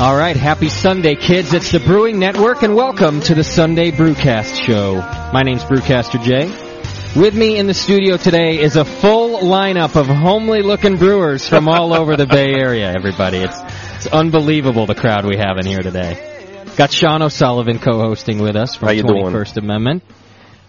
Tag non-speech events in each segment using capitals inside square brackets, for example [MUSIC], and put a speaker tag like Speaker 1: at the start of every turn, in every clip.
Speaker 1: All right, happy Sunday, kids. It's the Brewing Network, and welcome to the Sunday Brewcast Show. My name's Brewcaster Jay. With me in the studio today is a full lineup of homely looking brewers from all over the Bay Area, everybody. It's, it's unbelievable the crowd we have in here today. Got Sean O'Sullivan co hosting with us from
Speaker 2: How you doing?
Speaker 1: 21st Amendment.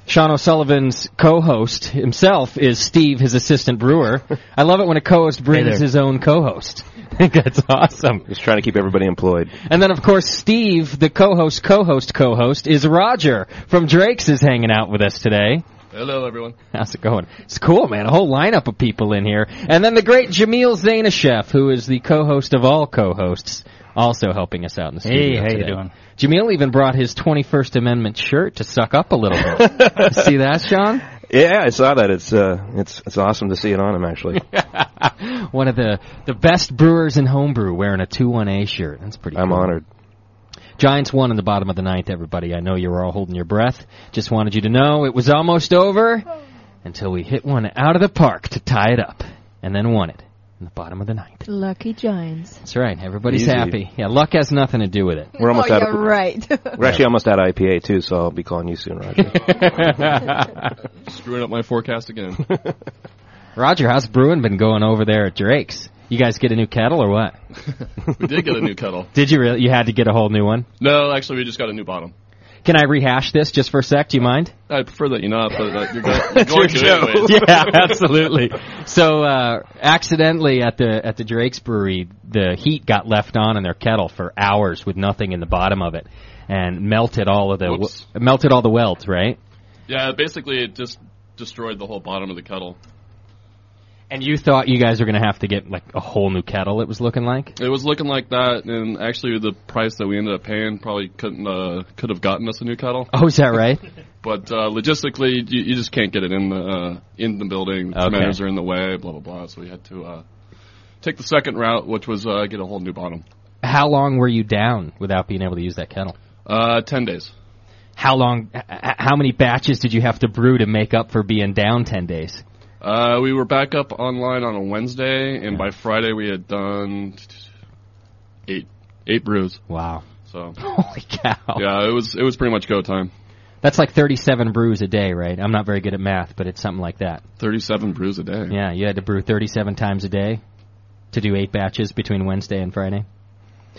Speaker 1: Sean O'Sullivan's co host himself is Steve, his assistant brewer. I love it when a co host brings his own co host. [LAUGHS] I think that's awesome.
Speaker 2: Just trying to keep everybody employed.
Speaker 1: And then, of course, Steve, the co-host, co-host, co-host, is Roger from Drake's is hanging out with us today.
Speaker 3: Hello,
Speaker 1: [LAUGHS]
Speaker 3: everyone. [LAUGHS]
Speaker 1: How's it going? It's cool, man. A whole lineup of people in here. And then the great Jamil Zainashev, who is the co-host of all co-hosts, also helping us out in the studio
Speaker 4: Hey, how you
Speaker 1: today.
Speaker 4: doing?
Speaker 1: Jamil even brought his 21st Amendment shirt to suck up a little
Speaker 2: [LAUGHS]
Speaker 1: bit. See that, Sean?
Speaker 2: Yeah, I saw that. It's uh, it's it's awesome to see it on him
Speaker 1: [LAUGHS]
Speaker 2: actually.
Speaker 1: One of the, the best brewers in homebrew wearing a 2-1-A shirt. That's pretty
Speaker 2: I'm
Speaker 1: cool.
Speaker 2: honored.
Speaker 1: Giants won in the bottom of the ninth, everybody. I know you were all holding your breath. Just wanted you to know it was almost over until we hit one out of the park to tie it up and then won it in the bottom of the ninth.
Speaker 5: Lucky Giants.
Speaker 1: That's right. Everybody's
Speaker 2: Easy.
Speaker 1: happy. Yeah, luck has nothing to do with it.
Speaker 2: We're almost
Speaker 5: oh,
Speaker 2: out
Speaker 5: you're
Speaker 2: of
Speaker 5: right.
Speaker 2: [LAUGHS] we're actually almost out of IPA too, so I'll be calling you soon, Roger.
Speaker 3: Screwing up my forecast again.
Speaker 1: Roger, how's brewing been going over there at Drake's? You guys get a new kettle or what?
Speaker 3: we did get a new kettle.
Speaker 1: Did you really? You had to get a whole new one.
Speaker 3: No, actually, we just got a new bottom.
Speaker 1: Can I rehash this just for a sec? Do you mind?
Speaker 3: I prefer that you not, but uh,
Speaker 1: [LAUGHS]
Speaker 3: you're, go- [LAUGHS] you're going to
Speaker 2: show.
Speaker 3: anyways.
Speaker 1: yeah, absolutely. So uh, accidentally at the at the Drake's brewery, the heat got left on in their kettle for hours with nothing in the bottom of it, and melted all of the
Speaker 3: Whoops.
Speaker 1: melted all the welds. Right.
Speaker 3: [LAUGHS] Yeah, basically, it just destroyed the whole bottom of the kettle.
Speaker 1: And you thought you guys were going to have to get like a whole new kettle. It was looking like.
Speaker 3: It was looking like that, and actually, the price that we ended up paying probably couldn't uh, could have gotten us a new kettle.
Speaker 1: Oh, is that right?
Speaker 3: [LAUGHS] But uh, logistically, you, you just can't get it in the uh, in the building. The
Speaker 1: Okay.
Speaker 3: fermenters are in the way. Blah blah blah. So we had to uh, take the second route, which was uh, get a whole new bottom.
Speaker 1: How long were you down without being able to use that kettle?
Speaker 3: Uh, Ten days.
Speaker 1: How long? h- h- How many batches did you have to brew to make up for being down ten days?
Speaker 3: Uh, we were back up online on a Wednesday, and by Friday we had done eight eight brews.
Speaker 1: Wow!
Speaker 3: So
Speaker 1: [LAUGHS] Holy cow!
Speaker 3: yeah, it was it was pretty much go time.
Speaker 1: That's like thirty-seven brews a day, right? I'm not very good at math, but it's something like that.
Speaker 3: Thirty seven brews a day.
Speaker 1: Yeah, you had to brew 37 times a day to do eight batches between Wednesday and Friday.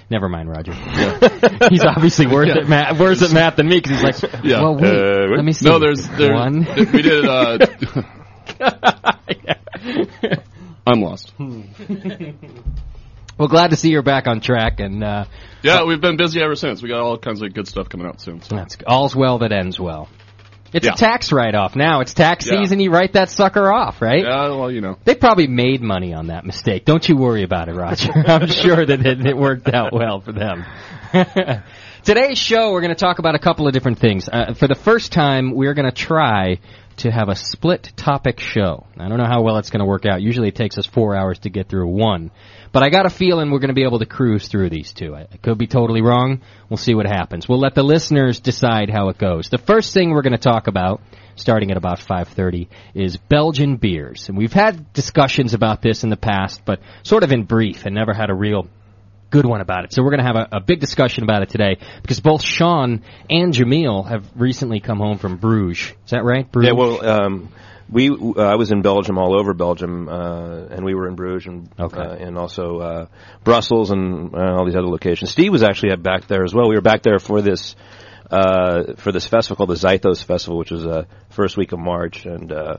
Speaker 1: Never mind, Roger. [LAUGHS] he's obviously worse at math, worse at math than me because he's like,
Speaker 3: Yeah.
Speaker 1: well, wait,
Speaker 2: Uh,
Speaker 1: let me see.
Speaker 3: No, there's there
Speaker 1: one.
Speaker 3: we did.
Speaker 1: [LAUGHS]
Speaker 3: Uh, [LAUGHS] I'm lost.
Speaker 1: Hmm. well, glad to see you're back on track, and uh,
Speaker 3: Yeah, we've been busy ever since. We got all kinds of good stuff coming out soon. So.
Speaker 1: that's all's well that ends well. It's
Speaker 3: Yeah.
Speaker 1: a tax write-off now. It's tax
Speaker 3: Yeah.
Speaker 1: season. You write that sucker off, right?
Speaker 3: Yeah, well, you know.
Speaker 1: They probably made money on that mistake. Don't you worry about it, Roger. [LAUGHS] I'm sure that it, it worked out well for them. [LAUGHS] Today's show, we're going to talk about a couple of different things. Uh, for the first time, we're going to try to have a split topic show. I don't know how well it's going to work out. Usually it takes us four hours to get through one. But I got a feeling we're going to be able to cruise through these two. I, I could be totally wrong. We'll see what happens. We'll let the listeners decide how it goes. The first thing we're going to talk about starting at about 5:30 is Belgian beers. And we've had discussions about this in the past, but sort of in brief and never had a real good one about it. So we're going to have a, a big discussion about it today because both Sean and Jamil have recently come home from Bruges. Is that right? Bruges?
Speaker 2: Yeah, well, um, we uh, I was in Belgium, all over Belgium, uh, and we were in Bruges and
Speaker 1: Okay.
Speaker 2: uh, and also uh, Brussels and uh, all these other locations. Steve was actually at- back there as well. We were back there for this uh, for this festival called the Zythos Festival, which was uh, first week of March, and uh,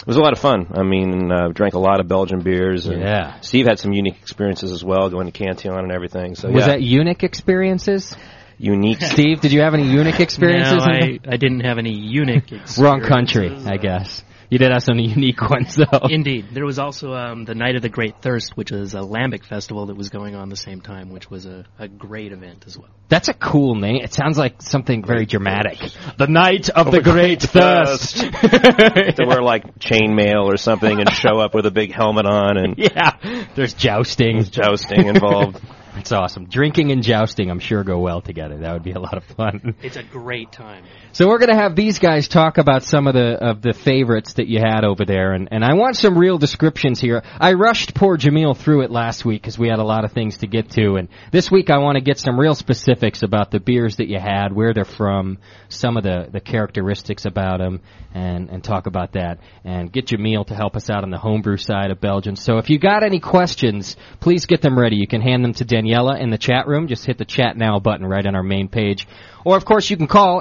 Speaker 2: it was a lot of fun. I mean, uh, drank a lot of Belgian beers. And
Speaker 1: Yeah.
Speaker 2: Steve had some unique experiences as well, going to Cantillon and everything. So
Speaker 1: was
Speaker 2: yeah,
Speaker 1: that eunuch experiences?
Speaker 2: unique?
Speaker 1: [LAUGHS] Steve, did you have any eunuch experiences?
Speaker 4: No,
Speaker 1: in- [LAUGHS]
Speaker 4: I, I didn't have any eunuch experiences.
Speaker 1: Wrong country, I guess. You did have some unique ones though.
Speaker 4: Indeed. There was also um, the Night of the Great Thirst, which was a lambic festival that was going on the same time, which was a, a great event as well.
Speaker 1: That's a cool name. It sounds like something very dramatic. The Night of the Great
Speaker 2: [LAUGHS]
Speaker 1: Thirst.
Speaker 2: to wear like chainmail or something and show up with a big helmet on and
Speaker 1: [LAUGHS] yeah. There's jousting.
Speaker 2: jousting
Speaker 1: [LAUGHS]
Speaker 2: involved.
Speaker 1: It's awesome. Drinking and jousting, I'm sure, go well together. That would be a lot of fun.
Speaker 4: [LAUGHS] It's a great time.
Speaker 1: So we're going to have these guys talk about some of the of the favorites that you had over there, and and I want some real descriptions here. I rushed poor Jamil through it last week because we had a lot of things to get to, and this week I want to get some real specifics about the beers that you had, where they're from, some of the the characteristics about them, and and talk about that, and get Jamil to help us out on the homebrew side of Belgium. So if you got any questions, please get them ready. You can hand them to Daniela in the chat room. Just hit the chat now button right on our main page. Or, of course, you can call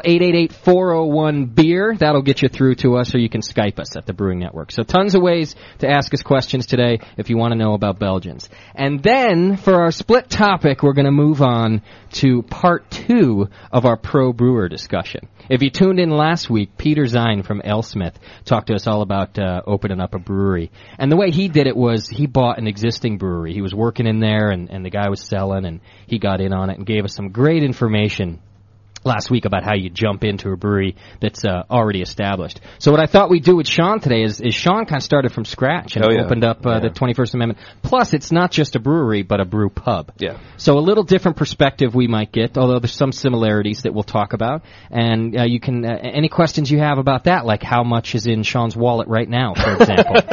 Speaker 1: 888-401-BEER. E That'll get you through to us, or you can Skype us at the Brewing Network. So tons of ways to ask us questions today if you want to know about Belgians. And then, for our split topic, we're going to move on to part two of our pro brewer discussion. If you tuned in last week, Peter Zine from Elsmith talked to us all about uh, opening up a brewery. And the way he did it was he bought an existing brewery. He was working in there, and, and the guy was selling, and he got in on it and gave us some great information last week about how you jump into a brewery that's uh, already established. So what I thought we'd do with Sean today is, is Sean kind of started from scratch and
Speaker 2: Oh, yeah.
Speaker 1: opened up uh, the 21st Amendment. Plus, it's not just a brewery, but a brew pub.
Speaker 2: Yeah.
Speaker 1: So a little different perspective we might get, although there's some similarities that we'll talk about. And uh, you can, uh, any questions you have about that, like how much is in Sean's wallet right now, for example.
Speaker 2: [LAUGHS]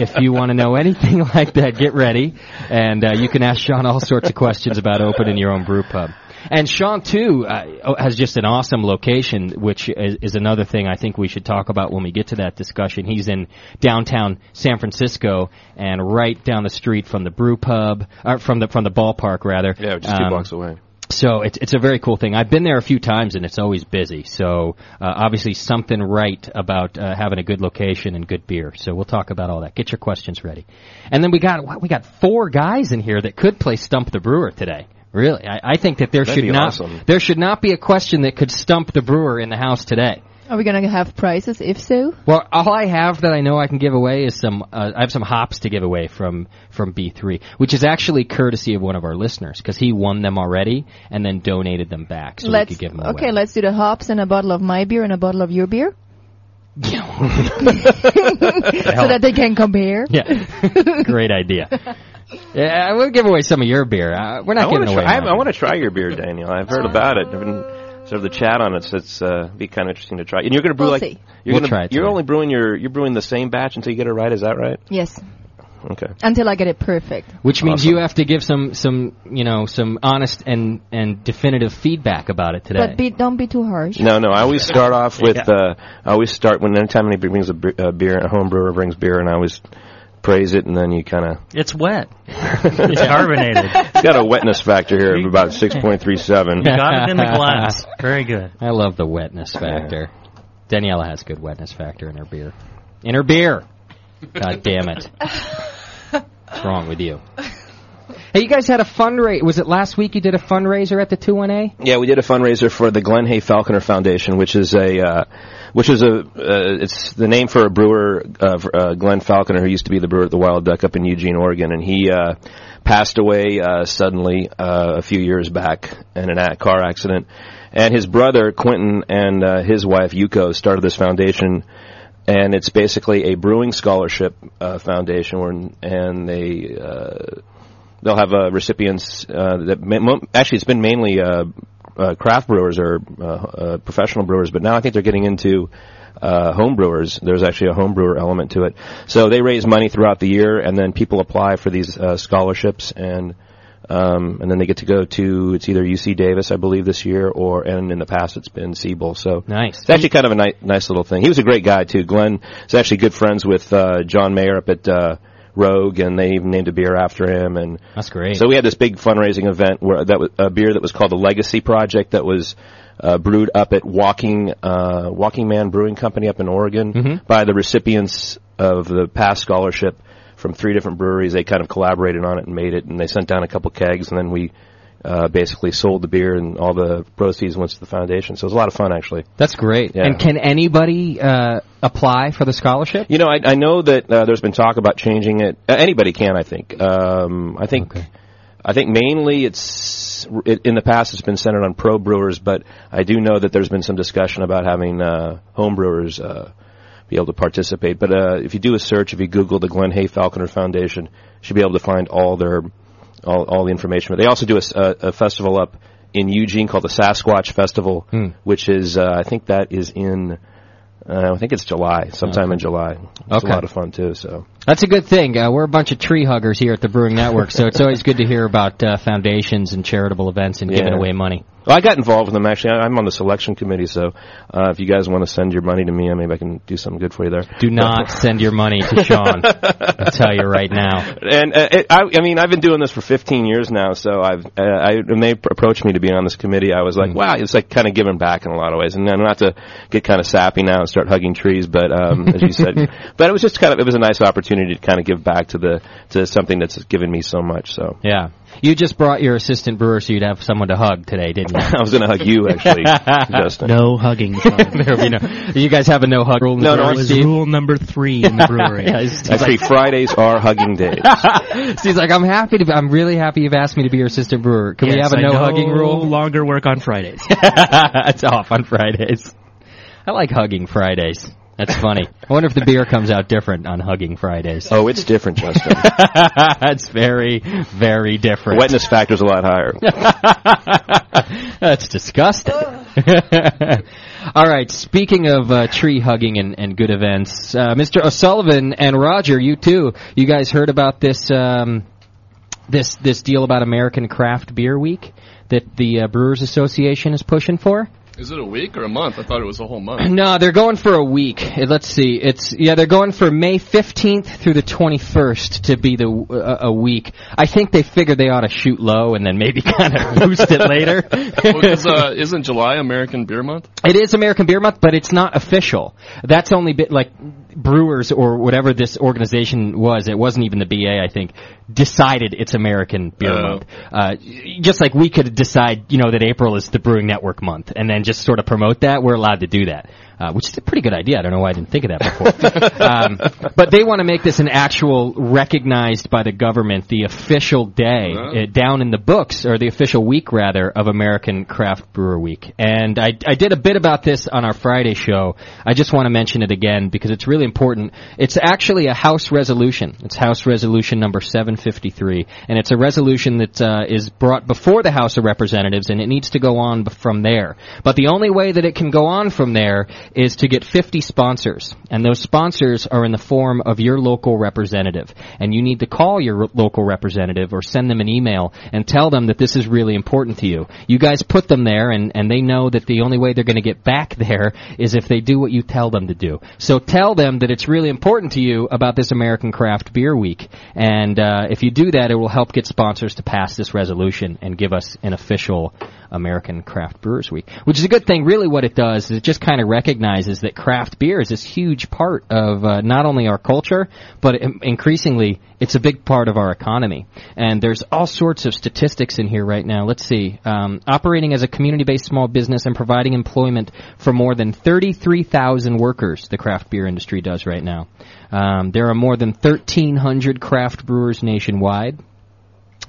Speaker 1: if you want to know anything like that, get ready. And uh, you can ask Sean all sorts of questions about opening your own brew pub. And Sean too uh, oh, has just an awesome location, which is, is another thing I think we should talk about when we get to that discussion. He's in downtown San Francisco, and right down the street from the brew pub, or from the from the ballpark rather.
Speaker 2: Yeah, just two
Speaker 1: Um,
Speaker 2: blocks away.
Speaker 1: So it's it's a very cool thing. I've been there a few times, and it's always busy. So uh, obviously something right about uh, having a good location and good beer. So we'll talk about all that. Get your questions ready, and then we got what, we got four guys in here that could play stump the brewer today. Really, I, I think that there
Speaker 2: That'd
Speaker 1: should
Speaker 2: be
Speaker 1: not
Speaker 2: awesome.
Speaker 1: there should not be a question that could stump the brewer in the house today.
Speaker 5: Are we going to have prizes? If so,
Speaker 1: Well, all I have that I know I can give away is some. Uh, I have some hops to give away from from B3, which is actually courtesy of one of our listeners because he won them already and then donated them back, so
Speaker 5: let's
Speaker 1: we could give them away.
Speaker 5: okay. Let's do the hops and a bottle of my beer and a bottle of your
Speaker 1: [LAUGHS]
Speaker 5: beer, [LAUGHS] so that they can compare.
Speaker 1: yeah, [LAUGHS]
Speaker 5: [LAUGHS]
Speaker 1: great idea. Yeah, I will give away some of your beer. Uh, we're
Speaker 2: I
Speaker 1: not
Speaker 2: want
Speaker 1: giving
Speaker 2: to
Speaker 1: away.
Speaker 2: try. I,
Speaker 1: mine.
Speaker 2: I want to try your beer, Daniel. I've heard about it. I've been sort of the chat on it, so it's uh, be kind of interesting to try. And you're going to brew
Speaker 5: We'll
Speaker 2: like
Speaker 5: see.
Speaker 2: you're
Speaker 1: We'll
Speaker 2: gonna,
Speaker 1: try it
Speaker 2: You're
Speaker 1: today.
Speaker 2: only brewing your you're brewing the same batch until you get it right. Is that right?
Speaker 5: Yes,
Speaker 2: Okay.
Speaker 5: until I get it perfect.
Speaker 1: Which means
Speaker 2: Awesome.
Speaker 1: you have to give some some you know some honest and and definitive feedback about it today.
Speaker 5: But be, don't be too harsh.
Speaker 2: No, no. I always start off with.
Speaker 1: Yeah.
Speaker 2: Uh, I always start when anytime anybody brings a, bre- a beer, a home brewer brings beer, and I always praise it, and then you kind of
Speaker 4: It's
Speaker 1: [LAUGHS]
Speaker 4: wet. It's carbonated.
Speaker 2: it's got a wetness factor here of about six point three seven.
Speaker 4: Got it in the
Speaker 1: [LAUGHS]
Speaker 4: glass. Very good.
Speaker 1: I love the wetness factor. Daniela has good wetness factor in her beer. In her beer. God damn it. What's wrong with you? Hey, you guys had a fundraiser. Was it last week you did a fundraiser at the 2-1-A?
Speaker 2: Yeah, we did a fundraiser for the Glen Hay Falconer Foundation, which is a, uh, which is a, uh, it's the name for a brewer, uh, for, uh, Glenn Falconer, who used to be the brewer at the Wild Duck up in Eugene, Oregon, and he uh, passed away uh, suddenly uh, a few years back in an a car accident. And his brother Quentin and uh, his wife Yuko started this foundation and it's basically a brewing scholarship uh, foundation, where, and they uh, they'll have uh, recipients uh, that ma- mo- actually it's been mainly uh, uh, craft brewers or uh, uh, professional brewers, but now I think they're getting into uh, home brewers. There's actually a home brewer element to it, so they raise money throughout the year, and then people apply for these uh, scholarships and. Um, and then they get to go to it's either UC Davis, I believe, this year, or and in the past it's been Siebel. So
Speaker 1: Nice.
Speaker 2: it's actually kind of a ni- nice little thing. He was a great guy too. Glenn is actually good friends with uh, John Mayer up at uh, Rogue, and they even named a beer after him. And
Speaker 1: That's great.
Speaker 2: so we had this big fundraising event where that was a beer that was called the Legacy Project that was uh, brewed up at Walking uh, Walking Man Brewing Company up in Oregon
Speaker 1: Mm-hmm.
Speaker 2: by the recipients of the past scholarship from three different breweries. They kind of collaborated on it and made it, and they sent down a couple kegs, and then we. Uh, basically sold the beer and all the proceeds went to the foundation. So it was a lot of fun actually.
Speaker 1: That's great.
Speaker 2: Yeah.
Speaker 1: And can anybody uh, apply for the scholarship?
Speaker 2: You know, I, I know that uh, there's been talk about changing it. Uh, anybody can, I think. Um, I think.
Speaker 1: Okay.
Speaker 2: I think mainly it's it, in the past it's been centered on pro brewers, but I do know that there's been some discussion about having uh, home brewers uh, be able to participate. But uh, if you do a search, if you Google the Glen Hay Falconer Foundation, you should be able to find all their all, all the information. But they also do a, s- a- a festival up in Eugene called the Sasquatch Festival,
Speaker 1: Hmm.
Speaker 2: which is uh, I think that is in uh, I think it's July, sometime in July. It's
Speaker 1: Okay.
Speaker 2: a lot of fun too. So
Speaker 1: That's a good thing. Uh, we're a bunch of tree huggers here at the Brewing Network, so it's always good to hear about uh, foundations and charitable events and giving
Speaker 2: Yeah.
Speaker 1: away money.
Speaker 2: well, I got involved with them actually. I, I'm on the selection committee, so uh, if you guys want to send your money to me, uh, maybe I can do something good for you there.
Speaker 1: Do not send your money to Sean. I'll tell you right now.
Speaker 2: And uh, it, I, I mean, I've been doing this for 15 years now, so I've uh, I, when they pr- approached me to be on this committee, I was like, wow, it's like kind of giving back in a lot of ways. And I'm not to get kind of sappy now and start hugging trees, but um, as you said, but it was just kind of it was a nice opportunity to kind of give back to the to something that's given me so much. So
Speaker 1: Yeah. You just brought your assistant brewer so you'd have someone to hug today, didn't you?
Speaker 2: [LAUGHS] I was going to hug you
Speaker 1: [LAUGHS]
Speaker 2: actually, Justin.
Speaker 4: No hugging. Sean.
Speaker 1: There'll be no- you guys have a no hug rule? in the
Speaker 2: No, no,
Speaker 1: brewery,
Speaker 4: that was
Speaker 1: Steve?
Speaker 4: rule number three
Speaker 1: [LAUGHS]
Speaker 4: in the brewery.
Speaker 1: Yeah, he's- he's
Speaker 2: Actually, Fridays are hugging days.
Speaker 1: [LAUGHS] Steve's like, I'm happy to. Be, I'm really happy you've asked me to be your assistant brewer. Can we
Speaker 4: Yes,
Speaker 1: have a
Speaker 4: I
Speaker 1: no hugging
Speaker 4: No
Speaker 1: rule?
Speaker 4: longer work on
Speaker 1: [LAUGHS]
Speaker 4: Fridays.
Speaker 1: it's off on Fridays. I like hugging Fridays. That's funny. I wonder if the beer comes out different on hugging Fridays.
Speaker 2: Oh, it's different,
Speaker 1: [LAUGHS]
Speaker 2: Justin.
Speaker 1: That's very, very different.
Speaker 2: Wetness factor's a lot higher.
Speaker 1: [LAUGHS] That's disgusting. [LAUGHS] All right. Speaking of uh, tree hugging and, and good events, uh, Mr. O'Sullivan and Roger, you too. You guys heard about this um, this this deal about American Craft Beer Week that the uh, Brewers Association is pushing for?
Speaker 3: Is it a week or a month? I thought it was a whole
Speaker 1: [LAUGHS]
Speaker 3: month.
Speaker 1: [CLEARS THROAT] No, they're going for a week. Uh, Let's see. It's yeah, they're going for May 15th through the 21st to be the uh, a week. I think they figured they ought to shoot low and then maybe [LAUGHS] kind of boost it later.
Speaker 3: Because uh, isn't July American Beer Month?
Speaker 1: It is American Beer Month, but it's not official. That's only bit like brewers or whatever this organization was. It wasn't even the BA, I think. Decided it's American Beer
Speaker 3: Oh.
Speaker 1: Month. Uh, y- just like we could decide, you know, that April is the Brewing Network Month, and then just sort of promote that. We're allowed to do that, uh, which is a pretty good idea. I don't know why I didn't think of that before. [LAUGHS] um, but they want to make this an actual recognized by the government, the official day
Speaker 3: Oh.
Speaker 1: uh, down in the books, or the official week rather, of American Craft Brewer Week. And I, I did a bit about this on our Friday show. I just want to mention it again because it's really important. It's actually a House resolution. It's House Resolution number 753. And it's a resolution that uh, is brought before the House of Representatives and it needs to go on b- from there. But the only way that it can go on from there is to get 50 sponsors. And those sponsors are in the form of your local representative. And you need to call your r- local representative or send them an email and tell them that this is really important to you. You guys put them there and, and they know that the only way they're going to get back [LAUGHS] there is if they do what you tell them to do. So tell them that it's really important to you about this American Craft Beer Week. And uh, if you do that, it will help get sponsors to pass this resolution and give us an official American Craft Brewers Week, which is a good thing. Really, what it does is it just kind of recognizes recognizes that craft beer is this huge part of uh, not only our culture, but im- increasingly it's a big part of our economy. And there's all sorts of statistics in here right now. Let's see. Um, operating as a community-based small business and providing employment for more than 33,000 workers, the craft beer industry does right now. Um, there are more than 1,300 craft brewers nationwide.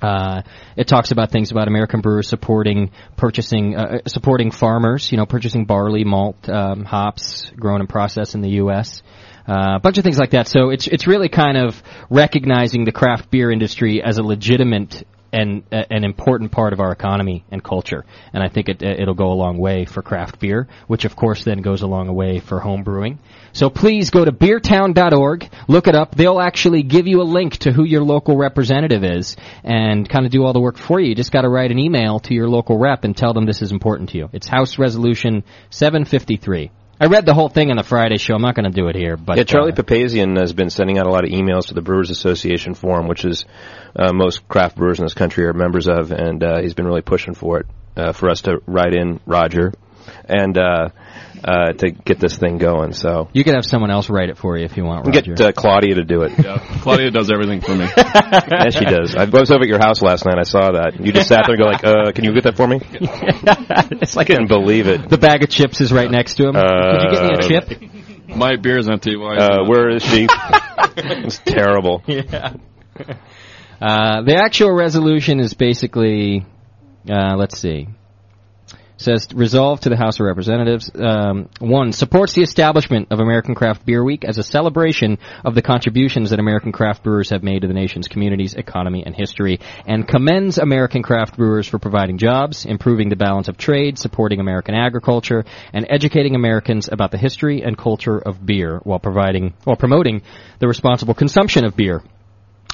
Speaker 1: Uh, it talks about things about American brewers supporting purchasing uh, uh, supporting farmers, you know, purchasing barley, malt, um, hops grown and processed in the U.S. Uh, a bunch of things like that. So it's it's really kind of recognizing the craft beer industry as a legitimate and uh, an important part of our economy and culture. And I think it, uh, it'll go a long way for craft beer, which of course then goes a long way for home brewing. So please go to beertown.org, look it up. They'll actually give you a link to who your local representative is and kind of do all the work for you. You just got to write an email to your local rep and tell them this is important to you. It's House Resolution 753. I read the whole thing on the Friday show. I'm not going to do it here, but
Speaker 2: Yeah, Charlie
Speaker 1: uh,
Speaker 2: Papazian has been sending out a lot of emails to the Brewers Association Forum, which is uh, most craft brewers in this country are members of, and uh, he's been really pushing for it uh, for us to write in Roger and uh, uh, to get this thing going. So
Speaker 1: you could have someone else write it for you if you want, Roger.
Speaker 2: get uh, Claudia to do it.
Speaker 3: Yeah, Claudia does everything for
Speaker 2: [LAUGHS]
Speaker 3: me.
Speaker 2: yes, she does. I was over at your house last night. I saw that. You just sat there and go like, uh, "Can you get that for me?"
Speaker 1: [LAUGHS] it's
Speaker 2: I
Speaker 1: like
Speaker 2: couldn't believe it.
Speaker 1: the bag of chips is right next to him.
Speaker 6: Uh,
Speaker 1: Could you get me a chip?
Speaker 3: Uh,
Speaker 6: [LAUGHS]
Speaker 3: My beer's empty. Why? is
Speaker 2: Uh,
Speaker 3: it-
Speaker 2: where is she? [LAUGHS] it's terrible.
Speaker 1: Uh, the actual resolution is basically, uh, let's see. Says resolve to the House of Representatives. Um, one supports the establishment of American Craft Beer Week as a celebration of the contributions that American craft brewers have made to the nation's communities, economy, and history, and commends American craft brewers for providing jobs, improving the balance of trade, supporting American agriculture, and educating Americans about the history and culture of beer while providing while promoting the responsible consumption of beer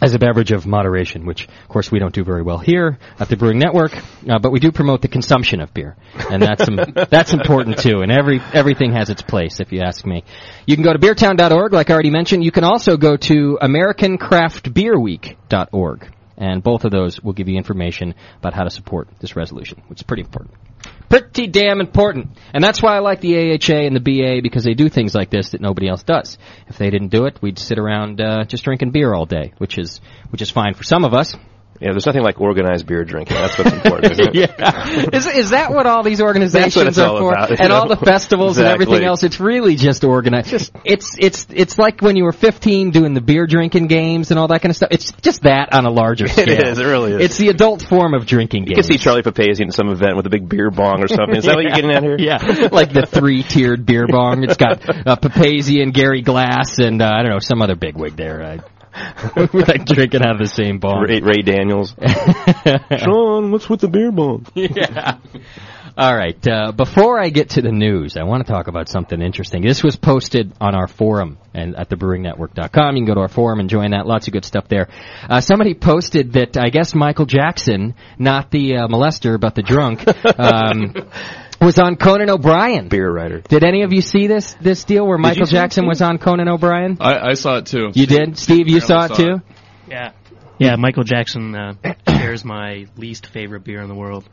Speaker 1: as a beverage of moderation, which of course we don't do very well here at the Brewing Network, uh, but we do promote the consumption of beer, and that's im- that's important too. And every everything has its place, if you ask me. You can go to beertown.org, like I already mentioned. You can also go to AmericanCraftBeerWeek.org, and both of those will give you information about how to support this resolution, which is pretty important. Pretty damn important, and that's why I like the AHA and the BA because they do things like this that nobody else does. If they didn't do it, we'd sit around uh, just drinking beer all day, which is which is fine for some of us.
Speaker 2: Yeah, there's nothing like organized beer drinking. That's what's important. Isn't it?
Speaker 1: [LAUGHS] yeah. is, is that what all these organizations
Speaker 2: That's what it's
Speaker 1: are
Speaker 2: all
Speaker 1: for?
Speaker 2: about, you
Speaker 1: and all
Speaker 2: know? [LAUGHS]
Speaker 1: the festivals and everything
Speaker 2: Exactly.
Speaker 1: else. It's really just organized. it's it's it's like when you were 15 doing the beer drinking games and all that kind of stuff. It's just that on a larger scale.
Speaker 2: is, [LAUGHS] it really is.
Speaker 1: It's the adult form of drinking
Speaker 2: You
Speaker 1: games.
Speaker 2: could see Charlie Papazian at some event with a big beer bong or something. Is that what you're getting at here?
Speaker 1: [LAUGHS] Yeah,
Speaker 2: [LAUGHS]
Speaker 1: like the three-tiered beer bong. It's got uh, Papazian, Gary Glass, and uh, I don't know some other bigwig there. Uh, [LAUGHS] like drinking out of the same bong.
Speaker 2: Ray, Ray
Speaker 1: [LAUGHS]
Speaker 2: Daniels. Sean, what's with the beer bong?
Speaker 1: [LAUGHS] All right. Uh, before I get to the news, I want to talk about something interesting. This was posted on our forum and at thebrewingnetwork.com. You can go to our forum and join that. Lots of good stuff there. Uh, somebody posted that I guess Michael Jackson, not the uh, molester but
Speaker 2: [LAUGHS]
Speaker 1: the drunk, um, was on Conan O'Brien.
Speaker 2: Beer writer.
Speaker 1: Did any of you see this this deal where Michael
Speaker 2: see it
Speaker 1: Jackson was on Conan O'Brien?
Speaker 3: I, I saw it too.
Speaker 1: You did, Steve. You saw it
Speaker 3: saw it.
Speaker 1: too.
Speaker 4: Yeah. Yeah, Michael Jackson uh,
Speaker 1: [COUGHS]
Speaker 4: shares my least favorite beer in the world.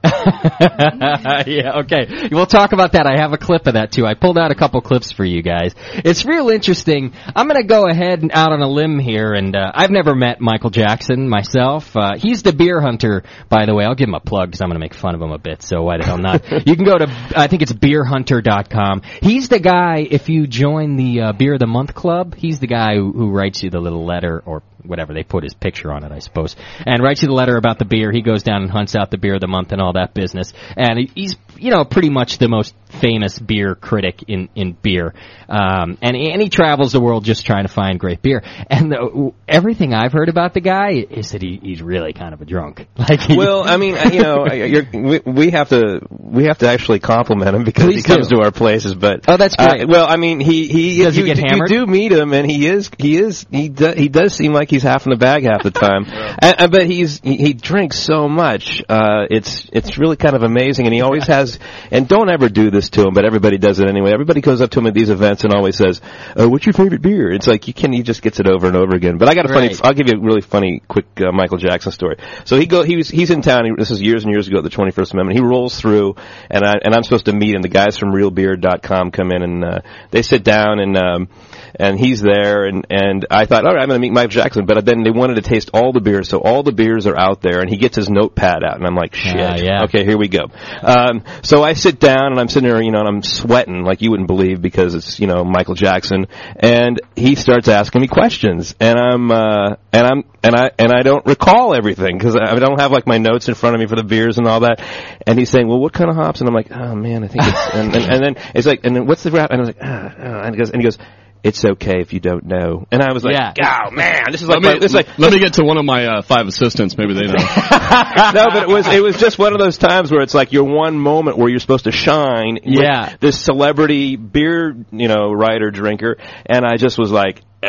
Speaker 1: [LAUGHS] yeah, okay. We'll talk about that. I have a clip of that too. I pulled out a couple clips for you guys. It's real interesting. I'm going to go ahead and out on a limb here, and uh, I've never met Michael Jackson myself. Uh, he's the beer hunter, by the way. I'll give him a plug because I'm going to make fun of him a bit. So why the hell not? you can go to I think it's beerhunter.com. He's the guy. If you join the uh, Beer of the Month Club, he's the guy who, who writes you the little letter or whatever they put his picture on it, I suppose, and writes you the letter about the beer. He goes down and hunts out the beer of the month and all that business. And he- he's, you know, pretty much the most famous beer critic in in beer. Um, and and he travels the world just trying to find great beer. And the, everything I've heard about the guy is that he, he's really kind of a drunk. [LAUGHS] Like, he,
Speaker 2: Well, I mean, you know, you're, we, we have to we have to actually compliment him because
Speaker 1: Please
Speaker 2: he comes
Speaker 1: do.
Speaker 2: to our places. But
Speaker 1: Oh, that's great.
Speaker 2: Uh, well, I mean, he he
Speaker 1: Does he
Speaker 2: you,
Speaker 1: get
Speaker 2: d- you
Speaker 1: hammered?
Speaker 2: do meet him, and he is he is he do, he does seem like he's half in the bag half the
Speaker 1: [LAUGHS]
Speaker 2: time. and, and- but he's he, he drinks so much, uh, it's it's really kind of amazing. And he always has. And don't ever do this to him, but everybody does it anyway. Everybody goes up to him at these events and always says, uh, "What's your favorite beer?" It's like you can he just gets it over and over again. But I got a funny
Speaker 1: Right.
Speaker 2: I'll give you a really funny, quick uh, Michael Jackson story. So he go he was he's in town. He, this is years and years ago at the 21st Amendment. He rolls through and I and I'm supposed to meet him. The guys from RealBeard.com come in and uh, they sit down and um, and he's there and and I thought, all right, I'm going to meet Michael Jackson. But then they wanted to taste all the beers, so all the beers are out there, and he gets his notepad out, and I'm like, shit,
Speaker 1: Ah, yeah.
Speaker 2: okay, here we go. Um, so I sit down and I'm sitting there, you know, and I'm sweating like you wouldn't believe because it's you know Michael Jackson, and he starts asking me questions, and I'm uh, and I'm and I and I don't recall everything because I, I don't have like my notes in front of me for the beers and all that, and he's saying, well, what kind of hops? And I'm like, oh man, I think
Speaker 3: [LAUGHS]
Speaker 2: it's and, and, and then it's like, and then what's the rap? And I was like, ah, ah, and he goes, and he goes. It's okay if you don't know. And I was like,
Speaker 1: Yeah.
Speaker 2: "Oh man, this is like,
Speaker 3: Let me,
Speaker 2: my- this is like
Speaker 3: let [LAUGHS] me get to one of my uh, five assistants. Maybe they know.
Speaker 2: [LAUGHS] no, but it was it was just one of those times where it's like your one moment where you're supposed to shine. with
Speaker 1: Yeah.
Speaker 2: This celebrity beer, you know, writer drinker, and I just was like, uh,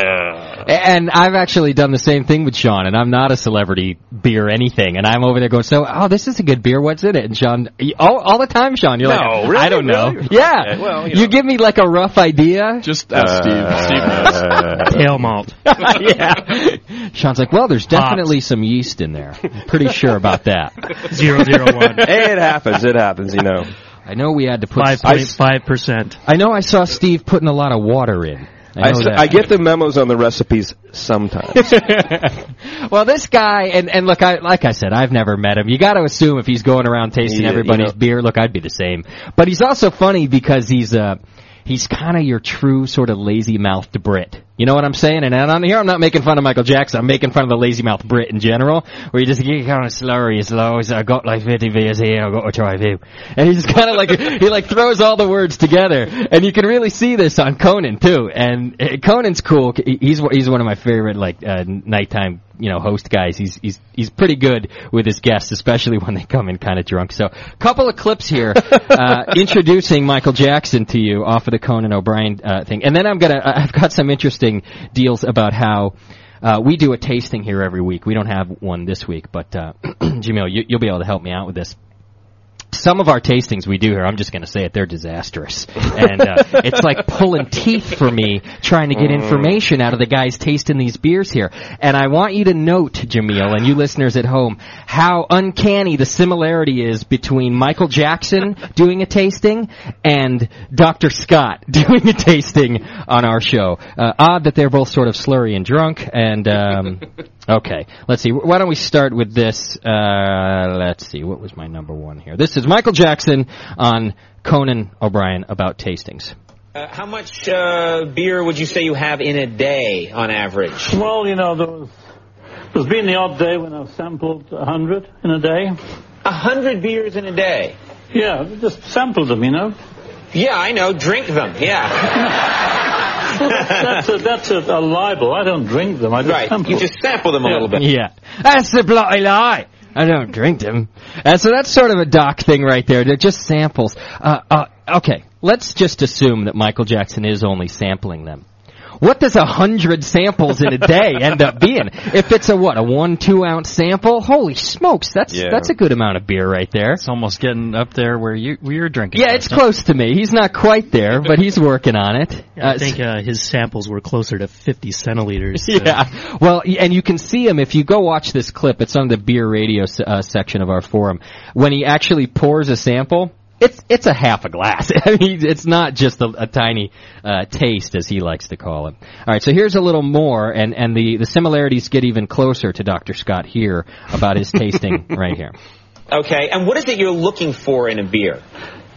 Speaker 1: A- And I've actually done the same thing with Sean, and I'm not a celebrity beer anything, and I'm over there going, so, oh, this is a good beer, what's in it? And Sean, y- all, all the time, Sean, you're
Speaker 2: No,
Speaker 1: like,
Speaker 2: really?
Speaker 1: I don't know.
Speaker 2: Really?
Speaker 1: Yeah.
Speaker 2: Okay, well, you
Speaker 1: you,
Speaker 2: know.
Speaker 1: give me like a rough idea.
Speaker 3: Just ask Steve. Steve knows.
Speaker 2: Uh, [LAUGHS]
Speaker 4: Pale malt.
Speaker 1: [LAUGHS] yeah. Sean's like, well, there's definitely some yeast in there. I'm pretty sure about that.
Speaker 4: [LAUGHS] Zero zero
Speaker 2: [LAUGHS]
Speaker 4: one.
Speaker 2: it happens. It happens. You know.
Speaker 1: I know we had to put,
Speaker 4: Five
Speaker 1: I,
Speaker 4: point five percent.
Speaker 1: I know I saw Steve putting a lot of water in. I,
Speaker 2: I,
Speaker 1: know
Speaker 2: s-
Speaker 1: that.
Speaker 2: I
Speaker 1: [LAUGHS]
Speaker 2: get the memos on the recipes sometimes.
Speaker 1: Well, this guy, and, and look, I, like I said, I've never met him. You got to assume if he's going around tasting
Speaker 2: Yeah, you
Speaker 1: everybody's
Speaker 2: know.
Speaker 1: beer, look, I'd be the same. But he's also funny because he's uh, he's kind of your true sort of lazy mouthed Brit. You know what I'm saying? And on here, I'm not making fun of Michael Jackson. I'm making fun of the lazy mouth Brit in general, where you just get kind of slurry as low as I got like 50 beers here, I got to try a few. And he's kind of like, [LAUGHS] he like throws all the words together. And you can really see this on Conan too. And uh, Conan's cool. He- He's, one- he's one of my favorite like, uh, nighttime, you know, host guys. He's, he's, he's pretty good with his guests, especially [LAUGHS] when they come in kind of drunk. So, couple of clips here, uh, introducing Michael Jackson to you off of the Conan O'Brien, uh, thing. And then I'm gonna, I- I've got some interesting deals about how, uh, we do a tasting here every week. We don't have one this week, but, uh, [CLEARS THROAT] Jamil, you, you'll be able to help me out with this some of our tastings we do here, I'm just going to say it, they're disastrous. And uh, it's like pulling teeth for me trying to get information out of the guys tasting these beers here. And I want you to note, Jameel, and you listeners at home, how uncanny the similarity is between Michael Jackson doing a tasting and Dr. Scott [LAUGHS] doing a tasting on our show. Uh, odd that they're both sort of slurry and drunk. And, um, okay, let's see. Why don't we start with this? Uh, let's see. What was my number one here? This is Michael Jackson on Conan O'Brien about tastings.
Speaker 7: Uh, how much uh, beer would you say you have in a day on average?
Speaker 8: Well, you know, there was, there's been the odd day when I've sampled 100 in a day.
Speaker 7: A hundred beers in a day.
Speaker 8: Yeah, just sampled them, you know.
Speaker 7: Yeah, I know. Drink them. Yeah,
Speaker 8: That's a, that's a, a libel. I don't drink them. I just
Speaker 7: right.
Speaker 8: sample.
Speaker 7: You just sample them a little bit.
Speaker 1: Yeah. That's the bloody lie. I don't drink them. And so that's sort of a doc thing right there. They're just samples. Uh, uh, okay, let's just assume that Michael Jackson is only sampling them. What does a hundred samples in a day end up being? If it's a what, a one, two ounce sample? Holy smokes, that's
Speaker 2: Yeah.
Speaker 1: that's a good amount of beer right there.
Speaker 4: It's almost getting up there where you where you're drinking.
Speaker 1: Yeah, it's close to me. He's not quite there, but he's working on it.
Speaker 4: I
Speaker 1: Uh,
Speaker 4: think uh, his samples were closer to fifty centiliters. so-
Speaker 1: Yeah. Well, y- and you can see him if you go watch this clip. It's on the beer radio s- uh, section of our forum. When he actually pours a sample, it's it's a half a glass. [LAUGHS] I mean, it's not just a, a tiny uh, taste as he likes to call it. All right. So here's a little more, and and the the similarities get even closer to Dr. Scott here about his
Speaker 4: [LAUGHS]
Speaker 1: tasting right here.
Speaker 7: Okay. And what is it you're looking for in a beer?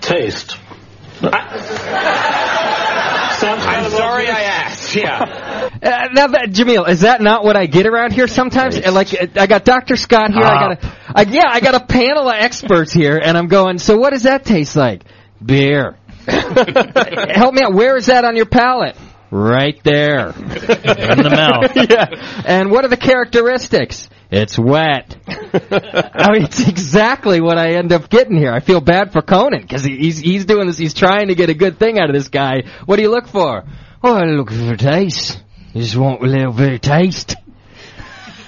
Speaker 8: Taste. Sounds kind
Speaker 7: I'm
Speaker 8: of
Speaker 7: sorry
Speaker 8: obvious.
Speaker 7: I asked. Yeah.
Speaker 1: [LAUGHS] Uh, now, that, Jamil, is that not what I get around here sometimes? Uh, Like, uh, I got Dr. Scott here. I got a, I, yeah, I got a panel of experts here, and I'm going. So, what does that taste like? Beer. Help me out. Where is that on your palate? Right there.
Speaker 4: in the mouth.
Speaker 1: [LAUGHS] yeah. And what are the characteristics?
Speaker 4: [LAUGHS]
Speaker 1: It's wet. I mean, it's exactly what I end up getting here. I feel bad for Conan because he, he's he's doing this. He's trying to get a good thing out of this guy. What do you look for? Oh, I look for taste. You just want a little bit of taste.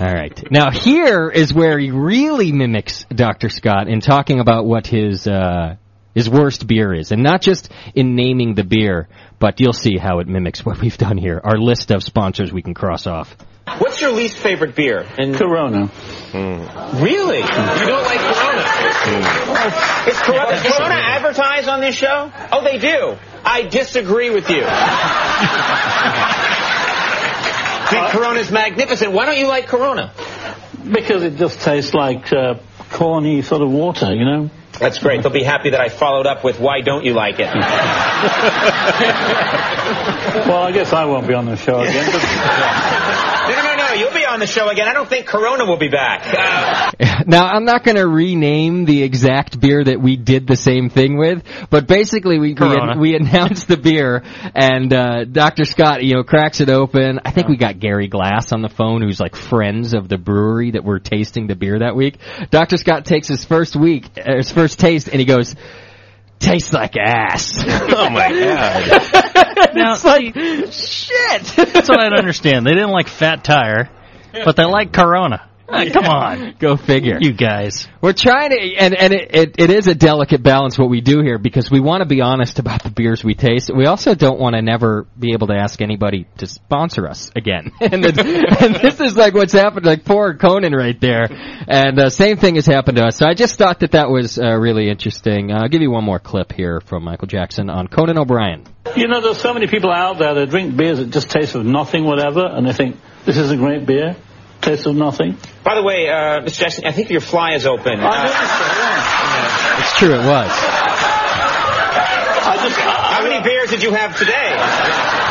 Speaker 1: All right. Now here is where he really mimics Dr. Scott in talking about what his uh, his worst beer is, and not just in naming the beer, but you'll see how it mimics what we've done here. Our list of sponsors we can cross off.
Speaker 7: What's your least favorite beer? Hmm. And
Speaker 8: Corona. Hmm.
Speaker 7: really, you don't like Corona. It's Corona. Corona advertise on this show? Oh, they do. I disagree with you.
Speaker 8: Uh,
Speaker 7: Think Corona's magnificent. Why don't you like Corona?
Speaker 8: Because it just tastes like uh, corny sort of water, you know?
Speaker 7: That's great. They'll be happy that I followed up with why don't you like it?
Speaker 2: [LAUGHS]
Speaker 8: Well, I guess I won't be on the show again.
Speaker 7: [LAUGHS] No, no, no, no. You'll be on the show again. I don't think Corona will be back. Uh,
Speaker 1: Now, I'm not going to rename the exact beer that we did the same thing with, but basically we we,
Speaker 9: Corona.
Speaker 1: we announced the beer, and uh, Dr. Scott, you know, cracks it open. I think we got Gary Glass on the phone, who's like friends of the brewery that we're tasting the beer that week. Dr. Scott takes his first week, uh, his first taste, and he goes, "Tastes like ass."
Speaker 2: [LAUGHS] Oh my
Speaker 9: [LAUGHS]
Speaker 2: god!
Speaker 1: [LAUGHS]
Speaker 9: Now,
Speaker 1: it's like shit.
Speaker 9: That's what I don't
Speaker 1: [LAUGHS]
Speaker 9: understand. They didn't like Fat Tire, but they like Corona. Ah, Come on,
Speaker 1: [LAUGHS] Go figure.
Speaker 9: you guys.
Speaker 1: We're trying to, and, and it, it, it is a delicate balance what we do here because we want to be honest about the beers we taste. We also don't want to never be able to ask anybody to sponsor us again. [LAUGHS] and, it's, and this is like what's happened, like poor Conan right there. And uh, same thing has happened to us. So I just thought that that was uh, really interesting. Uh, I'll give you one more clip here from Michael Jackson on Conan O'Brien.
Speaker 8: You know, there's so many people out there that drink beers that just taste of nothing, whatever, and they think, this is a great beer. Tastes of nothing.
Speaker 7: by the way, uh, Mr. Jackson, I think your fly is open. Uh,
Speaker 1: It's true, it was.
Speaker 8: I just, I,
Speaker 7: how many beers did you have today?
Speaker 8: I-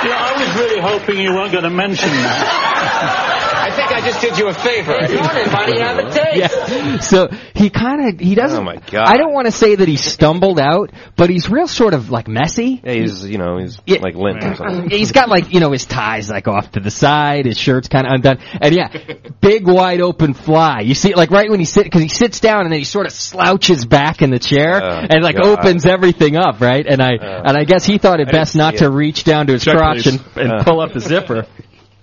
Speaker 8: you know, I was really hoping you weren't going to mention that.
Speaker 7: I think I just did you a favor. Everybody have a taste.
Speaker 1: Yeah. So he kind of he doesn't.
Speaker 2: Oh, my God.
Speaker 1: I don't want to say that he stumbled out, but he's real sort of like messy.
Speaker 2: Yeah, he's you know he's
Speaker 1: Yeah.
Speaker 2: like lint or something.
Speaker 1: He's got like you know his ties like off to the side, his shirt's kind of undone, and yeah, big wide open fly. You see, like right when he sit because he sits down and then he sort of slouches back in the chair
Speaker 2: Oh,
Speaker 1: and like
Speaker 2: God. Oh.
Speaker 1: opens everything up, right? And I
Speaker 7: Uh,
Speaker 1: and I guess he thought it best
Speaker 2: see
Speaker 1: not
Speaker 2: it. Uh.
Speaker 1: to reach down to his
Speaker 3: Check,
Speaker 1: crotch
Speaker 3: please.
Speaker 1: and, and pull up the zipper.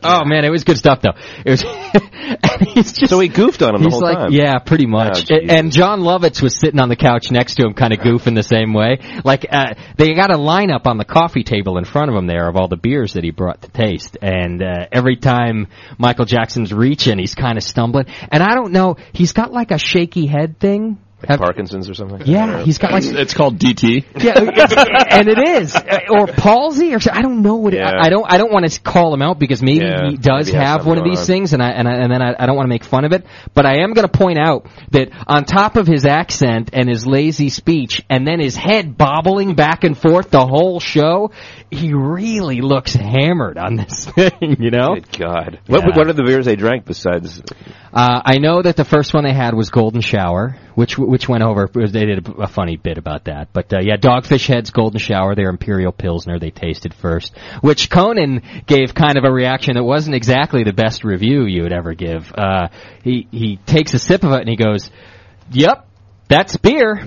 Speaker 1: Oh man, it was good [LAUGHS] stuff though. It was. [LAUGHS] and he's just
Speaker 2: So he goofed on him the
Speaker 1: He's
Speaker 2: whole
Speaker 1: like,
Speaker 2: time.
Speaker 1: yeah, pretty much.
Speaker 2: Oh,
Speaker 1: A- and John Lovitz was sitting on the couch next to him, kind of goofing the same way. Like, uh, they got a lineup on the coffee table in front of him there of all the beers that he brought to taste. And uh, every time Michael Jackson's reaching, he's kind of stumbling. And I don't know, he's got like a shaky head thing.
Speaker 2: Like Parkinson's or something. I don't
Speaker 1: yeah,
Speaker 2: know.
Speaker 1: [LAUGHS] he's got like
Speaker 3: It's called DT.
Speaker 1: yeah, uh,
Speaker 2: [LAUGHS]
Speaker 3: [LAUGHS]
Speaker 1: it's- and it is, Uh, or palsy, or so- I don't know what. It,
Speaker 2: Yeah.
Speaker 1: I, I don't. I don't want to call him out because maybe
Speaker 2: Yeah,
Speaker 1: he does
Speaker 2: maybe he has
Speaker 1: have
Speaker 2: something
Speaker 1: one of
Speaker 2: going
Speaker 1: these
Speaker 2: on.
Speaker 1: things, and I and, I, and then I, I don't want to make fun of it. But I am going to point out that on top of his accent and his lazy speech, and then his head bobbling back and forth the whole show, he really looks hammered on this [LAUGHS] thing. You know,
Speaker 2: Good God. What, what are the beers they drank besides?
Speaker 1: uh, I know that the first one they had was Golden Shower, which which went over. They did a, a funny bit about that, but uh, yeah, Dogfish Head's Golden Shower, their Imperial Pilsner, they tasted first, which Conan gave kind of a reaction that wasn't exactly the best review you would ever give. Uh, he he takes a sip of it and he goes, "Yep, that's
Speaker 2: [LAUGHS]
Speaker 1: beer,"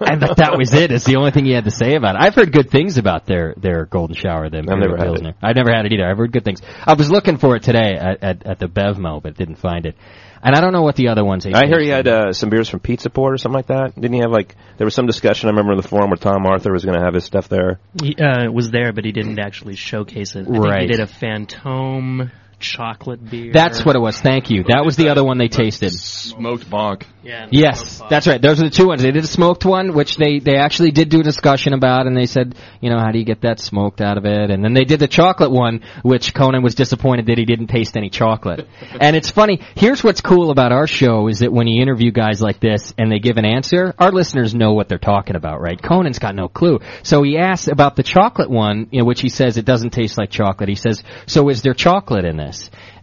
Speaker 1: and that, that was it. It's the only thing he had to say about it. I've heard good things about their their Golden Shower, the Imperial
Speaker 2: never had it.
Speaker 1: Pilsner. I've never had it either. I've heard good things. I was looking for it today at, at, at the Bevmo, but didn't find it. And I don't know what the other ones. they
Speaker 2: I hear he
Speaker 1: tasted.
Speaker 2: had uh, some beers from Pizza Port or something like that. Didn't he have like there was some discussion I remember in the forum where Tom Arthur was going to have his stuff there.
Speaker 4: He uh, was there, but he didn't actually showcase it. I
Speaker 1: Right.
Speaker 4: Think he did a Fantome chocolate beer.
Speaker 1: That's what it was. Thank you. That was the other one they tasted.
Speaker 3: Smoked bonk.
Speaker 4: Yeah. and
Speaker 1: Yes,
Speaker 4: Coke
Speaker 1: that's right. Those are the two ones. They did a smoked one, which they, they actually did do a discussion about, and they said, you know, how do you get that smoked out of it? And then they did the chocolate one, which Conan was disappointed that he didn't taste
Speaker 4: [LAUGHS]
Speaker 1: any chocolate. and it's funny. Here's what's cool about our show is that when you interview guys like this and they give an answer, our listeners know what they're talking about, right? Conan's got no clue. So he asks about the chocolate one, you know, which he says it doesn't taste like chocolate. He says, so is there chocolate in this?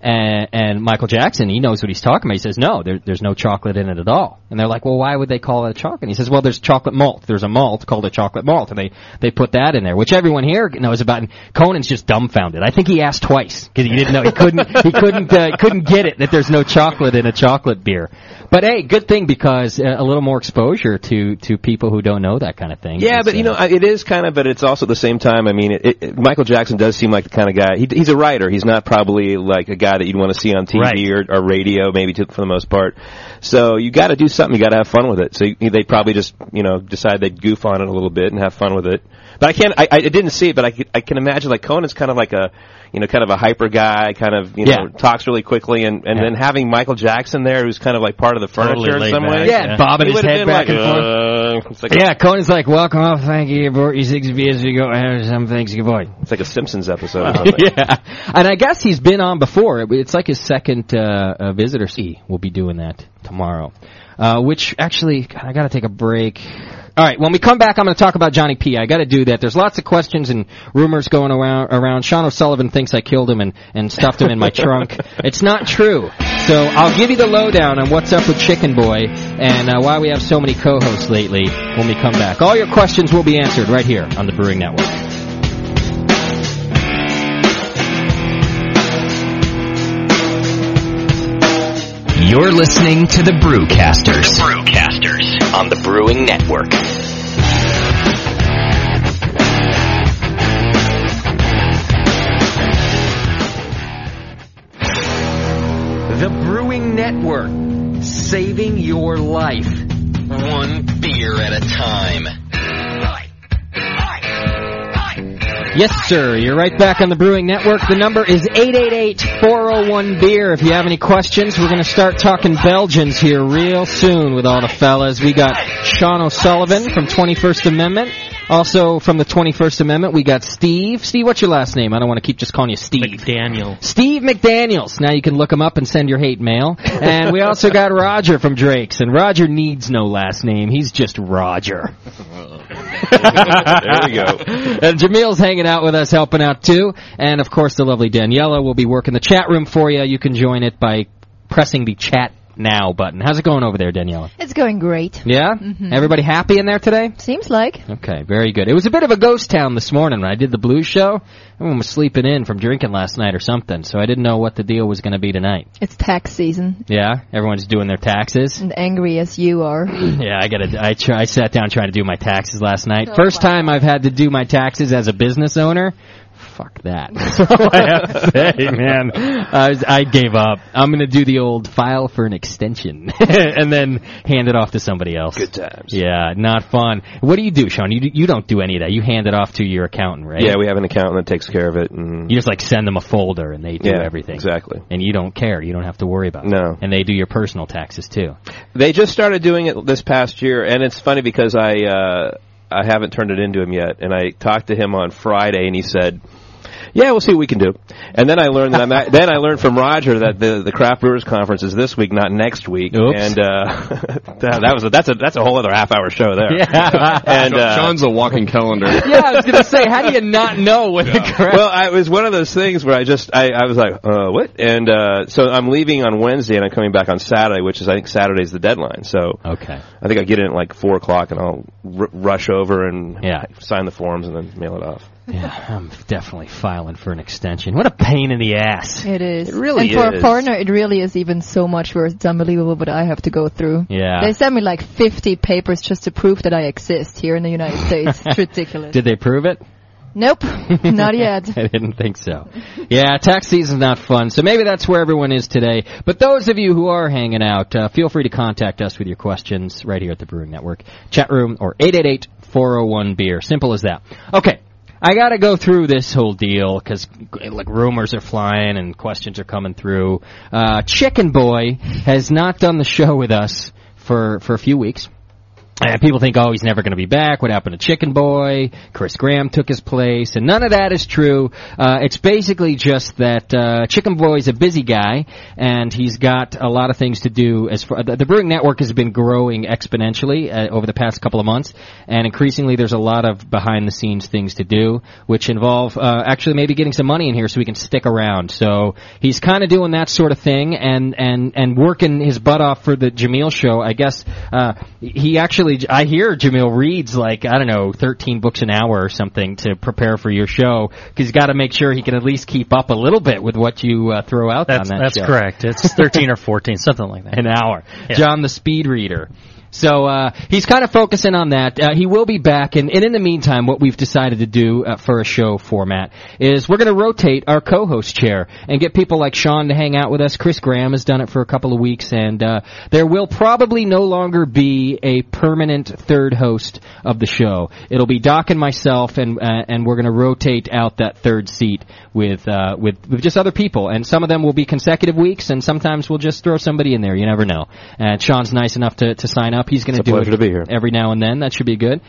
Speaker 1: And, and Michael Jackson, he knows what he's talking about. He says, no, there, there's no chocolate in it at all. And they're like, well, why would they call it a chocolate? And he says, well, there's chocolate malt. There's a malt called a chocolate malt, and they, they put that in there, which everyone here knows about. And Conan's just dumbfounded. I think he asked twice because he didn't know. He couldn't, [LAUGHS] he couldn't, uh, couldn't get it that there's no chocolate in a chocolate beer. But hey, good thing because uh, a little more exposure to, to people who don't know that kind of thing.
Speaker 2: Yeah,
Speaker 1: is,
Speaker 2: but you
Speaker 1: uh,
Speaker 2: know I- it is kind of, but it's also at the same time. I mean, it, it, it- Michael Jackson does seem like the kind of guy. He, he's a writer. He's not probably like a guy that you'd want to see on TV
Speaker 9: Right.
Speaker 2: or, or radio, maybe to, for the most part. So you got to do something. You got to have fun with it. So you, they probably just you know decide they'd goof on it a little bit and have fun with it. But I can't. I, I didn't see it, but I, could- I can imagine like Conan's kind of like a you know kind of a hyper guy, kind of you know
Speaker 1: Yeah.
Speaker 2: talks really quickly, and and then having Michael Jackson there, who's kind of like part of the
Speaker 9: Totally
Speaker 2: furniture in
Speaker 9: laid
Speaker 2: some
Speaker 9: back,
Speaker 2: way.
Speaker 9: yeah.
Speaker 1: yeah, bobbing
Speaker 2: He
Speaker 1: his
Speaker 2: would've
Speaker 1: head
Speaker 2: been
Speaker 1: back
Speaker 2: like,
Speaker 1: and forth.
Speaker 2: "Uh, something. It's like
Speaker 1: yeah, Conan's like, welcome off. Thank you. Brought you six beers. We go have some things. Goodbye.
Speaker 2: It's like a Simpsons episode. or
Speaker 1: [LAUGHS]
Speaker 2: something.
Speaker 1: yeah, and I guess he's been on before. It- It's like his second uh, uh, visitor. See, we'll be doing that tomorrow. Uh, which actually, God, I got to take a break. All right, when we come back, I'm going to talk about Johnny P. I got to do that. There's lots of questions and rumors going around. Around Sean O'Sullivan thinks I killed him and and stuffed him in my trunk. It's not true. So I'll give you the lowdown on what's up with Chicken Boy and uh, why we have so many co-hosts lately. When we come back, all your questions will be answered right here on the Brewing Network.
Speaker 10: You're listening to the Brewcasters. Brewcasters on the Brewing Network.
Speaker 1: The Brewing Network, saving your life.
Speaker 10: One beer at a time.
Speaker 1: Yes, sir. You're right back on the Brewing Network. The number is 888-401-BEER. If you have any questions, we're going to start talking Belgians here real soon with all the fellas. We got Sean O'Sullivan from 21st Amendment. Also from the 21st Amendment, we got Steve. Steve, what's your last name? I don't want to keep just calling you Steve.
Speaker 4: McDaniel.
Speaker 1: Steve McDaniels. Now you can look him up and send your hate mail. And we also got Roger from Drake's. And Roger needs no last name. He's just Roger.
Speaker 2: there we go.
Speaker 1: [LAUGHS] And Jamil's hanging out with us, helping out too. And of course, the lovely Daniela will be working the chat room for you. You can join it by pressing the chat now button. How's it going over there, Daniela?
Speaker 5: It's going great.
Speaker 1: Yeah?
Speaker 5: Mhm.
Speaker 1: Everybody happy in there today?
Speaker 5: Seems like.
Speaker 1: Okay, very good. It was a bit of a ghost town this morning when I did the blues show. Everyone was sleeping in from drinking last night or something, so I didn't know what the deal was going to be tonight.
Speaker 5: It's tax season.
Speaker 1: Yeah? Everyone's doing their taxes.
Speaker 5: And angry as you are.
Speaker 1: Yeah, I gotta. I try, I sat down trying to do my taxes last night.
Speaker 5: Oh,
Speaker 1: First time I've had to do my taxes as a business owner. Fuck that. That's all I have to say, man. I, was- I gave up. I'm gonna do the old file for an extension [LAUGHS] and then hand it off to somebody else. Good
Speaker 2: times.
Speaker 1: Yeah, not fun. What do you do, Sean? You you don't do any of that. You hand it off to your accountant, right?
Speaker 2: [LAUGHS] Yeah, we have an accountant that takes care of it, and
Speaker 1: You just like send them a folder and they do
Speaker 2: Yeah,
Speaker 1: everything.
Speaker 2: exactly.
Speaker 1: And you don't care. You don't have to worry about it.
Speaker 2: No.
Speaker 1: And they do your personal taxes too.
Speaker 2: They just started doing it this past year, and it's funny because I uh, I haven't turned it into him yet, and I talked to him on Friday, and he said. Yeah, we'll see what we can do. And then I learned that I'm at, [LAUGHS] then I learned from Roger that the the craft brewers conference is this week, not next week.
Speaker 3: Oops.
Speaker 2: And uh, [LAUGHS] that, that was a, that's a that's a whole other half hour show there.
Speaker 3: [LAUGHS] Yeah.
Speaker 2: and uh,
Speaker 3: Sean's a walking calendar.
Speaker 2: [LAUGHS]
Speaker 1: yeah, I was gonna say, how do you not know what the crap?
Speaker 2: Well, I, it was one of those things where I just I, I was like, uh, what? And uh, so I'm leaving on Wednesday and I'm coming back on Saturday, which is I think Saturday's the deadline. So
Speaker 1: okay,
Speaker 2: I think I get in at like four o'clock and I'll r- rush over and
Speaker 1: Yeah.
Speaker 2: sign the forms and then mail it off.
Speaker 1: Yeah, I'm definitely filing for an extension. What a pain in the ass.
Speaker 5: It is.
Speaker 1: It really
Speaker 5: and for
Speaker 1: is.
Speaker 5: a foreigner, it really is even so much worse. It's unbelievable what I have to go through.
Speaker 1: Yeah.
Speaker 5: They sent me like 50 papers just to prove that I exist here in the
Speaker 1: [LAUGHS]
Speaker 5: United States. It's ridiculous.
Speaker 1: Did they prove it? [LAUGHS]
Speaker 5: nope. Not yet.
Speaker 1: I didn't think so. Yeah, tax season's not fun, so maybe that's where everyone is today. But those of you who are hanging out, uh, feel free to contact us with your questions right here at the Brewing Network chat room or 888-401-BEER. E Simple as that. Okay. I gotta go through this whole deal because like rumors are flying and questions are coming through. Uh, Chicken Boy has not done the show with us for for a few weeks. And people think, oh, he's never going to be back. What happened to Chicken Boy? Chris Graham took his place, and none of that is true. Uh, it's basically just that uh, Chicken Boy is a busy guy, and he's got a lot of things to do. As far, the, the Brewing Network has been growing exponentially uh, over the past couple of months, and increasingly there's a lot of behind-the-scenes things to do, which involve uh, actually maybe getting some money in here so we can stick around. So he's kind of doing that sort of thing, and and and working his butt off for the Jameel show. I guess uh, he actually, I hear Jamil reads like I don't know, thirteen books an hour or something to prepare for your show because he's got to make sure he can at least keep up a little bit with what you uh, throw out
Speaker 9: That's
Speaker 1: on that.
Speaker 9: that's
Speaker 1: show.
Speaker 9: correct. It's thirteen or fourteen, something like that.
Speaker 1: An hour.
Speaker 9: Yeah.
Speaker 1: John the Speed Reader. So uh, he's kind of focusing on that. Uh, he will be back, and, and in the meantime, what we've decided to do uh, for a show format is we're going to rotate our co-host chair and get people like Sean to hang out with us. Chris Graham has done it for a couple of weeks, and uh, there will probably no longer be a permanent third host of the show. It'll be Doc and myself, and uh, and we're going to rotate out that third seat with uh, with with just other people, and some of them will be consecutive weeks, and sometimes we'll just throw somebody in there. You never know. And Sean's nice enough to to sign up up. He's going
Speaker 2: It's a
Speaker 1: do it
Speaker 2: pleasure to be here.
Speaker 1: every now and then. That should be good.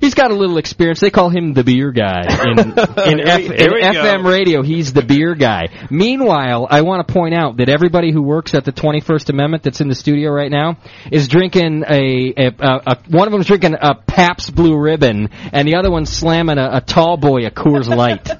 Speaker 1: He's got a little experience. They call him the beer guy
Speaker 2: [LAUGHS]
Speaker 1: in, in, F,
Speaker 2: we-
Speaker 1: in
Speaker 2: here we go.
Speaker 1: FM radio. He's the beer guy. Meanwhile, I want to point out that everybody who works at the 21st Amendment that's in the studio right now is drinking a, a, a, a one of them's drinking a Pabst Blue Ribbon, and the other one's slamming a, a tall boy, a Coors Light.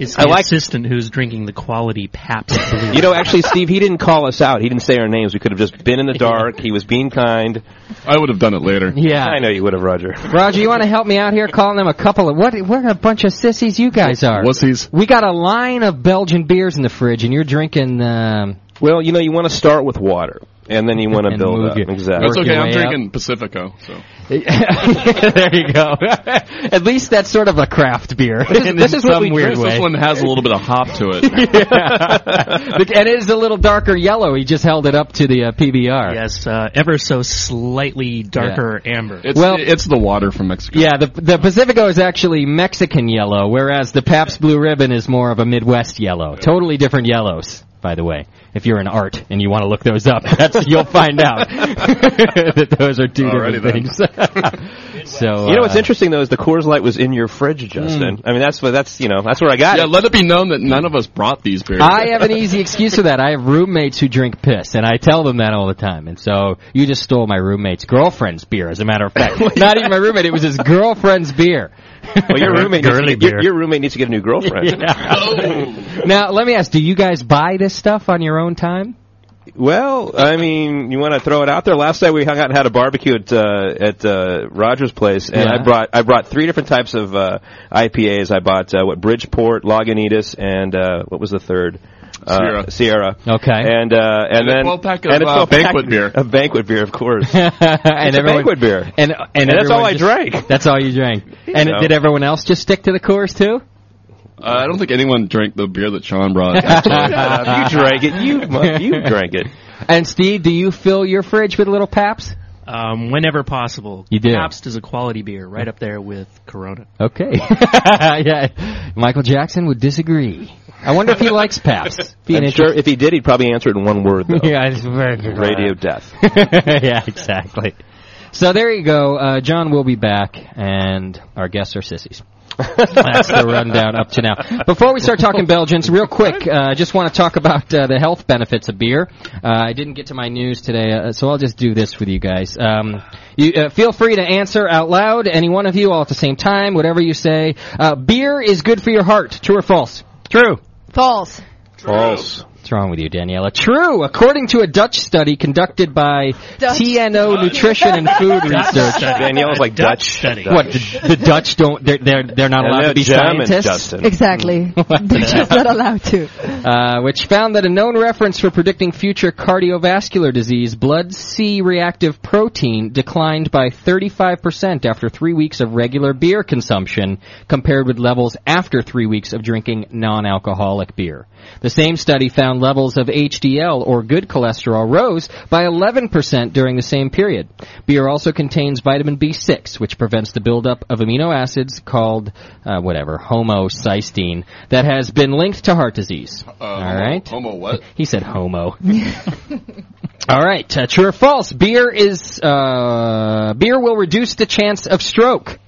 Speaker 4: It's
Speaker 2: I
Speaker 4: the
Speaker 2: like-
Speaker 4: assistant who's drinking the quality Pabst
Speaker 2: [LAUGHS]
Speaker 4: Blue.
Speaker 2: You know, actually, Steve, he didn't call us out. He didn't say our names. We could have just
Speaker 1: [LAUGHS]
Speaker 2: been in the dark. He was being kind.
Speaker 3: I would have done it later.
Speaker 1: Yeah.
Speaker 2: I know you would have, Roger.
Speaker 1: Roger, you want to help me out here calling them a couple of what? What a bunch of sissies you guys are.
Speaker 3: Wussies.
Speaker 1: We got a line of Belgian beers in the fridge, and you're drinking.
Speaker 4: [LAUGHS]
Speaker 1: Um,
Speaker 2: Well, you know, you want to start with water, and
Speaker 1: [LAUGHS]
Speaker 2: then you want to
Speaker 1: And
Speaker 2: build
Speaker 1: move
Speaker 2: up.
Speaker 1: your-
Speaker 2: Exactly.
Speaker 3: That's
Speaker 1: Work
Speaker 3: okay.
Speaker 1: your
Speaker 3: I'm
Speaker 1: way
Speaker 3: drinking Pacifico. So
Speaker 1: [LAUGHS] there you go. At least that's sort of a craft beer
Speaker 3: This is-
Speaker 1: [LAUGHS] in
Speaker 3: this is what
Speaker 1: some
Speaker 3: we
Speaker 1: weird
Speaker 3: drink.
Speaker 1: way.
Speaker 3: This one has a little bit of hop to
Speaker 1: [LAUGHS]
Speaker 3: it.
Speaker 1: Look, and it is a little darker yellow. He just held it up to the uh, PBR.
Speaker 4: Yes, uh, ever so slightly [LAUGHS] darker amber.
Speaker 3: It's
Speaker 1: Well-
Speaker 3: it's the water from Mexico.
Speaker 1: Yeah, the the Pacifico is actually Mexican yellow, whereas the Pabst Blue Ribbon is more of a Midwest yellow. Totally different yellows, by the way. If you're an art and you want to look those up, [LAUGHS] that's you'll find out [LAUGHS] that those are two
Speaker 3: Alrighty [LAUGHS]
Speaker 1: different things. so
Speaker 2: You know what's
Speaker 1: uh,
Speaker 2: interesting though is the Coors Light was in your fridge, Justin. I mean, that's what that's you know that's where I got
Speaker 3: Hmm. Yeah,
Speaker 2: it.
Speaker 3: let it be known that none of us brought these beers.
Speaker 1: I have an easy excuse for that. I have roommates who drink piss, and I tell them that all the time. And so you just stole my roommate's girlfriend's beer, as a matter
Speaker 2: [LAUGHS]
Speaker 1: of fact. Not even my roommate; it was his girlfriend's beer.
Speaker 2: Well, your roommate needs to
Speaker 9: Girly
Speaker 2: get, your,
Speaker 9: beer.
Speaker 2: your roommate needs to get a new
Speaker 3: [LAUGHS]
Speaker 2: girlfriend.
Speaker 1: [LAUGHS] Now, let me ask: Do you guys buy this stuff on your own time? [LAUGHS]
Speaker 2: Well, I mean, you want to throw it out there. Last night we hung out and had a barbecue at uh, at uh, Roger's place, and
Speaker 1: Yeah.
Speaker 2: I brought I brought three different types of uh, IPAs. I bought uh, what Bridgeport, Lagunitas, and uh, what was the third? Uh,
Speaker 3: Sierra.
Speaker 2: Sierra.
Speaker 1: Okay.
Speaker 2: And uh, and,
Speaker 3: And a
Speaker 2: then
Speaker 3: 12-pack of,
Speaker 2: and a
Speaker 3: uh,
Speaker 2: 12-pack
Speaker 3: banquet beer.
Speaker 2: [LAUGHS] Of banquet beer, of course.
Speaker 1: and
Speaker 2: It's a banquet beer.
Speaker 1: And, and,
Speaker 2: that's all
Speaker 1: everyone
Speaker 2: I
Speaker 1: just-
Speaker 2: drank.
Speaker 1: That's all you drank. And
Speaker 2: know.
Speaker 1: did everyone else just stick to the Coors too?
Speaker 3: Uh, I don't think anyone drank the beer that Sean [LAUGHS]
Speaker 1: [LAUGHS]
Speaker 3: brought. actually.
Speaker 2: you drank it. You mu- you drank it.
Speaker 1: And Steve, do you fill your fridge with little Paps?
Speaker 4: Um, whenever possible.
Speaker 1: You do.
Speaker 4: Pabst is a quality beer, right up there with Corona.
Speaker 1: Okay. [LAUGHS] yeah. Michael Jackson would disagree. I wonder if he likes Paps.
Speaker 2: [LAUGHS]
Speaker 1: Being
Speaker 2: I'm sure if he did, he'd probably answer it in one word though.
Speaker 1: [LAUGHS] Yeah, it's very-
Speaker 2: Radio death.
Speaker 1: [LAUGHS] yeah, exactly. So there you go. Uh, John will be back, and our guests are sissies. That's the rundown up to now. Before we start talking Belgians, real quick, uh, I just want to talk about uh, the health benefits of beer. Uh, I didn't get to my news today, uh, so I'll just do this with you guys. Um, you, uh, feel free to answer out loud, any one of you, all at the same time, whatever you say. Uh, beer is good for your heart. True or false? True.
Speaker 5: False.
Speaker 2: False.
Speaker 1: What's wrong with you, Daniela? True, according to a Dutch study conducted by
Speaker 5: Dutch
Speaker 1: TNO Nutrition and Food Research.
Speaker 2: [LAUGHS] Danielle's like Dutch.
Speaker 9: study.
Speaker 1: What the, the Dutch don't? They're they're, they're not
Speaker 2: And
Speaker 1: allowed
Speaker 2: they're
Speaker 1: to be
Speaker 2: German,
Speaker 1: scientists.
Speaker 2: Justin.
Speaker 1: [LAUGHS]
Speaker 5: Exactly. They're just not allowed to.
Speaker 1: Uh, which found that a known reference for predicting future cardiovascular disease, blood C-reactive protein, declined by 35% after three weeks of regular beer consumption, compared with levels after three weeks of drinking non-alcoholic beer. The same study found levels of HDL, or good cholesterol, rose by 11% during the same period. Beer also contains vitamin B6, which prevents the buildup of amino acids called, uh, whatever, homocysteine, that has been linked to heart disease. All right.
Speaker 3: Uh, Homo what?
Speaker 1: [LAUGHS] He said homo. All right, uh, true or false? Beer is uh, beer will reduce the chance of stroke.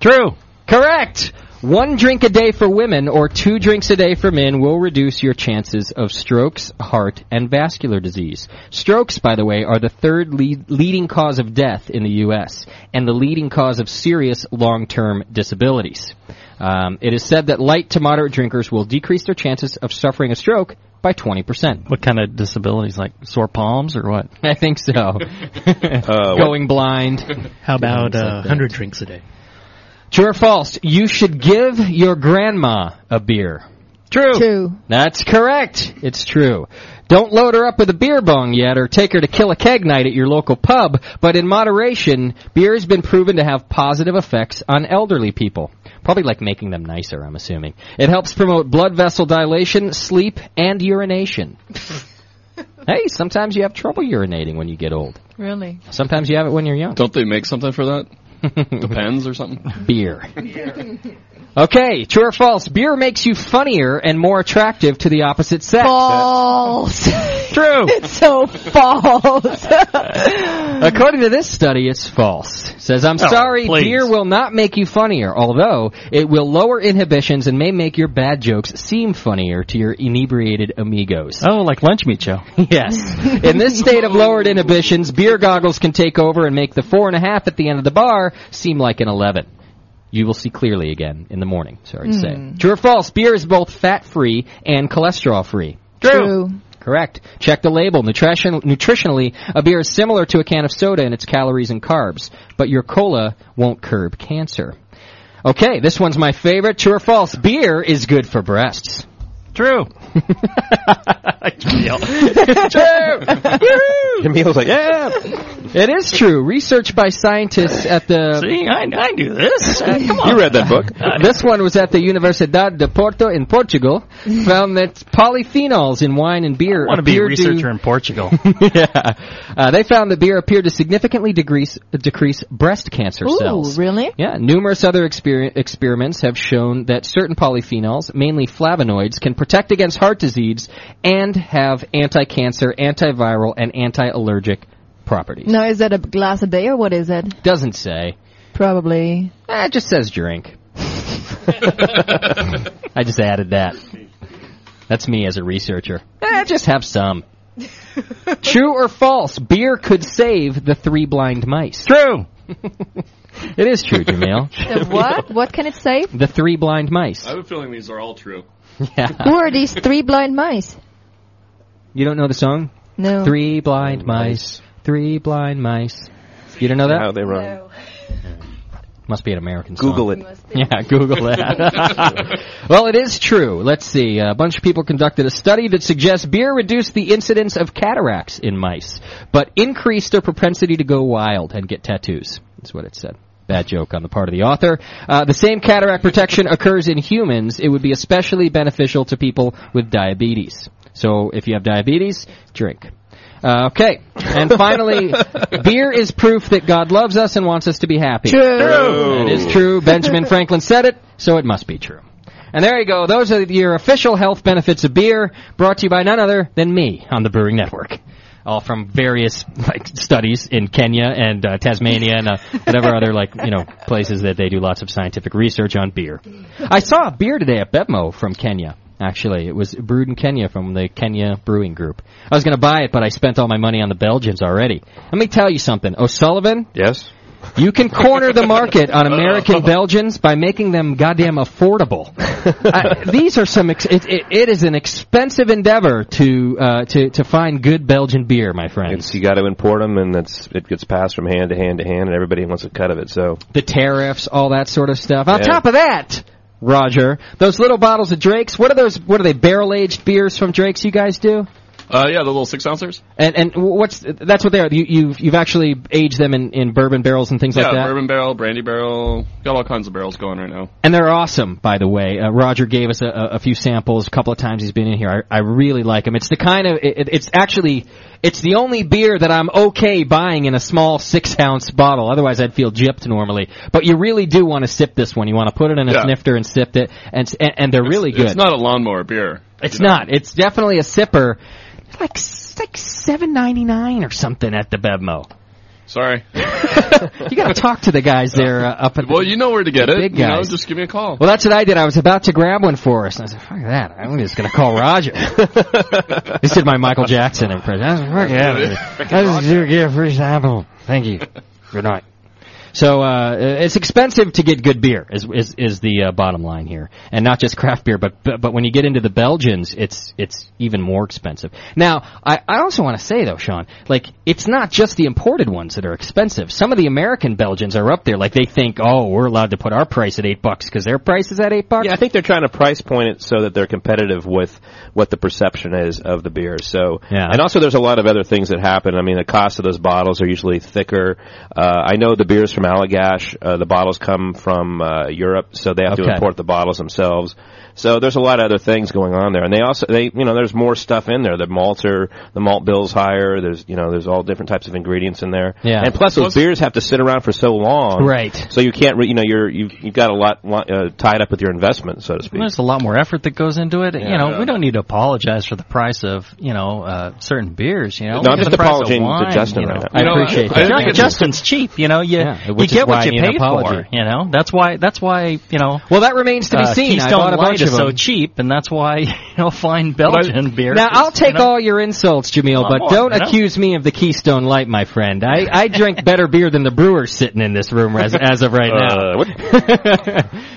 Speaker 1: True. Correct. One drink a day for women or two drinks a day for men will reduce your chances of strokes, heart, and vascular disease. Strokes, by the way, are the third lead- leading cause of death in the U.S. and the leading cause of serious long-term disabilities. Um, it is said that light to moderate drinkers will decrease their chances of suffering a stroke by 20%.
Speaker 9: What kind of disabilities? Like sore palms or what?
Speaker 1: I
Speaker 9: [LAUGHS]
Speaker 1: think so.
Speaker 2: Uh, what-
Speaker 1: Going blind.
Speaker 4: How about
Speaker 1: Things like
Speaker 4: uh,
Speaker 1: that.
Speaker 4: 100 drinks a day?
Speaker 1: True or false? You should give your grandma a beer. True.
Speaker 5: True.
Speaker 1: That's correct. It's true. Don't load her up with a beer bong yet or take her to kill a keg night at your local pub, but in moderation, beer has been proven to have positive effects on elderly people. Probably like making them nicer, I'm assuming. It helps promote blood vessel dilation, sleep, and urination. hey, sometimes you have trouble urinating when you get old.
Speaker 5: Really?
Speaker 1: Sometimes you have it when you're young.
Speaker 3: Don't they make something for that? Depends or something.
Speaker 1: [LAUGHS] beer. okay, true or false? Beer makes you funnier and more attractive to the opposite sex.
Speaker 5: False.
Speaker 9: true.
Speaker 5: [LAUGHS] It's so
Speaker 2: [LAUGHS]
Speaker 5: false.
Speaker 1: According to this study, it's false. It says, I'm
Speaker 9: Oh,
Speaker 1: sorry,
Speaker 9: please.
Speaker 1: beer will not make you funnier, although it will lower inhibitions and may make your bad jokes seem funnier to your inebriated amigos.
Speaker 9: Oh, like lunch meat show.
Speaker 1: [LAUGHS] yes. In this state of lowered inhibitions, beer goggles can take over and make the four and a half at the end of the bar seem like an 11. You will see clearly again in the morning, sorry to say.
Speaker 9: Mm.
Speaker 1: True or false, beer is both fat-free and cholesterol-free.
Speaker 5: True.
Speaker 1: Correct. Check the label. Nutrition, nutritionally, a beer is similar to a can of soda in its calories and carbs, but your cola won't curb cancer. Okay, this one's my favorite. True or false? Beer is good for breasts. [LAUGHS]
Speaker 9: True. [LAUGHS]
Speaker 2: Emil's like, yeah.
Speaker 1: It is true. Research by scientists at the.
Speaker 9: See, I, I do
Speaker 1: [LAUGHS]
Speaker 9: this. Uh, come on.
Speaker 2: You read that book.
Speaker 1: This one was at the Universidad de Porto in
Speaker 5: [LAUGHS]
Speaker 1: Portugal. Found that polyphenols in wine and beer.
Speaker 9: I want to be a
Speaker 1: appear to-
Speaker 9: researcher in Portugal.
Speaker 1: [LAUGHS] yeah. Uh, they found that beer appeared to significantly decrease, decrease breast cancer
Speaker 5: Ooh,
Speaker 1: cells.
Speaker 5: really?
Speaker 1: Yeah. Numerous other exper- experiments have shown that certain polyphenols, mainly flavonoids, can protect against heart disease and have anti-cancer, antiviral, and anti-allergic properties.
Speaker 5: Now, is that a glass a day or what is it?
Speaker 1: Doesn't say. [LAUGHS]
Speaker 5: Probably.
Speaker 1: Eh, it just says drink. I just added that. That's me as a researcher. Eh, just have some. True or false? Beer could save the three blind mice.
Speaker 9: True.
Speaker 1: [LAUGHS] it is true, Jamil.
Speaker 5: The what? What can it save?
Speaker 1: The three blind mice.
Speaker 3: I have a feeling these are all true.
Speaker 1: [LAUGHS] Yeah.
Speaker 5: Who are these three blind mice?
Speaker 1: You don't know the song?
Speaker 5: No.
Speaker 1: Three blind mice. Three blind mice. You don't know that?
Speaker 2: How they run.
Speaker 1: Must be an American song.
Speaker 2: Google it.
Speaker 1: [LAUGHS] Yeah, Google that. well, it is true. Let's see. A bunch of people conducted a study that suggests beer reduced the incidence of cataracts in mice, but increased their propensity to go wild and get tattoos. That's what it said. Bad joke on the part of the author. Uh, the same cataract protection occurs in humans. It would be especially beneficial to people with diabetes. So if you have diabetes, drink. Uh, okay. And finally, beer is proof that God loves us and wants us to be happy. That is true. Benjamin Franklin said it, so it must be true. And there you go. Those are your official health benefits of beer, brought to you by none other than me on the Brewing Network. All from various like studies in Kenya and uh, Tasmania and uh, whatever other like you know places that they do lots of scientific research on beer. I saw a beer today at Bevmo from Kenya. Actually, it was brewed in Kenya from the Kenya Brewing Group. I was going to buy it, but I spent all my money on the Belgians already. Let me tell you something, O'Sullivan.
Speaker 2: Yes.
Speaker 1: You can corner the market on American Belgians by making them goddamn affordable. I, these are some. Ex- it, it, it is an expensive endeavor to uh, to to find good Belgian beer, my friend.
Speaker 2: It's, you got to import them, and that's it gets passed from hand to hand to hand, and everybody wants a cut of it. So
Speaker 1: The tariffs, all that sort of stuff. On
Speaker 2: Yeah.
Speaker 1: top of that, Roger, those little bottles of Drake's. What are those? What are they? Barrel aged beers from Drake's. You guys do.
Speaker 3: Uh, yeah, the little six ounces.
Speaker 1: And and what's that's what they are. You, you've you've actually aged them in, in bourbon barrels and things
Speaker 3: yeah,
Speaker 1: like that.
Speaker 3: bourbon barrel, brandy barrel. Got all kinds of barrels going right now.
Speaker 1: And they're awesome, by the way. Uh, Roger gave us a, a, a few samples a couple of times he's been in here. I, I really like them. It's the kind of it, it- it's actually it's the only beer that I'm okay buying in a small six ounce bottle. Otherwise, I'd feel gypped normally. But you really do want to sip this one. You want to put it in a
Speaker 3: Yeah.
Speaker 1: snifter and sip it, and s- and, and they're really good.
Speaker 3: It's not a lawnmower beer.
Speaker 1: It's not. It's definitely a sipper. It's Like s- like seven ninety nine or something at the Bevmo.
Speaker 3: Sorry.
Speaker 1: You got to talk to the guys there uh, up at the
Speaker 3: Well, you know where to get
Speaker 1: The
Speaker 3: it.
Speaker 1: big
Speaker 3: You know,
Speaker 1: guys.
Speaker 3: just give me a call.
Speaker 1: Well, that's what I did. I was about to grab one for us, and I said, "Fuck that! I'm just going to call Roger." this did my Michael Jackson impression. I said, "Fuck yeah! I just do get a free sample. Thank you. Good night." So uh, it's expensive to get good beer is is, is the uh, bottom line here, and not just craft beer, but but but when you get into the Belgians, it's it's even more expensive. Now, I, I also want to say though, Sean, like it's not just the imported ones that are expensive. Some of the American Belgians are up there, like they think, oh, we're allowed to put our price at eight bucks because their price is at eight bucks.
Speaker 2: yeah, I think they're trying to price point it so that they're competitive with what the perception is of the beer. So
Speaker 1: Yeah.
Speaker 2: and also there's a lot of other things that happen. I mean, the cost of those bottles are usually thicker. Uh, I know the beers from Malagash. Uh, the bottles come from uh, Europe, so they have to
Speaker 11: Okay.
Speaker 2: import the bottles themselves. So there's a lot of other things going on there, and they also they you know there's more stuff in there. The malts are the malt bills higher. There's you know there's all different types of ingredients in there.
Speaker 1: Yeah.
Speaker 2: And plus those beers have to sit around for so long.
Speaker 9: Right.
Speaker 2: So you can't re- you know you're you've, you've got a lot lot, uh, tied up with your investment so to speak.
Speaker 9: Well, There's a lot more effort that goes into it.
Speaker 2: Yeah.
Speaker 9: you know, we don't need to apologize for the price of you know uh, certain beers. You
Speaker 2: No,
Speaker 9: know, Look
Speaker 2: I'm
Speaker 9: at
Speaker 2: just
Speaker 9: the price of
Speaker 2: apologizing to
Speaker 9: wine,
Speaker 2: Justin
Speaker 9: you know.
Speaker 2: right now.
Speaker 9: I
Speaker 2: You know,
Speaker 9: appreciate
Speaker 2: I- I
Speaker 9: that.
Speaker 2: think it's-
Speaker 9: Justin's cheap. You know, you
Speaker 1: Yeah,
Speaker 9: you
Speaker 1: which is
Speaker 9: get
Speaker 1: why
Speaker 9: what you
Speaker 1: I need an
Speaker 9: pay
Speaker 1: apology.
Speaker 9: [LAUGHS] for. You know, that's why that's why you know.
Speaker 1: Well, that remains to be
Speaker 9: uh,
Speaker 1: seen. I
Speaker 9: Keystone
Speaker 1: bought a
Speaker 9: Light
Speaker 1: bunch
Speaker 9: is
Speaker 1: of
Speaker 9: so
Speaker 1: them.
Speaker 9: cheap, and that's why [LAUGHS] you know fine Belgian beer.
Speaker 1: Now
Speaker 9: is,
Speaker 1: I'll take
Speaker 9: you know-
Speaker 1: all your insults, Jamil,
Speaker 9: Come
Speaker 1: but
Speaker 9: on,
Speaker 1: don't
Speaker 9: you know.
Speaker 1: accuse me of the Keystone Light, my friend. I, I drink better beer than the brewer sitting in this room as, as of right now.
Speaker 2: Uh, what-
Speaker 1: [LAUGHS]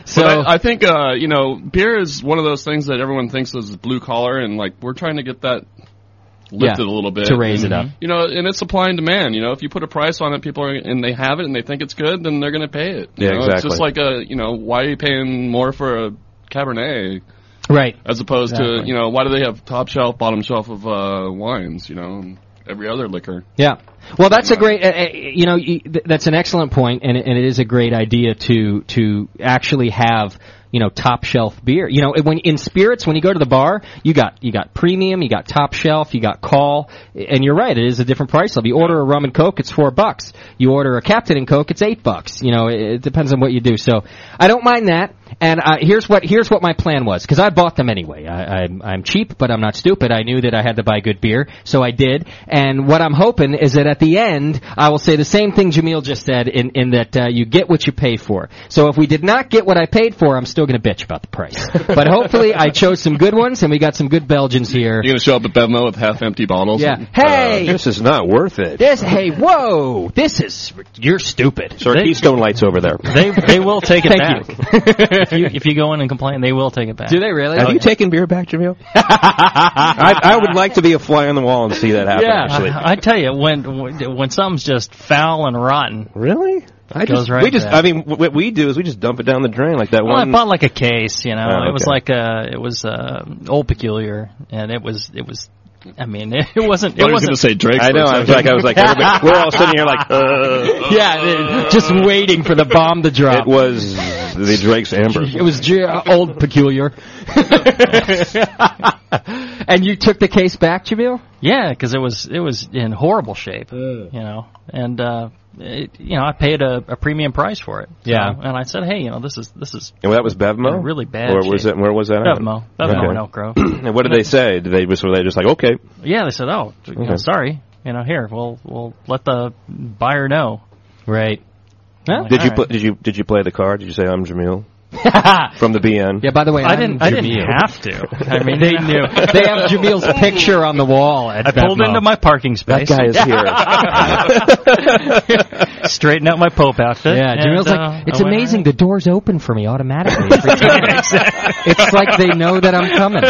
Speaker 1: So-
Speaker 3: But I, I think uh, you know, beer is one of those things that everyone thinks is blue collar, and like we're trying to get that lifted
Speaker 1: Yeah,
Speaker 3: a little bit
Speaker 1: to raise
Speaker 3: And,
Speaker 1: it up.
Speaker 3: You know, and it's supply and demand. You know, if you put a price on it, people are and they have it and they think it's good, then they're going to pay it. you
Speaker 2: Yeah,
Speaker 3: know? It's just
Speaker 2: exactly.
Speaker 3: like a you know, why are you paying more for a Cabernet?
Speaker 1: Right.
Speaker 3: As opposed to
Speaker 1: Exactly.
Speaker 3: you know, why do they have top shelf, bottom shelf of uh, wines? You know, and every other liquor.
Speaker 1: Yeah. Well, that's a great, uh, uh, you know, you- th- that's an excellent point, and, it- and it is a great idea to to actually have you know top shelf beer. You know, when in spirits, when you go to the bar, you got you got premium, you got top shelf, you got call, eh, and you're right, it is a different price level. You order a rum and coke, it's four bucks. You order a Captain and Coke, it's eight bucks. You know, it, it depends on what you do. So I don't mind that. And uh, here's what here's what my plan was because I bought them anyway. I, I'm I'm cheap, but I'm not stupid. I knew that I had to buy good beer, so I did. And what I'm hoping is that at the end, I will say the same thing Jamil just said in in that uh, you get what you pay for. So if we did not get what I paid for, I'm still going to bitch about the [LAUGHS] price. but hopefully, I chose some good ones, and we got some good Belgians here.
Speaker 3: You're going to show up at Bevmo with half empty bottles.
Speaker 1: Yeah. Hey! This
Speaker 2: is not worth it.
Speaker 1: This hey whoa, this is you're stupid.
Speaker 2: So our Keystone Lights over there.
Speaker 9: They they will take it
Speaker 1: [LAUGHS] Thank
Speaker 9: back. [LAUGHS] if you if you go in and complain, they will take it back.
Speaker 1: Do they really?
Speaker 2: Have
Speaker 9: Oh,
Speaker 2: you
Speaker 9: yeah.
Speaker 2: taken beer back, Jamil? I, I would like to be a fly on the wall and see that happen.
Speaker 9: yeah, [LAUGHS]
Speaker 2: actually,
Speaker 9: I, I tell you, when when something's just foul and rotten,
Speaker 2: really, I
Speaker 9: goes
Speaker 2: just,
Speaker 9: right.
Speaker 2: we just,
Speaker 9: back.
Speaker 2: I mean, wh- what we do is we just dump it down the drain like that
Speaker 9: Well,
Speaker 2: one.
Speaker 9: I bought like a case, you know.
Speaker 2: Oh,
Speaker 9: It was
Speaker 2: okay.
Speaker 9: like a, it was uh, old peculiar, and it was, it was. I mean, [LAUGHS] it wasn't. It
Speaker 3: I was
Speaker 9: wasn't
Speaker 3: gonna say Drake
Speaker 2: I know. I was like, I was like, everybody- we're all
Speaker 9: [LAUGHS]
Speaker 2: sitting here [LAUGHS] like, uh,
Speaker 1: yeah, they- just waiting for the bomb to
Speaker 2: It
Speaker 1: drop.
Speaker 2: was the Drake's Amber.
Speaker 1: It was J- uh, old [LAUGHS] peculiar. and you took the case back, Jamil?
Speaker 9: Yeah, because it was it was in horrible shape, you know, and uh, it, you know I paid a, a premium price for it. so-
Speaker 2: Yeah.
Speaker 9: and I said, hey, you know, this is this is
Speaker 2: And that was Bevmo.
Speaker 9: in really bad.
Speaker 2: Or was
Speaker 9: shape.
Speaker 2: it? Where was that? at?
Speaker 9: Bevmo. Bevmo in Elk
Speaker 2: [CLEARS THROAT]
Speaker 9: Grove. [CLEARS THROAT]
Speaker 2: and what did they say? Did they just were they just like, okay,
Speaker 9: Yeah, they said, oh, you know,
Speaker 2: Okay.
Speaker 9: sorry, you know, here we'll we'll let the buyer know.
Speaker 1: Right. Oh,
Speaker 9: I'm like,
Speaker 2: Did you
Speaker 9: all
Speaker 2: pl-
Speaker 9: right.
Speaker 2: did you did you play the card? Did you say I'm
Speaker 1: [LAUGHS]
Speaker 2: Jamil from the BN?
Speaker 1: Yeah. By the way,
Speaker 9: I
Speaker 1: I'm
Speaker 9: didn't. I didn't
Speaker 1: Jamil.
Speaker 9: have to. [LAUGHS]
Speaker 1: [LAUGHS]
Speaker 9: I mean,
Speaker 1: they
Speaker 9: you know.
Speaker 1: knew. They have Jamil's
Speaker 9: [LAUGHS]
Speaker 1: picture on the wall. At
Speaker 9: I pulled
Speaker 1: Bevmo.
Speaker 9: into my parking
Speaker 2: That
Speaker 9: space.
Speaker 2: guy is
Speaker 9: [LAUGHS]
Speaker 2: here.
Speaker 9: Straighten out my Pope outfit.
Speaker 1: Yeah,
Speaker 9: and,
Speaker 1: Jamil's
Speaker 9: uh,
Speaker 1: like, it's
Speaker 9: I went,
Speaker 1: amazing. The doors open for me automatically.
Speaker 9: [LAUGHS]
Speaker 1: Every time. it's like they know that I'm coming.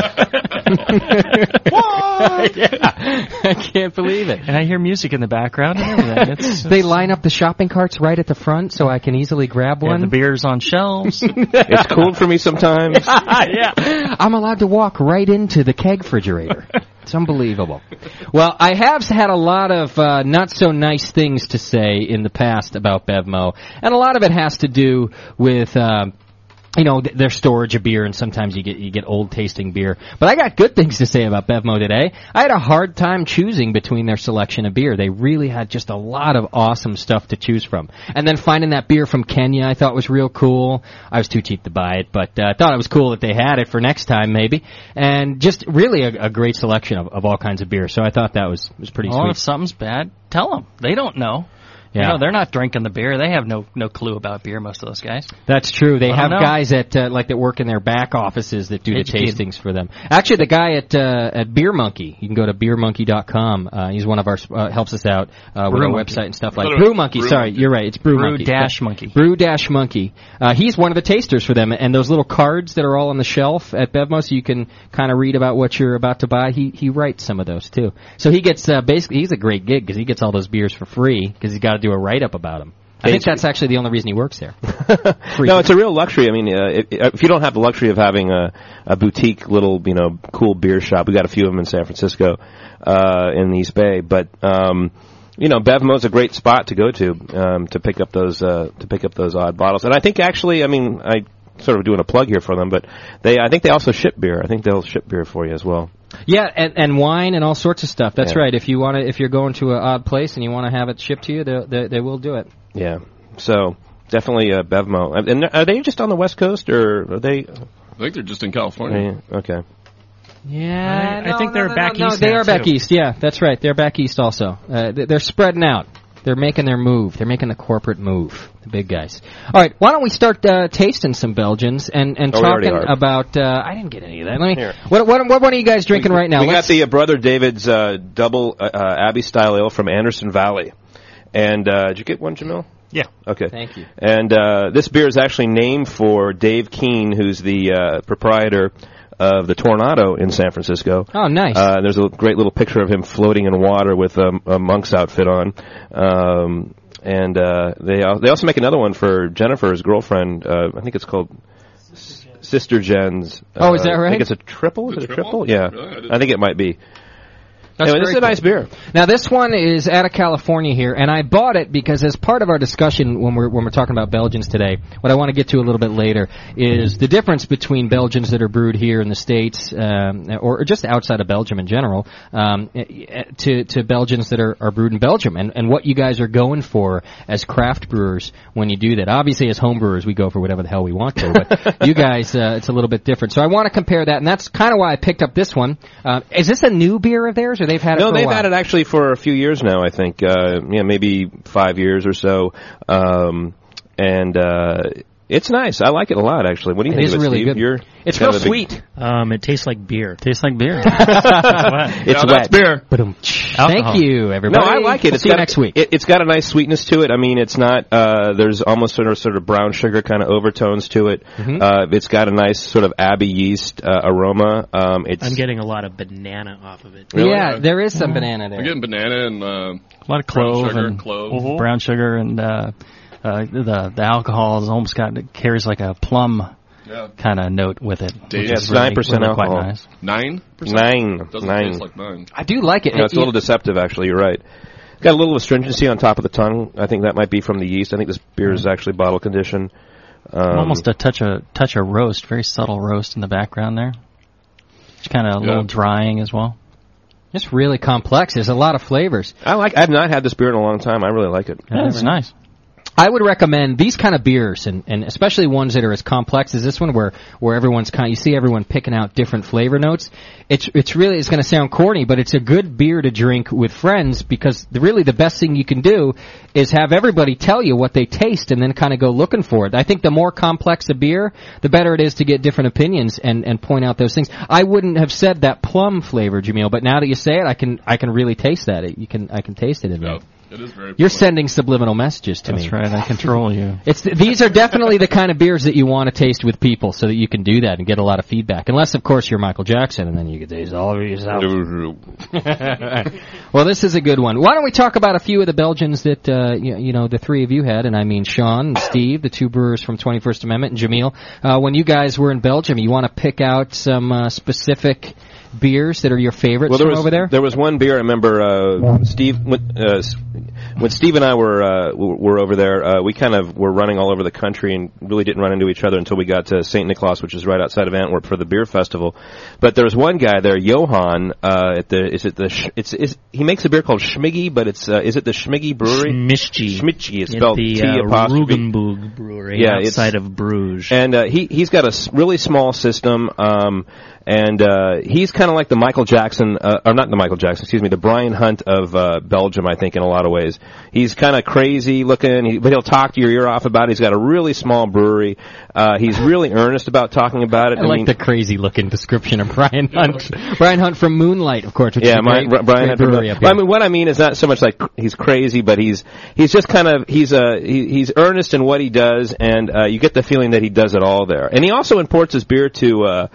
Speaker 1: what? I can't believe it.
Speaker 9: And I hear music in the background and everything. [LAUGHS] It's,
Speaker 1: They line up the shopping carts right at the front, so I can easily grab
Speaker 9: yeah, the
Speaker 1: one.
Speaker 9: beer's on
Speaker 1: [LAUGHS]
Speaker 9: shelves.
Speaker 2: it's cool for me sometimes.
Speaker 9: [LAUGHS]
Speaker 1: I'm allowed to walk right into the keg refrigerator. It's unbelievable. Well, I have had a lot of uh, not so nice things to say in the past about Bevmo, and a lot of it has to do with. um you know th- their storage of beer, and sometimes you get you get old tasting beer. But I got good things to say about Bevmo today. I had a hard time choosing between their selection of beer. They really had just a lot of awesome stuff to choose from. And then finding that beer from Kenya, I thought was real cool. I was too cheap to buy it, but uh, I thought it was cool that they had it for next time maybe. And just really a, a great selection of, of all kinds of beer. So I thought that was was pretty
Speaker 9: well, if
Speaker 1: sweet.
Speaker 9: something's bad, tell them. They don't know. You
Speaker 1: Yeah.
Speaker 9: know, they're not drinking the beer. They have no no clue about beer. Most of those guys.
Speaker 1: That's true. They
Speaker 9: I
Speaker 1: have
Speaker 9: don't know.
Speaker 1: guys that uh, like that work in their back offices that do the
Speaker 9: Educate 'em.
Speaker 1: tastings for them. Actually, the guy at uh, at Beer Monkey, you can go to beermonkey.com. Uh, he's one of our uh, helps us out uh, with
Speaker 9: Brew
Speaker 1: our
Speaker 9: Monkey.
Speaker 1: website and stuff like
Speaker 9: Thought it
Speaker 1: Brew
Speaker 9: was
Speaker 1: Monkey.
Speaker 9: Brew
Speaker 1: sorry,
Speaker 9: Monkey.
Speaker 1: you're right. It's Brew,
Speaker 9: Brew
Speaker 1: Monkey.
Speaker 9: Dash
Speaker 1: But-
Speaker 9: Monkey.
Speaker 1: Brew Dash Monkey. Uh, he's one of the tasters for them, and those little cards that are all on the shelf at Bevmo, so you can kind of read about what you're about to buy. He he writes some of those too. So he gets uh, basically he's a great gig because he gets all those beers for free because he's got to do a write up about them. I think that's actually the only reason he works there.
Speaker 2: No, it's a real luxury. I mean, uh, if, if you don't have the luxury of having a, a boutique little, you know, cool beer shop, we got a few of them in San Francisco, uh, in the East Bay, but um, you know, Bevmo's a great spot to go to um, to pick up those uh, to pick up those odd bottles. And I think actually, I mean, I sort of doing a plug here for them, but they I think they also ship beer. I think they'll ship beer for you as well.
Speaker 1: Yeah, and, and wine and all sorts of stuff. That's
Speaker 2: Yeah.
Speaker 1: right. If you want to, if you're going to an odd place and you want to have it shipped to you, they, they they will do it.
Speaker 2: Yeah. So definitely uh, Bevmo. And are they just on the West Coast or are they?
Speaker 3: I think they're just in California.
Speaker 2: Yeah, okay.
Speaker 1: Yeah,
Speaker 4: I think they're back
Speaker 1: no,
Speaker 4: east
Speaker 1: they
Speaker 4: now,
Speaker 1: are back
Speaker 4: too.
Speaker 1: east. Yeah, that's right. They're back east also. Uh, th- they're spreading out. They're making their move. They're making the corporate move. The big guys. All right, why don't we start uh, tasting some Belgians and and
Speaker 2: Oh, we already
Speaker 1: talking
Speaker 2: are.
Speaker 1: about? Uh, I didn't get any of that. Let me. What, what what what are you guys drinking right now?
Speaker 2: We
Speaker 1: Let's-
Speaker 2: got the uh, brother David's uh, double uh, uh, Abbey style ale from Anderson Valley, and uh, did you get one, Jamil?
Speaker 9: Yeah.
Speaker 2: Okay.
Speaker 1: Thank you.
Speaker 2: And uh, this beer is actually named for Dave Keene, who's the uh, proprietor of the Tornado in San Francisco.
Speaker 1: Oh, nice.
Speaker 2: Uh, there's a great little picture of him floating in water with um, a monk's outfit on. Um, and uh, they al- they also make another one for Jennifer's girlfriend. Uh, I think it's called S- Sister Jen's. uh,
Speaker 1: Oh, is that
Speaker 2: I
Speaker 1: right?
Speaker 2: think it's a triple. Is it a triple?
Speaker 1: triple?
Speaker 2: Yeah,
Speaker 1: Really? I didn't
Speaker 2: I think it might be.
Speaker 1: That's
Speaker 2: Anyway, this is
Speaker 1: very
Speaker 2: a nice beer.
Speaker 1: Now this one is out of California here, and I bought it because as part of our discussion when we're when we're talking about Belgians today, what I want to get to a little bit later is the difference between Belgians that are brewed here in the states, um, or, or just outside of Belgium in general, um, eh, to to Belgians that are, are brewed in Belgium, and and what you guys are going for as craft brewers when you do that. Obviously, as home brewers, we go for whatever the hell we want to,
Speaker 2: [LAUGHS]
Speaker 1: but you guys, uh, it's a little bit different. So I want to compare that, and that's kind of why I picked up this one. Uh, is this a new beer of theirs, or they've had it
Speaker 2: No,
Speaker 1: for a
Speaker 2: they've
Speaker 1: while?
Speaker 2: had it actually for a few years now. I think, uh, yeah, maybe five years or so. Um, and uh, it's nice. I like it a lot, actually. What do you think? of it, Steve? You're kind of a big-
Speaker 4: Um, it tastes like beer.
Speaker 9: Tastes
Speaker 4: [LAUGHS]
Speaker 9: like beer.
Speaker 2: it's wet.
Speaker 1: Thank you, everybody.
Speaker 2: No, I like it.
Speaker 1: We'll
Speaker 2: It's
Speaker 1: see you
Speaker 2: got a-
Speaker 1: next week.
Speaker 2: It, it's got a nice sweetness to it. I mean, it's not. Uh, there's almost sort of sort of brown sugar kind of overtones to it.
Speaker 1: Mm-hmm.
Speaker 2: Uh, it's got a nice sort of abbey yeast uh, aroma. Um, it's
Speaker 4: I'm getting a lot of banana off of it.
Speaker 2: Really?
Speaker 1: Yeah, there is some banana
Speaker 3: I'm
Speaker 1: there.
Speaker 3: getting banana and uh,
Speaker 9: A lot
Speaker 3: brown
Speaker 9: of clove
Speaker 3: sugar, Mm-hmm.
Speaker 9: and Mhm.
Speaker 3: clove.
Speaker 9: brown sugar and uh, uh, the the alcohol is almost got it carries like a plum
Speaker 3: Yeah.
Speaker 9: kind of note with it.
Speaker 3: Dave.
Speaker 9: which
Speaker 3: Yeah,
Speaker 9: is
Speaker 3: it's
Speaker 9: really-
Speaker 2: 9%
Speaker 9: really quite
Speaker 2: alcohol.
Speaker 9: nice.
Speaker 3: Nine.
Speaker 2: Nine.
Speaker 3: Doesn't
Speaker 2: Nine.
Speaker 3: taste like nine.
Speaker 1: I do like it.
Speaker 2: No, it's a little deceptive, actually. You're right. Got a little astringency on top of the tongue. I think that might be from the yeast. I think this beer is actually bottle conditioned. Um,
Speaker 9: almost a touch of touch of roast, very subtle roast in the background there. It's kind of a little drying as well.
Speaker 1: It's really complex. There's a lot of flavors.
Speaker 2: I like. I've not had this beer in a long time. I really like it.
Speaker 9: Yeah, it's nice.
Speaker 1: I would recommend these kind of beers, and, and especially ones that are as complex as this one, where where everyone's kind. You see everyone picking out different flavor notes. It's it's really it's going to sound corny, but it's a good beer to drink with friends because the, really the best thing you can do is have everybody tell you what they taste and then kind of go looking for it. I think the more complex a beer, the better it is to get different opinions and and point out those things. I wouldn't have said that plum flavor, Jamil, but now that you say it, I can I can really taste that. It, you can I can taste it in there.
Speaker 3: It is very.
Speaker 1: You're sending subliminal messages to
Speaker 9: That's
Speaker 1: me.
Speaker 9: right. I control you.
Speaker 1: It's these are definitely the kind of beers that you want to taste with people, so that you can do that and get a lot of feedback. Unless, of course, you're Michael Jackson, and then you get these all over yourself.
Speaker 9: [LAUGHS]
Speaker 1: well, this is a good one. Why don't we talk about a few of the Belgians that uh, you, you know the three of you had, and I mean Sean and Steve, the two brewers from 21st Amendment, and Jamil. Uh, when you guys were in Belgium, you want to pick out some uh, specific beers that are your favorites
Speaker 2: there
Speaker 1: from
Speaker 2: was,
Speaker 1: over there.
Speaker 2: was one beer. I remember uh, Steve when, uh, s- when Steve and I were uh, w- were over there. Uh, we kind of were running all over the country and really didn't run into each other until we got to Saint Nicholas, which is right outside of Antwerp for the beer festival. But there was one guy there, Johan. Uh, at the is it the Sch- it's is he makes a beer called Schmiggy, but it's uh, is it the Schmiggy Brewery?
Speaker 4: Schmischgy.
Speaker 2: Schmischgy. It's
Speaker 4: At
Speaker 2: spelled
Speaker 4: the,
Speaker 2: T
Speaker 4: uh,
Speaker 2: apostrophe
Speaker 4: Rugenburg Brewery
Speaker 2: Yeah, it's-
Speaker 4: outside of Bruges.
Speaker 2: and uh, he he's got a s- really small system, um, and uh, he's kind of like the Michael Jackson, uh, or not the Michael Jackson, excuse me, the Brian Hunt of uh, Belgium, I think, in a lot of ways. He's kind of crazy looking, he, but he'll talk your ear off about it. He's got a really small brewery. Uh, he's really earnest about talking about it.
Speaker 1: I like
Speaker 2: mean-
Speaker 1: the crazy looking description of Brian
Speaker 2: [LAUGHS]
Speaker 1: Hunt. Brian Hunt from Moonlight, of course. Which is
Speaker 2: yeah,
Speaker 1: a
Speaker 2: my,
Speaker 1: great,
Speaker 2: Bri- Brian
Speaker 1: great
Speaker 2: Had
Speaker 1: brewery up here.
Speaker 2: I mean, what I mean is not so much like cr- he's crazy, but he's he's just kind of he's uh, he, he's earnest in what he does, and uh, you get the feeling that he does it all there. And he also imports his beer to. Uh,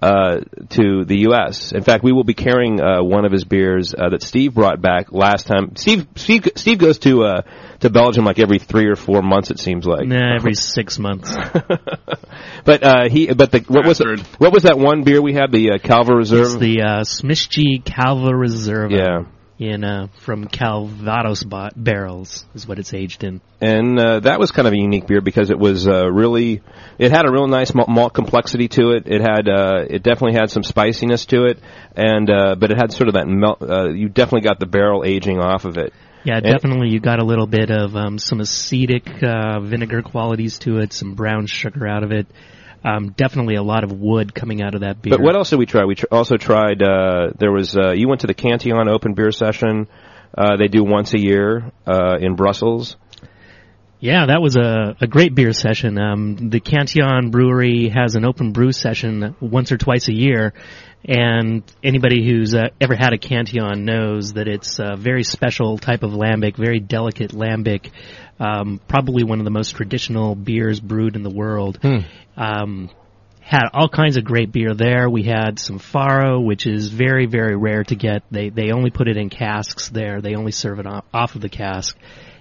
Speaker 2: uh, to the U.S. In fact, we will be carrying uh, one of his beers uh, that Steve brought back last time. Steve Steve, Steve goes to uh, to Belgium like every three or four months, it seems like. [LAUGHS]
Speaker 4: Nah, every six months.
Speaker 2: But uh, he but the what was the, what was that one beer we had the uh, Calva Reserve?
Speaker 4: It's the uh, Smishji Calva Reserva.
Speaker 2: Yeah.
Speaker 4: in uh, from Calvados bo- barrels is what it's aged in.
Speaker 2: and uh, that was kind of a unique beer because it was uh, really it had a real nice malt, malt complexity to it. It had uh, it definitely had some spiciness to it, and uh, but it had sort of that melt. Uh, you definitely got the barrel aging off of it.
Speaker 4: Yeah,
Speaker 2: And-
Speaker 4: definitely. You got a little bit of um, some acetic uh, vinegar qualities to it, some brown sugar out of it. Um, definitely a lot of wood coming out of that beer.
Speaker 2: But what else did we try? We tr- also tried. Uh, there was uh, you went to the Cantillon Open Beer Session. Uh, they do once a year uh, in Brussels.
Speaker 4: Yeah, that was a, a great beer session. Um, the Cantillon Brewery has an open brew session once or twice a year, and anybody who's uh, ever had a Cantillon knows that it's a very special type of lambic, very delicate lambic, um, probably one of the most traditional beers brewed in the world.
Speaker 2: Hmm.
Speaker 4: Um, had all kinds of great beer there. We had some Faro, which is very, very rare to get. They they only put it in casks there. They only serve it o- off of the cask.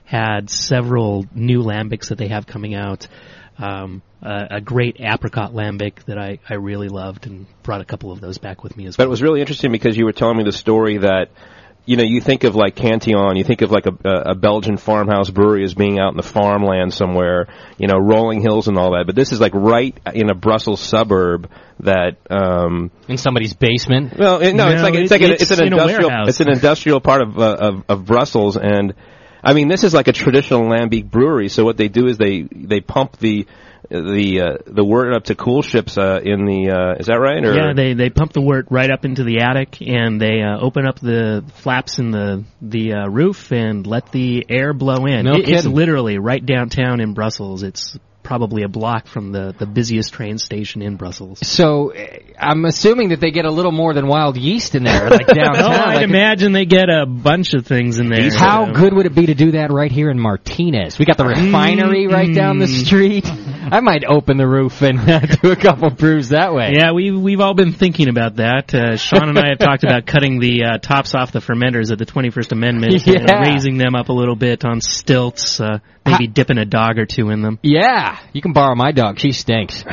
Speaker 4: Had several new lambics that they have coming out. Um, a, a great apricot lambic that I, I really loved and brought a couple of those back with me as
Speaker 2: But
Speaker 4: well.
Speaker 2: it was really interesting because you were telling me the story that, you know, you think of like Cantillon, you think of like a, a Belgian farmhouse brewery as being out in the farmland somewhere, you know, rolling hills and all that. But this is like right in a Brussels suburb that. Um,
Speaker 1: in somebody's basement.
Speaker 2: Well, it- no, it's
Speaker 1: No,
Speaker 2: like it's
Speaker 1: it's-
Speaker 2: like an,
Speaker 1: it's
Speaker 2: it's an
Speaker 1: in a
Speaker 2: industrial
Speaker 1: warehouse.
Speaker 2: it's an industrial part of, uh, of of Brussels and. I mean, this is like a traditional Lambic brewery. So what they do is they they pump the the uh, the word up to cool ships uh, in the uh, is that right? Or
Speaker 4: Yeah, they they pump the wort right up into the attic, and they uh, open up the flaps in the the uh, roof and let the air blow in.
Speaker 1: No
Speaker 4: It- it's
Speaker 1: kidding.
Speaker 4: literally right downtown in Brussels. It's probably a block from the the busiest train station in Brussels.
Speaker 1: So eh, I'm assuming that they get a little more than wild yeast in
Speaker 2: [LAUGHS]
Speaker 1: there, like downtown.
Speaker 4: Oh, I'd
Speaker 1: Like,
Speaker 4: imagine they get a bunch of things in there.
Speaker 1: How good would it be to do that right here in Martinez? We got the
Speaker 2: Mm.
Speaker 1: refinery right down the street.
Speaker 2: [LAUGHS]
Speaker 1: I might open the roof and [LAUGHS] do [LAUGHS] a couple brews that way.
Speaker 4: Yeah, we've we've all been thinking about that. Uh, Sean and I have talked about cutting the uh, tops off the fermenters at the 21st
Speaker 1: [LAUGHS]
Speaker 4: Amendment and
Speaker 1: Yeah.
Speaker 4: raising them up a little bit on stilts, uh, maybe dipping a dog or two in them.
Speaker 1: Yeah, you can borrow my dog. She stinks.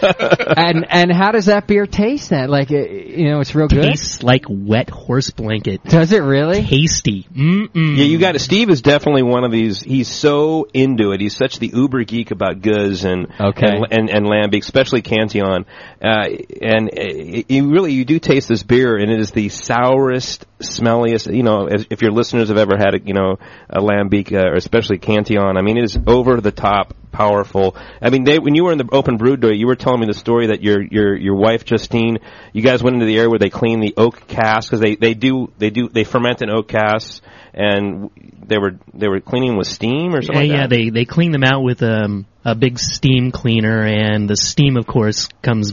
Speaker 1: and and how does that beer taste? That like eh, you know, it's real good.
Speaker 4: Tastes [LAUGHS] like wet horse blanket.
Speaker 1: Does it really?
Speaker 4: Tasty. Mm-mm.
Speaker 2: Yeah, you got it. Steve is definitely one of these. He's so into it. He's such the uber geek about goods and
Speaker 1: Okay.
Speaker 2: and, and, and lambic, especially Cantillon. Uh, and uh, you really you do taste this beer, and it is the sourest, smelliest. You know, as, if your listeners have ever had, a, you know, a lambic uh, or especially Cantillon, I mean, it is over the top, powerful. I mean, they when you were in the open brew day, you were telling me the story that your your your wife Justine, you guys went into the area where they clean the oak casks because they they do they do they ferment in oak casks, and they were they were cleaning with steam or
Speaker 4: Yeah,
Speaker 2: something. like
Speaker 4: yeah,
Speaker 2: that.
Speaker 4: they they clean them out with um, a big steam cleaner, and the steam, of course, comes,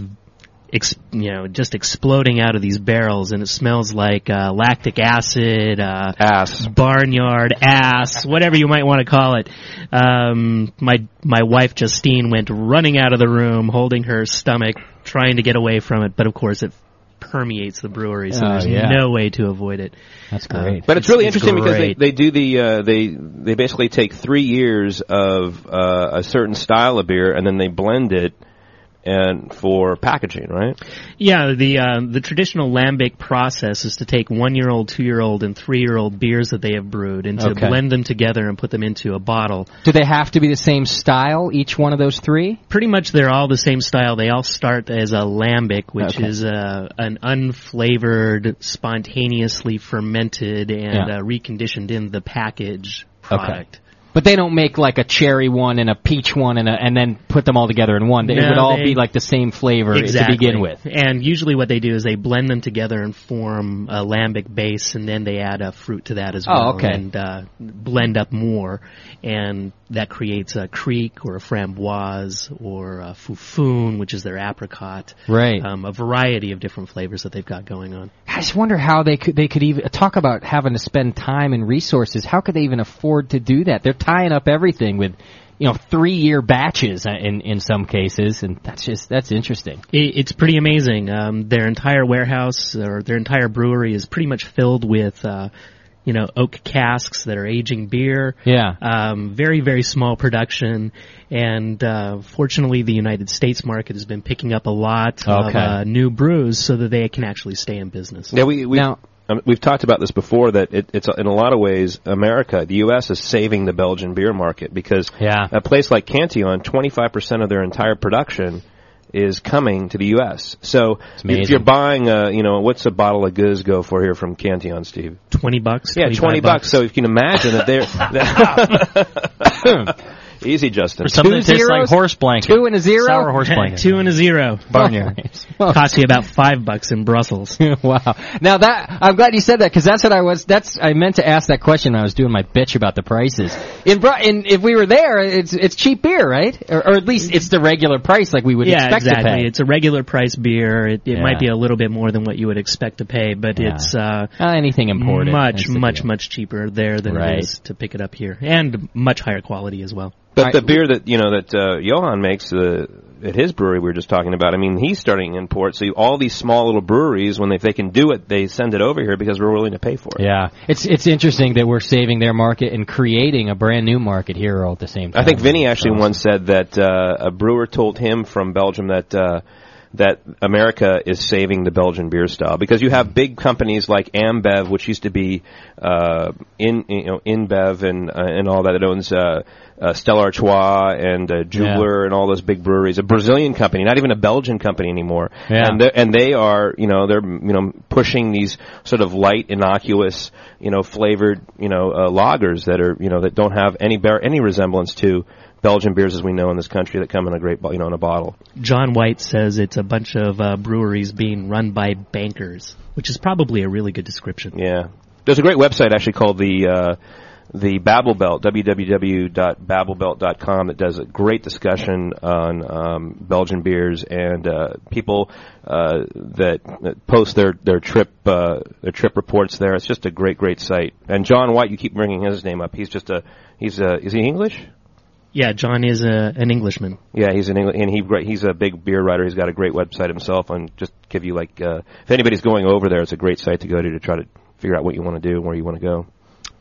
Speaker 4: ex- you know, just exploding out of these barrels, and it smells like uh, lactic acid, uh,
Speaker 2: ass,
Speaker 4: barnyard ass, whatever you might want to call it. Um, my my wife Justine went running out of the room, holding her stomach, trying to get away from it, but of course it permeates the brewery, so
Speaker 1: Oh,
Speaker 4: there's
Speaker 1: yeah.
Speaker 4: no way to avoid it.
Speaker 1: That's
Speaker 4: great.
Speaker 2: But it's, really interesting because they, they do the uh, they they basically take three years of uh, a certain style of beer and then they blend it and for packaging, right?
Speaker 4: Yeah, the uh, the traditional lambic process is to take one year old, two year old, and three year old beers that they have brewed and to
Speaker 1: Okay.
Speaker 4: blend them together and put them into a bottle.
Speaker 1: Do they have to be the same style? Each one of those three?
Speaker 4: Pretty much, they're all the same style. They all start as a lambic, which
Speaker 1: Okay.
Speaker 4: is uh, an unflavored, spontaneously fermented and
Speaker 1: Yeah.
Speaker 4: uh, reconditioned in the package product.
Speaker 1: Okay. But they don't make like a cherry one and a peach one and a, and then put them all together in one. it
Speaker 4: No,
Speaker 1: would all
Speaker 4: they-
Speaker 1: be like the same flavor
Speaker 4: exactly.
Speaker 1: to begin with.
Speaker 4: And usually, what they do is they blend them together and form a lambic base, and then they add a fruit to that as
Speaker 1: Oh,
Speaker 4: well,
Speaker 1: okay.
Speaker 4: and uh, blend up more, and that creates a creek or a framboise or a foufoon, which is their apricot.
Speaker 1: Right.
Speaker 4: Um, a variety of different flavors that they've got going on.
Speaker 1: I just wonder how they could they could even talk about having to spend time and resources. How could they even afford to do that? They're tying up everything with, you know, three year batches uh, in in some cases, and that's just that's interesting.
Speaker 4: It, it's pretty amazing. Um, their entire warehouse or their entire brewery is pretty much filled with, uh, you know, oak casks that are aging beer.
Speaker 1: Yeah.
Speaker 4: Um, very very small production, and uh, fortunately, the United States market has been picking up a lot of
Speaker 1: Okay.
Speaker 4: uh, new brews so that they can actually stay in business.
Speaker 2: Yeah, we, we
Speaker 1: now
Speaker 2: I mean, we've talked about this before that it, it's in a lot of ways America, the U.S. is saving the Belgian beer market because a place like Cantillon, 25% of their entire production is coming to the U.S. So if
Speaker 1: amazing.
Speaker 2: you're buying, a, you know, what's a bottle of Goose go for here from Cantillon, Steve?
Speaker 4: Twenty bucks.
Speaker 2: Yeah, 20
Speaker 4: 25
Speaker 2: bucks. So if you can imagine that
Speaker 1: [LAUGHS]
Speaker 9: [LAUGHS]
Speaker 2: they're. [LAUGHS] Easy, Justin.
Speaker 9: For something that tastes like horse blanket.
Speaker 1: Two and a zero?
Speaker 9: Sour horse
Speaker 1: [LAUGHS]
Speaker 9: blanket.
Speaker 4: Two and a zero.
Speaker 9: Barnyard.
Speaker 4: Cost you about five bucks in Brussels.
Speaker 1: [LAUGHS] wow. Now that I'm glad you said that because that's what I was. That's I meant to ask that question. when I was doing my bitch about the prices. In, Bru- in if we were there, it's it's cheap beer, right? Or, or at
Speaker 4: Mm.
Speaker 1: least it's the regular price like we would
Speaker 4: yeah,
Speaker 1: expect
Speaker 4: exactly.
Speaker 1: to pay.
Speaker 4: It's a regular price beer. It, it
Speaker 1: Yeah.
Speaker 4: might be a little bit more than what you would expect to pay, but
Speaker 1: Yeah.
Speaker 4: it's uh,
Speaker 1: anything imported. That's
Speaker 4: Much,
Speaker 1: the
Speaker 4: much,
Speaker 1: deal.
Speaker 4: much cheaper there than
Speaker 1: Right.
Speaker 4: it is to pick it up here, and much higher quality as well.
Speaker 2: But the beer that you know that uh, Johan makes uh, at his brewery we were just talking about. I mean, he's starting to import. So you, all these small little breweries, when they, if they can do it, they send it over here because we're willing to pay for it.
Speaker 1: Yeah, it's it's interesting that we're saving their market and creating a brand new market here all at the same time.
Speaker 2: I think Vinny actually once said that uh, a brewer told him from Belgium that uh, that America is saving the Belgian beer style because you have big companies like Ambev, which used to be uh, in you know InBev and uh, and all that. It owns uh, uh, Stella Artois and uh, Jubler and all those big breweries. A Brazilian company, not even a Belgian company anymore.
Speaker 1: Yeah.
Speaker 2: And they're- and they are you know they're you know pushing these sort of light, innocuous you know flavored you know uh, lagers that are you know that don't have any bar- any resemblance to Belgian beers as we know in this country that come in a great bo- you know in a bottle.
Speaker 4: John White says it's a bunch of uh, breweries being run by bankers, which is probably a really good description.
Speaker 2: Yeah, there's a great website actually called the uh, the Babel Belt www.babelbelt.com that does a great discussion on um, Belgian beers and uh, people uh, that, that post their their trip uh, their trip reports there. It's just a great great site. And John White, you keep bringing his name up. He's just a he's a is he English?
Speaker 4: Yeah, John is a, an Englishman.
Speaker 2: Yeah, he's an Engl- and he wri- he's a big beer writer. He's got a great website himself, and just give you like uh, if anybody's going over there, it's a great site to go to to try to figure out what you want to do and where you want to go.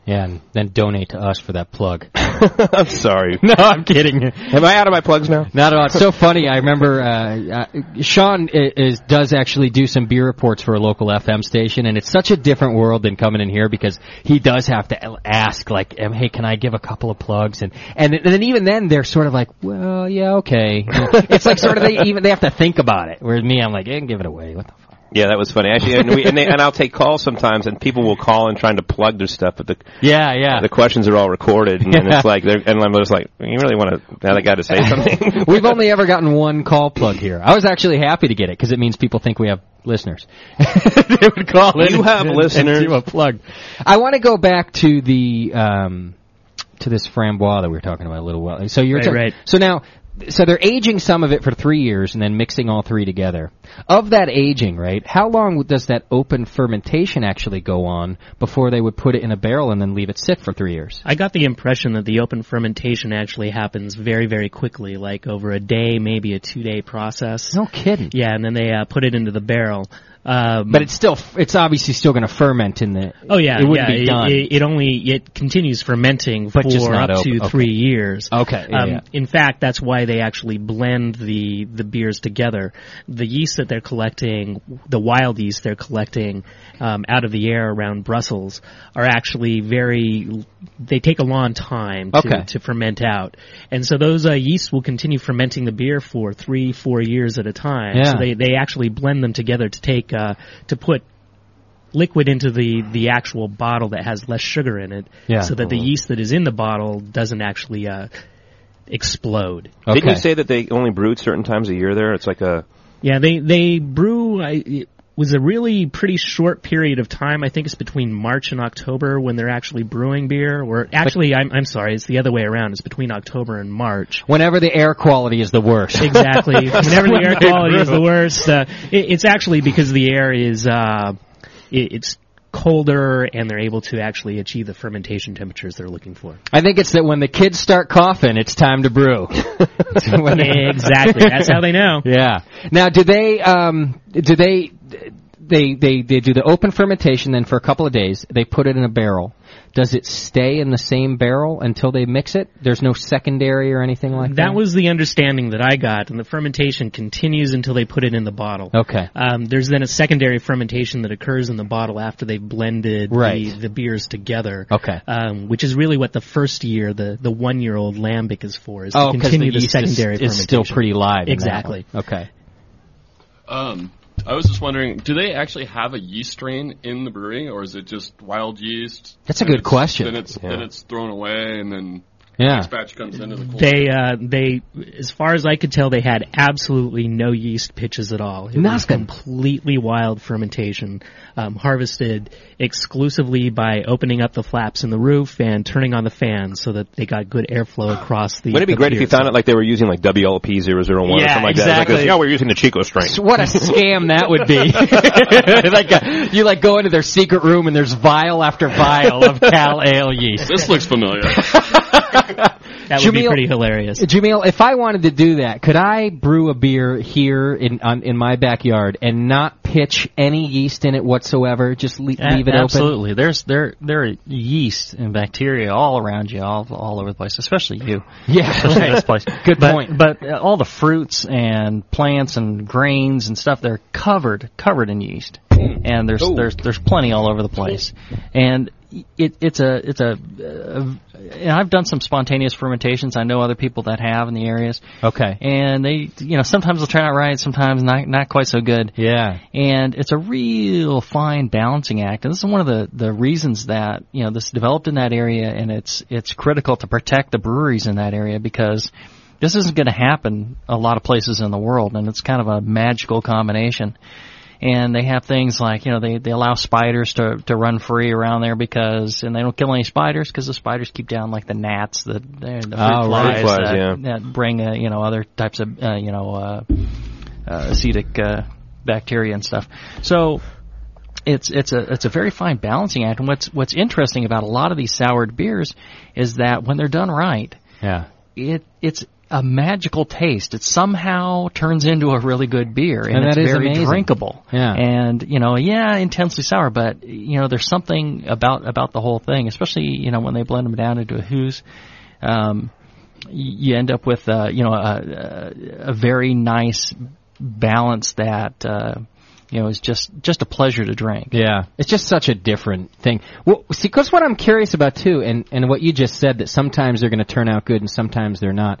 Speaker 1: Yeah, and then donate to us for that plug. [LAUGHS]
Speaker 2: I'm sorry.
Speaker 1: No, I'm kidding. Am
Speaker 2: I out of my plugs now?
Speaker 1: Not at all. It's so funny. I remember uh, uh, Sean i- is does actually do some beer reports for a local FM station, and it's such a different world than coming in here because he does have to l- ask, like, um, "Hey, can I give a couple of plugs?" and and, and then even then they're sort of like, "Well, yeah, okay." [LAUGHS] it's like sort of they even they have to think about it. Whereas me, I'm like, "Eh, give it away." What the fuck?
Speaker 2: Yeah, that was funny. Actually, and, we, and, they, and I'll take calls sometimes, and people will call and trying to plug their stuff, but the
Speaker 1: Yeah, yeah.
Speaker 2: the questions are all recorded, and, then it's like, they're, and I'm just like, you really want to have that guy to say
Speaker 1: [LAUGHS]
Speaker 2: something?
Speaker 1: We've only ever gotten one call plug here. I was actually happy to get it because it means people think we have listeners. [LAUGHS] they would call in.
Speaker 2: You have
Speaker 1: and-
Speaker 2: listeners.
Speaker 1: And do a plug. I want to go back to the um, to this framboise that we were talking about a little while. So you're
Speaker 4: Right,
Speaker 1: ta-
Speaker 4: right.
Speaker 1: so now so they're aging some of it for three years and then mixing all three together. Of that aging, right? How long does that open fermentation actually go on before they would put it in a barrel and then leave it sit for three years?
Speaker 4: I got the impression that the open fermentation actually happens very, very quickly, like over a day, maybe a two-day process.
Speaker 1: No kidding.
Speaker 4: Yeah, and then they uh, put it into the barrel. Um,
Speaker 1: But it's still it's obviously still going to ferment in the.
Speaker 4: Oh yeah,
Speaker 1: it wouldn't
Speaker 4: yeah,
Speaker 1: be
Speaker 4: it-
Speaker 1: done.
Speaker 4: It, it only it continues fermenting
Speaker 1: But
Speaker 4: for
Speaker 1: just not
Speaker 4: up
Speaker 1: open.
Speaker 4: to
Speaker 1: Okay.
Speaker 4: three years.
Speaker 1: Okay, yeah,
Speaker 4: Um,
Speaker 1: yeah.
Speaker 4: In fact, that's why they actually blend the the beers together. The yeast that they're collecting, the wild yeast they're collecting um, out of the air around Brussels, are actually very. They take a long time to,
Speaker 1: Okay.
Speaker 4: to ferment out, and so those uh, yeasts will continue fermenting the beer for three, four years at a time.
Speaker 1: Yeah.
Speaker 4: So they they actually blend them together to take uh, to put liquid into the the actual bottle that has less sugar in it,
Speaker 1: Yeah. Uh-huh.
Speaker 4: so that the yeast that is in the bottle doesn't actually uh, explode.
Speaker 2: Didn't you say that they only brewed certain times a year there? It's like a
Speaker 4: Yeah, they they brew. I, it was a really pretty short period of time. I think it's between March and October when they're actually brewing beer. Or actually, I'm I'm sorry, it's the other way around. It's between October and March.
Speaker 1: Whenever the air quality is the worst. [LAUGHS]
Speaker 4: Exactly. Whenever the
Speaker 1: When
Speaker 4: air
Speaker 1: they
Speaker 4: quality is
Speaker 1: brew.
Speaker 4: the worst, uh, it, it's actually because the air is uh, it, it's colder and they're able to actually achieve the fermentation temperatures they're looking for.
Speaker 1: I think it's that when the kids start coughing, it's time to brew. So when they-
Speaker 4: Exactly. That's how they know.
Speaker 1: [LAUGHS] Yeah. Now, do they? Um, do they? They they they do the open fermentation. Then for a couple of days, they put it in a barrel. Does it stay in the same barrel until they mix it? There's no secondary or anything like that.
Speaker 4: That was the understanding that I got, and the fermentation continues until they put it in the bottle.
Speaker 1: Okay.
Speaker 4: Um, there's then a secondary fermentation that occurs in the bottle after they've blended
Speaker 1: Right.
Speaker 4: the, the beers together.
Speaker 1: Okay.
Speaker 4: Um, which is really what the first year, the, the one year old lambic is for, is
Speaker 1: Oh,
Speaker 4: to
Speaker 1: 'cause
Speaker 4: continue
Speaker 1: the yeast is-
Speaker 4: secondary fermentation.
Speaker 1: is still pretty live in that
Speaker 4: Exactly.
Speaker 1: one. Okay.
Speaker 3: Um, I was just wondering, do they actually have a yeast strain in the brewery, or is it just wild yeast?
Speaker 1: That's a
Speaker 3: Then
Speaker 1: good
Speaker 3: it's-
Speaker 1: question.
Speaker 3: Then it's
Speaker 1: Yeah.
Speaker 3: then it's thrown away, and then
Speaker 1: Yeah.
Speaker 3: next batch comes into the cool.
Speaker 4: [LAUGHS] They, uh, they, as far as I could tell, they had absolutely no yeast pitches at all. It was
Speaker 1: Nothing.
Speaker 4: completely wild fermentation, um, harvested exclusively by opening up the flaps in the roof and turning on the fans so that they got good airflow across the.
Speaker 2: Wouldn't it be
Speaker 4: the
Speaker 2: great if
Speaker 4: beer
Speaker 2: you found it like they were using like WLP 001 or something
Speaker 4: Yeah,
Speaker 2: like that? It's like this,
Speaker 4: exactly.
Speaker 2: yeah, we're using the Chico strain.
Speaker 1: What a scam that
Speaker 4: [LAUGHS]
Speaker 1: would be! [LAUGHS] like uh you like go into their secret room and there's vial after
Speaker 4: [LAUGHS]
Speaker 1: vial of Cal ale yeast.
Speaker 3: This looks
Speaker 1: [LAUGHS]
Speaker 3: familiar.
Speaker 4: That would be
Speaker 1: Jamil-
Speaker 4: pretty hilarious.
Speaker 1: Jamil, if I wanted to do that, could I brew a beer here in on, in my backyard and not pitch any yeast in it whatsoever? Just le-
Speaker 9: A-
Speaker 1: leave it open.
Speaker 9: absolutely. There's there there are yeast and bacteria all around you, all all over the place, especially you. [LAUGHS]
Speaker 1: Yeah,
Speaker 9: especially
Speaker 1: right.
Speaker 9: this place.
Speaker 1: Good
Speaker 9: but,
Speaker 1: point.
Speaker 9: But uh, all the fruits and plants and grains and stuff they're covered covered in yeast, and there's
Speaker 1: Hmm. Ooh.
Speaker 9: there's there's plenty all over the place, and. It, it's a it's a, uh, and I've done some spontaneous fermentations. I know other people that have in the areas.
Speaker 1: Okay.
Speaker 9: and they you know sometimes they'll turn out right, sometimes not not quite so good.
Speaker 1: Yeah.
Speaker 9: and it's a real fine balancing act. And this is one of the, the reasons that you know this developed in that area, and it's it's critical to protect the breweries in that area because this isn't going to happen a lot of places in the world, and it's kind of a magical combination. And they have things like you know they, they allow spiders to, to run free around there because and they don't kill any spiders because the spiders keep down like the gnats the the, the fruit
Speaker 2: Oh, right.
Speaker 9: flies,
Speaker 2: Fruit flies,
Speaker 9: that,
Speaker 2: yeah.
Speaker 9: that bring uh, you know other types of uh, you know uh, uh, acetic uh, bacteria and stuff. So it's it's a it's a very fine balancing act. And what's what's interesting about a lot of these soured beers is that when they're done right,
Speaker 1: Yeah.
Speaker 9: it it's a magical taste. It somehow turns into a really good beer, and,
Speaker 1: And
Speaker 9: it's
Speaker 1: that is
Speaker 9: very
Speaker 1: amazing.
Speaker 9: drinkable.
Speaker 1: Yeah.
Speaker 9: and you know, yeah, intensely sour, but you know, there's something about about the whole thing, especially you know when they blend them down into a who's. Um, y- you end up with uh, you know a, a a very nice balance that uh, you know is just just a pleasure to drink.
Speaker 1: Yeah, it's just such a different thing. Well, see, because what I'm curious about too, and and what you just said that sometimes they're going to turn out good and sometimes they're not.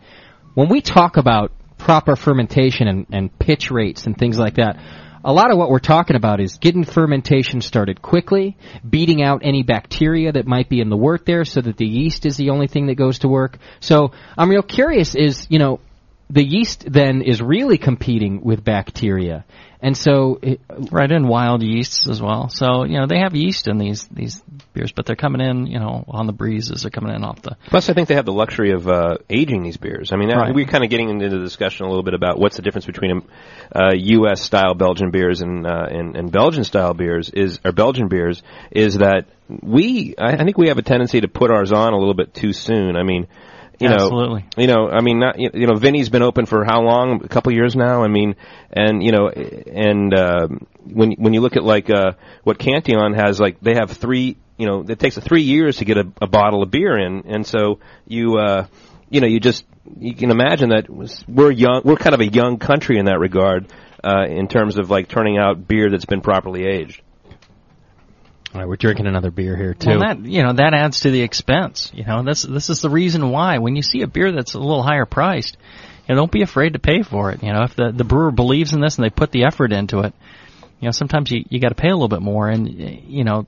Speaker 1: When we talk about proper fermentation and and pitch rates and things like that. A lot of what we're talking about is getting fermentation started quickly, beating out any bacteria that might be in the wort there so that the yeast is the only thing that goes to work. So I'm real curious is, you know, the yeast then is really competing with bacteria. And so it,
Speaker 9: right in wild yeasts as well. So you know they have yeast in these these beers, but they're coming in you know on the breezes. They're coming in off the
Speaker 2: Plus, I think they have the luxury of uh, aging these beers. I mean,
Speaker 9: Right.
Speaker 2: we're kind of getting into the discussion a little bit about what's the difference between uh, U.S. style Belgian beers and, uh, and and Belgian style beers is or Belgian beers is that we I, I think we have a tendency to put ours on a little bit too soon. I mean, you know,
Speaker 9: Absolutely.
Speaker 2: you know, I mean, not you you know, Vinny's been open for how long? A couple years now. I mean, and you know, and uh, when when you look at like uh, what Canteon has, like they have three. You know, it takes three years to get a, a bottle of beer in, and so you uh, you know, you just you can imagine that was- we're young. We're kind of a young country in that regard. Uh, in terms of like turning out beer that's been properly aged.
Speaker 1: All right, we're drinking another beer here too.
Speaker 9: Well, that you know that adds to the expense. You know this this is the reason why when you see a beer that's a little higher priced, you know, don't be afraid to pay for it. You know if the the brewer believes in this and they put the effort into it, you know sometimes you you got to pay a little bit more and you know.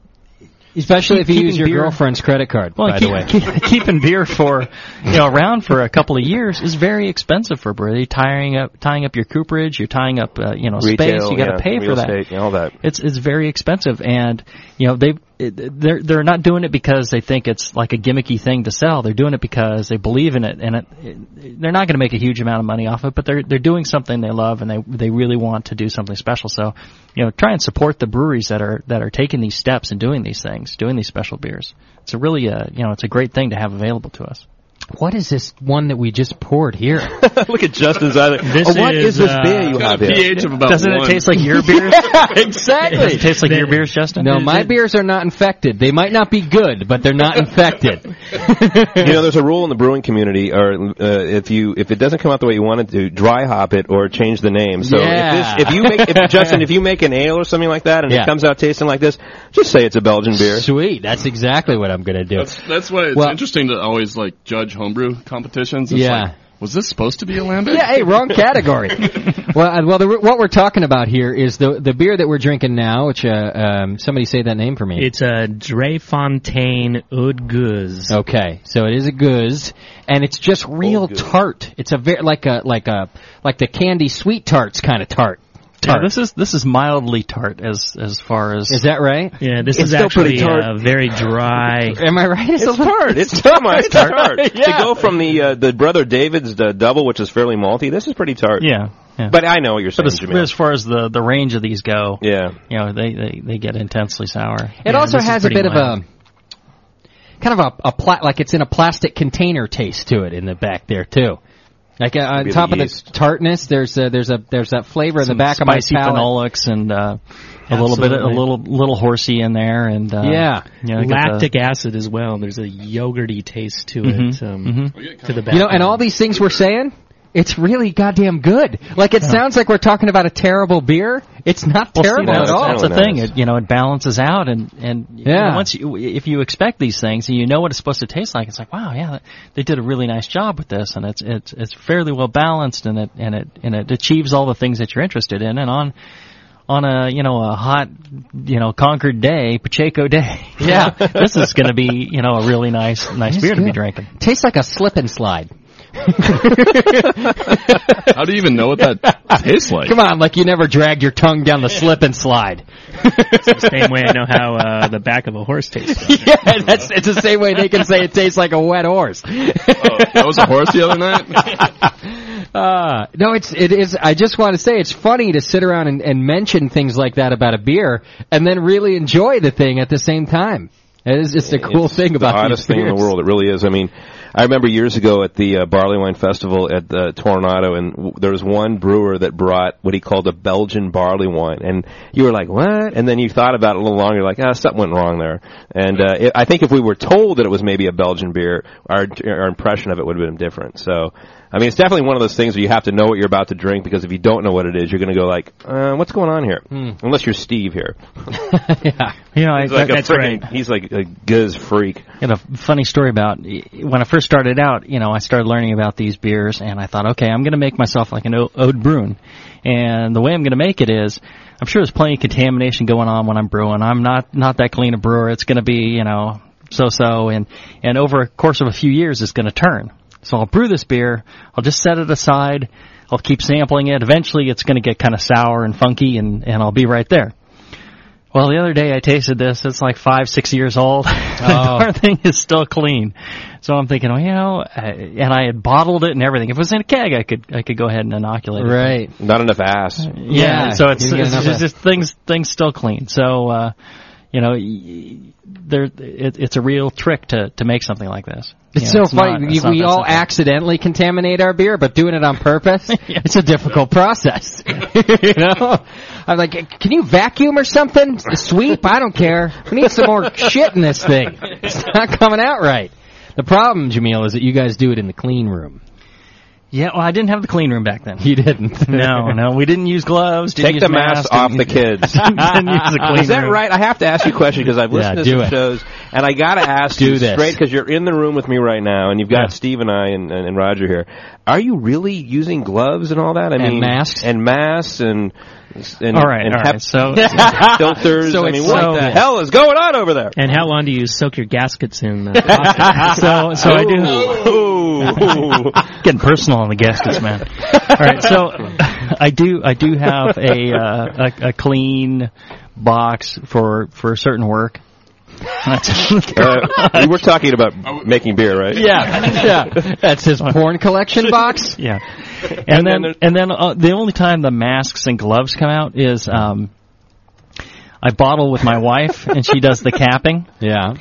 Speaker 1: Especially
Speaker 9: keep-
Speaker 1: if you use
Speaker 9: keeping
Speaker 1: your
Speaker 9: beer-
Speaker 1: girlfriend's credit card,
Speaker 9: Well,
Speaker 1: by
Speaker 9: keep-
Speaker 1: the way.
Speaker 9: keep- [LAUGHS] keeping beer for you know around for a couple of years is very expensive for a brewery. You're tying up tying up your cooperage, you're tying up uh, you know
Speaker 2: Retail,
Speaker 9: space. You got to
Speaker 2: yeah,
Speaker 9: pay
Speaker 2: real
Speaker 9: for that.
Speaker 2: estate, and all that.
Speaker 9: It's it's very expensive, and you know they they're they're not doing it because they think it's like a gimmicky thing to sell. They're doing it because they believe in it, and it, it, they're not going to make a huge amount of money off it. But they're they're doing something they love, and they they really want to do something special. So, you know, try and support the breweries that are that are taking these steps and doing these things, doing these special beers. It's a really uh you know it's a great thing to have available to us.
Speaker 1: what is this one that we just poured here?
Speaker 2: [LAUGHS] Look at Justin's eye. like,
Speaker 1: [LAUGHS] [LAUGHS] This
Speaker 2: "Oh, what
Speaker 1: is,
Speaker 2: is, this
Speaker 1: uh,
Speaker 2: beer you
Speaker 1: It's got
Speaker 2: have
Speaker 1: a
Speaker 2: here?
Speaker 1: pH of about Doesn't it one. taste like [LAUGHS] your beer?
Speaker 2: Yeah, exactly.
Speaker 1: Does it taste like your
Speaker 9: beers, Justin?
Speaker 1: No, my beers are not infected. They might not be good, but they're [LAUGHS] not infected.
Speaker 2: you know, there's a rule in the brewing community, or uh, if you if it doesn't come out the way you want it to, dry hop it or change the name. So
Speaker 1: Yeah.
Speaker 2: if, this, if you make
Speaker 1: [LAUGHS]
Speaker 2: if, Justin, if you make an ale or something like that, and
Speaker 1: Yeah.
Speaker 2: it comes out tasting like this, just say it's a Belgian beer.
Speaker 1: Sweet, that's exactly what I'm gonna do.
Speaker 3: That's why it's
Speaker 2: Well-
Speaker 3: interesting to always like judge homebrew competitions. It's
Speaker 1: Yeah.
Speaker 3: like, was this supposed to be a lambic?
Speaker 1: Yeah,
Speaker 3: [LAUGHS]
Speaker 1: hey, wrong category. well, uh, well, the, what we're talking about here is the the beer that we're drinking now, which uh, um, somebody say that name for me.
Speaker 4: It's a Drefontaine Oud Guz.
Speaker 1: Okay, so it is a goose, and it's just real tart. It's a very like a like a like the candy sweet tarts kind of tart.
Speaker 9: Yeah,
Speaker 1: Tart.
Speaker 9: this is this is mildly tart as as far as
Speaker 1: Is that right?
Speaker 4: Yeah, this
Speaker 9: It's
Speaker 4: is
Speaker 9: still
Speaker 4: actually
Speaker 9: pretty tart.
Speaker 4: uh, very dry.
Speaker 1: Am I right?
Speaker 2: It's,
Speaker 1: a little-
Speaker 2: tart. It's tart. It's
Speaker 1: [LAUGHS] tart.
Speaker 2: tart.
Speaker 1: Yeah.
Speaker 2: To go from the uh, the brother David's uh, double, which is fairly malty, this is pretty tart.
Speaker 9: Yeah, yeah.
Speaker 2: But I know what you're saying,
Speaker 9: But as,
Speaker 2: Jamil.
Speaker 9: as far as the, the range of these go,
Speaker 2: yeah,
Speaker 9: you know they, they, they get intensely sour.
Speaker 1: It also has a bit of a kind of a, a pla- like it's in a plastic container taste to it in the back there too. Like uh, on
Speaker 9: Maybe the
Speaker 1: top of the
Speaker 9: yeast.
Speaker 1: tartness, there's a, there's a there's that flavor in the back of my
Speaker 9: spicy
Speaker 1: palate.
Speaker 9: phenolics and uh, a little bit a
Speaker 4: Absolutely.
Speaker 9: little little horsey in there and uh,
Speaker 1: Yeah.
Speaker 9: you know, they got the-
Speaker 4: Um, lactic acid as well. There's a yogurty taste to
Speaker 2: Mm-hmm.
Speaker 4: it.
Speaker 9: Mhm,
Speaker 4: Um,
Speaker 9: mhm.
Speaker 4: To the back.
Speaker 1: You know, and all these things we're saying, it's really goddamn good. Like it sounds like we're talking about a terrible beer. It's not
Speaker 9: Well, see,
Speaker 1: terrible
Speaker 9: that's,
Speaker 1: at all.
Speaker 9: That's the [LAUGHS] thing. It, you know, it balances out, and and you know,
Speaker 1: Yeah.
Speaker 9: once you, if you expect these things and you know what it's supposed to taste like, it's like wow, yeah, they did a really nice job with this, and it's it's it's fairly well balanced, and it and it and it achieves all the things that you're interested in, and on. On a you know a hot you know Concord day, Pacheco day, [LAUGHS] yeah, this is going to be you know a really nice nice
Speaker 1: It's
Speaker 9: beer to be
Speaker 1: good.
Speaker 9: drinking.
Speaker 1: Tastes like a slip and slide.
Speaker 3: How do you even know what that
Speaker 1: [LAUGHS]
Speaker 3: tastes like?
Speaker 1: Come on, like you never dragged your tongue [LAUGHS] down the slip and slide.
Speaker 4: It's the same way I know how uh, the back of a horse tastes.
Speaker 1: [LAUGHS] yeah, that's it's the same way they can say it tastes like a wet horse.
Speaker 3: That was a horse the other night.
Speaker 1: [LAUGHS] Uh, no, it's it is. I just want to say it's funny to sit around and, and mention things like that about a beer, and then really enjoy the thing at the same time. It is just a cool thing about
Speaker 2: the
Speaker 1: these
Speaker 2: oddest thing in the
Speaker 1: beers.
Speaker 2: world. It really is. I mean, I remember years ago at the uh, barley wine festival at the Tornado, and w- there was one brewer that brought what he called a Belgian barley wine, and you were like, "What?" And then you thought about it a little longer, you're like, "Ah, something went wrong there." And uh, it, I think if we were told that it was maybe a Belgian beer, our our impression of it would have been different. So. I mean, it's definitely one of those things where you have to know what you're about to drink because if you don't know what it is, you're going to go like, uh, "What's going on here?" Unless you're Steve here,
Speaker 9: Hmm. [LAUGHS] You know, I,
Speaker 2: he's like
Speaker 9: that's
Speaker 2: a
Speaker 9: right.
Speaker 2: friggin' he's like a giz freak.
Speaker 9: I got a funny story about when I first started out. You know, I started learning about these beers, and I thought, okay, I'm going to make myself like an O- Ode Bruin. And the way I'm going to make it is, I'm sure there's plenty of contamination going on when I'm brewing. I'm not not that clean a brewer. It's going to be, you know, so so, and and over a course of a few years, it's going to turn. So I'll brew this beer. I'll just set it aside. I'll keep sampling it. Eventually, it's going to get kind of sour and funky, and and I'll be right there. Well, the other day I tasted this. It's like five, six years old. [LAUGHS]
Speaker 1: Oh.
Speaker 9: the darn thing is still clean. So I'm thinking, well, you know, I, and I had bottled it and everything. If it was in a keg, I could I could go ahead and inoculate it.
Speaker 1: Right.
Speaker 2: Not enough ass.
Speaker 9: Yeah. so it's,
Speaker 1: you get
Speaker 9: it's
Speaker 1: enough
Speaker 9: just,
Speaker 1: of-
Speaker 9: just things things still clean. So uh, you know, y- there it, it's a real trick to to make something like this. You
Speaker 1: It's
Speaker 9: know,
Speaker 1: so
Speaker 9: it's
Speaker 1: funny.
Speaker 9: not-
Speaker 1: we
Speaker 9: it's not
Speaker 1: we
Speaker 9: that
Speaker 1: all
Speaker 9: simple.
Speaker 1: accidentally contaminate our beer, but doing it
Speaker 9: [LAUGHS]
Speaker 1: on purpose, it's a difficult process. [LAUGHS] you know, I'm like, can you vacuum or something? Sweep? I don't care. We need some
Speaker 9: [LAUGHS]
Speaker 1: more shit in this thing. It's not coming out right. The problem, Jamil, is that you guys do it in the clean room.
Speaker 9: Yeah, well, I didn't have the clean room
Speaker 2: [LAUGHS]
Speaker 9: back then.
Speaker 1: You didn't.
Speaker 9: [LAUGHS] No, no, we didn't use gloves. Didn't
Speaker 2: Take
Speaker 9: use
Speaker 2: the mask
Speaker 9: masks,
Speaker 2: off
Speaker 9: didn't [LAUGHS]
Speaker 2: the
Speaker 9: use-
Speaker 2: kids. [LAUGHS]
Speaker 9: didn't use the clean
Speaker 2: Is that
Speaker 9: room.
Speaker 2: right? I have to ask you a question because I've
Speaker 9: Yeah,
Speaker 2: listened
Speaker 9: do
Speaker 2: to some
Speaker 9: it.
Speaker 2: shows, and I
Speaker 9: [LAUGHS]
Speaker 2: got to ask
Speaker 1: Do
Speaker 2: you
Speaker 1: this.
Speaker 2: straight because you're in the room with me right now, and you've got Steve and I and, and, and Roger here. Are you really using gloves and all that? I
Speaker 1: And
Speaker 2: mean,
Speaker 1: masks?
Speaker 2: and masks and and,
Speaker 9: All right,
Speaker 2: and
Speaker 9: all right,
Speaker 2: hep
Speaker 9: so-
Speaker 2: [LAUGHS] filters.
Speaker 1: So
Speaker 2: I mean,
Speaker 1: it's
Speaker 2: what
Speaker 1: like
Speaker 2: the
Speaker 9: [LAUGHS]
Speaker 1: that.
Speaker 2: hell is going
Speaker 1: [LAUGHS]
Speaker 2: on over there?
Speaker 4: And how long do you soak your gaskets in?
Speaker 10: [LAUGHS]
Speaker 4: Uh,
Speaker 9: so so I do.
Speaker 2: Ooh.
Speaker 9: [LAUGHS] Getting personal on the gaskets, man. All right, so I do I do have a uh, a, a clean box for for certain work. [LAUGHS] That's-
Speaker 2: Uh, we were talking about making beer, right?
Speaker 1: Yeah, yeah. That's [LAUGHS] his porn collection box.
Speaker 9: yeah, and,
Speaker 2: And then
Speaker 9: then,
Speaker 2: there's-
Speaker 9: and then uh, the only time the masks and gloves come out is um, I bottle with my wife and she does the capping.
Speaker 1: Yeah.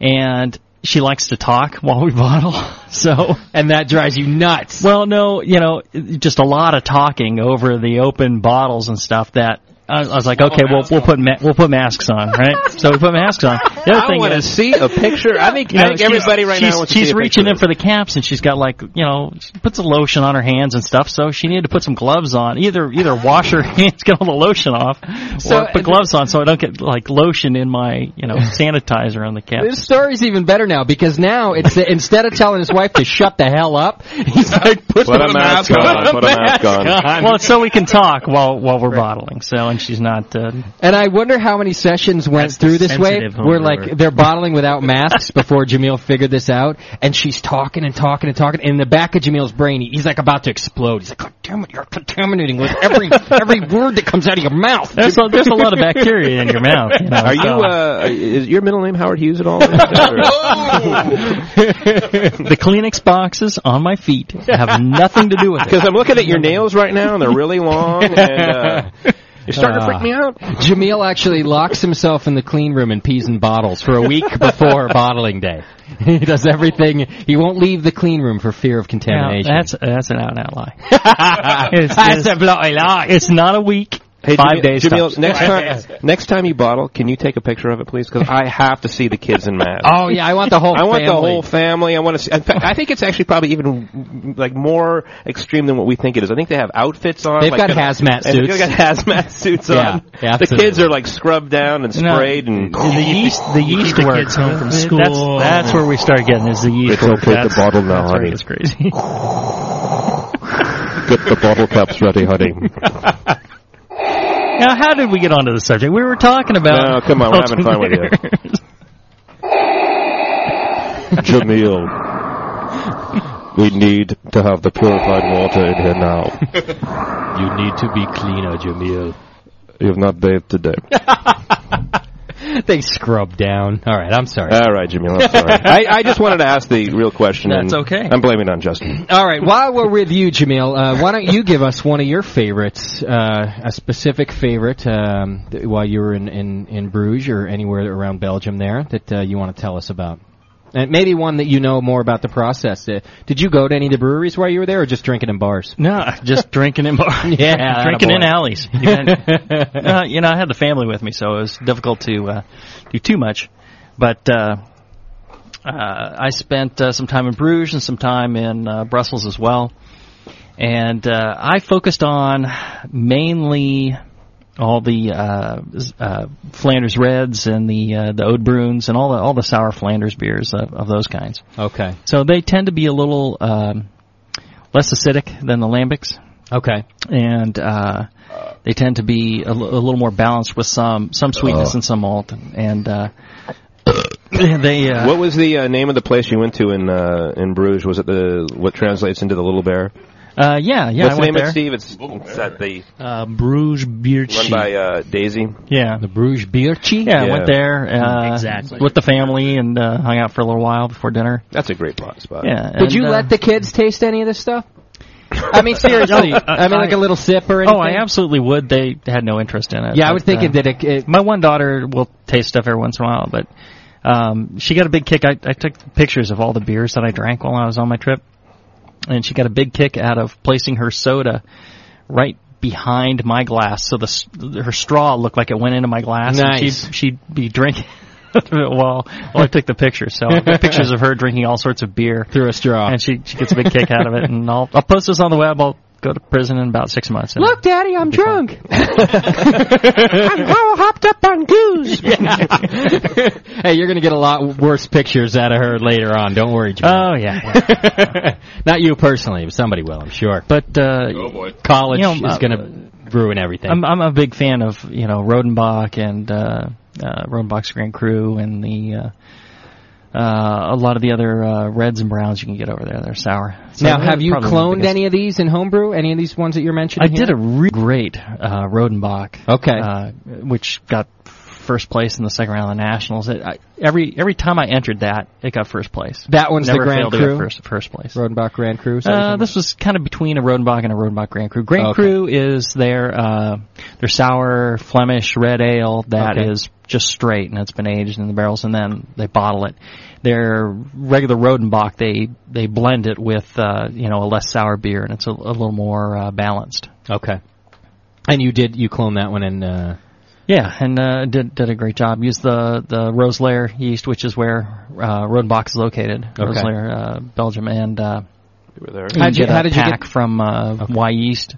Speaker 9: and she likes to talk while we bottle. [LAUGHS] So
Speaker 1: and that drives you nuts.
Speaker 9: Well, no, you know, just a lot of talking over the open bottles and stuff. That I, I was like, okay, we'll we'll put ma- we'll put masks on, right? so we put masks on.
Speaker 1: [LAUGHS]
Speaker 9: The other
Speaker 2: I
Speaker 9: thing
Speaker 2: want to
Speaker 9: is,
Speaker 2: see a picture. I think,
Speaker 9: you know,
Speaker 2: I think everybody right
Speaker 9: she's,
Speaker 2: now wants to
Speaker 9: she's
Speaker 2: see a picture.
Speaker 9: reaching in for the caps, and she's got like you know, she puts a lotion on her hands and stuff. So she needed to put some gloves on. Either either wash her [LAUGHS] hands, get all the lotion off,
Speaker 1: So-
Speaker 2: uh,
Speaker 9: or put gloves on so I don't get like lotion in my
Speaker 2: [LAUGHS]
Speaker 9: you know sanitizer on the cap.
Speaker 1: This story's even better now because now it's instead of telling his wife to shut the hell up, [LAUGHS] he's like, put,
Speaker 9: Put
Speaker 1: the
Speaker 9: a mask on, put a
Speaker 1: [LAUGHS]
Speaker 9: mask on. Well, it's so we can talk while while we're bottling. So and she's not. Uh,
Speaker 1: And I wonder how many sessions went
Speaker 9: the
Speaker 1: through this way
Speaker 9: sensitive home
Speaker 1: where
Speaker 9: brewer.
Speaker 1: like they're bottling
Speaker 9: [LAUGHS]
Speaker 1: without masks before Jamil figured this out and she's talking and talking and talking and in the back of Jamil's brain he- he's like about to explode. He's like, God damn it, you're contaminating with every every word that comes out of your mouth.
Speaker 9: There's a- there's a lot of bacteria in your mouth, you know,
Speaker 2: Are you?
Speaker 9: so-
Speaker 2: Uh, is your middle name Howard Hughes
Speaker 9: [LAUGHS]
Speaker 2: at all?
Speaker 9: the Kleenex boxes on my feet have nothing to do with it.
Speaker 2: Because I'm looking at your nails right now, and they're really long. And,
Speaker 9: [LAUGHS]
Speaker 1: [LAUGHS]
Speaker 2: uh, you're starting to
Speaker 1: Ah.
Speaker 2: freak me out.
Speaker 1: Jamil actually locks himself in the clean room and pees in bottles for a week
Speaker 9: [LAUGHS]
Speaker 1: before bottling day. [LAUGHS] He does everything. He won't leave the clean room for fear of contamination.
Speaker 9: Now, that's that's an out and out lie.
Speaker 1: [LAUGHS]
Speaker 2: [LAUGHS]
Speaker 1: That's a bloody lie.
Speaker 9: Uh, It's not a week.
Speaker 2: Hey,
Speaker 9: five
Speaker 2: Jamil-
Speaker 9: days.
Speaker 2: Jamil,
Speaker 9: tops.
Speaker 2: next time, next time you bottle, can you take a picture of it, please? Because I have to see the kids in masks.
Speaker 1: Oh yeah, I want the whole.
Speaker 2: I want the
Speaker 1: family.
Speaker 2: whole family. I want to see. In fact, I think it's actually probably even like more extreme than what we think it is. I think they have outfits on.
Speaker 1: They've
Speaker 2: like,
Speaker 1: got
Speaker 2: and
Speaker 1: hazmat suits.
Speaker 2: They've got hazmat suits
Speaker 1: Yeah,
Speaker 2: on.
Speaker 1: yeah,
Speaker 2: the kids
Speaker 1: absolutely.
Speaker 2: are like scrubbed down and
Speaker 9: No,
Speaker 2: sprayed and
Speaker 9: the yeast, the yeast work.
Speaker 4: kids home from
Speaker 9: That's-
Speaker 4: school.
Speaker 9: That's, where we start getting is the yeast work. That's, that's where it gets crazy. [LAUGHS]
Speaker 2: Get the bottle caps ready, honey.
Speaker 9: Now, how did we get onto the subject? We were talking about.
Speaker 2: No, come on, we're having fun with you.
Speaker 9: [LAUGHS]
Speaker 11: Jamil, we need to have the purified water in here now. You need to be cleaner, Jamil. You've not bathed today.
Speaker 1: they scrub down. All right, I'm sorry.
Speaker 2: All right, Jamil. I'm sorry. I, I just wanted to ask the real question.
Speaker 1: That's
Speaker 2: and
Speaker 1: okay.
Speaker 2: I'm blaming it on Justin.
Speaker 1: All right, while we're with you, Jamil, uh, why don't you give us one of your favorites, uh, a specific favorite um, th- while you were in, in, in Bruges or anywhere around Belgium there that uh, you want to tell us about? And maybe one that you know more about the process. Uh, did you go to any of the breweries while you were there or just drinking in bars?
Speaker 9: No, [LAUGHS] just drinking in bars.
Speaker 1: [LAUGHS]
Speaker 9: [LAUGHS]
Speaker 1: Yeah,
Speaker 9: drinking in
Speaker 1: attaboy. [LAUGHS]
Speaker 9: alleys. You, got- Uh, you know, I had the family with me, so it was difficult to uh, do too much. But uh, uh, I spent uh, some time in Bruges and some time in uh, Brussels as well, and uh, I focused on mainly all the uh, s- uh, Flanders Reds and the uh, the Ode Bruins and all the all the sour Flanders beers of, of those kinds.
Speaker 1: Okay.
Speaker 9: So they tend to be a little um, less acidic than the lambics.
Speaker 1: Okay.
Speaker 9: And uh, they tend to be a li- a little more balanced with some some sweetness and some malt. And uh, [COUGHS] they uh,
Speaker 2: What was the uh, name of the place you went to in uh, in Bruges? Was it the what translates into the Little Bear?
Speaker 9: uh, yeah yeah
Speaker 2: What's
Speaker 9: I
Speaker 2: the
Speaker 9: went
Speaker 2: name of
Speaker 9: there.
Speaker 2: it, Steve? It's, it's at the
Speaker 9: Uh, Bruges beer
Speaker 2: run by uh, Daisy.
Speaker 9: Yeah,
Speaker 1: the Bruges Biertje.
Speaker 9: Yeah, I
Speaker 2: Yeah.
Speaker 9: went there uh,
Speaker 2: Exactly.
Speaker 9: with the family and uh, hung out for a little while before dinner.
Speaker 2: That's a great plot spot.
Speaker 9: Yeah.
Speaker 1: Did you
Speaker 9: and, uh,
Speaker 1: let the kids taste any of this stuff?
Speaker 9: [LAUGHS]
Speaker 1: I mean, seriously.
Speaker 9: No,
Speaker 1: I mean, like a little sip or anything?
Speaker 9: Oh, I absolutely would. They had no interest in it.
Speaker 1: Yeah, I was thinking that
Speaker 9: it, My one daughter will taste stuff every once in a while, but um, she got a big kick. I, I took pictures of all the beers that I drank while I was on my trip, and she got a big kick out of placing her soda right behind my glass, so the s- her straw looked like it went into my glass. and
Speaker 1: Nice.
Speaker 9: she'd, she'd be drinking. [LAUGHS] while, while I took the picture, so I got pictures of her drinking all sorts of beer
Speaker 1: through a straw,
Speaker 9: and she she gets a big kick out of it. And I'll I'll post this on the web. I'll go to prison in about six months.
Speaker 1: Look, Daddy,
Speaker 2: [LAUGHS]
Speaker 1: I'm drunk. [LAUGHS]
Speaker 9: I'm
Speaker 1: all hopped up on goose. hey, you're going to get a lot worse pictures out of her later on. Don't worry, Jim.
Speaker 9: Oh yeah.
Speaker 1: [LAUGHS] Not you personally, but somebody will, I'm sure.
Speaker 9: But uh,
Speaker 1: college
Speaker 9: You know,
Speaker 1: is
Speaker 9: uh,
Speaker 1: going to ruin everything.
Speaker 9: I'm I'm a big fan of you know Rodenbach and uh, uh, Rodenbach's Grand Cru and the uh, uh, a lot of the other uh, reds and browns you can get over there. They're sour. So
Speaker 1: now,
Speaker 9: they're
Speaker 1: have you
Speaker 9: probably one of the
Speaker 1: cloned
Speaker 9: biggest-
Speaker 1: any of these in homebrew? Any of these ones that you're mentioning?
Speaker 9: I did a really great uh, Rodenbach.
Speaker 1: Okay.
Speaker 9: Uh, which got first place in the second round of the nationals. It, I, every every time I entered that, it got first place.
Speaker 1: That one's
Speaker 9: Never
Speaker 1: the Grand
Speaker 9: failed to
Speaker 1: Cru.
Speaker 9: get first first place.
Speaker 1: Rodenbach Grand Cru. is that what you're
Speaker 9: Uh, this was kind of between a Rodenbach and a Rodenbach Grand Cru. Grand
Speaker 1: Okay.
Speaker 9: Cru is their uh, their sour Flemish red ale that is
Speaker 1: Okay.
Speaker 9: just straight and it's been aged in the barrels and then they bottle it. Their regular Rodenbach they they blend it with uh, you know a less sour beer and it's a, a little more uh, balanced.
Speaker 1: Okay. And you did you clone that one and uh,
Speaker 9: Yeah, and uh, did did a great job. Used the the Rose Lair yeast, which is where uh, Rodenbach is located, Rose Lair, uh, Belgium, and uh,
Speaker 2: were there.
Speaker 9: you
Speaker 1: How'd you-
Speaker 9: get a
Speaker 1: how did you
Speaker 9: pack
Speaker 1: get-
Speaker 9: from uh, Y yeast?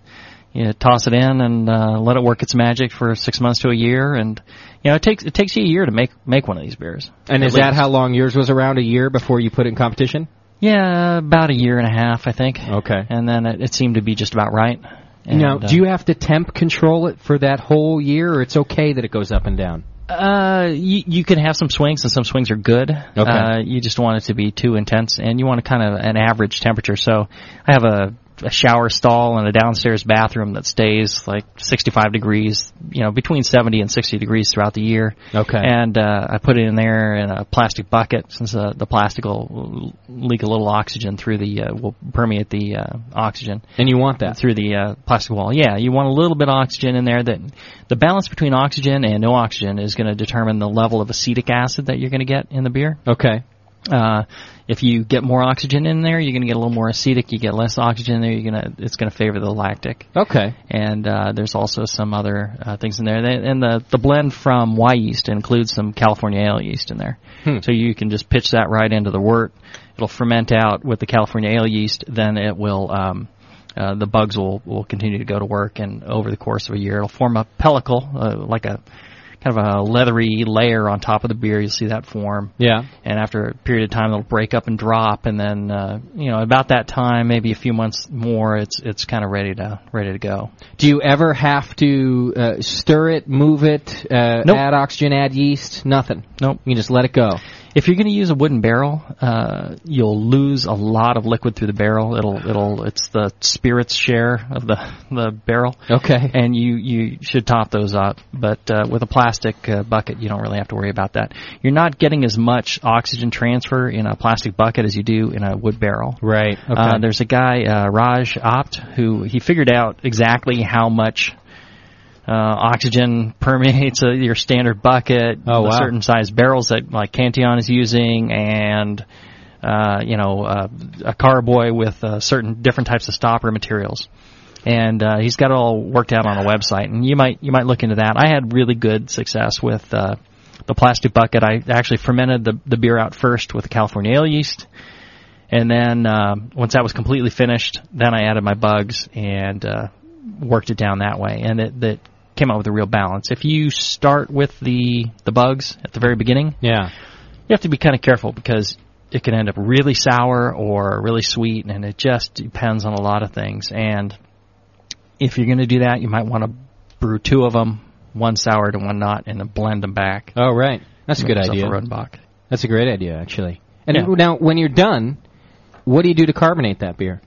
Speaker 9: You toss it in and uh, let it work its magic for six months to a year, and you know it takes it takes you a year to make make one of these beers.
Speaker 1: and
Speaker 9: At
Speaker 1: is that
Speaker 9: least.
Speaker 1: how long yours was around? A year before you put it in competition?
Speaker 9: Yeah, about a year and a half, I think.
Speaker 1: Okay.
Speaker 9: And then it, it seemed to be just about right. And,
Speaker 1: now,
Speaker 9: uh,
Speaker 1: do you have to temp control it for that whole year, or it's okay that it goes up and down?
Speaker 9: Uh, you, you can have some swings, and some swings are good.
Speaker 1: Okay.
Speaker 9: Uh, you just want it to be too intense, and you want a kind of an average temperature. So I have a, a shower stall and a downstairs bathroom that stays like 65 degrees, you know, between 70 and 60 degrees throughout the year.
Speaker 1: Okay.
Speaker 9: And uh, I put it in there in a plastic bucket since uh, the plastic will leak a little oxygen through the, uh, will permeate the uh, oxygen.
Speaker 1: And you want that?
Speaker 9: Through the uh, plastic wall. Yeah, you want a little bit of oxygen in there. That The balance between oxygen and no oxygen is going to determine the level of acetic acid that you're going to get in the beer.
Speaker 1: Okay.
Speaker 9: Uh, if you get more oxygen in there, you're going to get a little more acetic. You get less oxygen in there, you're gonna it's going to favor the lactic.
Speaker 1: Okay.
Speaker 9: And uh, there's also some other uh, things in there. They- And the the blend from Y yeast includes some California ale yeast in there,
Speaker 1: Hmm.
Speaker 9: so you can just pitch that right into the wort. It'll ferment out with the California ale yeast. Then it will. Um, uh, the bugs will, will continue to go to work, and over the course of a year, it'll form a pellicle, uh, like a kind of a leathery layer on top of the beer. You'll see that form.
Speaker 1: Yeah.
Speaker 9: And after a period of time, it'll break up and drop, and then uh, you know about that time, maybe a few months more, it's it's kind of ready to ready to go.
Speaker 1: Do you ever have to uh, stir it, move it, uh,
Speaker 9: Nope.
Speaker 1: add oxygen, add yeast? Nothing.
Speaker 9: Nope.
Speaker 1: You just let it go.
Speaker 9: If you're going to use a wooden barrel, uh, you'll lose a lot of liquid through the barrel. It'll it'll it's the spirits share of the the barrel.
Speaker 1: Okay.
Speaker 9: And you you should top those up, but uh, with a plastic uh, bucket, you don't really have to worry about that. You're not getting as much oxygen transfer in a plastic bucket as you do in a wood barrel.
Speaker 1: Right. Okay.
Speaker 9: Uh, there's a guy, uh, Raj Opt, who he figured out exactly how much uh, oxygen permeates uh, your standard bucket,
Speaker 1: Oh,
Speaker 9: the
Speaker 1: wow.
Speaker 9: certain size barrels that like Canteon is using, and uh, you know uh, a carboy with uh, certain different types of stopper materials. And uh, he's got it all worked out on a website, and you might you might look into that. I had really good success with uh, the plastic bucket. I actually fermented the the beer out first with California ale yeast. And then um, once that was completely finished, then I added my bugs and uh, worked it down that way, and it that came out with a real balance. If you start with the the bugs at the very beginning,
Speaker 1: yeah,
Speaker 9: you have to be kind of careful because it can end up really sour or really sweet, and it just depends on a lot of things. And if you're going to do that, you might want to brew two of them, one soured and one not, and then blend them back.
Speaker 1: Oh, right. That's a
Speaker 9: Make
Speaker 1: good
Speaker 9: yourself
Speaker 1: idea.
Speaker 9: Rodenbach.
Speaker 1: That's a great idea, actually. And
Speaker 9: Yeah.
Speaker 1: now, when you're done, what do you do to carbonate that beer?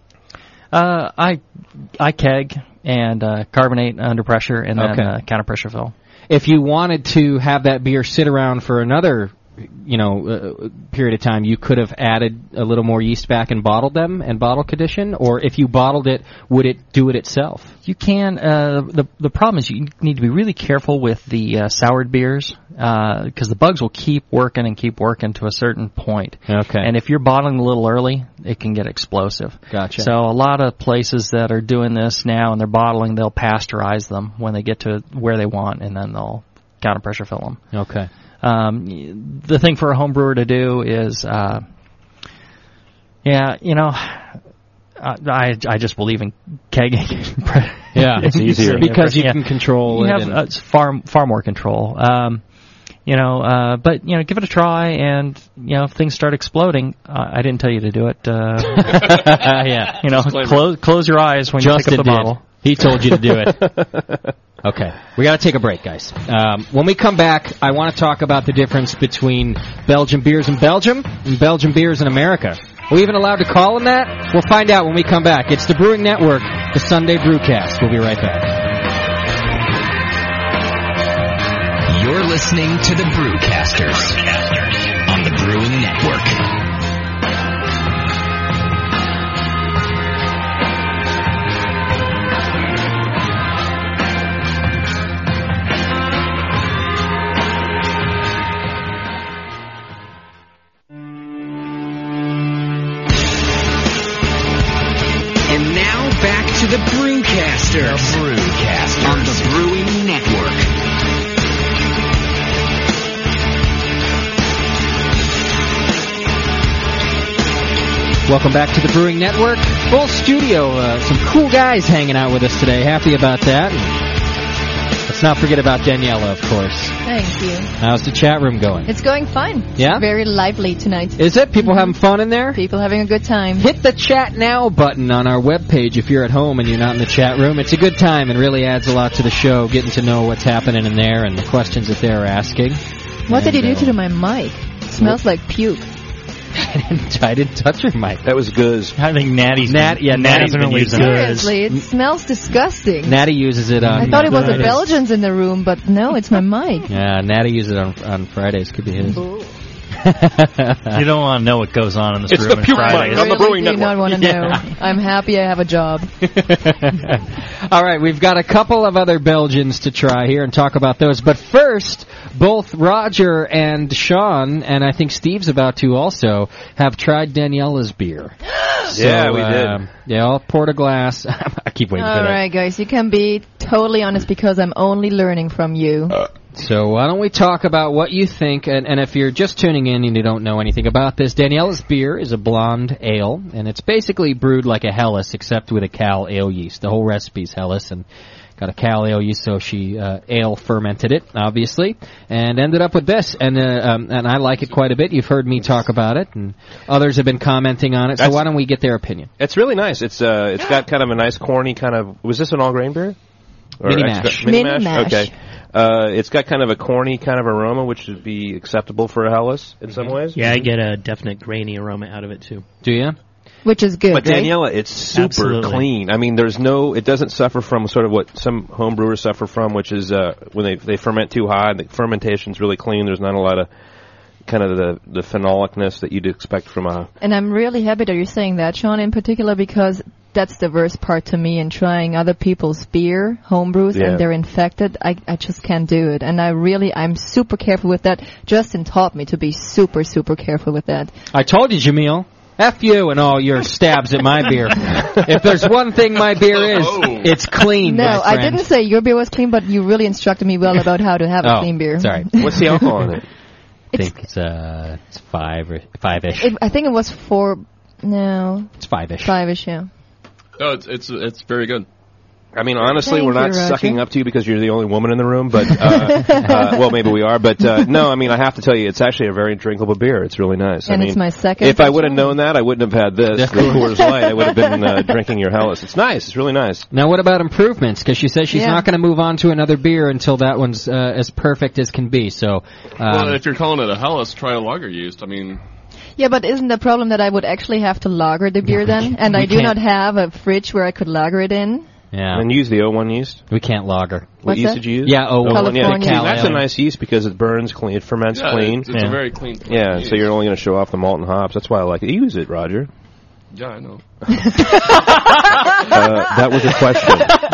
Speaker 9: Uh, I I keg and uh, carbonate under pressure, and then
Speaker 1: Okay.
Speaker 9: uh, counter pressure fill.
Speaker 1: If you wanted to have that beer sit around for another, you know, uh, period of time, you could have added a little more yeast back and bottled them and bottle condition. Or if you bottled it, would it do it itself?
Speaker 9: You can. Uh, the the problem is you need to be really careful with the uh, soured beers because the bugs will keep working and keep working to a certain point.
Speaker 1: Okay.
Speaker 9: And if you're bottling a little early, it can get explosive.
Speaker 1: Gotcha.
Speaker 9: So a lot of places that are doing this now and they're bottling, they'll pasteurize them when they get to where they want, and then they'll counter pressure fill them.
Speaker 1: Okay.
Speaker 9: Um, y- the thing for a home brewer to do is, uh, yeah, you know, I, I I just believe in [LAUGHS] kegging.
Speaker 1: Yeah, it's easier. Because you
Speaker 9: Yeah.
Speaker 1: can control
Speaker 9: You
Speaker 1: it
Speaker 9: have
Speaker 1: and-
Speaker 9: uh, it's far far more control. Um, you know, uh, but you know, give it a try, and you know, if things start exploding, uh, I didn't tell you to do it. Uh,
Speaker 1: [LAUGHS]
Speaker 9: yeah, you know,
Speaker 1: Disclaimer.
Speaker 9: close close your eyes when
Speaker 1: Justin
Speaker 9: you pick up the
Speaker 1: did.
Speaker 9: bottle.
Speaker 1: He told you to do
Speaker 9: [LAUGHS]
Speaker 1: it. Okay, we got to take a break, guys. Um, when we come back, I want to talk about the difference between Belgian beers in Belgium and Belgian beers in America. Are we even allowed to call them that? We'll find out when we come back. It's the Brewing Network, the Sunday Brewcast. We'll be right back.
Speaker 10: You're listening to the Brewcasters, on the Brewing Network. And now back to the Brewcasters, on the Brewing Network.
Speaker 1: Welcome back to the Brewing Network. Full studio. Uh, some cool guys hanging out with us today. Happy about that. And let's not forget about Daniela, of course.
Speaker 5: Thank you.
Speaker 1: How's the chat room going?
Speaker 5: It's going fine.
Speaker 1: Yeah?
Speaker 5: Very lively tonight.
Speaker 1: Is it? People having fun in there?
Speaker 5: People having a good time.
Speaker 1: Hit the chat now button on our webpage if you're at home and you're not in the chat room. It's a good time and really adds a lot to the show, getting to know what's happening in there and the questions that they're asking.
Speaker 5: What did you
Speaker 1: And,
Speaker 5: do
Speaker 1: uh,
Speaker 5: to my mic? It smells like puke.
Speaker 1: [LAUGHS] I didn't touch her mic.
Speaker 2: That was Guz.
Speaker 9: I think Natty's
Speaker 1: Nat, yeah, Natty's been using
Speaker 5: Seriously, it smells disgusting.
Speaker 1: Natty uh, uses it on.
Speaker 5: I thought it was the
Speaker 1: Fridays.
Speaker 5: Belgians in the room, but no, it's my
Speaker 9: [LAUGHS]
Speaker 5: mic.
Speaker 1: Yeah, Natty uses it on on Fridays. Could be his.
Speaker 9: you don't want to know what goes on in this
Speaker 1: It's
Speaker 9: room.
Speaker 1: the puke
Speaker 9: on
Speaker 1: mic on the
Speaker 5: really do not want to know. I'm happy I have a job.
Speaker 1: All right, we've got a couple of other Belgians to try here and talk about those. But first, both Roger and Sean, and I think Steve's about to also, have tried Daniela's beer.
Speaker 2: [GASPS] Yeah, we did.
Speaker 1: um, yeah, I'll pour the glass. [LAUGHS] I keep waiting
Speaker 5: All
Speaker 1: for that.
Speaker 5: right, guys, you can be totally honest because I'm only learning from you.
Speaker 1: So why don't we talk about what you think, and, and if you're just tuning in and you don't know anything about this, Daniela's beer is a blonde ale, and it's basically brewed like a Helles, except with a Cal ale yeast. The whole recipe's Helles, and got a Cal ale yeast, so she uh, ale fermented it, obviously, and ended up with this. And uh, um, and I like it quite a bit. You've heard me talk about it, and others have been commenting on it. so
Speaker 2: That's-
Speaker 1: why don't we get their opinion?
Speaker 2: It's really nice. It's uh, it's got kind of a nice corny kind of. Was this an all grain beer?
Speaker 1: Mini
Speaker 2: extra-
Speaker 1: mash.
Speaker 2: Mini,
Speaker 1: Mini
Speaker 2: mash.
Speaker 1: mash.
Speaker 2: Okay. Uh, it's got kind of a corny kind of aroma, which would be acceptable for a Hellas in some ways.
Speaker 4: Mm-hmm. Yeah, I get a definite grainy aroma out of it too.
Speaker 1: Do you?
Speaker 5: Which is good.
Speaker 2: But
Speaker 5: right?
Speaker 2: Daniela, it's super
Speaker 4: Absolutely.
Speaker 2: clean. I mean, there's no. It doesn't suffer from sort of what some home brewers suffer from, which is uh, when they they ferment too high. The fermentation's really clean. There's not a lot of kind of the the phenolicness that you'd expect from a
Speaker 5: And I'm really happy that you're saying that, Sean, in particular, because that's the worst part to me in trying other people's beer, homebrews,
Speaker 2: Yeah.
Speaker 5: and they're infected. I, I just can't do it. And I really, I'm super careful with that. Justin taught me to be super, super careful with that.
Speaker 1: I told you, Jamil. F you and all your stabs at my
Speaker 2: [LAUGHS]
Speaker 1: beer. if there's one thing my beer is,
Speaker 2: Oh.
Speaker 1: it's clean.
Speaker 5: no,
Speaker 1: my
Speaker 5: I
Speaker 1: friend.
Speaker 5: didn't say your beer was clean, but you really instructed me well about how to have a
Speaker 1: Oh,
Speaker 5: clean beer. [LAUGHS]
Speaker 1: Sorry.
Speaker 2: What's the alcohol in it?
Speaker 1: I think it's uh, it's five or five ish.
Speaker 5: It, I think it was four, no,
Speaker 1: It's five ish.
Speaker 5: five-ish, yeah.
Speaker 3: No, it's it's it's very good.
Speaker 2: I mean, honestly,
Speaker 5: Thank
Speaker 2: we're
Speaker 5: you,
Speaker 2: not
Speaker 5: Roger.
Speaker 2: sucking up to you because you're the only woman in the room,
Speaker 5: [LAUGHS]
Speaker 2: but, uh, uh, well, maybe we are, but, uh, no, I mean, I have to tell you, it's actually a very drinkable beer. It's really nice.
Speaker 5: And
Speaker 2: I mean,
Speaker 5: it's my second
Speaker 2: If I would have known that, I wouldn't have had this, the Coors Light. I would have been, uh, drinking your Hellas. It's nice. It's really nice.
Speaker 1: Now, what about improvements? Because she says she's
Speaker 2: Yeah.
Speaker 1: not going to move on to another beer until that one's uh, as perfect as can be. So,
Speaker 3: well,
Speaker 1: um,
Speaker 3: if you're calling it a Hellas, try a lager yeast. I mean,
Speaker 5: Yeah, but isn't the problem that I would actually have to lager the beer then? And
Speaker 2: we
Speaker 5: I do not
Speaker 2: can't-
Speaker 5: have a fridge where I could lager it in.
Speaker 1: yeah.
Speaker 2: And use the O1 yeast.
Speaker 1: We can't lager.
Speaker 2: What
Speaker 5: What's
Speaker 2: yeast
Speaker 5: that?
Speaker 2: did you use?
Speaker 1: Yeah, O1.
Speaker 2: yeah.
Speaker 1: California.
Speaker 2: See, that's a
Speaker 1: Yeah.
Speaker 2: nice yeast because it burns clean. It ferments
Speaker 3: Yeah,
Speaker 2: clean.
Speaker 3: it's- it's a Yeah. very clean
Speaker 2: Yeah, so you're only going to show off the malt and hops. That's why I like it. Use it, Roger.
Speaker 3: yeah, I know.
Speaker 2: Uh, that was a question.
Speaker 3: [LAUGHS]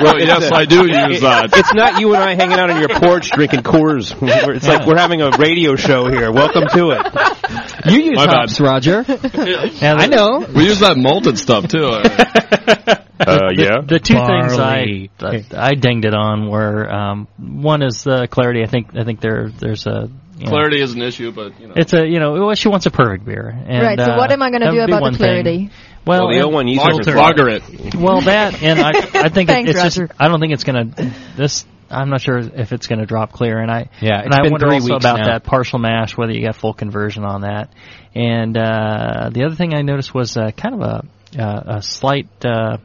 Speaker 3: Well, yes,
Speaker 2: I
Speaker 3: I do use that.
Speaker 2: It's not you and I hanging out on your porch drinking Coors. [LAUGHS] We're- It's like we're having a radio show here. Welcome to it.
Speaker 1: You use
Speaker 3: My bad.
Speaker 1: hops, Roger. I know.
Speaker 3: We use that malted stuff [LAUGHS] too.
Speaker 2: uh, yeah.
Speaker 9: The two uh,
Speaker 4: Barley.
Speaker 9: things I, I dinged it on were um, one is the clarity. I think I think there there's a you know,
Speaker 3: Clarity is an issue, but you know.
Speaker 9: It's a you know well, she wants a perfect beer. And,
Speaker 5: right. So
Speaker 9: uh,
Speaker 5: what am I going
Speaker 9: that
Speaker 5: to do
Speaker 9: would be
Speaker 5: about
Speaker 9: one
Speaker 5: the
Speaker 9: thing.
Speaker 5: clarity?
Speaker 9: Well,
Speaker 2: Well, the
Speaker 9: and-
Speaker 2: old one you Lager- started- lager it.
Speaker 9: Well, that and I,
Speaker 5: [LAUGHS]
Speaker 9: I think
Speaker 5: Thanks,
Speaker 9: it's just
Speaker 5: Roger.
Speaker 9: I don't think it's gonna this. I'm not sure if it's going to drop clear, and I
Speaker 1: Yeah,
Speaker 9: and
Speaker 1: it's
Speaker 9: I
Speaker 1: been
Speaker 9: wonder
Speaker 1: three
Speaker 9: also
Speaker 1: weeks
Speaker 9: about
Speaker 1: now.
Speaker 9: that partial mash, whether you got full conversion on that. And uh, the other thing I noticed was uh, kind of a uh, a slight uh,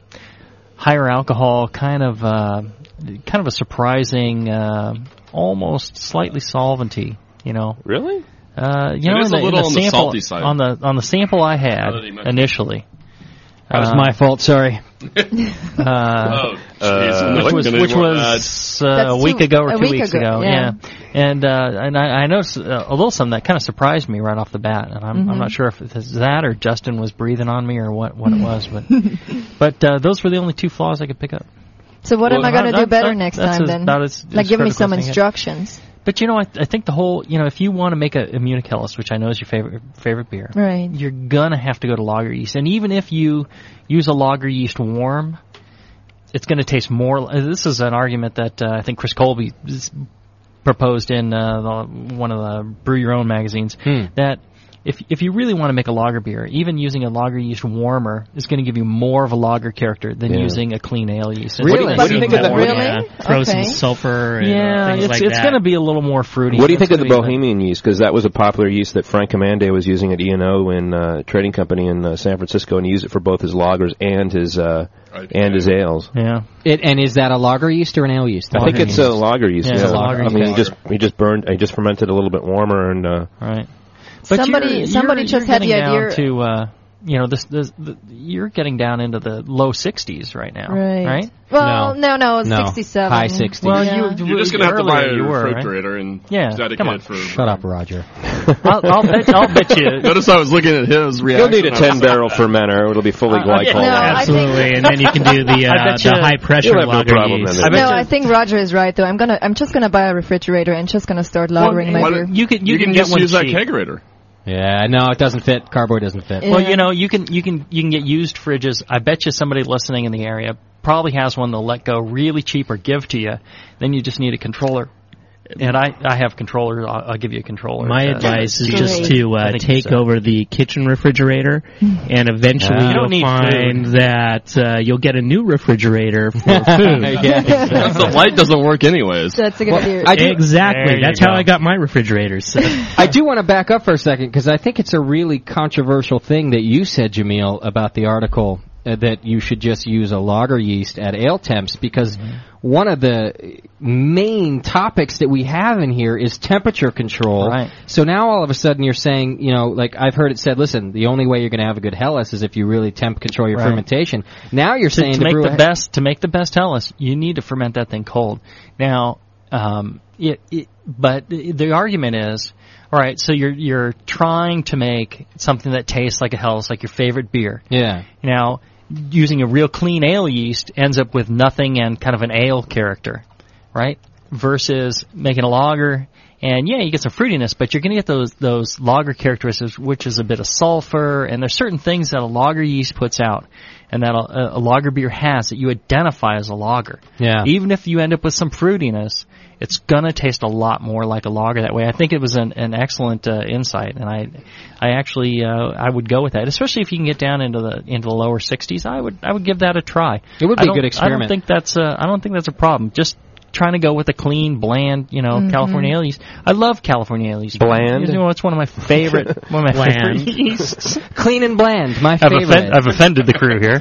Speaker 9: higher alcohol, kind of uh, kind of a surprising, uh, almost slightly solventy. You know,
Speaker 2: really.
Speaker 9: Uh, you
Speaker 3: It
Speaker 9: know,
Speaker 3: is
Speaker 9: in the,
Speaker 3: a little
Speaker 9: in the
Speaker 3: on the
Speaker 9: sample,
Speaker 3: salty side.
Speaker 9: On the on the sample I had
Speaker 3: Now that he mentioned
Speaker 9: initially.
Speaker 1: That was
Speaker 9: Uh,
Speaker 1: my
Speaker 9: [LAUGHS]
Speaker 1: fault. Sorry.
Speaker 9: uh,
Speaker 3: Oh, jeez, I'm not
Speaker 9: which was,
Speaker 3: gonna
Speaker 9: which
Speaker 3: ignore
Speaker 9: was uh,
Speaker 5: That's
Speaker 9: a week
Speaker 5: two-
Speaker 9: ago or
Speaker 5: a
Speaker 9: two
Speaker 5: week
Speaker 9: weeks
Speaker 5: ago,
Speaker 9: ago.
Speaker 5: yeah.
Speaker 9: Yeah. And uh, and I, I noticed uh, a little something that kind of surprised me right off the bat, and I'm, I'm
Speaker 12: Mhm.
Speaker 5: Mm-hmm.
Speaker 9: not sure if it's that or Justin was breathing on me or what, what it was,
Speaker 5: [LAUGHS]
Speaker 9: but but uh, those were the only two flaws I could pick up.
Speaker 5: So what am
Speaker 9: Well,
Speaker 5: I going to
Speaker 9: that-
Speaker 5: do better
Speaker 9: that-
Speaker 5: next
Speaker 9: that's
Speaker 5: time
Speaker 9: as-
Speaker 5: then?
Speaker 9: about as-
Speaker 5: like,
Speaker 9: as
Speaker 5: give me
Speaker 9: critical
Speaker 5: some
Speaker 9: thing I-
Speaker 5: instructions.
Speaker 9: But you know, I, I think the whole you know, if you want to make a Immunicalis, which I know is your favorite favorite beer,
Speaker 5: Right.
Speaker 9: You're gonna have to go to lager yeast, and even if you use a lager yeast warm, it's gonna taste more. uh, This is an argument that uh, I think Chris Colby s- proposed in uh, the, one of the Brew Your Own magazines
Speaker 4: Hmm.
Speaker 9: that. If, if you really want to make a lager beer, even using a lager yeast warmer is going to give you more of a lager character than
Speaker 4: Yeah.
Speaker 9: using a clean ale yeast.
Speaker 4: Really? What do you
Speaker 9: What do you
Speaker 4: think
Speaker 9: think
Speaker 4: of
Speaker 9: of
Speaker 4: that?
Speaker 9: that?
Speaker 4: Really? Throw some Okay. sulfur and, uh,
Speaker 9: yeah,
Speaker 4: things
Speaker 9: it's,
Speaker 4: like
Speaker 9: it's
Speaker 4: that.
Speaker 9: going to be a little more fruity.
Speaker 2: What do you think
Speaker 9: It's
Speaker 2: of the
Speaker 9: gonna be-
Speaker 2: Bohemian yeast? Because that was a popular yeast that Frank Commande was using at E and O in uh, trading company in uh, San Francisco, and he used it for both his lagers and his uh, and his ales.
Speaker 9: Yeah.
Speaker 1: It, and is that a lager yeast or an ale yeast?
Speaker 2: I think it's a
Speaker 1: Lager
Speaker 2: lager yeast.
Speaker 1: Yeah,
Speaker 2: Yeah,
Speaker 1: it's a lager
Speaker 2: I
Speaker 1: yeast.
Speaker 2: mean, he just he just burned, he just fermented a little bit warmer, and uh,
Speaker 9: right.
Speaker 5: Somebody- somebody just had the
Speaker 9: getting down
Speaker 5: idea-
Speaker 9: to uh, you know this, this the, you're getting down into the low 60s right now,
Speaker 5: Right.
Speaker 9: right?
Speaker 5: Well, no, no, it's 67.
Speaker 9: Well,
Speaker 5: Yeah.
Speaker 9: you,
Speaker 3: You're just gonna have to buy
Speaker 9: earlier
Speaker 3: a
Speaker 9: you were, right?
Speaker 3: refrigerator and
Speaker 9: yeah,
Speaker 3: dedicate
Speaker 9: come on.
Speaker 3: it for.
Speaker 1: Shut
Speaker 10: [LAUGHS]
Speaker 3: [LAUGHS]
Speaker 1: up, Roger.
Speaker 9: I'll, I'll bet. I'll bet
Speaker 2: [LAUGHS]
Speaker 9: you.
Speaker 3: Notice I was looking at his
Speaker 2: you'll
Speaker 3: reaction.
Speaker 2: need a ten [LAUGHS] barrel fermenter. It'll be fully
Speaker 3: Uh, yeah,
Speaker 2: glycol.
Speaker 3: no, I
Speaker 4: Absolutely, and then you can do the
Speaker 3: I
Speaker 4: uh,
Speaker 3: bet
Speaker 4: the
Speaker 3: you-
Speaker 4: high pressure
Speaker 2: you'll have no
Speaker 4: lager
Speaker 2: problem
Speaker 4: yeast.
Speaker 2: in it.
Speaker 5: no, I think Roger is right though. I'm gonna, I'm just gonna buy a refrigerator and just gonna start lagering my beer.
Speaker 9: you can you,
Speaker 3: You can
Speaker 9: get
Speaker 3: just
Speaker 9: one
Speaker 3: use that
Speaker 9: cheap.
Speaker 3: kegerator.
Speaker 1: Yeah, no, it doesn't fit. Cardboard doesn't fit.
Speaker 9: Well, you know, you can you can you can get used fridges. I bet you somebody listening in the area probably has one they'll let go really cheap or give to you. Then you just need a controller. And I, I have controllers. I'll, I'll give you a controller.
Speaker 4: My
Speaker 9: Uh,
Speaker 4: advice is
Speaker 9: cheap.
Speaker 4: just to
Speaker 9: I
Speaker 4: uh,
Speaker 9: think
Speaker 4: take
Speaker 9: so. Hmm.
Speaker 4: over the kitchen refrigerator, and eventually
Speaker 9: Ah. You don't
Speaker 4: you'll
Speaker 9: need
Speaker 4: find that uh, you'll get a new refrigerator for
Speaker 3: [LAUGHS]
Speaker 4: food. [LAUGHS]
Speaker 9: [LAUGHS]
Speaker 1: Yeah,
Speaker 3: the light doesn't work anyways.
Speaker 5: That's a good idea.
Speaker 1: I do- There
Speaker 4: exactly.
Speaker 1: you
Speaker 4: That's
Speaker 1: go.
Speaker 4: how I got my refrigerators.
Speaker 1: [LAUGHS] I do want to back up for a second because I think it's a really controversial thing that you said, Jamil, about the article uh, that you should just use a lager yeast at ale temps because
Speaker 9: Mm-hmm.
Speaker 1: one of the main topics that we have in here is temperature control.
Speaker 9: Right.
Speaker 1: So now all of a sudden you're saying, you know, like I've heard it said, listen, the only way you're going to have a good Hellas is if you really temp control your
Speaker 9: Right.
Speaker 1: fermentation. Now you're
Speaker 9: to,
Speaker 1: saying
Speaker 9: to make
Speaker 1: brew
Speaker 9: the
Speaker 1: a- [LAUGHS]
Speaker 9: best to make the best Hellas, you need to ferment that thing cold. Now, um, it, it, but the the argument is, all right. So you're you're trying to make something that tastes like a Hellas, like your favorite beer.
Speaker 1: Yeah.
Speaker 9: Now, using a real clean ale yeast ends up with nothing and kind of an ale character, right? Versus making a lager. And yeah, you get some fruitiness, but you're going to get those those lager characteristics, which is a bit of sulfur, and there's certain things that a lager yeast puts out, and that a, a lager beer has that you identify as a lager.
Speaker 1: Yeah.
Speaker 9: Even if you end up with some fruitiness, it's gonna taste a lot more like a lager that way. I think it was an, an excellent uh, insight, and I, I actually uh, I would go with that, especially if you can get down into the into the lower 60s. I would I would give that a try.
Speaker 1: It would
Speaker 9: I
Speaker 1: be a
Speaker 9: don't-
Speaker 1: good
Speaker 9: I
Speaker 1: experiment.
Speaker 9: don't think that's a, I don't think that's a problem. Just trying to go with a clean, bland, you know,
Speaker 1: Mhm.
Speaker 9: California ale yeast. I love California ale yeast.
Speaker 1: Bland?
Speaker 9: You know, it's one
Speaker 1: [LAUGHS]
Speaker 9: of my favorite one of my
Speaker 1: Bland.
Speaker 9: favorite
Speaker 1: [LAUGHS]
Speaker 9: yeasts.
Speaker 1: clean and bland, my
Speaker 9: I've,
Speaker 1: favorite.
Speaker 9: offen- I've offended the crew
Speaker 1: [LAUGHS]
Speaker 9: here.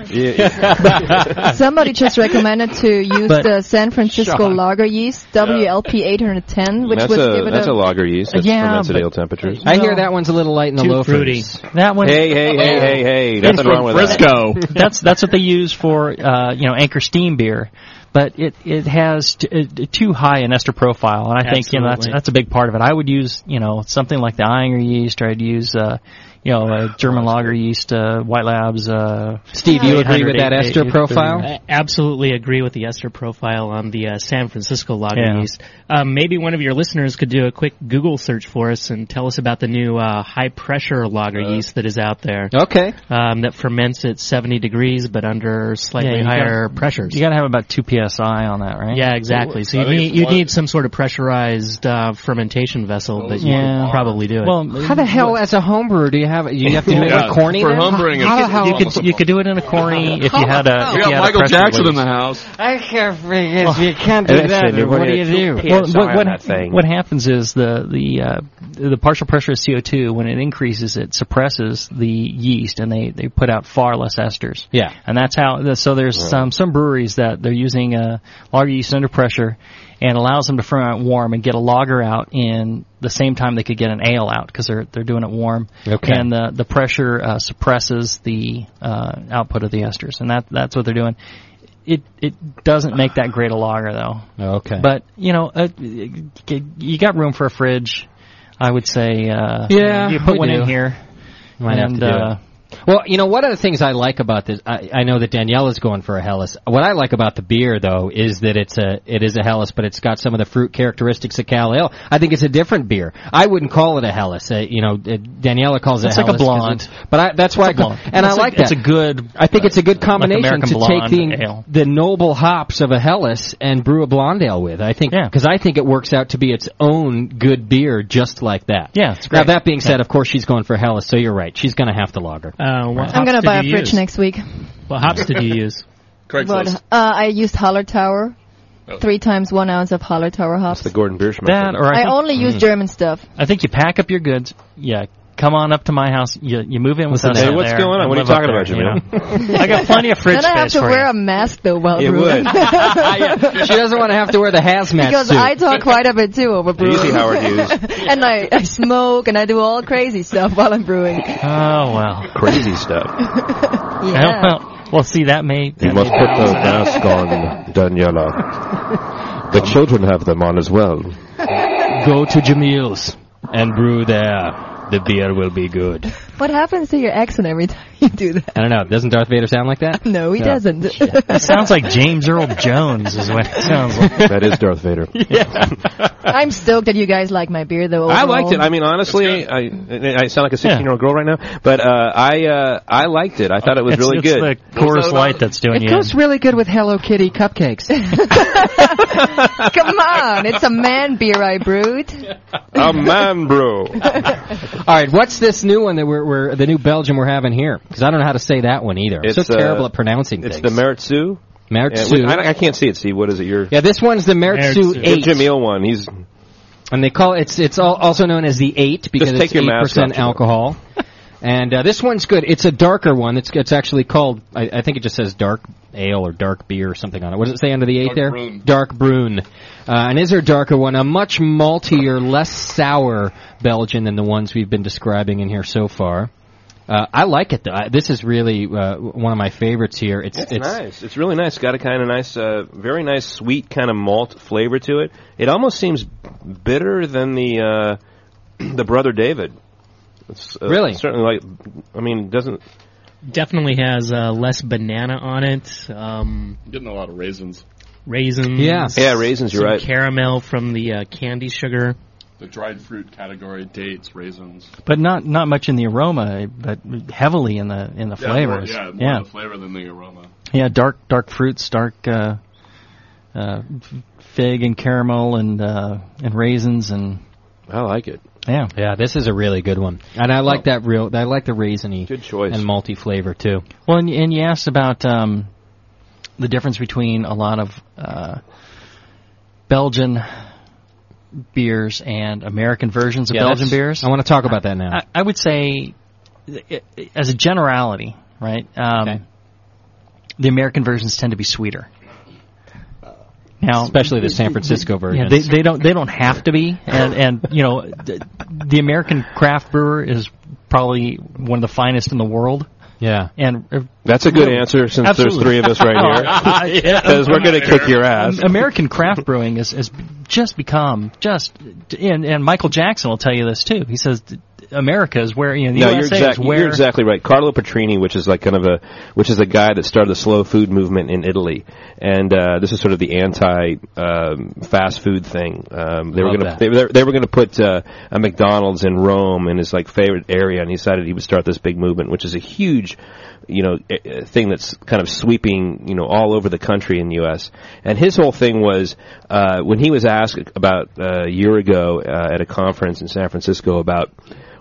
Speaker 5: [LAUGHS] Somebody just recommended to use
Speaker 9: But-
Speaker 5: the San Francisco
Speaker 9: Sean.
Speaker 5: lager yeast WLP 810, which
Speaker 2: that's
Speaker 5: would
Speaker 2: a
Speaker 5: give it
Speaker 2: that's a,
Speaker 5: a
Speaker 2: lager yeast. That's
Speaker 5: Yeah,
Speaker 2: fermented
Speaker 5: but-
Speaker 2: ale temperatures.
Speaker 1: I hear that one's a little light in the
Speaker 9: Too
Speaker 1: low
Speaker 9: fruity.
Speaker 1: fruities.
Speaker 9: That one.
Speaker 2: Hey, hey, hey, hey, hey! Nothing wrong with that.
Speaker 9: [LAUGHS] that's that's what they use for uh, you know Anchor Steam beer, but it it has t- it, too high an ester profile, and I think you know that's
Speaker 4: Absolutely.
Speaker 9: that's a big part of it. I would use you know something like the Eyinger yeast, or I'd use uh, you know a German lager yeast, uh, White Labs. Uh,
Speaker 1: Steve, you agree with
Speaker 9: 800,
Speaker 1: that ester
Speaker 9: 800,
Speaker 1: profile?
Speaker 4: I absolutely agree with the ester profile on the uh, San Francisco lager
Speaker 9: Yeah.
Speaker 4: yeast. Um, maybe one of your listeners could do a quick Google search for us and tell us about the new uh, high pressure lager
Speaker 9: Uh,
Speaker 4: yeast that is out there.
Speaker 1: Okay.
Speaker 4: Um, that ferments at 70 degrees but under slightly
Speaker 9: Yeah, you
Speaker 4: higher
Speaker 9: gotta-
Speaker 4: pressures.
Speaker 9: You got to have about two psi on that, right?
Speaker 4: Yeah, exactly. So
Speaker 9: I
Speaker 4: you
Speaker 9: think
Speaker 4: need
Speaker 9: it's
Speaker 4: you
Speaker 9: one-
Speaker 4: need some sort of pressurized uh, fermentation vessel that you
Speaker 9: Yeah.
Speaker 4: can probably do it.
Speaker 1: how the hell, as a homebrewer, do you have you have to do
Speaker 4: Yeah,
Speaker 1: it corny?
Speaker 4: for
Speaker 1: then?
Speaker 4: homebrewing,
Speaker 1: how,
Speaker 4: it's-
Speaker 1: the hell-
Speaker 9: you could you could do it in a corny if you had a.
Speaker 1: We
Speaker 9: if you
Speaker 1: got
Speaker 9: had a
Speaker 1: Michael
Speaker 9: pressure
Speaker 1: Jackson in
Speaker 9: release.
Speaker 1: the
Speaker 3: house.
Speaker 1: I can't forget you can't
Speaker 9: do
Speaker 1: do
Speaker 9: That's
Speaker 1: that.
Speaker 9: that, it. What
Speaker 1: What,
Speaker 9: What
Speaker 1: do
Speaker 9: do
Speaker 1: you
Speaker 9: you
Speaker 1: do?
Speaker 9: Well, what, what, what happens is the the uh, the partial pressure of CO2 when it increases, it suppresses the yeast, and they, they put out far less esters.
Speaker 1: Yeah.
Speaker 9: and that's how. So there's
Speaker 1: Right.
Speaker 9: some some breweries that they're using uh, lager yeast under pressure, and allows them to ferment warm and get a lager out in the same time they could get an ale out because they're they're doing it warm.
Speaker 1: Okay.
Speaker 9: and the the pressure uh, suppresses the uh, output of the esters, and that that's what they're doing it it doesn't make that great a lager though.
Speaker 2: Oh,
Speaker 1: Okay.
Speaker 9: But you know, uh, you got room for a fridge. I would say. Uh,
Speaker 1: Yeah,
Speaker 9: you put
Speaker 1: we
Speaker 9: one
Speaker 1: do.
Speaker 9: in here.
Speaker 1: Might have
Speaker 9: and,
Speaker 1: to do
Speaker 9: uh,
Speaker 1: it. Well, you know, one of the things I like about this, I, I know that Daniela's going for a Hellas. What I like about the beer, though, is that it's a it is a Hellas, but it's got some of the fruit characteristics of Cal Ale. I think it's a different beer. I wouldn't call it a Hellas. Uh, you know, uh, Daniela calls it
Speaker 9: It's
Speaker 1: a
Speaker 9: like a
Speaker 1: Hellas 'cause
Speaker 9: blonde.
Speaker 1: it's- But I, that's why I
Speaker 9: It's a
Speaker 1: call,
Speaker 9: blonde.
Speaker 1: and I
Speaker 9: It's a-
Speaker 1: like that.
Speaker 9: it's a good,
Speaker 1: I think it's a good combination
Speaker 9: American
Speaker 1: to take
Speaker 9: blonde
Speaker 1: the
Speaker 9: ale.
Speaker 1: the noble hops of a Hellas and brew a blonde ale with. I think because I think it works out to be its own good beer, just like that. Yeah, it's Now
Speaker 9: great.
Speaker 1: that being said, of course she's going for Hellas, so you're right. She's going to have to lager.
Speaker 4: Uh,
Speaker 5: I'm
Speaker 4: what hops
Speaker 5: gonna
Speaker 4: did
Speaker 5: buy a
Speaker 4: you
Speaker 5: fridge
Speaker 4: use?
Speaker 5: next week.
Speaker 4: What hops did you [LAUGHS] use?
Speaker 5: But, uh, I used Holler Tower, three times one ounce of Holler Tower hops.
Speaker 2: the Gordon Bierschmidt.
Speaker 9: Oh. That or I,
Speaker 5: I
Speaker 9: think- Mm.
Speaker 5: only use German stuff.
Speaker 9: I think you pack up your goods. Yeah, come on up to my house. You, you move in with
Speaker 2: Listen,
Speaker 9: us.
Speaker 2: hey,
Speaker 9: out
Speaker 2: what's
Speaker 9: there
Speaker 2: going on?
Speaker 9: and
Speaker 2: What are you
Speaker 9: live up
Speaker 2: talking
Speaker 9: there,
Speaker 2: about, Jamil?
Speaker 9: know? [LAUGHS] I got plenty
Speaker 5: [LAUGHS]
Speaker 9: of fridge
Speaker 5: Then I have
Speaker 9: space
Speaker 5: to
Speaker 9: for
Speaker 5: wear
Speaker 9: you.
Speaker 5: a mask though while [LAUGHS]
Speaker 9: It [LAUGHS]
Speaker 5: brewing.
Speaker 9: would.
Speaker 1: [LAUGHS] she doesn't want to have to wear the hazmat
Speaker 5: because
Speaker 1: suit.
Speaker 5: I talk quite a bit too over brewing.
Speaker 1: Easy, Howard Hughes.
Speaker 5: [LAUGHS] and I, I smoke and I do all crazy stuff while I'm brewing.
Speaker 9: Oh well,
Speaker 2: crazy stuff.
Speaker 5: Yeah.
Speaker 9: [LAUGHS] well, well, see that may.
Speaker 11: You must put
Speaker 9: [LAUGHS]
Speaker 11: the mask on, Daniela. The children have them on as well.
Speaker 1: Go to Jamil's and brew there. The beer will be good.
Speaker 5: What happens to your accent every time you do that?
Speaker 1: I don't know. Doesn't Darth Vader sound like that?
Speaker 5: No, he
Speaker 1: Yeah.
Speaker 5: doesn't. [LAUGHS]
Speaker 9: sounds like James Earl Jones is what it sounds like.
Speaker 2: that is Darth Vader.
Speaker 5: I'm stoked that you guys like my beer though.
Speaker 2: I
Speaker 5: overall.
Speaker 2: liked it. I mean, honestly, I, I sound like a 16 year old girl right now, but uh, I uh, I liked it. I thought it was
Speaker 9: It's-
Speaker 2: really
Speaker 9: it's
Speaker 2: good.
Speaker 9: the Coors Light that's doing
Speaker 1: It goes really good with Hello Kitty cupcakes.
Speaker 5: Come on, it's a man beer I brewed.
Speaker 2: a man
Speaker 1: [LAUGHS]
Speaker 2: brew.
Speaker 1: All right, what's this new one that we're, we're the new Belgium we're having here? Because I don't know how to say that one either. I'm
Speaker 2: It's,
Speaker 1: so
Speaker 2: uh,
Speaker 1: terrible at pronouncing
Speaker 2: It's
Speaker 1: things.
Speaker 2: the Meritsu.
Speaker 1: Meritsu.
Speaker 2: Yeah, I, I can't see it. See what is it? Your
Speaker 1: yeah, this one's the Meritsu
Speaker 2: The
Speaker 1: Eight,
Speaker 2: Jamil one. He's
Speaker 1: and they call it's it's al- also known as the Eight because
Speaker 2: Just take
Speaker 1: it's
Speaker 2: your
Speaker 1: eight
Speaker 2: mask off,
Speaker 1: percent
Speaker 2: Jamil. [LAUGHS]
Speaker 1: alcohol. and uh, this one's good. It's a darker one. It's it's actually called I, I think it just says dark ale or dark beer or something on it. What does it say under the eight
Speaker 4: Dark
Speaker 1: there?
Speaker 4: brune.
Speaker 1: Dark brune. Uh, and is there a darker one? A much maltier, less sour Belgian than the ones we've been describing in here so far. Uh, I like it though. I, this is really uh, one of my favorites here. It's
Speaker 2: It's,
Speaker 1: it's
Speaker 2: nice. It's really nice. Got a kind of nice, uh, very nice sweet kind of malt flavor to it. It almost seems bitter than the uh, [CLEARS THROAT] the brother David. It's, uh,
Speaker 4: Really?
Speaker 2: certainly like. I mean, doesn't
Speaker 4: Definitely has uh, less banana on it. Um,
Speaker 3: Getting a lot of raisins.
Speaker 4: raisins.
Speaker 3: Yeah. Yeah, raisins, you're
Speaker 4: some
Speaker 3: right.
Speaker 4: Caramel from the uh, candy sugar.
Speaker 3: The dried fruit category, dates, raisins.
Speaker 9: but not not much in the aroma, eh, but heavily in the in the
Speaker 3: Yeah,
Speaker 9: flavors.
Speaker 3: More, yeah, more
Speaker 9: yeah,
Speaker 3: the flavor than the aroma.
Speaker 9: Yeah, dark dark fruits, dark uh, uh, f- fig and caramel and uh, and raisins and.
Speaker 2: I like it.
Speaker 9: Yeah,
Speaker 1: yeah. This is a really good one, and I like that real. I like the raisiny
Speaker 2: good choice
Speaker 1: and malty flavor too.
Speaker 9: Well, and, and you asked about um, the difference between a lot of uh, Belgian beers and American versions of
Speaker 1: Yeah,
Speaker 9: Belgian
Speaker 1: that's-
Speaker 9: beers.
Speaker 1: I wanna talk about that now.
Speaker 9: I, I would say, i- i- as a generality, right? Um, The American versions tend to be sweeter. Now,
Speaker 1: Especially the San Francisco
Speaker 9: Yeah,
Speaker 1: versions.
Speaker 9: they, they don't they don't have to be, and and you know, the, the American craft brewer is probably one of the finest in the world.
Speaker 1: Yeah,
Speaker 9: and uh,
Speaker 2: That's a good
Speaker 9: really-
Speaker 2: answer since there's
Speaker 9: Absolutely.
Speaker 2: three of us right here.
Speaker 9: [LAUGHS] Yeah.
Speaker 2: Because we're going to kick your ass.
Speaker 9: Um, American craft brewing has, has just become just, and, and Michael Jackson will tell you this too. He says that America is where you know the
Speaker 2: no,
Speaker 9: USA
Speaker 2: you're, exact-
Speaker 9: is where
Speaker 2: you're exactly right. Carlo Petrini, which is like kind of a, which is a guy that started the slow food movement in Italy, and uh, this is sort of the anti um, fast food thing. Um, they were
Speaker 11: Love
Speaker 2: gonna
Speaker 11: that.
Speaker 2: they, were- they were gonna put uh, a McDonald's in Rome in his like favorite area, and he decided he would start this big movement, which is a huge, you know, eh, eh, thing that's kind of sweeping you know all over the country in the U.S. And his whole thing was uh, when he was asked about uh, a year ago uh, at a conference in San Francisco about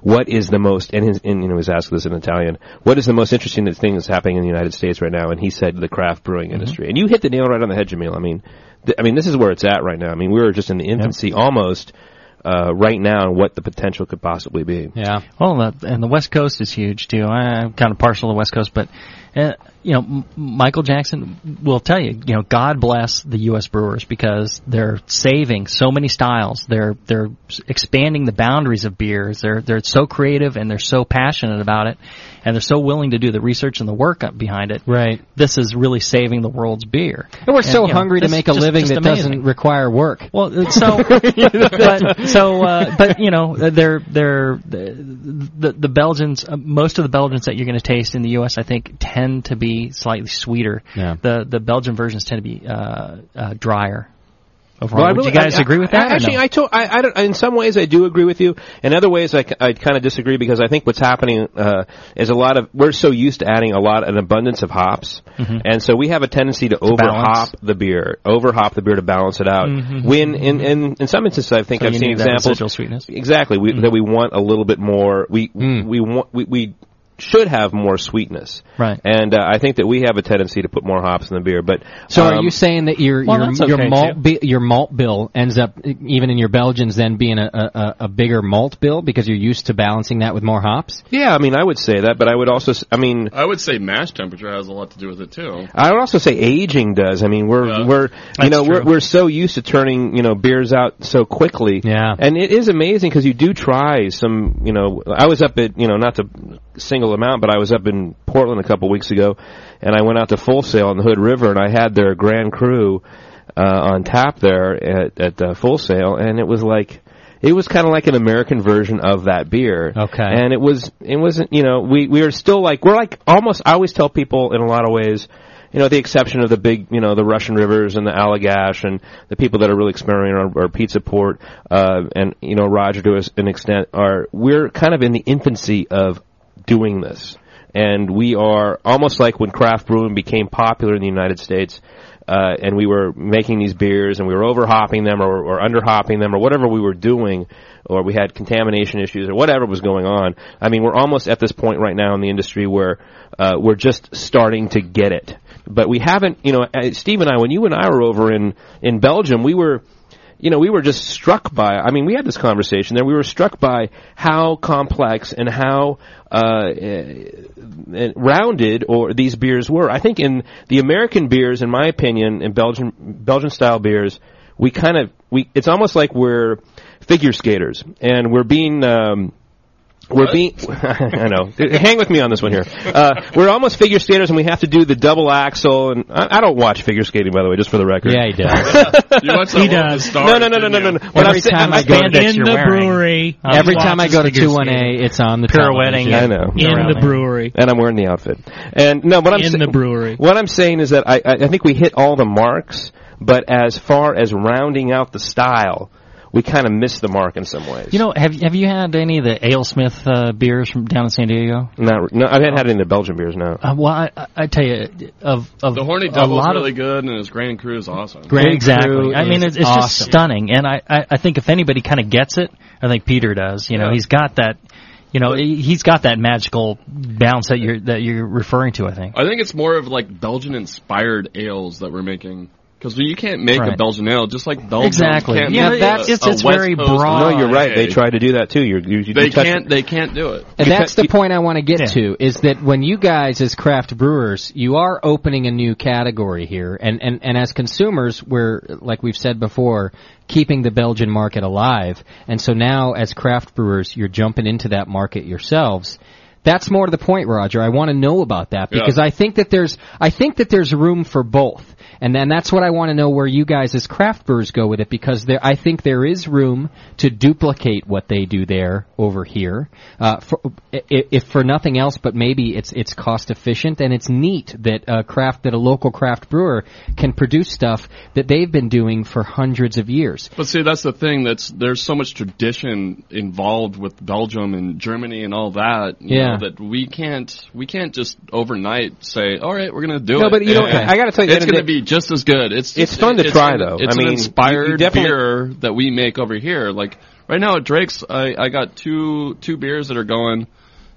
Speaker 2: what is the most and, his, and you know he was asked this in Italian what is the most interesting thing that's happening in the United States right now and he said the craft brewing industry and you hit the nail right on the head Jamil I mean th- I mean this is where it's at right now I mean we were just in the infancy almost uh, right now and what the potential could possibly be
Speaker 1: Yeah.
Speaker 9: uh, Well, the, and the West Coast is huge too. I, I'm kind of partial to the West Coast, but And you know, M- Michael Jackson will tell you, you know, God bless the U.S. brewers because they're saving so many styles. They're they're expanding the boundaries of beers. They're they're so creative and they're so passionate about it, and they're so willing to do the research and the work up behind it.
Speaker 1: Right.
Speaker 9: This is really saving the world's beer.
Speaker 1: And we're so
Speaker 9: you know,
Speaker 1: hungry to
Speaker 9: it's
Speaker 1: make a
Speaker 9: just-
Speaker 1: living
Speaker 9: just
Speaker 1: that
Speaker 9: amazing.
Speaker 1: doesn't require work. [LAUGHS]
Speaker 9: Well, so [LAUGHS] but so uh, but you know they're they're the the Belgians uh, most of the Belgians that you're going to taste in the U.S. I think tend to be slightly sweeter.
Speaker 1: Yeah.
Speaker 9: The the Belgian versions tend to be uh, uh, drier. Overall,
Speaker 2: Well, I
Speaker 9: would you
Speaker 2: really-
Speaker 9: guys
Speaker 2: I-
Speaker 9: agree with
Speaker 2: I-
Speaker 9: that? or
Speaker 2: actually,
Speaker 9: no?
Speaker 2: I, to, I, I don't, in some ways I do agree with you. In other ways, I, kind of disagree because I think what's happening uh, is a lot of we're so used to adding a lot an abundance of hops,
Speaker 9: Mm-hmm.
Speaker 11: Mhm.
Speaker 2: and so we have a tendency to over hop
Speaker 11: balance.
Speaker 2: the beer, over hop the beer to balance it out.
Speaker 11: Mhm.
Speaker 2: When in, in in some instances, I think
Speaker 9: Mm-hmm. So
Speaker 2: I've
Speaker 9: you
Speaker 2: seen
Speaker 9: need that
Speaker 2: examples
Speaker 9: residual sweetness. Mm.
Speaker 2: exactly we, that we want a little bit more. We we want we. we should have more sweetness,
Speaker 9: Right.
Speaker 2: And uh, I think that we have a tendency to put more hops in the beer. But
Speaker 1: So are
Speaker 2: um,
Speaker 1: you saying that your
Speaker 2: Well,
Speaker 1: your,
Speaker 2: that's
Speaker 1: your
Speaker 2: okay, too.
Speaker 1: malt bi- your malt bill ends up e- even in your Belgians then being a, a, a- a bigger malt bill because you're used to balancing that with more hops?
Speaker 2: Yeah, I mean, I would say that, but I would also, s- I mean,
Speaker 3: I would say mash temperature has a lot to do with it too.
Speaker 2: I would also say aging does. I mean, we're we're you
Speaker 3: That's
Speaker 2: know we're
Speaker 3: true.
Speaker 2: we're so used to turning you know beers out so quickly.
Speaker 1: Yeah,
Speaker 2: and it is amazing because you do try some. You know, I was up at you know not to single them out, but I was up in Portland a couple weeks ago, and I went out to Full Sail on the Hood River, and I had their Grand Cru uh, on tap there at at uh, Full Sail, and it was like. It was kind of like an American version of that beer. Okay. And it was, it wasn't, you know, we, we were still like, we're like almost, I always tell people in a lot of ways, you know, with the exception of the big, you know, the Russian rivers and the Allagash and the people that are really experimenting are, are Pizza Port, uh, and, you know, Roger to an extent are, we're kind of in the infancy of doing this. And we are almost like when craft brewing became popular in the United States, uh, and we were making these beers and we were over hopping them or, or under hopping them or whatever we were doing, or we had contamination issues or whatever was going on. I mean, we're almost at this point right now in the industry where uh, we're just starting to get it. But we haven't, you know, uh, Steve and I, when you and I were over in, in Belgium, we were, you know, we were just struck by. I mean, we had this conversation there. We were struck by how complex and how uh, eh, eh, rounded or these beers were. I think in the American beers, in my opinion, in Belgian Belgian style beers, we kind of we. It's almost like we're figure skaters and we're being. Um, we're
Speaker 11: What?
Speaker 2: being, [LAUGHS] I know. Hang with me on this one here. Uh, we're almost figure skaters, and we have to do the double axle. And I, I don't watch figure skating, by the way, just for the record. Yeah,
Speaker 1: he does.
Speaker 3: [LAUGHS] You watch that
Speaker 2: He
Speaker 3: one with the
Speaker 2: does.
Speaker 3: star,
Speaker 2: No, no, no, no,
Speaker 3: didn't
Speaker 2: no,
Speaker 3: you?
Speaker 2: no, no. What I'm saying- I'm saying-
Speaker 1: every time I go to two
Speaker 2: [LAUGHS]
Speaker 1: one a, it's on the television.
Speaker 2: I know.
Speaker 4: brewery.
Speaker 2: And I'm wearing the outfit. And no, what I'm
Speaker 4: In
Speaker 2: sa-
Speaker 4: the brewery.
Speaker 2: What I'm saying is that I, I I think we hit all the marks, but as far as rounding out the style, we kind of missed the mark in some ways.
Speaker 9: You know, have have you had any of the AleSmith uh, beers from down in San Diego?
Speaker 2: Not, re- no, I haven't had any of the Belgian beers. No.
Speaker 9: Uh, well, I, I- I tell you, uh, of of
Speaker 3: The horny
Speaker 9: a
Speaker 3: devil's
Speaker 9: lot of
Speaker 3: really good, and his Grand Cru is awesome.
Speaker 9: exactly. I mean, it's, it's just
Speaker 3: awesome.
Speaker 9: stunning, and I, I, I think if anybody kind of gets it, I think Peter does. You know,
Speaker 3: Yeah.
Speaker 9: he's got that, you know, he- he's got that magical bounce that you're that you're referring to. I think.
Speaker 3: I think it's more of like Belgian inspired ales that we're making. Because you can't make a
Speaker 9: Right.
Speaker 3: Belgian ale just like Belgians
Speaker 9: Exactly.
Speaker 3: can't
Speaker 9: Yeah,
Speaker 3: make
Speaker 9: that's-
Speaker 3: a,
Speaker 9: it's-
Speaker 3: a
Speaker 9: it's
Speaker 3: West
Speaker 9: very
Speaker 3: Coast
Speaker 9: broad.
Speaker 2: No, you're right. They
Speaker 3: IPA.
Speaker 2: tried to do that too. You're, you, you
Speaker 3: They
Speaker 2: touched-
Speaker 3: can't. They can't do it.
Speaker 1: And that's the point I want to get to is that when you guys as craft brewers, you are opening a new category here, and and and as consumers, we're like we've said before, keeping the Belgian market alive, and so now as craft brewers, you're jumping into that market yourselves. That's more to the point, Roger. I want to know about that
Speaker 9: Yeah.
Speaker 1: because I think that there's I think that there's room for both. And then that's what I want to know where you guys as craft brewers go with it because there, I think there is room to duplicate what they do there over here. Uh, for, i- i- if for nothing else, but maybe it's, it's cost efficient and it's neat that a craft, that a local craft brewer can produce stuff that they've been doing for hundreds of years.
Speaker 3: But see, that's the thing. That's there's so much tradition involved with Belgium and Germany and all that. You
Speaker 1: Yeah.
Speaker 3: Know, that we can't we can't just overnight say, all right, we're gonna do
Speaker 2: No,
Speaker 3: it.
Speaker 2: but you know,
Speaker 3: And
Speaker 2: I- I gotta tell you,
Speaker 3: it's
Speaker 2: the-
Speaker 3: gonna be just as good. It's
Speaker 2: It's fun to
Speaker 3: it's
Speaker 2: try,
Speaker 3: an-
Speaker 2: though. I
Speaker 3: It's
Speaker 2: mean, you-
Speaker 3: an
Speaker 2: you
Speaker 3: inspired
Speaker 2: definitely-
Speaker 3: beer that we make over here. Like right now at Drake's, I I got two two beers that are going.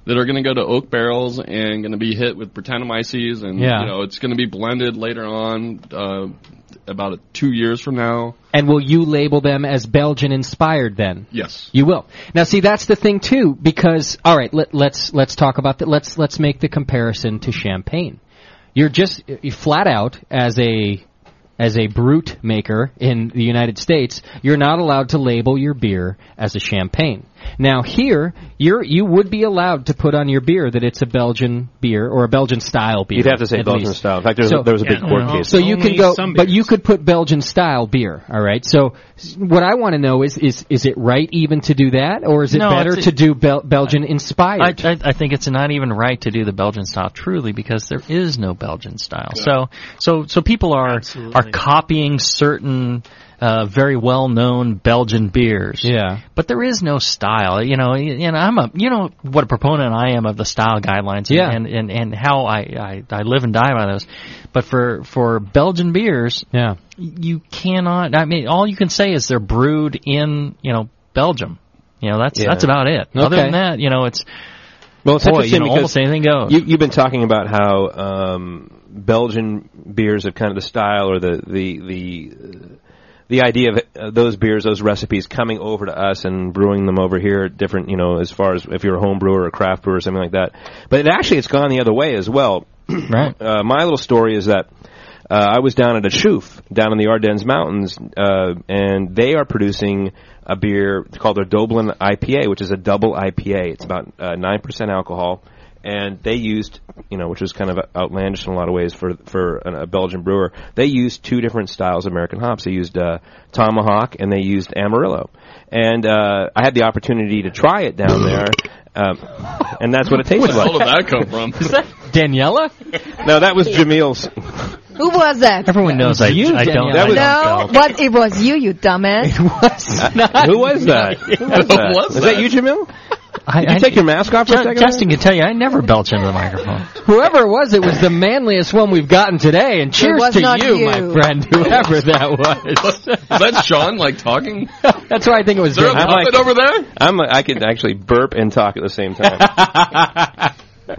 Speaker 3: That are going to go to oak barrels and going to be hit with Britannomyces, and
Speaker 1: Yeah.
Speaker 3: you know it's going to be blended later on, uh, about two years from now.
Speaker 1: And will you label them as Belgian inspired then?
Speaker 3: Yes.
Speaker 1: You will. Now see that's the thing too because all right, let, let's let's talk about that. Let's let's make the comparison to champagne. You're just you're flat out as a as a brute maker in the United States, you're not allowed to label your beer as a champagne. Now here, you're you would be allowed to put on your beer that it's a Belgian beer or a Belgian style beer.
Speaker 2: You'd have to say
Speaker 1: at
Speaker 2: Belgian
Speaker 1: least. Uh-huh.
Speaker 2: style. In fact, there's a- there was a big Yeah, court no. case.
Speaker 1: So you can
Speaker 2: Only
Speaker 1: go,
Speaker 2: some
Speaker 1: but you could put Belgian style beer. All right. So s- what I want to know is is is it right even to do that, or is it
Speaker 9: No,
Speaker 1: better
Speaker 9: it's
Speaker 1: to
Speaker 9: a-
Speaker 1: do Bel- Belgian inspired?
Speaker 9: I, I, I think it's not even right to do the Belgian style truly because there is no Belgian style. So so so people are are copying certain uh, very well known Belgian beers.
Speaker 1: Yeah,
Speaker 9: but there is no style. You know, and I'm a you know what a proponent I am of the style guidelines. Yeah. and and and how I, I I live and die by those. But for for Belgian beers,
Speaker 1: yeah,
Speaker 9: you cannot. I mean, all you can say is they're brewed in you know Belgium. You know that's
Speaker 2: Yeah.
Speaker 9: that's about it. Other
Speaker 2: Okay.
Speaker 9: than that, you know it's
Speaker 2: Well, it's
Speaker 9: boy,
Speaker 2: interesting
Speaker 9: you know,
Speaker 2: because
Speaker 9: almost anything goes.
Speaker 2: You, you've been talking about how um, Belgian beers have kind of the style or the the the uh, the idea of uh, those beers, those recipes coming over to us and brewing them over here, different, you know, as far as if you're a home brewer or a craft brewer or something like that. But it actually, it's gone the other way as well. [CLEARS THROAT]
Speaker 9: right.
Speaker 2: Uh, my little story is that uh, I was down at a shoof down in the Ardennes Mountains, uh, and they are producing a beer called their Dublin IPA, which is a double IPA. It's about uh, nine percent alcohol, and they used, you know, which was kind of outlandish in a lot of ways for for an, a Belgian brewer. They used two different styles of American hops. They used uh, Tomahawk and they used Amarillo, and uh, I had the opportunity to try it down there. Um, and that's what it tastes
Speaker 3: Where the
Speaker 2: like.
Speaker 3: hell did that come from?
Speaker 9: Is that Daniela?
Speaker 2: No, that was Jamil's.
Speaker 5: Who was that?
Speaker 9: Everyone knows I,
Speaker 2: You,
Speaker 9: I
Speaker 2: Daniela.
Speaker 9: don't. I don't
Speaker 5: No,
Speaker 9: go.
Speaker 5: what? It was you, you dumbass.
Speaker 2: Who was that?
Speaker 5: Who was that?
Speaker 2: Was that you, Jamil?
Speaker 9: I,
Speaker 2: Did you take your mask off for a
Speaker 9: Ju-
Speaker 2: second
Speaker 9: Justin can tell you, I never belch into the microphone.
Speaker 1: [LAUGHS] Whoever it was, it was the manliest one we've gotten today, and cheers
Speaker 9: was
Speaker 1: to
Speaker 9: not
Speaker 1: you,
Speaker 9: you.
Speaker 1: my friend, whoever that was.
Speaker 3: Is that Sean like talking?
Speaker 1: [LAUGHS] That's why I think it was.
Speaker 3: Is there a
Speaker 1: Dan.
Speaker 3: puppet over there?
Speaker 2: I'm a, I could actually burp and talk at the same
Speaker 1: [LAUGHS]
Speaker 2: time.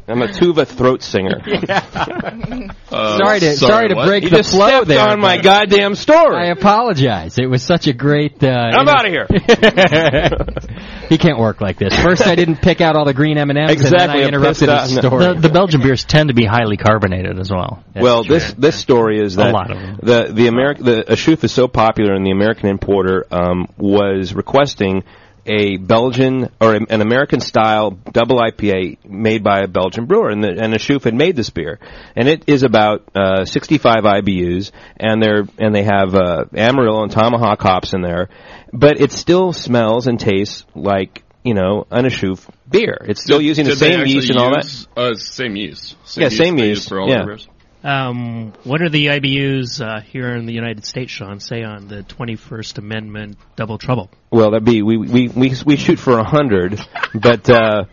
Speaker 2: I'm a tuba throat singer.
Speaker 1: [LAUGHS]
Speaker 3: Uh,
Speaker 1: sorry to Uh, sorry to break
Speaker 2: You
Speaker 1: the
Speaker 2: just
Speaker 1: flow
Speaker 2: stepped
Speaker 1: there.
Speaker 2: on my
Speaker 1: but-
Speaker 2: goddamn story.
Speaker 1: I apologize. It was such a great. Uh,
Speaker 2: I'm out of here.
Speaker 1: here. [LAUGHS] He can't work like this. First, I didn't pick out all the green M and M's, and then
Speaker 2: Exactly,
Speaker 1: I
Speaker 2: I'm
Speaker 1: interrupted
Speaker 2: pissed
Speaker 1: his
Speaker 2: off now.
Speaker 1: story.
Speaker 9: The, the Belgian beers tend to be highly carbonated as well.
Speaker 2: well, this this story is
Speaker 9: A
Speaker 2: that
Speaker 9: lot of
Speaker 2: the the American the Ashoof is so popular, and the American importer um, was requesting a Belgian or a- an American style double IPA made by a Belgian brewer, and the, and Ashoof had made this beer, and it is about uh, 65 IBUs, and they're and they have uh, Amarillo and Tomahawk hops in there, but it still smells and tastes like you know an Ashoof beer. It's still using the
Speaker 3: Did they
Speaker 2: same yeast
Speaker 3: actually
Speaker 2: and all that.
Speaker 3: use- Uh, same yeast.
Speaker 2: Yeah, same
Speaker 3: they
Speaker 2: yeast,
Speaker 3: use For all
Speaker 2: yeah.
Speaker 3: their beers.
Speaker 4: Um, what are the IBUs uh, here in the United States, Sean? Say on the 21st Amendment double trouble.
Speaker 2: Well, that'd be we we we, we shoot for a hundred, but
Speaker 3: [LAUGHS]
Speaker 2: uh,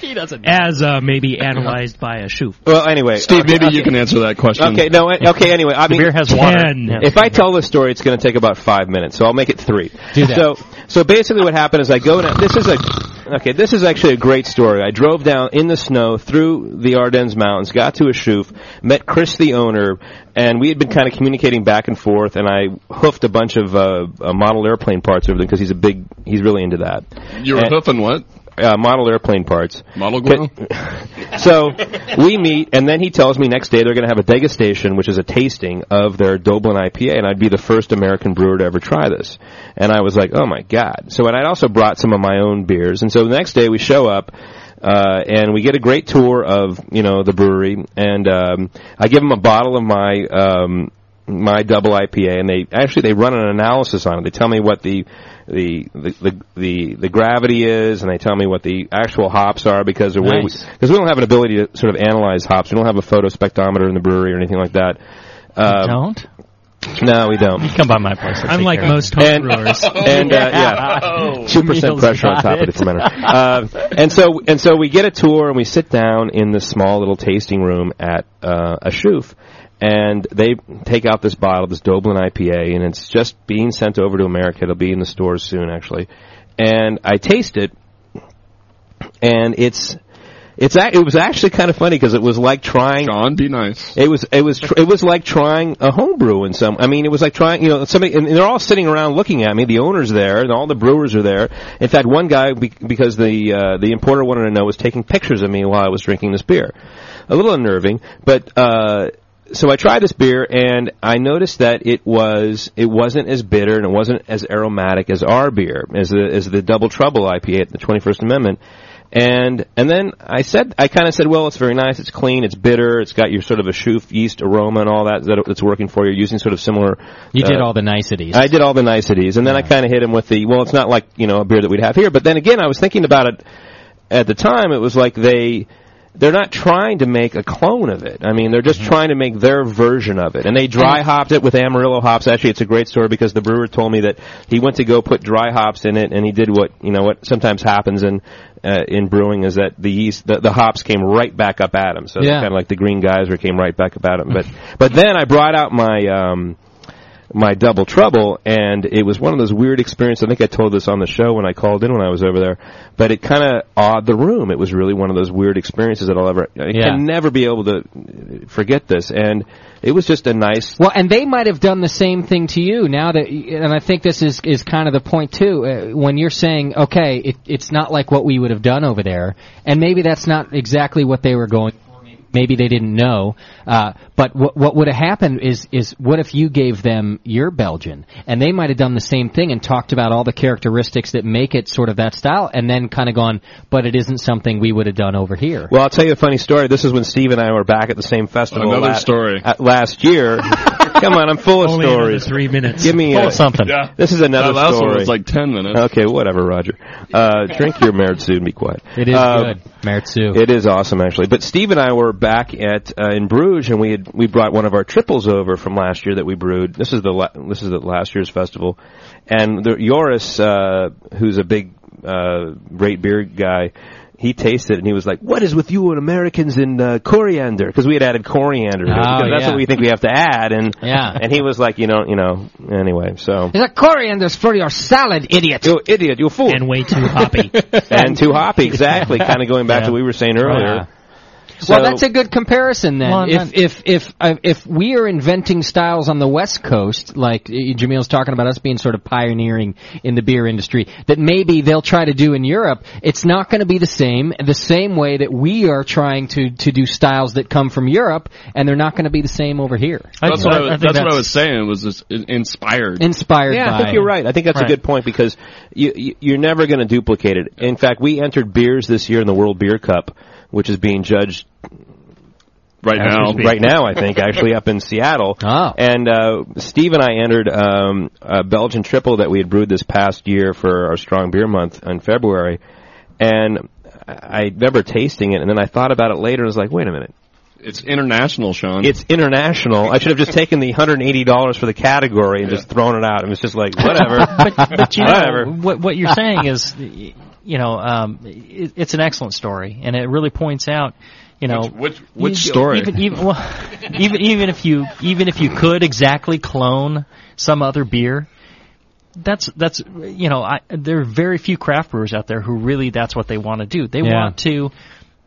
Speaker 4: He doesn't. As uh, maybe analyzed by a shoof.
Speaker 2: well, anyway,
Speaker 4: Steve, maybe you
Speaker 3: can answer that question.
Speaker 2: uh, Okay, no, I- okay. Anyway, I
Speaker 4: The
Speaker 2: mean,
Speaker 4: beer has water. Ten.
Speaker 2: If I tell this story, it's going to take about five minutes, so I'll make it three.
Speaker 1: Do that.
Speaker 2: So, so basically, what happened is I go down. This is a okay. This is actually a great story. I drove down in the snow through the Ardennes Mountains, got to a shoof, met Chris, the owner, and we had been kind of communicating back and forth. And I hoofed a bunch of uh, uh, model airplane parts over there because he's a big. He's really into that.
Speaker 3: You were
Speaker 2: And-
Speaker 3: hoofing what?
Speaker 2: Uh, model airplane parts.
Speaker 3: Model
Speaker 2: But-
Speaker 3: glue?
Speaker 2: [LAUGHS] so we meet, and then he tells me next day they're going to have a degustation, which is a tasting of their Dublin IPA, and I'd be the first American brewer to ever try this. And I was like, oh my god! So and I'd also brought some of my own beers, and so the next day we show up. Uh, and we get a great tour of you know the brewery, and um, I give them a bottle of my um, my double IPA, and they actually they run an analysis on it. They tell me what the the the the, the, the gravity is, and they tell me what the actual hops are because they're way
Speaker 11: Nice.
Speaker 2: because we don't have an ability to sort of analyze hops. We don't have a photo spectrometer in the brewery or anything like that. Uh,
Speaker 9: don't?
Speaker 2: No, we don't.
Speaker 9: Come by my place.
Speaker 4: Unlike most home
Speaker 2: and,
Speaker 9: [LAUGHS]
Speaker 4: brewers. Oh.
Speaker 2: And uh, yeah, two percent pressure on top of the fermenter. Uh, and so and so we get a tour and we sit down in this small little tasting room at uh, a shoof. And they take out this bottle, this Doblin IPA, and it's just being sent over to America. It'll be in the stores soon, actually. And I taste it, and it's it's ac it was actually kind of funny because it was like trying.
Speaker 3: John, be nice.
Speaker 2: It was it was tr- it was like trying a homebrew in some. I mean, it was like trying you know somebody and they're all sitting around looking at me. The owners there and all the brewers are there. In fact, one guy be- because the uh, the importer wanted to know was taking pictures of me while I was drinking this beer. A little unnerving, but. Uh, so I tried this beer and I noticed that it was it wasn't as bitter and it wasn't as aromatic as our beer, as the as the Double Trouble IPA at the 21st Amendment. And and then I said I kind of said, well, it's very nice, it's clean, it's bitter, it's got your sort of a shoof yeast aroma and all that, that that's working for you. Using sort of similar.
Speaker 1: You did
Speaker 2: uh,
Speaker 1: all the niceties.
Speaker 2: I did all the niceties, and then I kind of hit him with the well. It's not like you know a beer that we'd have here, but then again, I was thinking about it at the time. It was like they they're not trying to make a clone of it. I mean, they're just trying to make their version of it, and they dry hopped it with Amarillo hops. Actually, it's a great story because the brewer told me that he went to go put dry hops in it, and he did what you know what sometimes happens in uh, in brewing is that the yeast the, the hops came right back up at him. So it's
Speaker 11: Yeah.
Speaker 2: kind of like the green geyser came right back up at him. But but then I brought out my. um my double trouble and it was one of those weird experiences i think i told this on the show when i called in when i was over there but it kind of awed the room it was really one of those weird experiences that i'll ever i
Speaker 1: Yeah.
Speaker 2: can never be able to uh, forget this and it was just a nice
Speaker 1: Well, and they might have done the same thing to you now that, and I think this is is kind of the point too. Uh, when you're saying, okay, it, it's not like what we would have done over there, and maybe that's not exactly what they were going. for. Maybe they didn't know, uh, but what, what would have happened is is what if you gave them your Belgian, and they might have done the same thing and talked about all the characteristics that make it sort of that style, and then kind of gone, but it isn't something we would have done over here.
Speaker 2: Well, I'll tell you a funny story. This is when Steve and I were back at the same festival.
Speaker 1: Another
Speaker 2: story. last
Speaker 3: [LAUGHS]
Speaker 2: year. Come on, I'm full of
Speaker 3: Only another
Speaker 2: stories.
Speaker 3: three minutes.
Speaker 2: Give me
Speaker 3: Pull
Speaker 2: a,
Speaker 3: something. Yeah.
Speaker 2: This is another
Speaker 3: That last one
Speaker 2: story.
Speaker 3: was like 10 minutes.
Speaker 2: Okay, whatever, Roger. Uh, drink your Maritsu and be quiet.
Speaker 1: It is
Speaker 2: Um,
Speaker 1: good, Maritsu.
Speaker 2: It is awesome, actually. But Steve and I were back at uh, in Bruges, and we had we brought one of our triples over from last year that we brewed. This is the la- this is the last year's festival, and the, Joris, uh, who's a big uh, great beer guy, he tasted it and he was like, "What is with you and Americans and uh, coriander?" Because we had added coriander, to it,
Speaker 1: Oh,
Speaker 2: because that's
Speaker 1: yeah.
Speaker 2: what we think we have to add. And
Speaker 1: Yeah.
Speaker 2: and he was like, you know, you know, anyway, so.
Speaker 1: Is that coriander's for your salad, idiot?
Speaker 2: You idiot, you fool.
Speaker 4: And way too hoppy.
Speaker 2: [LAUGHS] and too hoppy,
Speaker 4: [LAUGHS]
Speaker 2: exactly. kind of going back to what we were saying earlier.
Speaker 1: well,
Speaker 2: So-
Speaker 1: that's a good comparison then.
Speaker 2: Well,
Speaker 1: if, if if uh, if we are inventing styles on the West Coast, like uh, Jamil's talking about us being sort of pioneering in the beer industry, that maybe they'll try to do in Europe, it's not going to be the same. The same way that we are trying to to do styles that come from Europe, and they're not going to be the same over here.
Speaker 3: That's, what, I was, that's, what I was saying. Was just in- inspired.
Speaker 1: Inspired
Speaker 2: Yeah, I
Speaker 1: by-
Speaker 2: think you're right. I think that's
Speaker 1: Right.
Speaker 2: a good point because you, you, you're never going to duplicate it. In fact, we entered beers this year in the World Beer Cup, which is being judged
Speaker 3: Right
Speaker 2: as
Speaker 3: now.
Speaker 2: we speak. Right now, I think actually up in Seattle. And uh, Steve and I entered um, a Belgian triple that we had brewed this past year for our Strong Beer Month in February, and I I remember tasting it, and then I thought about it later and was like, wait a minute.
Speaker 3: It's international, Sean.
Speaker 2: It's international. I should have just taken the hundred and eighty dollars for the category and just thrown it out. It was just like whatever, [LAUGHS]
Speaker 9: but you know,
Speaker 2: whatever.
Speaker 9: what what you're
Speaker 2: [LAUGHS]
Speaker 9: saying is, y- you know, um, it, it's an excellent story, and it really points out, you know,
Speaker 3: Which- which- which
Speaker 9: you-
Speaker 3: story?
Speaker 9: Even even, well, [LAUGHS] even even if you even if you could exactly clone some other beer. That's that's you know I, there are very few craft brewers out there who really that's what they want to do. They
Speaker 1: Yeah.
Speaker 9: want to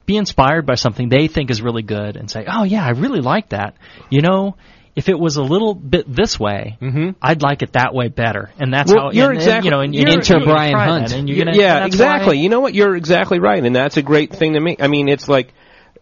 Speaker 9: be inspired by something they think is really good and say, "Oh yeah, I really like that." You know, if it was a little bit this way, I'd like it that way better. And that's
Speaker 2: Mm-hmm. Well,
Speaker 9: how
Speaker 2: you're
Speaker 9: and,
Speaker 2: exactly
Speaker 9: and, you know, and,
Speaker 2: you're-
Speaker 9: and you try that, and you're gonna-
Speaker 2: yeah,
Speaker 9: that's
Speaker 2: exactly.
Speaker 9: why-
Speaker 2: You know what? You're exactly right, and that's a great thing to me. I mean, it's like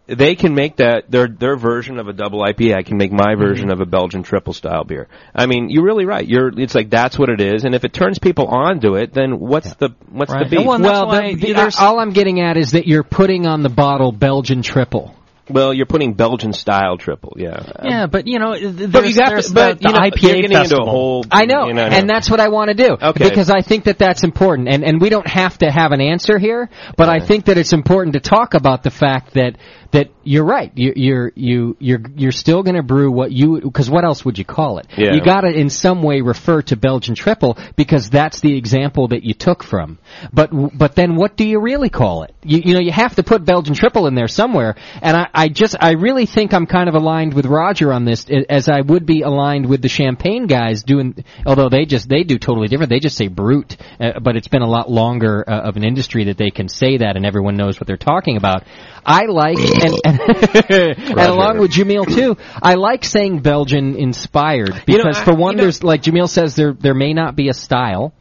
Speaker 2: they can make that their their version of a double IPA. I can make my version of
Speaker 9: Mm-hmm.
Speaker 2: a Belgian triple style beer. I mean, you're really right. You're it's like that's what it is, and if it turns people onto it, then what's the what's the beef?
Speaker 1: well, the- the- all I'm getting at is that you're putting on the bottle Belgian triple.
Speaker 2: well, you're putting Belgian style triple. Yeah.
Speaker 9: Yeah, but you know, th-
Speaker 2: Uh, But
Speaker 9: there's,
Speaker 2: you have
Speaker 9: there's
Speaker 2: to- but,
Speaker 9: the,
Speaker 2: you know,
Speaker 9: the IPA
Speaker 2: you're getting into a
Speaker 9: festival.
Speaker 2: whole-
Speaker 1: I know,
Speaker 2: you know,
Speaker 1: and
Speaker 2: no.
Speaker 1: that's what I want to do
Speaker 2: Okay.
Speaker 1: because I think that that's important, and and we don't have to have an answer here, but I think that it's important to talk about the fact that that you're right, you, you're you you're you're still going to brew what you because what else would you call it?
Speaker 9: Yeah.
Speaker 1: You got to in some way refer to Belgian triple because that's the example that you took from. But w- but then what do you really call it? You you know you have to put Belgian triple in there somewhere, and I I just I really think I'm kind of aligned with Roger on this a- as I would be aligned with the champagne guys doing although they just they do totally different. They just say brute, uh, but it's been a lot longer uh, of an industry that they can say that and everyone knows what they're talking about. I like and and, [LAUGHS] and along with Jamil too, I like saying Belgian inspired because
Speaker 2: I-
Speaker 1: for one
Speaker 2: you know-
Speaker 1: there's like Jamil says there there may not be a style.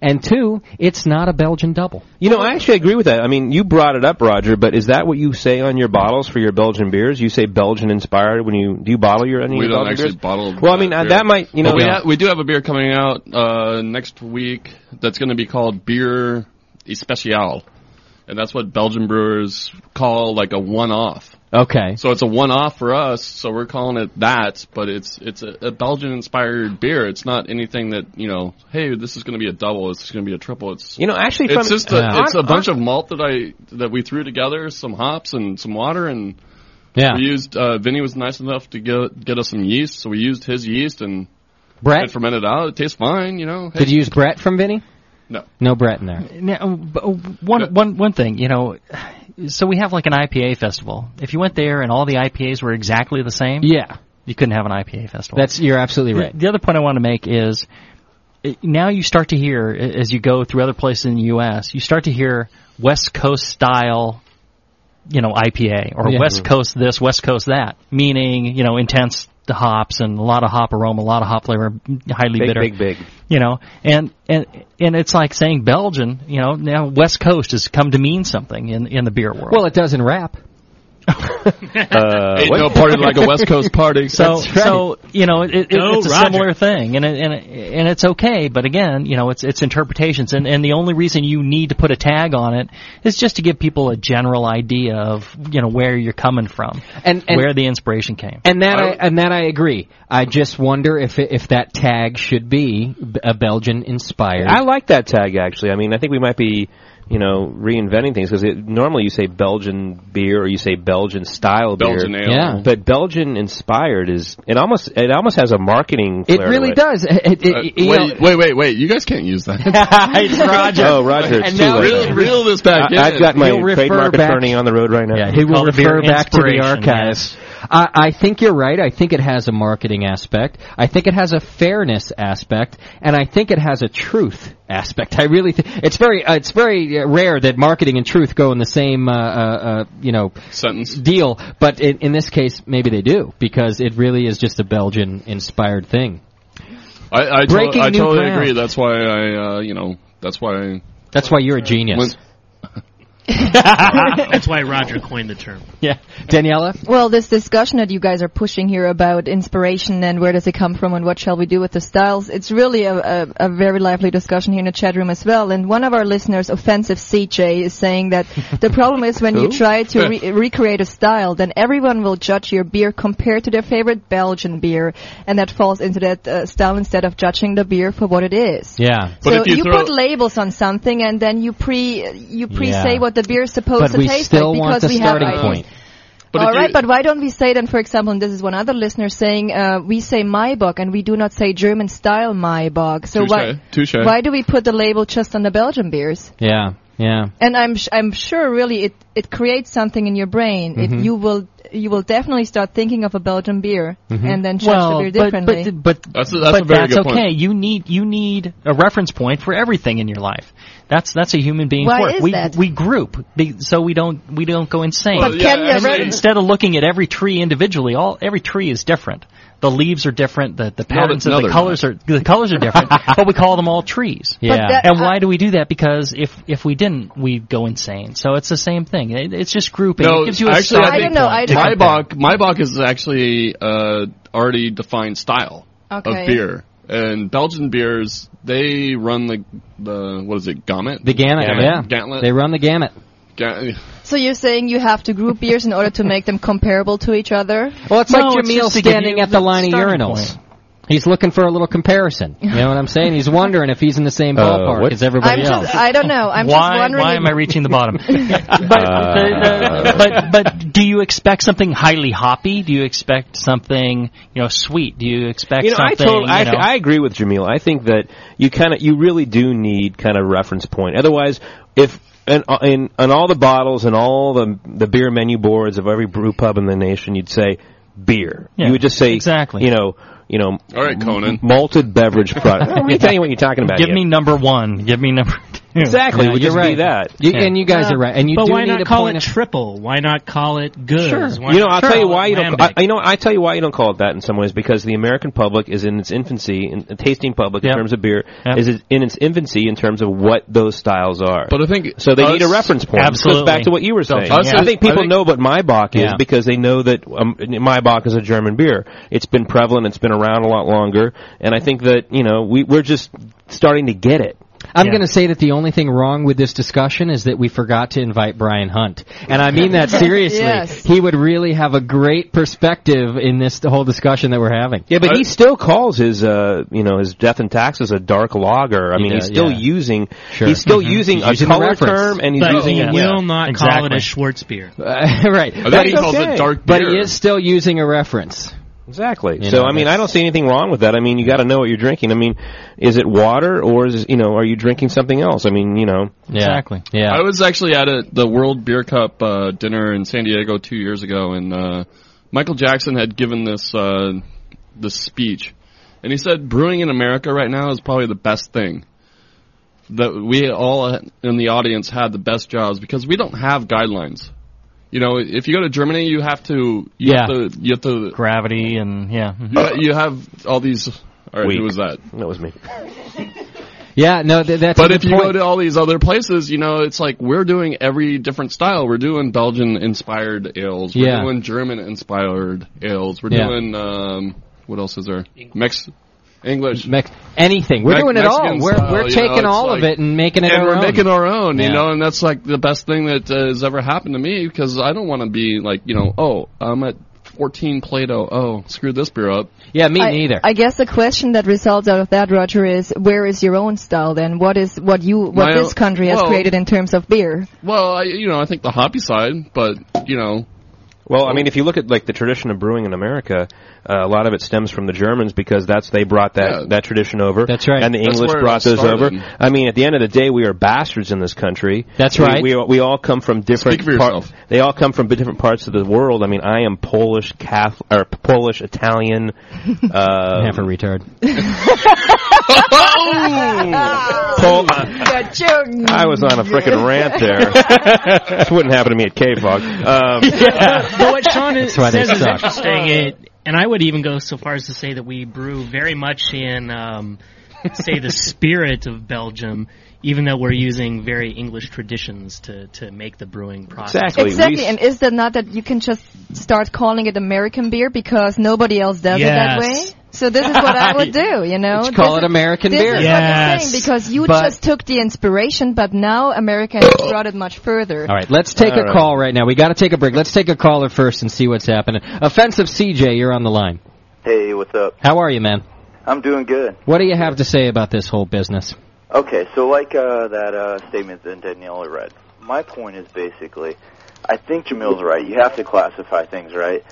Speaker 1: and two, it's not a Belgian double.
Speaker 2: You know, I actually agree with that. I mean, you brought it up, Roger, but is that what you say on your bottles for your Belgian beers? You say Belgian inspired when you do you bottle your any
Speaker 3: we
Speaker 2: of your
Speaker 3: don't
Speaker 2: Belgian
Speaker 3: actually
Speaker 2: beers?
Speaker 3: bottle.
Speaker 2: Well, I mean, uh,
Speaker 3: beer.
Speaker 2: that might you know
Speaker 3: But we, ha- we do have a beer coming out uh, next week that's going to be called Beer Especial, and that's what Belgian brewers call like a one-off.
Speaker 1: Okay.
Speaker 3: So it's a one-off for us. So we're calling it that, but it's it's a, a Belgian-inspired beer. It's not anything that you know. Hey, this is going to be a double. This is going to be a triple. It's
Speaker 2: You know, actually, from-
Speaker 3: it's just a,
Speaker 2: Yeah.
Speaker 3: it's
Speaker 2: on-
Speaker 3: a bunch
Speaker 2: on-
Speaker 3: of malt that I that we threw together, some hops and some water, and
Speaker 1: Yeah.
Speaker 3: we used. Uh, Vinny was nice enough to get get us some yeast, so we used his yeast and
Speaker 1: Brett?
Speaker 3: it fermented out. It tastes fine, you know.
Speaker 1: Did you use Brett from Vinny?
Speaker 3: No.
Speaker 1: No Brett in there.
Speaker 9: Now, b- uh, one, one, one thing, you know, so we have like an IPA festival. If you went there and all the IPAs were exactly the same,
Speaker 1: yeah,
Speaker 9: you couldn't have an IPA festival.
Speaker 1: That's you're absolutely right.
Speaker 9: The, the other point I want to make is eh, now you start to hear eh, as you go through other places in the U.S. You start to hear West Coast style, you know, IPA or
Speaker 1: Yeah.
Speaker 9: West Coast this, West Coast that, meaning you know intense hops and a lot of hop aroma, a lot of hop flavor, highly
Speaker 2: Big,
Speaker 9: bitter,
Speaker 2: big, big.
Speaker 9: You know, and and and it's like saying Belgian. You know, now West Coast has come to mean something in in the beer world.
Speaker 1: Well, it does in rap.
Speaker 2: uh,
Speaker 9: Ain't no party like a West Coast
Speaker 3: party.
Speaker 9: So, so you know, it, it,
Speaker 1: Go
Speaker 9: it's a
Speaker 1: Roger.
Speaker 9: similar thing, and it, and it, and it's okay. But again, you know, it's it's interpretations, and and the only reason you need to put a tag on it is just to give people a general idea of you know where you're coming from
Speaker 1: And- and-
Speaker 9: where the inspiration came.
Speaker 1: And that I, and that I agree. I just wonder if it, if that tag should be b- a Belgian inspired.
Speaker 2: I like that tag actually. I mean, I think we might be, you know, reinventing things because normally you say Belgian beer or you say Belgian style
Speaker 1: Belgian
Speaker 2: beer.
Speaker 1: ale. Yeah.
Speaker 2: But Belgian inspired is it almost it almost has a marketing.
Speaker 1: It
Speaker 2: flair
Speaker 1: really
Speaker 2: to
Speaker 1: does. It- it- it-
Speaker 3: Uh,
Speaker 1: you
Speaker 3: wait,
Speaker 1: know-
Speaker 3: wait, wait, wait! You guys can't use that.
Speaker 1: [LAUGHS] It's Roger.
Speaker 2: Oh, Roger, it's
Speaker 1: And
Speaker 2: too
Speaker 1: now-
Speaker 2: late.
Speaker 1: Reel-
Speaker 3: reel this
Speaker 2: I,
Speaker 3: back in.
Speaker 2: have got my
Speaker 1: He'll refer
Speaker 2: trademark
Speaker 1: back-
Speaker 2: attorney on the road right now.
Speaker 1: Yeah, he will
Speaker 2: Called it beer
Speaker 1: refer back to the
Speaker 2: inspiration,
Speaker 1: archives. I, I think you're right. I think it has a marketing aspect. I think it has a fairness aspect, and I think it has a truth aspect. I really think it's very uh, it's very uh, rare that marketing and truth go in the same uh, uh, uh, you know
Speaker 3: sentence
Speaker 1: deal. But in, in this case, maybe they do because it really is just a Belgian inspired thing.
Speaker 3: I I, to-
Speaker 1: Breaking
Speaker 3: I
Speaker 1: new
Speaker 3: totally
Speaker 1: ground.
Speaker 3: agree. That's why I uh, you know that's why I
Speaker 1: That's why you're a genius.
Speaker 4: That's why Roger coined the term.
Speaker 1: Yeah, Daniela.
Speaker 5: Well, this discussion that you guys are pushing here about inspiration and where does it come from and what shall we do with the styles, it's really a, a, a very lively discussion here in the chat room as well. And one of our listeners, Offensive CJ, is saying that the problem is
Speaker 1: [LAUGHS]
Speaker 5: when you
Speaker 12: Who?
Speaker 5: try to re- recreate a style, then everyone will judge your beer compared to their favorite Belgian beer, and that falls into that uh, style instead of judging the beer for what it is.
Speaker 1: Yeah.
Speaker 5: so you, put labels on something and then you pre you pre
Speaker 1: Yeah.
Speaker 5: say what the beer is supposed
Speaker 1: But
Speaker 5: to
Speaker 1: we
Speaker 5: taste
Speaker 1: still
Speaker 5: like
Speaker 1: want
Speaker 5: because
Speaker 1: the
Speaker 5: we
Speaker 1: starting
Speaker 5: have
Speaker 1: point.
Speaker 5: ideas.
Speaker 1: But
Speaker 5: All
Speaker 1: if
Speaker 5: right,
Speaker 1: you-
Speaker 5: but why don't we say then, for example, and this is one other listener saying, uh, we say Maibach and we do not say German style Maibach. So why
Speaker 3: Touche. Touche.
Speaker 5: why do we put the label just on the Belgian beers?
Speaker 1: Yeah, yeah.
Speaker 5: And I'm sh- I'm sure really it it creates something in your brain.
Speaker 9: Mhm.
Speaker 5: It, you will you will definitely start thinking of a Belgian beer and then judge
Speaker 9: well,
Speaker 5: the beer
Speaker 9: but,
Speaker 5: differently.
Speaker 9: but but
Speaker 3: That's a- that's a
Speaker 9: but
Speaker 3: very
Speaker 9: that's
Speaker 3: good point.
Speaker 9: okay. You need you need a reference point for everything in your life. That's that's a human being's
Speaker 5: Why
Speaker 9: work.
Speaker 5: is
Speaker 9: we
Speaker 5: that?
Speaker 9: we group be- so we don't we don't go insane.
Speaker 5: But Well, yeah, can you
Speaker 9: Instead-
Speaker 5: actually-
Speaker 9: instead of looking at every tree individually, all every tree is different. The leaves are different. The the
Speaker 3: No,
Speaker 9: patterns
Speaker 3: but- no,
Speaker 9: of the
Speaker 3: they're
Speaker 9: colors are the colors
Speaker 3: [LAUGHS]
Speaker 9: are different. but we call them all trees.
Speaker 1: But Yeah. that-
Speaker 9: and why do we do that? Because if if we didn't, we'd go insane. So it's the same thing. It, it's just grouping. it gives you a
Speaker 3: actually,
Speaker 9: starting
Speaker 3: I think
Speaker 9: point to compare.
Speaker 3: Maybach, Maybach is actually uh, already defined style
Speaker 5: Okay.
Speaker 3: of beer, and Belgian beers they run the the what is it gamut?
Speaker 1: The gamut, yeah.
Speaker 3: gantlet.
Speaker 1: They run the gamut.
Speaker 3: Ga-
Speaker 5: so you're saying you have to group beers in order to make them comparable to each other?
Speaker 1: Well, it's
Speaker 5: No,
Speaker 1: like
Speaker 5: it's
Speaker 1: Jamil
Speaker 5: just to give
Speaker 1: standing
Speaker 5: you
Speaker 1: at the
Speaker 5: the
Speaker 1: line of
Speaker 5: starting
Speaker 1: urinals. He's looking for a little comparison. You know what I'm saying? He's wondering if he's in the same
Speaker 9: Uh,
Speaker 1: ballpark
Speaker 9: what?
Speaker 1: as everybody
Speaker 5: I'm
Speaker 1: else.
Speaker 5: just, I don't know. I'm
Speaker 9: why,
Speaker 5: just wondering.
Speaker 9: Why
Speaker 5: if-
Speaker 9: am I reaching
Speaker 5: [LAUGHS]
Speaker 9: the bottom? but,
Speaker 1: Uh,
Speaker 9: [LAUGHS] the, the, but but do you expect something highly hoppy? Do you expect something you know sweet? Do you expect
Speaker 2: you know, I,
Speaker 9: something?
Speaker 2: totally,
Speaker 9: you
Speaker 2: I,
Speaker 9: know,
Speaker 2: I agree with Jamil. I think that you kind of, you really do need kind of reference point. Otherwise, if and uh, in on all the bottles and all the the beer menu boards of every brew pub in the nation, you'd say beer.
Speaker 9: Yeah,
Speaker 2: you would just say
Speaker 9: exactly.
Speaker 2: You know, you know.
Speaker 3: All right, Conan.
Speaker 9: [LAUGHS]
Speaker 2: Malted beverage product. Let me tell you what you're talking about.
Speaker 9: Give
Speaker 2: you.
Speaker 9: me number one. Give me number.
Speaker 2: Exactly,
Speaker 1: Yeah,
Speaker 2: it would
Speaker 1: you're
Speaker 2: just be
Speaker 1: right.
Speaker 2: that.
Speaker 1: You- and you guys are right. And you
Speaker 4: but
Speaker 1: do
Speaker 4: why
Speaker 1: need
Speaker 4: not
Speaker 1: a
Speaker 4: call
Speaker 1: point
Speaker 4: it triple? Why not call it goods? Why
Speaker 2: You know,
Speaker 4: not
Speaker 2: I'll
Speaker 4: call
Speaker 2: tell you
Speaker 4: it
Speaker 2: why you don't.
Speaker 4: lambic?
Speaker 2: I, you know, I tell you why you don't call it that in some ways because the American public is in its infancy, in the tasting public in terms of beer is is in its infancy in terms of what those styles are.
Speaker 3: But I think
Speaker 2: so. They need a
Speaker 3: us-
Speaker 2: reference point. This goes back to what you were saying.
Speaker 3: Us
Speaker 2: I
Speaker 3: as-
Speaker 2: think people
Speaker 3: I think-
Speaker 2: know what Maibach is
Speaker 3: Yeah.
Speaker 2: because they know that um, Maibach is a German beer. It's been prevalent. It's been around a lot longer, and I think that you know we we're just starting to get it.
Speaker 1: I'm going to say that the only thing wrong with this discussion is that we forgot to invite Brian Hunt. And I
Speaker 5: [LAUGHS]
Speaker 1: mean that seriously.
Speaker 2: Yes.
Speaker 1: He would really have a great perspective in this whole discussion that we're having. [LAUGHS]
Speaker 2: Yeah, but he still calls his, uh, you know, his death and taxes a dark lager. I mean,
Speaker 1: does,
Speaker 2: he's still
Speaker 1: yeah.
Speaker 2: using,
Speaker 1: Sure.
Speaker 2: he's still
Speaker 1: Mhm.
Speaker 2: using
Speaker 1: He's
Speaker 2: a
Speaker 1: using the
Speaker 2: color
Speaker 1: reference.
Speaker 2: term, and he's
Speaker 4: But
Speaker 2: using
Speaker 4: he
Speaker 2: it.
Speaker 4: will not call it
Speaker 1: exactly.
Speaker 4: a Schwartz
Speaker 1: [LAUGHS]
Speaker 4: beer.
Speaker 1: right.
Speaker 2: I think
Speaker 1: But
Speaker 2: he
Speaker 1: he-
Speaker 2: [LAUGHS] calls it dark
Speaker 1: But he
Speaker 2: beer.
Speaker 1: is still using a reference.
Speaker 2: Exactly.
Speaker 1: You
Speaker 2: so
Speaker 1: know,
Speaker 2: I mean, I
Speaker 1: that's-
Speaker 2: don't see anything wrong with that. I mean, you got to know what you're drinking. I mean, is it water or is you know, are you drinking something else? I mean, you know,
Speaker 9: Exactly.
Speaker 3: I was actually at a, the World Beer Cup uh, dinner in San Diego two years ago, and uh, Michael Jackson had given this uh, this speech, and he said brewing in America right now is probably the best thing. That we all in the audience had the best jobs because we don't have guidelines. You know, if you go to Germany, you have to you have
Speaker 9: Yeah.
Speaker 3: to you have to
Speaker 9: Gravity and yeah. Mhm.
Speaker 3: you, you have all these. All right,
Speaker 9: Weak.
Speaker 3: who was that?
Speaker 2: That was me.
Speaker 1: Yeah, no, th- that's. a
Speaker 3: But if
Speaker 1: good
Speaker 3: you
Speaker 1: point.
Speaker 3: go to all these other places, you know, it's like we're doing every different style. We're doing Belgian inspired ales. We're
Speaker 1: Yeah.
Speaker 3: doing German inspired ales. We're
Speaker 1: Yeah.
Speaker 3: doing um, what else is there? Mex English.
Speaker 1: Mex- anything. We're doing it all. We're- we're taking all of it and making it
Speaker 3: and
Speaker 1: our
Speaker 3: we're
Speaker 1: own.
Speaker 3: making our own,
Speaker 1: Yeah.
Speaker 3: you know, and that's like the best thing that uh, has ever happened to me because I don't want to be like, you know, oh, I'm at 14 Play-Doh. Oh, screw this beer up.
Speaker 1: Yeah, me
Speaker 5: I, I guess the question that results out of that, Roger, is where is your own style then? What is what you what
Speaker 3: My
Speaker 5: this
Speaker 3: own-
Speaker 5: country has
Speaker 3: well-
Speaker 5: created in terms of beer?
Speaker 3: Well, I, you know, I think the hoppy side, but you know,
Speaker 2: Well, I mean, if you look at like the tradition of brewing in America, uh, a lot of it stems from the Germans because that's they brought that that tradition over. That's right. And the
Speaker 1: That's
Speaker 2: English
Speaker 1: where it
Speaker 2: brought those over.
Speaker 1: started.
Speaker 2: I mean, at the end of the day, we are bastards in this country.
Speaker 1: That's
Speaker 2: We-
Speaker 1: right.
Speaker 2: We, we all come from different parts. They all come from different parts of the world. I mean, I am Polish, Catholic, or Polish,
Speaker 1: [LAUGHS]
Speaker 2: Italian. Uh,
Speaker 1: Half a retard.
Speaker 2: Pol- Oh! I was on a frickin' rant there.
Speaker 1: [LAUGHS]
Speaker 2: this wouldn't happen to me at K Fog. Um,
Speaker 4: but what Sean is,
Speaker 2: That's why they
Speaker 4: says is
Speaker 2: suck.
Speaker 4: interesting, it, and I would even go so far as to say that we brew very much in, um, say, the spirit of Belgium, even though we're using very English traditions to, to make the brewing process.
Speaker 5: Exactly. And is that not that you can just start calling it American beer because nobody else does it that
Speaker 1: Yes.
Speaker 5: way? So this is what
Speaker 1: [LAUGHS]
Speaker 5: I would do, you know.
Speaker 1: Let's
Speaker 5: This
Speaker 1: call it
Speaker 5: is-
Speaker 1: American
Speaker 5: this
Speaker 1: beer.
Speaker 5: Is
Speaker 1: Yes.
Speaker 5: what I'm saying because you
Speaker 1: But-
Speaker 5: just took the inspiration, but now America
Speaker 1: [COUGHS]
Speaker 5: has brought it much further.
Speaker 1: All right, let's take a
Speaker 5: All right.
Speaker 1: call right now. We got to take a break. Let's take a caller first and see what's happening. Offensive CJ, you're on the line.
Speaker 12: Hey, what's up?
Speaker 1: How are you, man?
Speaker 12: I'm doing good.
Speaker 1: What do you have to say about this whole business?
Speaker 12: Okay, so like uh, that uh, statement that Daniela read, my point is basically, I think Jamil's right. You have to classify things, right?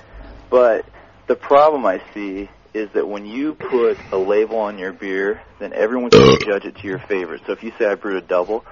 Speaker 12: But the problem I see is that when you put a label on your beer, then everyone's going to judge it to your favor. So if you say I brewed a double,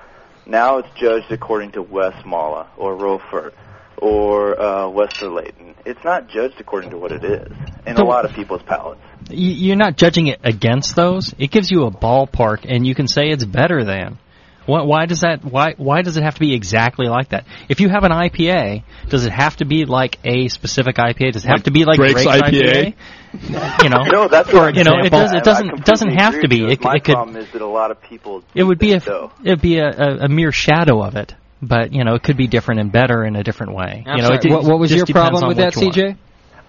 Speaker 12: now it's judged according to Westmalla or Rofer or uh, Westerleighton. It's not judged according to what it is in a lot of people's palates.
Speaker 9: Y- You're not judging it against those. It gives you a ballpark, and you can say it's better than. Why, why does that? Why why does it have to be exactly like that? If you have an IPA, does it have to be like a specific IPA? Does it have
Speaker 3: Like
Speaker 9: to be like
Speaker 3: Drake's
Speaker 9: IPA?
Speaker 3: IPA?
Speaker 12: [LAUGHS]
Speaker 9: You know,
Speaker 12: No, that's
Speaker 9: or
Speaker 12: what
Speaker 9: you know, it
Speaker 12: example.
Speaker 9: does. It
Speaker 12: I
Speaker 9: doesn't
Speaker 12: completely
Speaker 9: doesn't have
Speaker 12: agree
Speaker 9: to
Speaker 12: with
Speaker 9: be.
Speaker 12: you.
Speaker 9: It,
Speaker 12: My
Speaker 9: it could.
Speaker 12: problem is that a lot of people
Speaker 9: It would be a it'd be a, a, a mere shadow of it, but you know, it could be different and better in a different way.
Speaker 1: I'm
Speaker 9: you know,
Speaker 1: sorry,
Speaker 9: it, it
Speaker 1: what, what was
Speaker 9: just
Speaker 1: your
Speaker 9: depends
Speaker 1: problem
Speaker 9: on
Speaker 1: with
Speaker 9: what
Speaker 1: that,
Speaker 9: you want.
Speaker 1: CJ?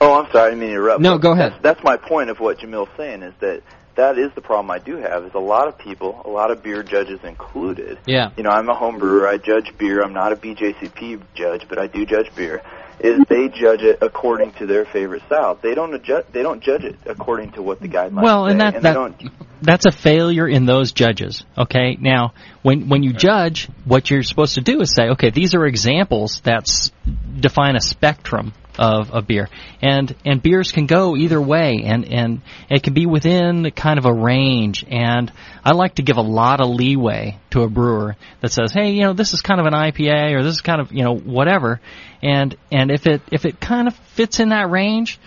Speaker 12: Oh, I'm sorry, I didn't mean to interrupt.
Speaker 1: No,
Speaker 12: but
Speaker 1: go ahead.
Speaker 12: That's, that's my point of what Jamil's saying is that that is the problem I do have is a lot of people, a lot of beer judges included.
Speaker 1: Yeah.
Speaker 12: You know, I'm a home brewer. I judge beer. I'm not a BJCP judge, but I do judge beer. Is they judge it according to their favorite style. They don't adjust, They don't judge it according to what the guidelines
Speaker 9: Well,
Speaker 12: say,
Speaker 9: and that-
Speaker 12: and they
Speaker 9: that-
Speaker 12: don't
Speaker 9: that's a failure in those judges. Okay. Now, when when you judge, what you're supposed to do is say, okay, these are examples that s- define a spectrum of a beer, and and beers can go either way, and and it can be within kind of a range. And I like to give a lot of leeway to a brewer that says, hey, you know, this is kind of an IPA or this is kind of you know whatever, and and if it if it kind of fits in that range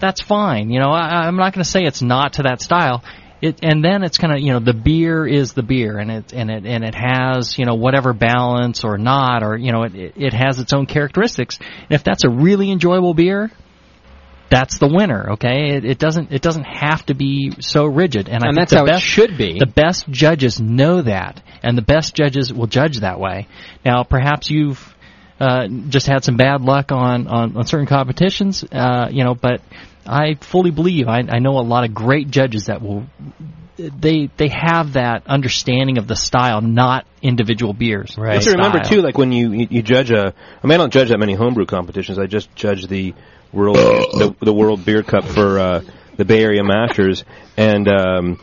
Speaker 9: that's fine. You know, I, I'm not going to say it's not to that style. It, and then it's kind of you know the beer is the beer and it and it and it has you know whatever balance or not or you know it it it has its own characteristics and if that's a really enjoyable beer that's the winner okay it, it doesn't it doesn't have to be so rigid and, I
Speaker 1: And
Speaker 9: think
Speaker 1: that's
Speaker 9: the
Speaker 1: how it
Speaker 9: best-
Speaker 1: should be.
Speaker 9: the best judges know that, and the best judges will judge that way. Now, perhaps you've uh, just had some bad luck on on, on certain competitions, uh, you know, but I fully believe I, I know a lot of great judges that will they they have that understanding of the style, not individual beers.
Speaker 2: You have to remember too, like when you you, you judge a, I mean, I don't judge that many homebrew competitions. I just judge the world the, the World Beer Cup for uh, the Bay Area Masters, and um,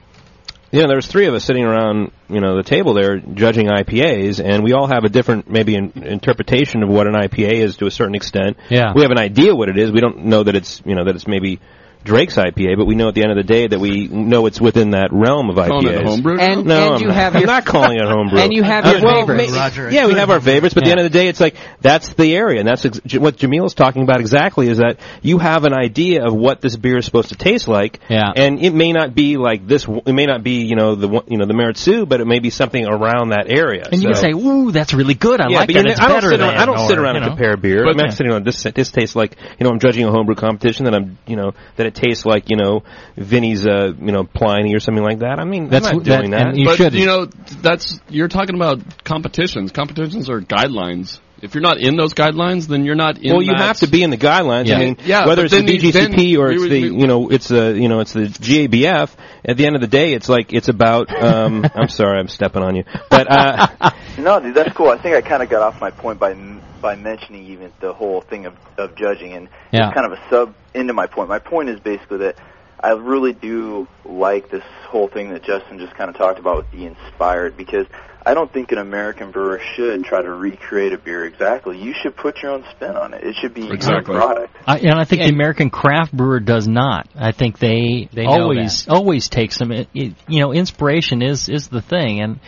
Speaker 2: you know there was three of us sitting around you know the table there judging IPAs, and we all have a different maybe in, interpretation of what an IPA is to a certain extent.
Speaker 11: Yeah.
Speaker 2: we have an idea what it is. We don't know that it's you know that it's maybe. Drake's IPA, but we know at the end of the day that we know it's within that realm of IPAs.
Speaker 3: Calling it a homebrew now? And-
Speaker 2: no,
Speaker 3: and
Speaker 2: I'm
Speaker 3: you
Speaker 2: not.
Speaker 3: have
Speaker 2: I'm
Speaker 3: your-
Speaker 2: not calling it homebrew.
Speaker 3: [LAUGHS] And you have
Speaker 2: Uh,
Speaker 3: your
Speaker 2: well,
Speaker 3: favorites.
Speaker 2: may-
Speaker 3: Roger,
Speaker 2: yeah, we
Speaker 3: it's
Speaker 2: have our favorites, but at
Speaker 3: Yeah.
Speaker 2: the end of the day, it's like that's the area, and that's ex- J- what Jamil's talking about exactly. Is that you have an idea of what this beer is supposed to taste like, yeah. and it may not be like this. w- It may not be you know the one- you know the Meritsu, but it may be something around that area.
Speaker 9: And you can
Speaker 2: So-
Speaker 9: say, "Ooh, that's really good. I
Speaker 2: yeah,
Speaker 9: like
Speaker 2: but
Speaker 9: that.
Speaker 2: you're
Speaker 9: It's
Speaker 2: not- I don't
Speaker 9: better
Speaker 2: sit
Speaker 9: than."
Speaker 2: around, I don't sit
Speaker 9: or,
Speaker 2: around
Speaker 9: you
Speaker 2: and
Speaker 9: know.
Speaker 2: compare beer.
Speaker 9: But-
Speaker 2: I'm
Speaker 9: Yeah.
Speaker 2: not sitting around. This this tastes like you know I'm judging a homebrew competition that I'm you know that it tastes like you know Vinny's uh you know Pliny or something like that. I mean
Speaker 3: That's
Speaker 2: I'm not
Speaker 3: wh- that-
Speaker 2: doing that.
Speaker 3: but, You know, that's you're talking about competitions. Competitions are guidelines. If you're not in those guidelines, then you're not in.
Speaker 2: well, you have to be in the guidelines. I mean, whether it's the BGCP or it's the you know it's the you know it's the GABF. At the end of the day, it's like it's about.
Speaker 9: [LAUGHS]
Speaker 2: Um, I'm sorry, I'm stepping on you, but uh,
Speaker 12: [LAUGHS] No, dude, that's cool. I think I kind of got off my point by by mentioning even the whole thing of of judging, and
Speaker 2: Yeah.
Speaker 12: it's kind of a sub into my point. My point is basically that I really do like this whole thing that Justin just kind of talked about with the inspired, because I don't think an American brewer should try to recreate a beer exactly. You should put your own spin on it. It should be
Speaker 9: Exactly.
Speaker 12: your product.
Speaker 9: I, and I think the American craft brewer does not. I think they,
Speaker 12: They know
Speaker 9: always always take some. It, it, you know, inspiration is is the thing, and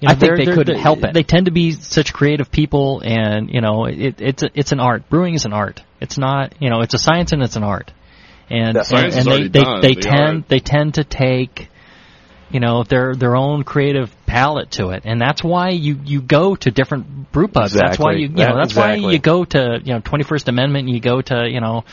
Speaker 9: you know,
Speaker 1: I think
Speaker 9: they're-
Speaker 1: they
Speaker 9: they're-
Speaker 1: couldn't
Speaker 9: they-
Speaker 1: help it.
Speaker 9: They tend to be such creative people, and you know, it, it's a, it's an art. Brewing is an art. It's not you know, it's a science and it's an art. And
Speaker 1: That
Speaker 9: and,
Speaker 1: science
Speaker 9: and
Speaker 1: is
Speaker 9: they
Speaker 1: already
Speaker 9: they,
Speaker 1: done,
Speaker 9: they
Speaker 1: the
Speaker 9: tend
Speaker 1: art.
Speaker 9: they tend to take you know their their own creative palette to it, and that's why you you go to different brew pubs. That's why
Speaker 2: Exactly.
Speaker 9: you you know
Speaker 2: That-
Speaker 9: that's why
Speaker 2: exactly.
Speaker 9: you go to you know 21st Amendment and you go to you know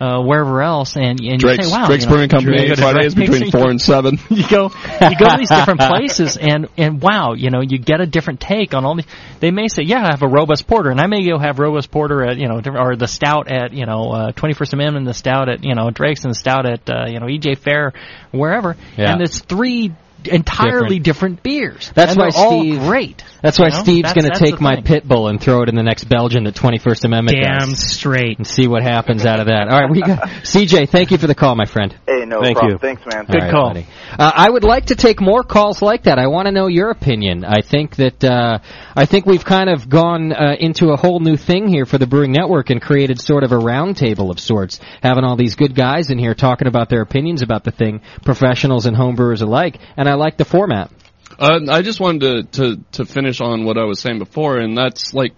Speaker 9: uh, wherever else and and
Speaker 3: Drake's,
Speaker 9: you say wow
Speaker 3: Drake's
Speaker 9: you know,
Speaker 3: Brewing Company
Speaker 9: you go [LAUGHS] to
Speaker 3: Fridays
Speaker 9: Drake's.
Speaker 3: between four and seven.
Speaker 9: you go you go to these
Speaker 3: [LAUGHS]
Speaker 9: different places and and wow you know you get a different take on all these they may say yeah I have a robust porter and I may go have robust porter at you know different- or the stout at you know uh, 21st Amendment the stout at you know Drake's and the stout at uh, you know EJ Fair wherever
Speaker 1: Yeah.
Speaker 9: and it's three entirely different, beers
Speaker 1: That's
Speaker 9: And
Speaker 1: why
Speaker 9: they're all
Speaker 1: Steve-
Speaker 9: great
Speaker 1: That's why
Speaker 9: you know?
Speaker 1: Steve's
Speaker 9: That's-
Speaker 1: going
Speaker 9: that's
Speaker 1: to take
Speaker 9: the
Speaker 1: my
Speaker 9: thing.
Speaker 1: pit bull and throw it in the next Belgian that 21st Amendment
Speaker 4: Damn
Speaker 1: does.
Speaker 4: straight.
Speaker 1: And see what happens out of that. All right, we
Speaker 12: [LAUGHS]
Speaker 1: got CJ. Thank you for the call, my friend.
Speaker 12: Hey, no
Speaker 1: Thank
Speaker 12: problem.
Speaker 1: you.
Speaker 12: Thanks, man.
Speaker 1: All right, buddy. Uh, I would like to take more calls like that. I want to know your opinion. I think that uh, I think we've kind of gone uh, into a whole new thing here for the Brewing Network and created sort of a roundtable of sorts, having all these good guys in here talking about their opinions about the thing, professionals and homebrewers alike. And I like the format.
Speaker 3: Uh, I just wanted to, to, to finish on what I was saying before, and that's like,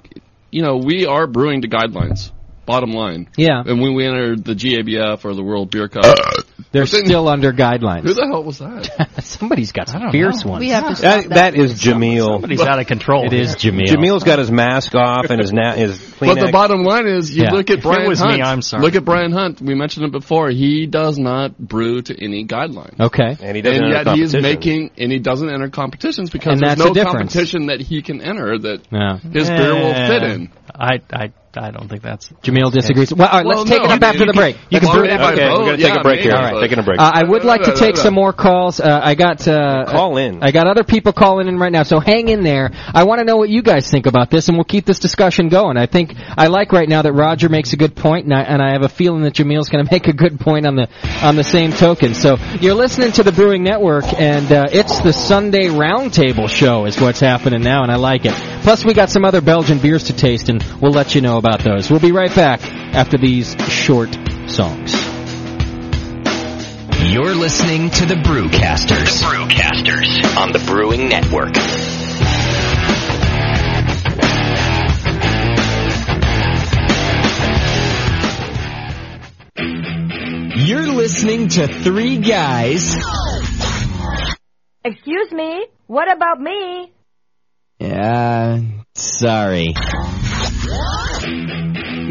Speaker 3: you know, we are brewing to guidelines. Bottom line.
Speaker 1: Yeah.
Speaker 3: And when we entered the GABF or the World Beer Cup,
Speaker 1: They're
Speaker 3: Within-
Speaker 1: still under guidelines.
Speaker 3: who the hell was that?
Speaker 1: [LAUGHS] Somebody's got some fierce
Speaker 3: know.
Speaker 1: ones. Uh,
Speaker 3: We have to
Speaker 2: that, that is Jamil.
Speaker 9: Somebody's out of control.
Speaker 1: It is Jamil.
Speaker 2: Jamil's got his mask off and his na- his. Kleenex.
Speaker 3: But the bottom line is, you
Speaker 2: Yeah.
Speaker 3: look at
Speaker 2: If it
Speaker 3: Brian
Speaker 2: was me,
Speaker 3: Hunt.
Speaker 2: I'm sorry.
Speaker 3: Look at Brian Hunt. We mentioned it before. He does not brew to any guideline.
Speaker 1: Okay.
Speaker 2: And he doesn't
Speaker 3: And
Speaker 2: enter
Speaker 3: yet he is
Speaker 2: competition.
Speaker 3: making, and he doesn't enter competitions because
Speaker 1: And
Speaker 3: there's
Speaker 1: that's
Speaker 3: no
Speaker 1: the difference.
Speaker 3: competition that he can enter that
Speaker 1: Yeah.
Speaker 3: his beer will fit in.
Speaker 9: I I I don't think that's
Speaker 1: Jamil disagrees. Well, all right, let's take it up after the break.
Speaker 9: You can
Speaker 1: Let's
Speaker 9: brew
Speaker 1: do
Speaker 9: it up.
Speaker 1: it after the break. All right. Uh, I would like to take some more calls. Uh, I got uh, call
Speaker 2: in.
Speaker 1: I got other people calling in right now, so hang in there. I want to know what you guys think about this, and we'll keep this discussion going. I think I like right now that Roger makes a good point, and I, and I have a feeling that Jamil's going to [LAUGHS] make a good point on the on the same token. So you're listening to the Brewing Network, and uh, it's the Sunday Roundtable show is what's happening now, and I like it. Plus, we got some other Belgian beers to taste, and we'll let you know about those. We'll be right back after these short songs.
Speaker 10: You're listening to the Brewcasters. Brewcasters on the Brewing Network. You're listening to three guys
Speaker 13: Excuse me? What about me?
Speaker 14: Yeah, sorry.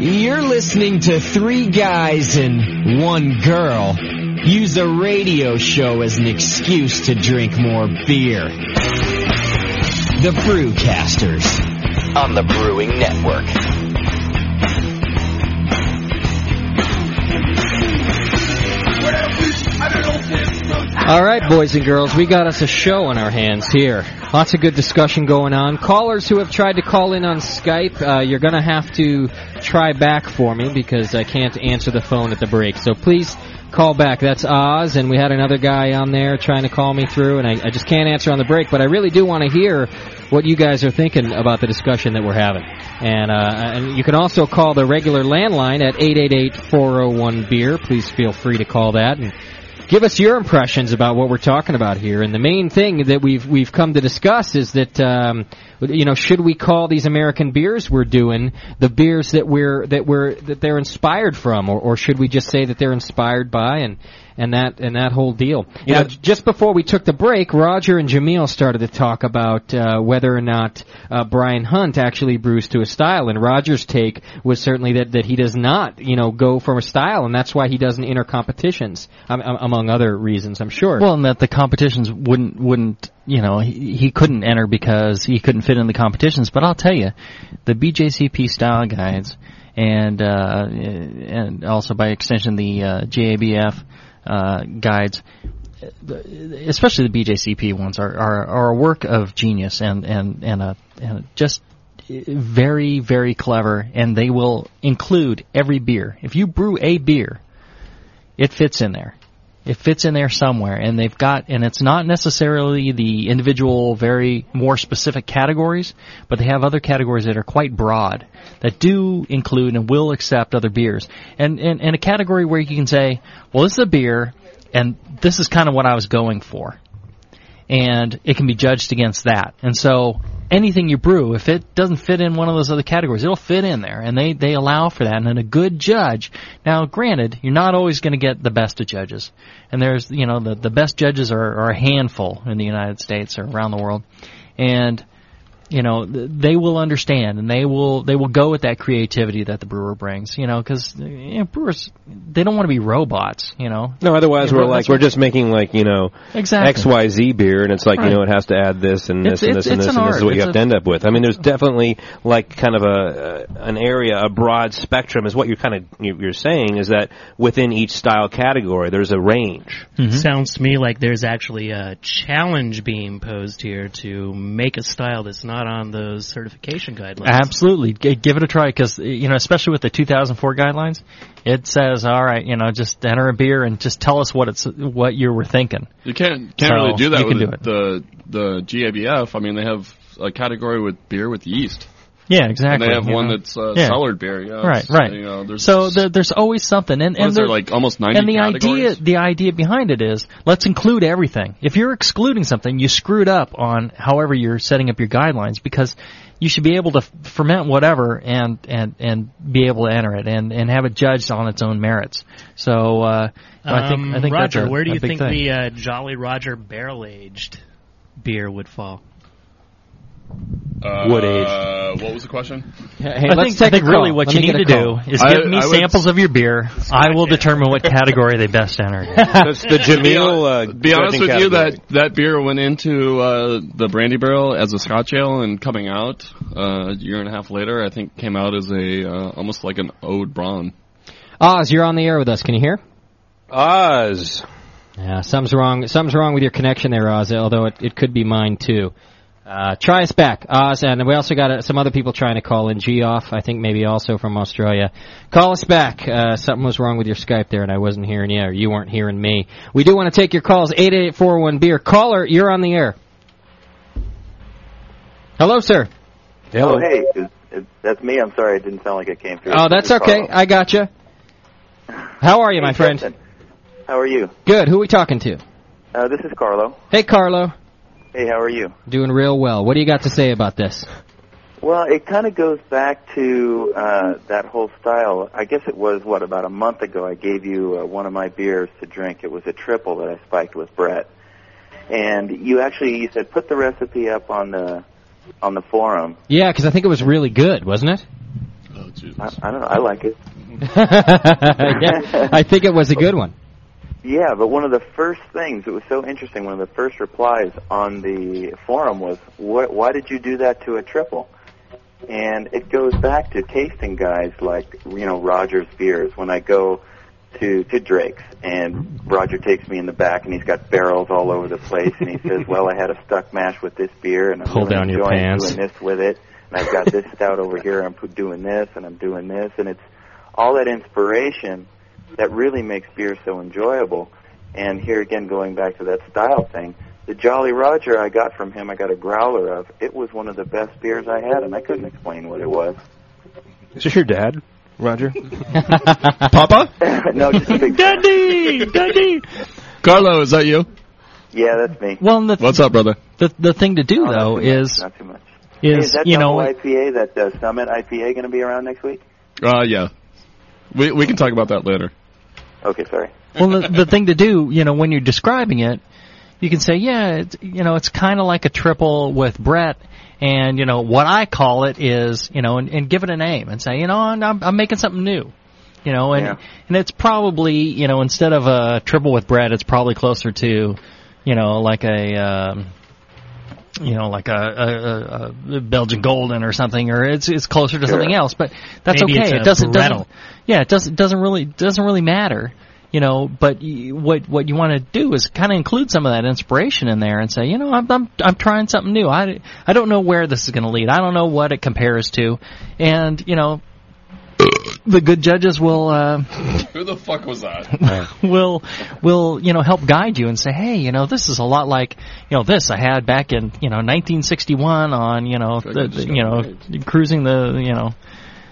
Speaker 14: You're listening to three guys and one girl use a radio show as an excuse to drink more beer. The Brewcasters on the Brewing Network.
Speaker 1: All right, boys and girls, we got us a show on our hands here. Lots of good discussion going on. Callers who have tried to call in on Skype, uh, you're going to have to try back for me because I can't answer the phone at the break. So please call back. That's Oz, and we had another guy on there trying to call me through, and I, I just can't answer on the break. But I really do want to hear what you guys are thinking about the discussion that we're having. And, uh, and you can also call the regular landline at 888-401-BEER. Please feel free to call that. And give us your impressions about what we're talking about here. And the main thing that we've we've come to discuss is that um, you know should we call these American beers we're doing the beers that we're that we're that they're inspired from, or, or should we just say that they're inspired by and and that and that whole deal. You know, j- just before we took the break, Roger and Jameel started to talk about uh, whether or not uh, Brian Hunt actually brews to a style, and Roger's take was certainly that that he does not, you know, go for a style, and that's why he doesn't enter competitions, um, um, among other reasons, I'm sure.
Speaker 9: Well, and that the competitions wouldn't wouldn't you know he, he couldn't enter because he couldn't fit in the competitions. But I'll tell you, the BJCP style guides and uh, and also by extension the uh, JABF uh, guides. Especially the BJCP ones are, are, are a work of genius and, and, and, a, and a just very, very clever, and they will include every beer. If you brew a beer, it fits in there. It fits in there somewhere, and they've got, and it's not necessarily the individual, very more specific categories, but they have other categories that are quite broad that do include and will accept other beers. And, and, and a category where you can say, well, this is a beer, and this is kind of what I was going for and it can be judged against that. And so anything you brew, if it doesn't fit in one of those other categories, it'll fit in there, and they they allow for that. And then a good judge. Now, granted, you're not always going to get the best of judges, and there's you know the the best judges are, are a handful in the United States or around the world, and you know th- they will understand and they will they will go with that creativity that the brewer brings you know because brewers they don't want to be robots you know
Speaker 2: No, otherwise
Speaker 9: Yeah,
Speaker 2: we're
Speaker 9: but
Speaker 2: like
Speaker 9: that's
Speaker 2: we're
Speaker 9: what-
Speaker 2: just making like you know
Speaker 9: Exactly.
Speaker 2: X Y Z beer, and it's like you know it has to add this and
Speaker 9: It's-
Speaker 2: this and
Speaker 9: it's-
Speaker 2: this and
Speaker 9: it's
Speaker 2: this,
Speaker 9: an
Speaker 2: and this is
Speaker 9: art.
Speaker 2: what you
Speaker 9: It's
Speaker 2: have
Speaker 9: a-
Speaker 2: to end up with. I mean, there's definitely like kind of a uh, an area, a broad spectrum is what you're kind of you're saying is that within each style category there's a range.
Speaker 4: Sounds to me like there's actually a challenge being posed here to make a style that's not on those certification guidelines.
Speaker 9: Absolutely, G- give it a try because you know, especially with the 2004 guidelines, it says, all right, you know, just enter a beer and just tell us what it's what you were thinking.
Speaker 3: You can't can't
Speaker 9: So,
Speaker 3: really do that
Speaker 9: you
Speaker 3: with
Speaker 9: can do it.
Speaker 3: the the GABF. I mean, they have a category with beer with yeast.
Speaker 9: Yeah, exactly.
Speaker 3: And they have
Speaker 9: you
Speaker 3: one
Speaker 9: know.
Speaker 3: that's uh,
Speaker 9: Yeah.
Speaker 3: cellared beer. Yeah,
Speaker 9: right,
Speaker 3: it's,
Speaker 9: right.
Speaker 3: You know, there's
Speaker 9: so there, there's always something, and
Speaker 3: What
Speaker 9: and
Speaker 3: is there,
Speaker 9: there-
Speaker 3: like, almost 90
Speaker 9: And the idea,
Speaker 3: categories?
Speaker 9: the idea behind it is, let's include everything. If you're excluding something, you screwed up on however you're setting up your guidelines because you should be able to f- ferment whatever and and and be able to enter it and and have it judged on its own merits. So uh, I think I
Speaker 4: Um,
Speaker 9: think that's
Speaker 4: Roger,
Speaker 9: a-
Speaker 4: where do
Speaker 9: a
Speaker 4: you
Speaker 9: big
Speaker 4: think
Speaker 9: thing.
Speaker 4: the uh, Jolly Roger barrel aged beer would fall?
Speaker 3: uh,
Speaker 4: Wood
Speaker 3: aged. What was the question?
Speaker 9: I think, I think really what you need to do is
Speaker 3: I-
Speaker 9: give me
Speaker 3: I would-
Speaker 9: samples of your beer. I will determine what category they best enter. [LAUGHS]
Speaker 2: That's
Speaker 3: [LAUGHS]
Speaker 2: the Jamil. Uh,
Speaker 3: Be honest
Speaker 2: judging
Speaker 3: with you,
Speaker 2: category.
Speaker 3: that that beer went into uh, the brandy barrel as a Scotch ale, and coming out uh, a year and a half later, I think came out as a uh, almost like an ode brawn.
Speaker 1: Oz, you're on the air with us. Can you hear?
Speaker 2: Oz.
Speaker 1: Yeah, something's wrong. Something's wrong with your connection there, Oz. Although it, it could be mine too. Uh, try us back, Oz, and we also got uh, some other people trying to call in. G off, I think maybe also from Australia. Call us back. Uh, something was wrong with your Skype there, and I wasn't hearing you, or you weren't hearing me. We do want to take your calls. Eight eight four one beer caller, you're on the air. Hello, sir.
Speaker 12: Oh, hey, is- is- that's me. I'm sorry, it didn't sound like it came through.
Speaker 1: Oh, that's
Speaker 12: This is
Speaker 1: okay.
Speaker 12: Carl.
Speaker 1: I got gotcha. you. How are you, my friend?
Speaker 12: How are you?
Speaker 1: Good. Who are we talking to?
Speaker 12: Uh, this is Carlo.
Speaker 1: Hey, Carlo.
Speaker 12: Hey, how are you?
Speaker 1: Doing real well. What do you got to say about this?
Speaker 12: Well, it kind of goes back to uh, that whole style. I guess it was what about a month ago. I gave you uh, one of my beers to drink. It was a triple that I spiked with Brett,
Speaker 15: and you actually you said put the recipe up on the on the forum.
Speaker 1: Yeah, because I think it was really good, wasn't it?
Speaker 15: I, I don't know. I like it.
Speaker 1: [LAUGHS] Yeah, I think it was a good one.
Speaker 15: Yeah, but one of the first things that was so interesting, one of the first replies on the forum was, "What? Why did you do that to a triple?" And it goes back to tasting guys like you know Rogers beers. When I go to to Drake's and Roger takes me in the back and he's got barrels all over the place and he says, "Well, I had a stuck mash with this beer and I'm
Speaker 1: Pull
Speaker 15: really
Speaker 1: down your
Speaker 15: enjoying
Speaker 1: pants.
Speaker 15: doing this with it, and I've got this stout over here. I'm pu- doing this and I'm doing this, and it's all that inspiration that really makes beer so enjoyable. And here again, going back to that style thing, the Jolly Roger I got from him, I got a growler of. It was one of the best beers I had, and I couldn't explain what it
Speaker 9: [LAUGHS]
Speaker 15: was.
Speaker 2: Is this your dad, [LAUGHS] Roger? Papa?
Speaker 15: [LAUGHS] no, just a big
Speaker 9: Daddy, Daddy.
Speaker 3: Carlo, is that you?
Speaker 15: Yeah, that's me.
Speaker 9: Well, and the
Speaker 3: what's up, brother?
Speaker 9: The the thing to do though is
Speaker 15: not too much. Hey,
Speaker 9: is
Speaker 15: that
Speaker 9: you know
Speaker 15: double IPA, that uh, Summit IPA, going to be around next week?
Speaker 3: Uh, yeah. We we can talk about that later.
Speaker 15: Okay, sorry.
Speaker 9: well the, the thing to do you know when you're describing it you can say yeah it's, you know it's kind of like a triple with brett and you know what i call it is you know and, and give it a name and say you know I'm, I'm- I'm making something new you know and and it's probably you know instead of a triple with brett it's probably closer to you know like a um, you know like a, a, a, a belgian golden or something or it's it's closer to
Speaker 16: Sure.
Speaker 9: something else but that's
Speaker 16: Maybe
Speaker 9: okay
Speaker 16: it's
Speaker 9: it
Speaker 16: a
Speaker 9: doesn't,
Speaker 16: Brettle.
Speaker 9: doesn't yeah, it doesn't doesn't really doesn't really matter, you know. But y what what you want to do is kind of include some of that inspiration in there and say, you know, I'm I'm, I'm trying something new. I I don't know where this is going to lead. I don't know what it compares to, and you know, the good judges will. Uh, [LAUGHS]
Speaker 3: Who the fuck was that?
Speaker 9: will will you know help guide you and say hey you know this is a lot like you know this I had back in you know 1961 on you know the, the- you know cruising the you know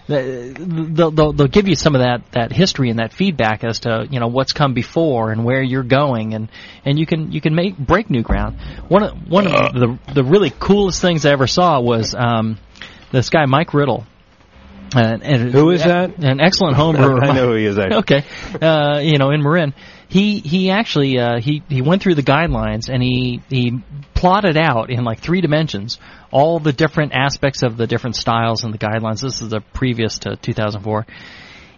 Speaker 9: the- they'll, they'll they'll give you some of that that history and that feedback as to you know what's come before and where you're going and and you can you can make break new ground one of one of the the really coolest things I ever saw was um this guy Mike Riddle and, Uh, and who is that? An
Speaker 2: [LAUGHS]
Speaker 9: excellent home brewer.
Speaker 2: I know who he is, actually.
Speaker 9: okay, uh, you know, in Marin, he he actually uh, he he went through the guidelines and he he plotted out in like three dimensions all the different aspects of the different styles and the guidelines. This is the previous to 2004.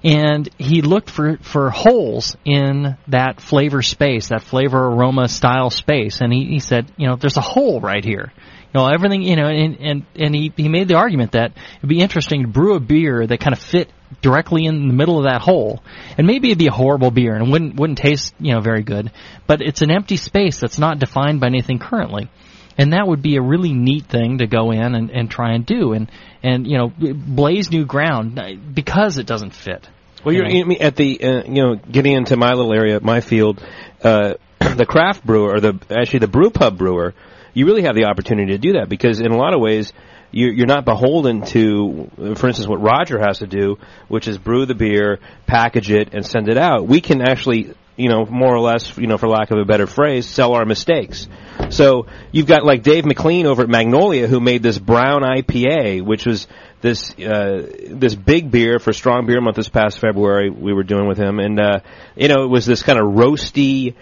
Speaker 9: And he looked for, for holes in that flavor space, that flavor aroma style space. And he, he said, you know, there's a hole right here. You know, everything, you know, and, and, and he, he made the argument that it'd be interesting to brew a beer that kind of fit directly in the middle of that hole. And maybe it'd be a horrible beer and it wouldn't, wouldn't taste, you know, very good. But it's an empty space that's not defined by anything currently. And that would be a really neat thing to go in and, and try and do and, and, you know, blaze new ground uh, because it doesn't fit.
Speaker 2: Well, you're
Speaker 9: You
Speaker 2: I mean, at the uh, you know getting into my little area, my field, uh, [CLEARS THROAT] the craft brewer or the actually the brew pub brewer, you really have the opportunity to do that because in a lot of ways you, you're not beholden to, for instance, what Roger has to do, which is brew the beer, package it, and send it out. We can actually you know, more or less, you know, for lack of a better phrase, sell our mistakes. So you've got like Dave McLean over at Magnolia who made this brown IPA, which was this uh, this big beer for Strong Beer Month this past February. We were doing with him, and uh, you know, it was this kind of roasty.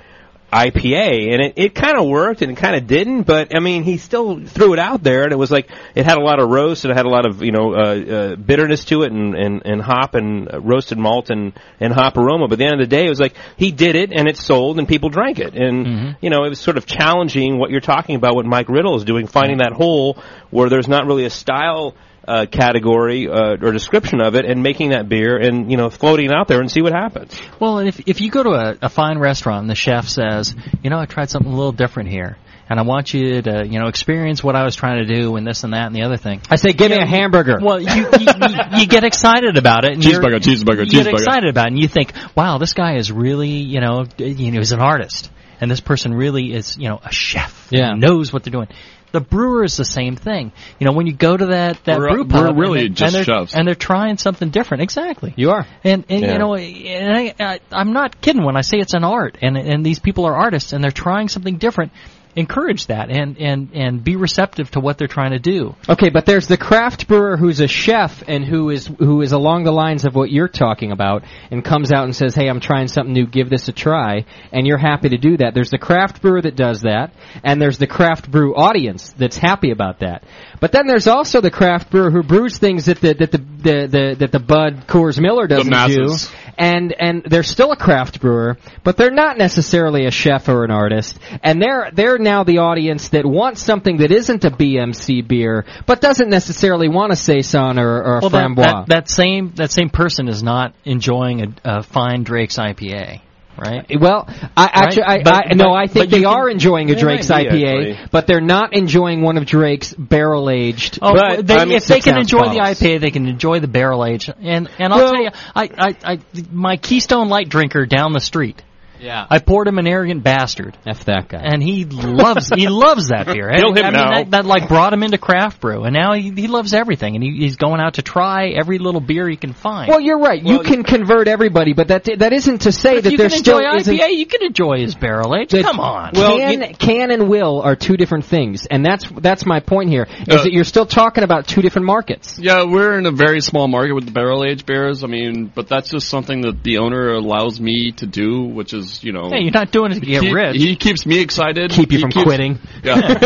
Speaker 2: IPA, and it, it kind of worked and it kind of didn't, but I mean, he still threw it out there, and it was like it had a lot of roast and it had a lot of you know uh, uh, bitterness to it and and and hop and uh, roasted malt and and hop aroma. But at the end of the day, it was like he did it and it sold and people drank it, and
Speaker 9: Mm-hmm.
Speaker 2: you know it was sort of challenging what you're talking about, what Mike Riddle is doing, finding that hole where there's not really a style uh, category uh, or description of it, and making that beer and you know floating it out there and see what happens.
Speaker 9: Well, and if if you go to a, a fine restaurant and the chef says, you know, I tried something a little different here, and I want you to, you know, experience what I was trying to do and this and that and the other thing.
Speaker 1: I say, give me a hamburger.
Speaker 9: Well, you you, you, you get excited about it. And
Speaker 3: Cheeseburger,
Speaker 9: you're-
Speaker 3: cheeseburger,
Speaker 9: you get
Speaker 3: cheeseburger.
Speaker 9: excited about it, and you think, wow, this guy is really, you know, d- you know, he's an artist, and this person really is, you know, a chef.
Speaker 1: Yeah.
Speaker 9: knows what they're doing. The brewer is the same thing. You know, when you go to that that
Speaker 3: We're-
Speaker 9: brew pub,
Speaker 3: we're really
Speaker 9: and, they-
Speaker 3: just
Speaker 9: and they're,
Speaker 3: chefs.
Speaker 9: and they're trying something different. Exactly,
Speaker 1: you are.
Speaker 9: And and
Speaker 3: Yeah.
Speaker 9: you know, and I, I, I'm not kidding when I say it's an art, and and these people are artists, and they're trying something different. encourage that and and and be receptive to what they're trying to do.
Speaker 1: Okay, but there's the craft brewer who's a chef and who is who is along the lines of what you're talking about and comes out and says, "Hey, I'm trying something new. Give this a try." And you're happy to do that. There's the craft brewer that does that, and there's the craft brew audience that's happy about that. But then there's also the craft brewer who brews things that the that the the, the that the Bud Coors Miller doesn't
Speaker 3: masses.
Speaker 1: do and and they're still a craft brewer, but they're not necessarily a chef or an artist, and they're they're now the audience that wants something that isn't a BMC beer, but doesn't necessarily want a saison or, or a
Speaker 9: Well, that,
Speaker 1: framboise.
Speaker 9: that, that same that same person is not enjoying a, a fine Drake's IPA, right?
Speaker 1: Well, I actually, I, I, no, I think they are enjoying a
Speaker 9: They
Speaker 1: Drake's
Speaker 9: might be,
Speaker 1: IPA, but they're not enjoying one of Drake's barrel aged.
Speaker 9: Oh, they, if they can enjoy the IPA, they can enjoy the barrel age. And and I'll tell you, I, I, I my Keystone Light drinker down the street.
Speaker 1: Yeah.
Speaker 9: I poured him an arrogant bastard.
Speaker 1: F that guy.
Speaker 9: And he loves he loves that
Speaker 1: [LAUGHS]
Speaker 9: beer.
Speaker 1: Kill
Speaker 9: I,
Speaker 1: him
Speaker 9: I mean,
Speaker 1: now.
Speaker 9: That, that like brought him into craft brew, and now he, he loves everything, and he, he's going out to try every little beer he can find.
Speaker 1: Well, you're right. you can convert everybody, but that that isn't to say
Speaker 9: If
Speaker 1: that
Speaker 9: you
Speaker 1: there
Speaker 9: can
Speaker 1: still
Speaker 9: enjoy
Speaker 1: isn't.
Speaker 9: IPA, you can enjoy his barrel age.
Speaker 1: that
Speaker 9: Come on.
Speaker 1: can, can and will are two different things, and that's that's my point here. Is
Speaker 3: Uh,
Speaker 1: that you're still talking about two different markets?
Speaker 3: Yeah, we're in a very small market with the barrel aged beers. I mean, but that's just something that the owner allows me to do, which is you know.
Speaker 9: Hey, you're not doing it to
Speaker 3: He
Speaker 9: get
Speaker 3: keep-
Speaker 9: rich.
Speaker 3: He keeps me excited.
Speaker 9: Keep you
Speaker 3: He
Speaker 9: from
Speaker 3: keeps-
Speaker 9: quitting. [LAUGHS]
Speaker 3: Yeah,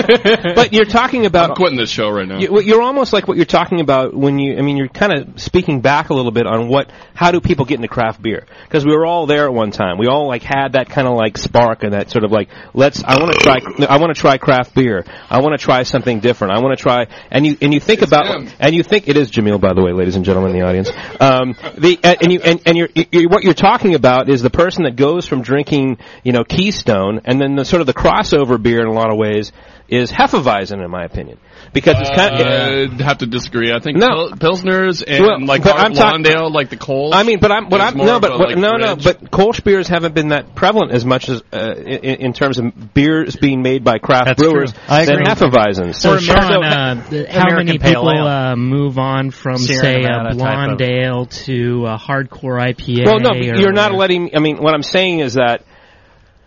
Speaker 2: but you're talking about
Speaker 3: I'm quitting this show right now.
Speaker 2: You, well, you're almost like what you're talking about when you. I mean, you're kind of speaking back a little bit on what. How do people get into craft beer? Because we were all there at one time. We all like had that kind of like spark and that sort of like. Let's. I want to try. I want to try craft beer. I want to try something different. I want to try. And you and you think about and you think it is Jamil, by the way, ladies and gentlemen in the audience. Um, the and, and you and, and you're, you what you're talking about is the person that goes from drinking you know Keystone and then the sort of the crossover beer in a lot of ways is Hefeweizen, in my opinion, because it's kind
Speaker 3: Uh,
Speaker 2: of.
Speaker 3: I'd have to disagree. I think
Speaker 2: No.
Speaker 3: Pil- pilsners and
Speaker 2: Well,
Speaker 3: like
Speaker 2: but
Speaker 3: Hart
Speaker 2: I'm talk-
Speaker 3: Lawndale, like the Coles.
Speaker 2: I mean, but I'm, but
Speaker 3: is
Speaker 2: I'm,
Speaker 3: more
Speaker 2: no,
Speaker 3: of
Speaker 2: but
Speaker 3: a,
Speaker 2: what-
Speaker 3: like,
Speaker 2: no, no,
Speaker 3: bridge.
Speaker 2: but Kolsch beers haven't been that prevalent as much as, uh, in, in terms of beers being made by craft brewers than Hefeweizens.
Speaker 4: So, Sean,
Speaker 2: So-
Speaker 4: uh, how many
Speaker 2: American Pale
Speaker 4: people
Speaker 2: Ale.
Speaker 4: uh, move on from,
Speaker 2: Sierra
Speaker 4: say,
Speaker 2: Nevada
Speaker 4: a
Speaker 2: type
Speaker 4: blonde
Speaker 2: of-
Speaker 4: ale to a hardcore IPA?
Speaker 2: Well, no,
Speaker 4: or
Speaker 2: but you're not
Speaker 4: whatever?
Speaker 2: letting. I mean, what I'm saying is that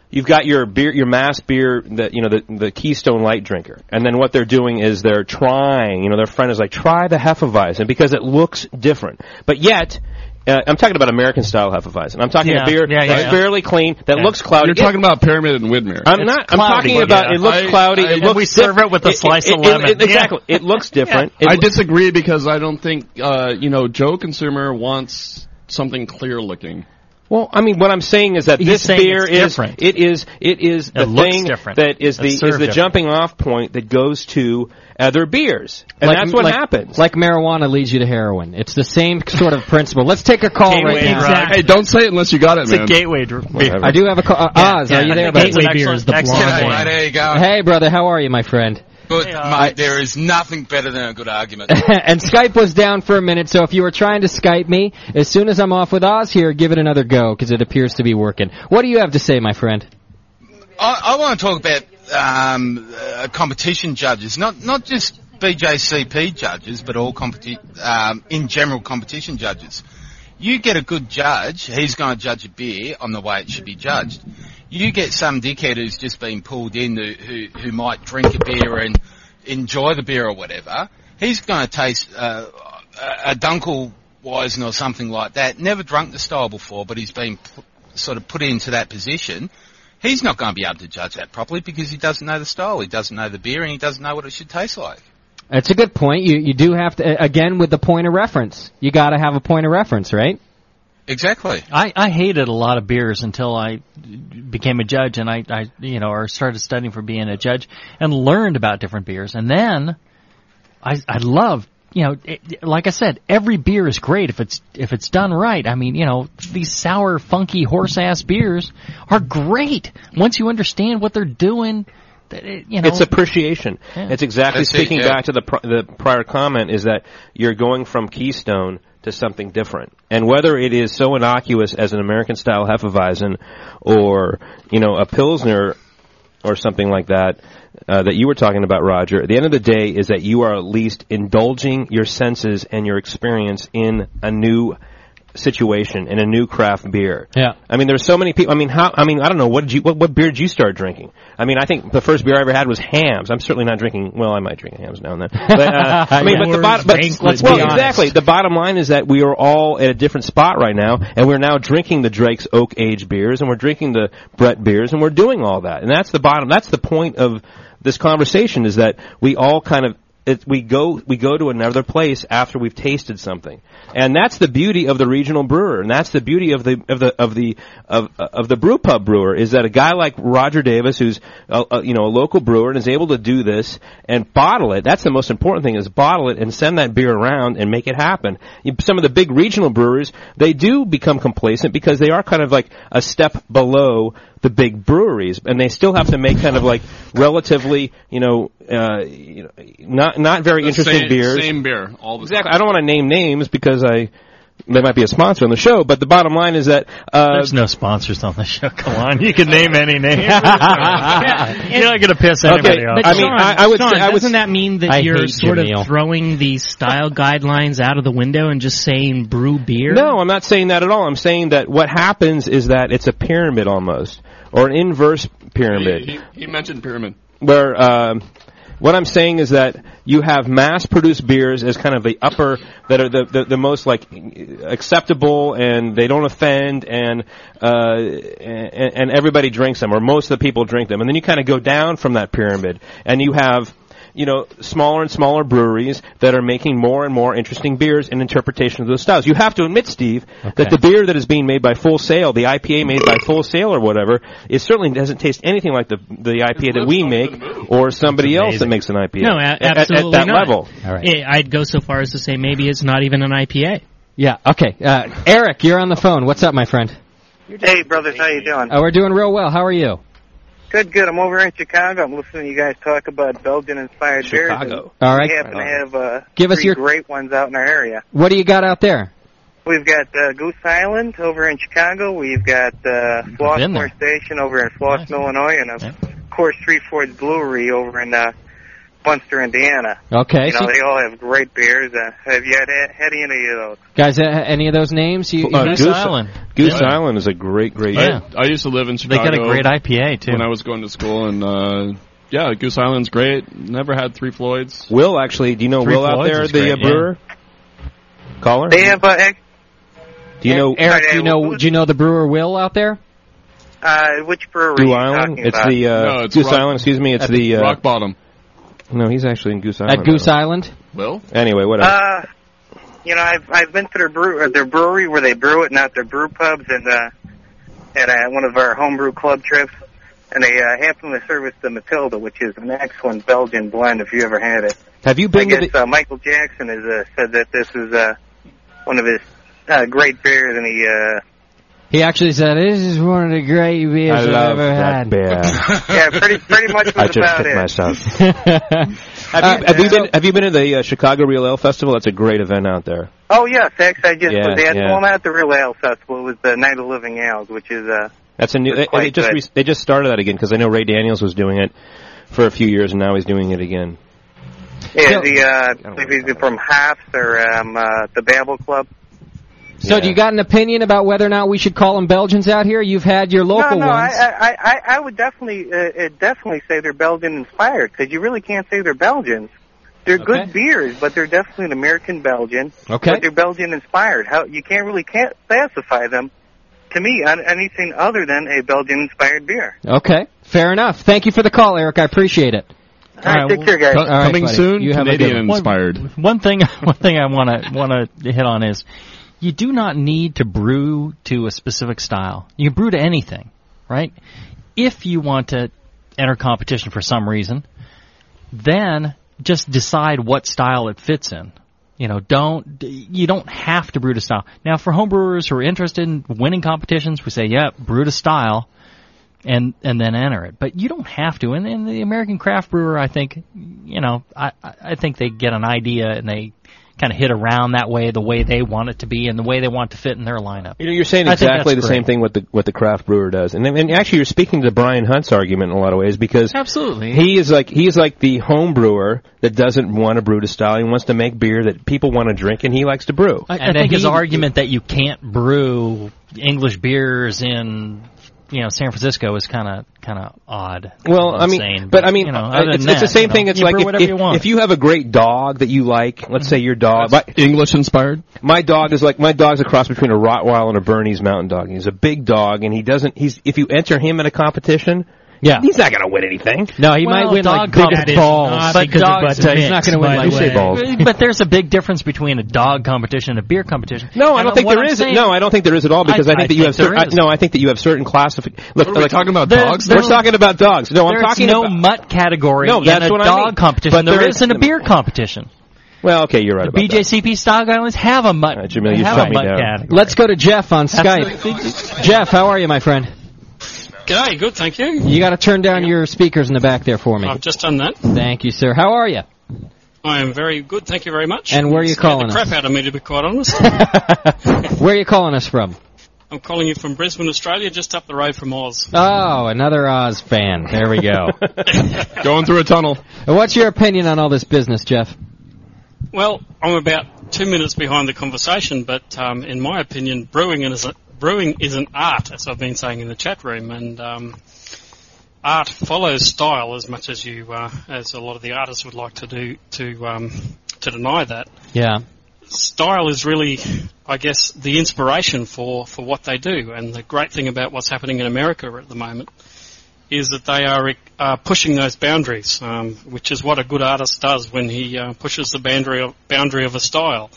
Speaker 2: you've got your beer, your mass beer, that you know, the, the Keystone Light drinker, and then what they're doing is they're trying. You know, their friend is like, try the Hefeweizen because it looks different, but yet. Uh, I'm talking about American style Hefeweizen. I'm talking
Speaker 3: Yeah,
Speaker 2: a beer
Speaker 3: yeah, yeah,
Speaker 2: that's
Speaker 3: yeah.
Speaker 2: fairly clean, that
Speaker 3: Yeah.
Speaker 2: looks cloudy.
Speaker 3: You're talking
Speaker 2: It-
Speaker 3: about Pyramid and Widmer.
Speaker 2: I'm not. I'm talking about it looks cloudy. it looks diff- it- it- exactly. It looks different. It
Speaker 3: I
Speaker 2: loo-
Speaker 3: disagree because I don't think uh, you know Joe consumer wants something clear looking.
Speaker 2: Well, I mean, what I'm saying is that
Speaker 3: He's
Speaker 2: this
Speaker 3: saying
Speaker 2: beer
Speaker 3: it's
Speaker 2: is
Speaker 3: different.
Speaker 2: it is it is the
Speaker 3: It looks
Speaker 2: thing
Speaker 3: different.
Speaker 2: that is
Speaker 3: It's
Speaker 2: the is the
Speaker 3: served different.
Speaker 2: jumping off point that goes to other beers, and
Speaker 1: Like-
Speaker 2: that's what
Speaker 1: like-
Speaker 2: happens.
Speaker 1: Like marijuana leads you to heroin. It's the same sort of principle. Let's take a call
Speaker 2: Gateway
Speaker 1: right now.
Speaker 2: drug. Exactly.
Speaker 3: Hey, don't say it unless you got it,
Speaker 1: It's a
Speaker 3: man.
Speaker 1: gateway
Speaker 9: dr-
Speaker 1: I do have a call. Uh,
Speaker 9: Yeah,
Speaker 1: Oz,
Speaker 9: yeah,
Speaker 1: are you
Speaker 9: I
Speaker 1: there?
Speaker 9: think
Speaker 1: buddy?
Speaker 9: that's an Gateway beer is the excellent- blonde excellent- one.
Speaker 17: There you go.
Speaker 1: Hey, brother, how are you, my friend? [LAUGHS]
Speaker 17: But mate, there is nothing better than a good argument.
Speaker 1: and Skype was down for a minute, so if you were trying to Skype me, as soon as I'm off with Oz here, give it another go because it appears to be working. What do you have to say, my friend?
Speaker 17: I, I want to talk about um, uh, competition judges, not not just BJCP judges, but all competi- um, in general competition judges. You get a good judge, he's going to judge a beer on the way it should be judged. You get some dickhead who's just been pulled in who, who, who might drink a beer and enjoy the beer or whatever. He's going to taste uh, a a Dunkelweizen or something like that. Never drunk the style before, but he's been pu- sort of put into that position he's not going to be able to judge that properly because he doesn't know the style, he doesn't know the beer, and he doesn't know what it should taste like.
Speaker 1: That's a good point. You you do have to again with the point of reference. You got to have a point of reference, right?
Speaker 17: Exactly.
Speaker 9: I, I hated a lot of beers until I became a judge and I, I, you know, or started studying for being a judge and learned about different beers. And then I, I love, you know, it, like I said, every beer is great if it's, if it's done right. I mean, you know, these sour, funky, horse ass beers are great once you understand what they're doing. that it- You know,
Speaker 2: it's appreciation.
Speaker 9: Yeah.
Speaker 2: It's exactly
Speaker 9: That's it,
Speaker 2: speaking
Speaker 9: yeah.
Speaker 2: back to the pr- the prior comment is that you're going from Keystone to something different, and whether it is so innocuous as an American style Hefeweizen or you know a Pilsner or something like that uh, that you were talking about, Roger. At the end of the day, is that you are at least indulging your senses and your experience in a new situation in a new craft beer.
Speaker 1: Yeah.
Speaker 2: I mean, there's so many people. I mean, how? I mean, I don't know. What did you? What, what beer did you start drinking? I mean, I think the first beer I ever had was Hams. I'm certainly not drinking. Well, I might drink Hams now and then. But
Speaker 1: [LAUGHS]
Speaker 2: uh, I mean, but the
Speaker 1: Moore's
Speaker 2: bottom. But
Speaker 1: Banquet,
Speaker 2: let's-
Speaker 1: be
Speaker 2: well,
Speaker 1: honest.
Speaker 2: exactly. The bottom line is that we are all at a different spot right now, and we're now drinking the Drake's Oak Age beers, and we're drinking the Brett beers, and we're doing all that. And that's the bottom. That's the point of this conversation is that we all kind of it, we go we go to another place after we've tasted something, and that's the beauty of the regional brewer, and that's the beauty of the of the of the of, of the brew pub brewer is that a guy like Roger Davis, who's a, a, you know a local brewer and is able to do this and bottle it. That's the most important thing is bottle it and send that beer around and make it happen. You- Some of the big regional brewers they do become complacent because they are kind of like a step below the big breweries, and they still have to make kind of like relatively, you know, uh, you know not not very interesting
Speaker 3: same,
Speaker 2: beers.
Speaker 3: Same beer. All the
Speaker 2: Exactly. I don't want to name names because I they might be a sponsor on the show, but the bottom line is that uh,
Speaker 18: There's no sponsors on the show. Come on, you can name any name. [LAUGHS]
Speaker 9: [LAUGHS]
Speaker 18: You're not gonna piss anybody
Speaker 2: Okay,
Speaker 18: off.
Speaker 4: But
Speaker 2: I mean,
Speaker 4: Sean,
Speaker 2: I- I would
Speaker 4: Sean,
Speaker 2: say- I would
Speaker 4: doesn't
Speaker 2: s-
Speaker 4: that mean that
Speaker 2: I
Speaker 4: you're
Speaker 2: hate
Speaker 4: sort
Speaker 2: Jamil.
Speaker 4: of throwing the style guidelines out of the window and just saying brew beer?
Speaker 2: No, I'm not saying that at all. I'm saying that what happens is that it's a pyramid almost, or an inverse pyramid.
Speaker 3: He, he mentioned pyramid.
Speaker 2: where um, what I'm saying is that you have mass-produced beers as kind of the upper that are the, the, the most like acceptable and they don't offend and, uh, and and everybody drinks them or most of the people drink them and then you kind of go down from that pyramid and you have you know, smaller and smaller breweries that are making more and more interesting beers and interpretation of those styles. You have to admit, Steve, that the beer that is being made by Full Sail, the IPA made by Full Sail or whatever, it certainly doesn't taste anything like the the IPA that we make or somebody else that makes an IPA.
Speaker 4: No, a-
Speaker 2: at, at-
Speaker 4: absolutely
Speaker 2: at that
Speaker 4: not.
Speaker 2: level.
Speaker 4: Yeah, I'd go so far as to say maybe it's not even an IPA.
Speaker 1: Yeah. Okay. Uh, Eric, you're on the phone. What's up, my friend?
Speaker 19: Hey, brothers, how you doing?
Speaker 1: Uh, we're doing real well. How are you?
Speaker 19: Good, good. I'm over in Chicago. I'm listening to you guys talk about Belgian-inspired beers.
Speaker 1: Chicago. All right.
Speaker 19: We happen to have uh,
Speaker 1: Give us
Speaker 19: three
Speaker 1: your-
Speaker 19: great ones out in our area.
Speaker 1: What do you got out there?
Speaker 19: We've got uh, Goose Island over in Chicago. We've got uh, Flossmore Station over in Floss, Illinois, and of course Three Fords Brewery over in uh, Bunster, Indiana.
Speaker 1: Okay.
Speaker 19: you know
Speaker 1: so-
Speaker 19: they all have great beers. Uh, have you had, had any of those?
Speaker 1: guys, uh, any of those names? You, you
Speaker 3: Uh, Goose Goose Island.
Speaker 2: Goose
Speaker 3: Yeah.
Speaker 2: Island is a great, great.
Speaker 3: I- I, used to live in
Speaker 2: They
Speaker 3: Chicago.
Speaker 2: got a great IPA, too.
Speaker 3: When I was going to school, and uh, yeah, Goose Island's great. Never had Three Floyds.
Speaker 2: Will actually, do you know
Speaker 3: Three
Speaker 2: Will out
Speaker 3: Floyds
Speaker 2: there,
Speaker 3: is
Speaker 2: the
Speaker 3: great,
Speaker 2: uh,
Speaker 3: yeah.
Speaker 2: brewer caller?
Speaker 19: They have uh, ex-
Speaker 2: do you know
Speaker 1: Eric, do you know do you know the brewer Will out there?
Speaker 19: uh, which brewery?
Speaker 2: Goose
Speaker 19: are you
Speaker 2: Island?
Speaker 19: talking
Speaker 2: It's
Speaker 19: about?
Speaker 2: the uh, Goose Island. Excuse me. It's the uh,
Speaker 3: Bottom.
Speaker 2: No, he's actually in Goose Island.
Speaker 1: At Goose Island?
Speaker 3: Will.
Speaker 2: Anyway, whatever.
Speaker 19: Uh, you know, I've I've been to their brew uh, their brewery where they brew it, not their brew pubs, and uh, at uh, one of our homebrew club trips, and they uh, happen to service the Matilda, which is an excellent Belgian blend if you ever had it.
Speaker 2: Have you
Speaker 19: I
Speaker 2: been to
Speaker 19: guess uh, Michael Jackson has uh, said that this is uh, one of his uh, great beers, and he
Speaker 2: [LAUGHS]
Speaker 19: uh,
Speaker 1: He actually said this is one of the great beers
Speaker 2: I
Speaker 1: have
Speaker 2: love
Speaker 1: ever
Speaker 2: that
Speaker 1: had. [LAUGHS]
Speaker 2: beer.
Speaker 19: yeah, pretty pretty much was
Speaker 2: I just
Speaker 19: about
Speaker 2: hit
Speaker 19: it.
Speaker 2: myself. [LAUGHS] have you, have you been? Have you been to the uh, Chicago Real Ale Festival? That's a great event out there.
Speaker 19: Oh yes, actually, I just
Speaker 2: Yeah,
Speaker 19: was at
Speaker 2: yeah.
Speaker 19: well not the Real Ale Festival, it was the Night of Living Ales, which is uh,
Speaker 2: That's a new. They, they
Speaker 19: quite
Speaker 2: just
Speaker 19: good.
Speaker 2: re- they just started that again because I know Ray Daniels was doing it for a few years and now he's doing it again.
Speaker 19: Yeah, the uh, I believe he's from Hops or um, uh, the Babel Club.
Speaker 1: So do you got an opinion about whether or not we should call them Belgians out here? You've had your local
Speaker 19: no, no,
Speaker 1: ones.
Speaker 19: I, I, I, I would definitely, uh, uh, definitely say they're Belgian inspired because you really can't say they're Belgians. They're good beers, but they're definitely an American Belgian.
Speaker 1: Okay.
Speaker 19: But they're Belgian inspired. How you can't really can't classify them to me on anything other than a Belgian inspired beer.
Speaker 1: Okay, fair enough. Thank you for the call, Eric. I appreciate it.
Speaker 19: All right, take care, guys.
Speaker 1: All right, buddy. You have a good one.
Speaker 9: One, one thing, [LAUGHS] one thing I want to want to hit on is, you do not need to brew to a specific style. You can brew to anything, right? If you want to enter competition for some reason, then just decide what style it fits in. You know, don't you don't have to brew to style. Now, for homebrewers who are interested in winning competitions, we say, yeah, brew to style and and then enter it. But you don't have to. And, and the American craft brewer, I think, you know, I I I think they get an idea and they kind of hit around that way, the way they want it to be, and the way they want it to fit in their lineup.
Speaker 2: You know, you're saying exactly the same thing what the what the craft brewer does, and then- and actually you're speaking to Brian Hunt's argument in a lot of ways because
Speaker 9: Absolutely.
Speaker 2: he is like he's like the home brewer that doesn't want to brew to style. He wants to make beer that people want to drink, and he likes to brew.
Speaker 9: and then his argument that you can't brew English beers in you know San Francisco is kind of kind of odd.
Speaker 2: Well, I mean,
Speaker 9: Insane,
Speaker 2: but I mean,
Speaker 9: you know,
Speaker 2: uh,
Speaker 9: other
Speaker 2: it's,
Speaker 9: than
Speaker 2: it's the
Speaker 9: that,
Speaker 2: same
Speaker 9: you know,
Speaker 2: thing. It's
Speaker 9: you
Speaker 2: like
Speaker 9: brew
Speaker 2: if,
Speaker 9: whatever
Speaker 2: if-
Speaker 9: you want. Mm-hmm.
Speaker 2: if you have a great dog that you like, let's say your dog
Speaker 3: English inspired.
Speaker 2: My dog is like my dog's a cross between a Rottweiler and a Bernese Mountain Dog. He's a big dog, and he doesn't. He's if you enter him in a competition,
Speaker 1: yeah,
Speaker 2: he's not going to win anything.
Speaker 1: No, he might win like biggest balls,
Speaker 9: but dogs,
Speaker 1: but uh, he's not going to win like
Speaker 2: say balls.
Speaker 9: But there's a big difference between a dog competition and a beer competition.
Speaker 2: No, I don't think there is. no, I don't think there is at all because I, think that you have.
Speaker 9: certain.
Speaker 2: Cer- I, no, I think that you have certain classifications. Look,
Speaker 9: What are we
Speaker 2: like-
Speaker 9: talking about, There- dogs?
Speaker 2: We're
Speaker 9: there's-
Speaker 2: talking about dogs. No, I'm
Speaker 9: there's
Speaker 2: talking
Speaker 9: no
Speaker 2: about
Speaker 9: mutt category
Speaker 2: No, that's
Speaker 9: in a
Speaker 2: what I
Speaker 9: dog
Speaker 2: mean.
Speaker 9: competition.
Speaker 2: But there
Speaker 9: there
Speaker 2: is-
Speaker 9: isn't a beer competition.
Speaker 2: Well, okay, you're right about
Speaker 9: BJCP Stog Islands have a mutt.
Speaker 2: Jamil, you
Speaker 9: have
Speaker 2: shut
Speaker 9: a
Speaker 2: me
Speaker 9: mutt
Speaker 2: down.
Speaker 9: category.
Speaker 1: Let's go to Jeff on
Speaker 9: That's
Speaker 1: Skype. Jeff, how are you, my friend?
Speaker 20: G'day, good, thank you.
Speaker 1: You got to turn down your speakers in the back there for me.
Speaker 20: I've just done that.
Speaker 1: Thank you, sir. How are you?
Speaker 20: I am very good, thank you very much.
Speaker 1: And where are you
Speaker 20: Scared the
Speaker 1: calling us?
Speaker 20: crap out of me, to be quite honest.
Speaker 1: [LAUGHS] Where are you calling us from?
Speaker 20: I'm calling you from Brisbane, Australia, just up the road from Oz.
Speaker 1: Oh, another Oz fan. There we go.
Speaker 3: [LAUGHS] Going through a tunnel.
Speaker 1: What's your opinion on all this business, Jeff?
Speaker 20: Well, I'm about two minutes behind the conversation, but um, in my opinion, brewing is a, brewing is an art, as I've been saying in the chat room, and um, art follows style as much as you uh, as a lot of the artists would like to do to um, to deny that.
Speaker 1: Yeah.
Speaker 20: style is really, I guess, the inspiration for, for what they do. And the great thing about what's happening in America at the moment is that they are uh, pushing those boundaries, um, which is what a good artist does when he uh, pushes the boundary of, boundary of a style.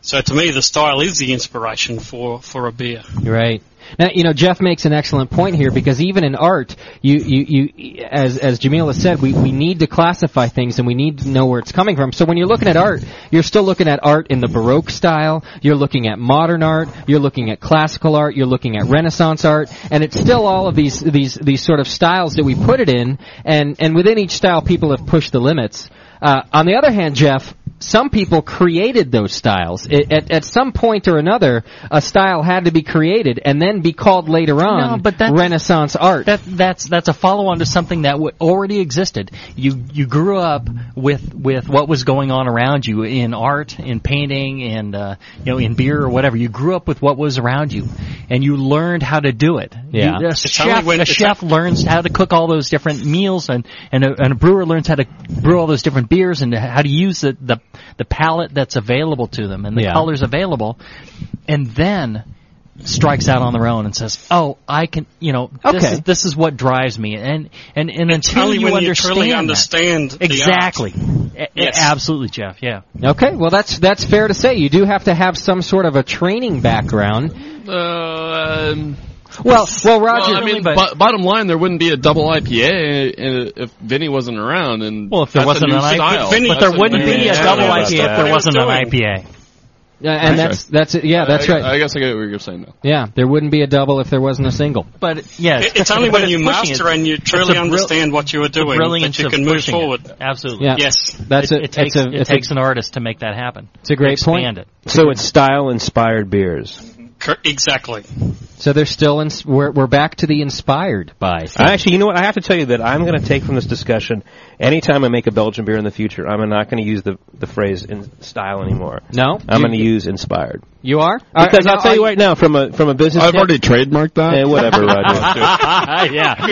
Speaker 20: So to me, the style is the inspiration for, for a beer.
Speaker 1: You're Right. Now, you know, Jeff makes an excellent point here because even in art, you, you, you, as, as Jamila said, we, we need to classify things and we need to know where it's coming from. So when you're looking at art, you're still looking at art in the Baroque style, you're looking at modern art, you're looking at classical art, you're looking at Renaissance art, and it's still all of these, these, these sort of styles that we put it in, and, and within each style people have pushed the limits. Uh, on the other hand, Jeff, some people created those styles. It, at, at some point or another, a style had to be created and then be called later on
Speaker 9: No, but that's-
Speaker 1: Renaissance art.
Speaker 9: That, that's that's a follow on to something that w- already existed. You you grew up with with what was going on around you in art, in painting, and uh, you know in beer or whatever. You grew up with what was around you, and you learned how to do it.
Speaker 1: Yeah.
Speaker 9: You, a
Speaker 1: It's
Speaker 9: chef,
Speaker 1: only when-
Speaker 9: a
Speaker 1: it's-
Speaker 9: chef learns how to cook all those different meals, and and a, and a brewer learns how to brew all those different beers and how to use the the, the palette that's available to them and the
Speaker 1: Yeah.
Speaker 9: colors available, and then strikes out on their own and says, "Oh, I can," you know, this
Speaker 1: Okay.
Speaker 9: is, this is what drives me, and and and until
Speaker 20: Only
Speaker 9: you
Speaker 20: when you
Speaker 9: understand
Speaker 20: truly
Speaker 9: that-
Speaker 20: understand the art.
Speaker 9: exactly, A-
Speaker 20: Yes.
Speaker 9: absolutely, Jeff, yeah.
Speaker 1: Okay, well that's that's fair to say. You do have to have some sort of a training background.
Speaker 3: Uh, um,
Speaker 1: Well, well, Roger,
Speaker 3: I mean,
Speaker 1: but-
Speaker 3: bo- bottom line, there wouldn't be a double IPA uh, if Vinny wasn't around. And
Speaker 9: Well, if there
Speaker 3: that's a
Speaker 9: wasn't
Speaker 3: new
Speaker 9: an IPA
Speaker 3: style.
Speaker 9: Vinny- But there
Speaker 3: That's
Speaker 9: wouldn't
Speaker 3: new
Speaker 9: be a
Speaker 3: style.
Speaker 9: double
Speaker 3: Yeah,
Speaker 9: IPA if
Speaker 3: that's
Speaker 9: there
Speaker 3: what
Speaker 9: wasn't an
Speaker 3: he was doing.
Speaker 9: IPA.
Speaker 1: Yeah, Uh, and
Speaker 3: That's
Speaker 1: that's that's it. Yeah, that's
Speaker 3: I-
Speaker 1: right.
Speaker 3: I guess I get what you're saying now.
Speaker 1: Yeah, there wouldn't be a double if there wasn't a single.
Speaker 9: But yeah,
Speaker 20: It- It's only
Speaker 9: but
Speaker 20: when you
Speaker 9: pushing it.
Speaker 20: master and you
Speaker 9: It's
Speaker 20: truly
Speaker 9: a brill-
Speaker 20: understand what you are
Speaker 9: it's a
Speaker 20: doing
Speaker 9: brilliance
Speaker 20: that you
Speaker 9: of
Speaker 20: can move
Speaker 9: pushing it.
Speaker 20: forward.
Speaker 9: Absolutely,
Speaker 1: Yeah.
Speaker 20: Yes.
Speaker 1: That's
Speaker 9: it.
Speaker 1: a-
Speaker 9: It takes,
Speaker 1: it's a-
Speaker 9: it
Speaker 1: it's a-
Speaker 9: takes an artist to make that happen.
Speaker 1: It's a great
Speaker 9: Expand
Speaker 1: point.
Speaker 9: it.
Speaker 2: So it's style inspired beers.
Speaker 20: Cor- Exactly.
Speaker 1: So they're still in, we're we're back to the inspired by.
Speaker 2: I actually, you know what? I have to tell you that I'm going to take from this discussion. Anytime I make a Belgian beer in the future, I'm not going to use the the phrase in style anymore.
Speaker 1: No?
Speaker 2: I'm
Speaker 1: You-
Speaker 2: going to use inspired.
Speaker 1: You are
Speaker 2: Because I'll tell you right now, from a from a business,
Speaker 1: I've already
Speaker 2: trademarked that. Eh,
Speaker 10: [LAUGHS]
Speaker 2: whatever, Roger. [LAUGHS]
Speaker 9: yeah.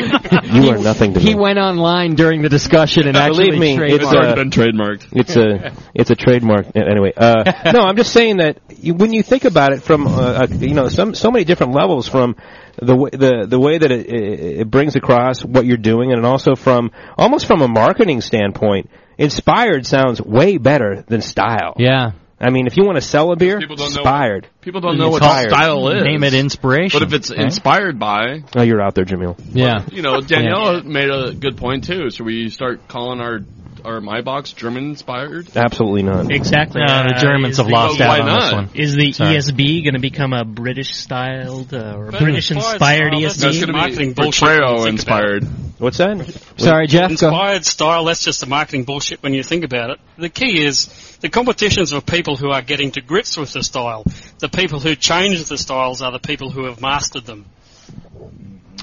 Speaker 2: you are nothing to me.
Speaker 1: He went online during the discussion and actually
Speaker 2: Believe me,
Speaker 1: trademarked.
Speaker 2: it's a, trademarked. It's a it's a trademark anyway. Uh, no, I'm just saying that you, when you think about it from uh, uh, you know some so many different levels from the way the the way that it, it it brings across what you're doing and also from almost from a marketing standpoint, inspired sounds way better than style.
Speaker 1: Yeah.
Speaker 2: I mean, if you want to sell a beer,
Speaker 3: People don't know-
Speaker 2: inspired.
Speaker 3: People don't know what
Speaker 2: Inspired.
Speaker 3: style is.
Speaker 9: inspiration.
Speaker 3: But if it's
Speaker 2: Okay.
Speaker 3: inspired by,
Speaker 2: Oh, you're out there, Jamil.
Speaker 1: Yeah.
Speaker 3: you know, Danielle made a good point too. Should we start calling our our my box German inspired?
Speaker 2: Absolutely not.
Speaker 4: Exactly. Uh,
Speaker 3: No, the Germans
Speaker 4: is
Speaker 3: have
Speaker 4: the- E
Speaker 3: lost Well, out why on this not? one.
Speaker 4: Is the E
Speaker 3: Sorry.
Speaker 4: ESB going to become a British styled uh, or
Speaker 3: But
Speaker 4: British
Speaker 3: as far as
Speaker 4: inspired E
Speaker 3: how
Speaker 4: ESB?
Speaker 3: this That's gonna be marketing bullshit Portrayal when you think about it. inspired.
Speaker 2: What's that?
Speaker 1: Sorry, Jeff. Go.
Speaker 20: Inspired style, that's just the marketing bullshit when you think about it. The key is the competitions of people who are getting to grips with the style. The people who change the styles are the people who have mastered them.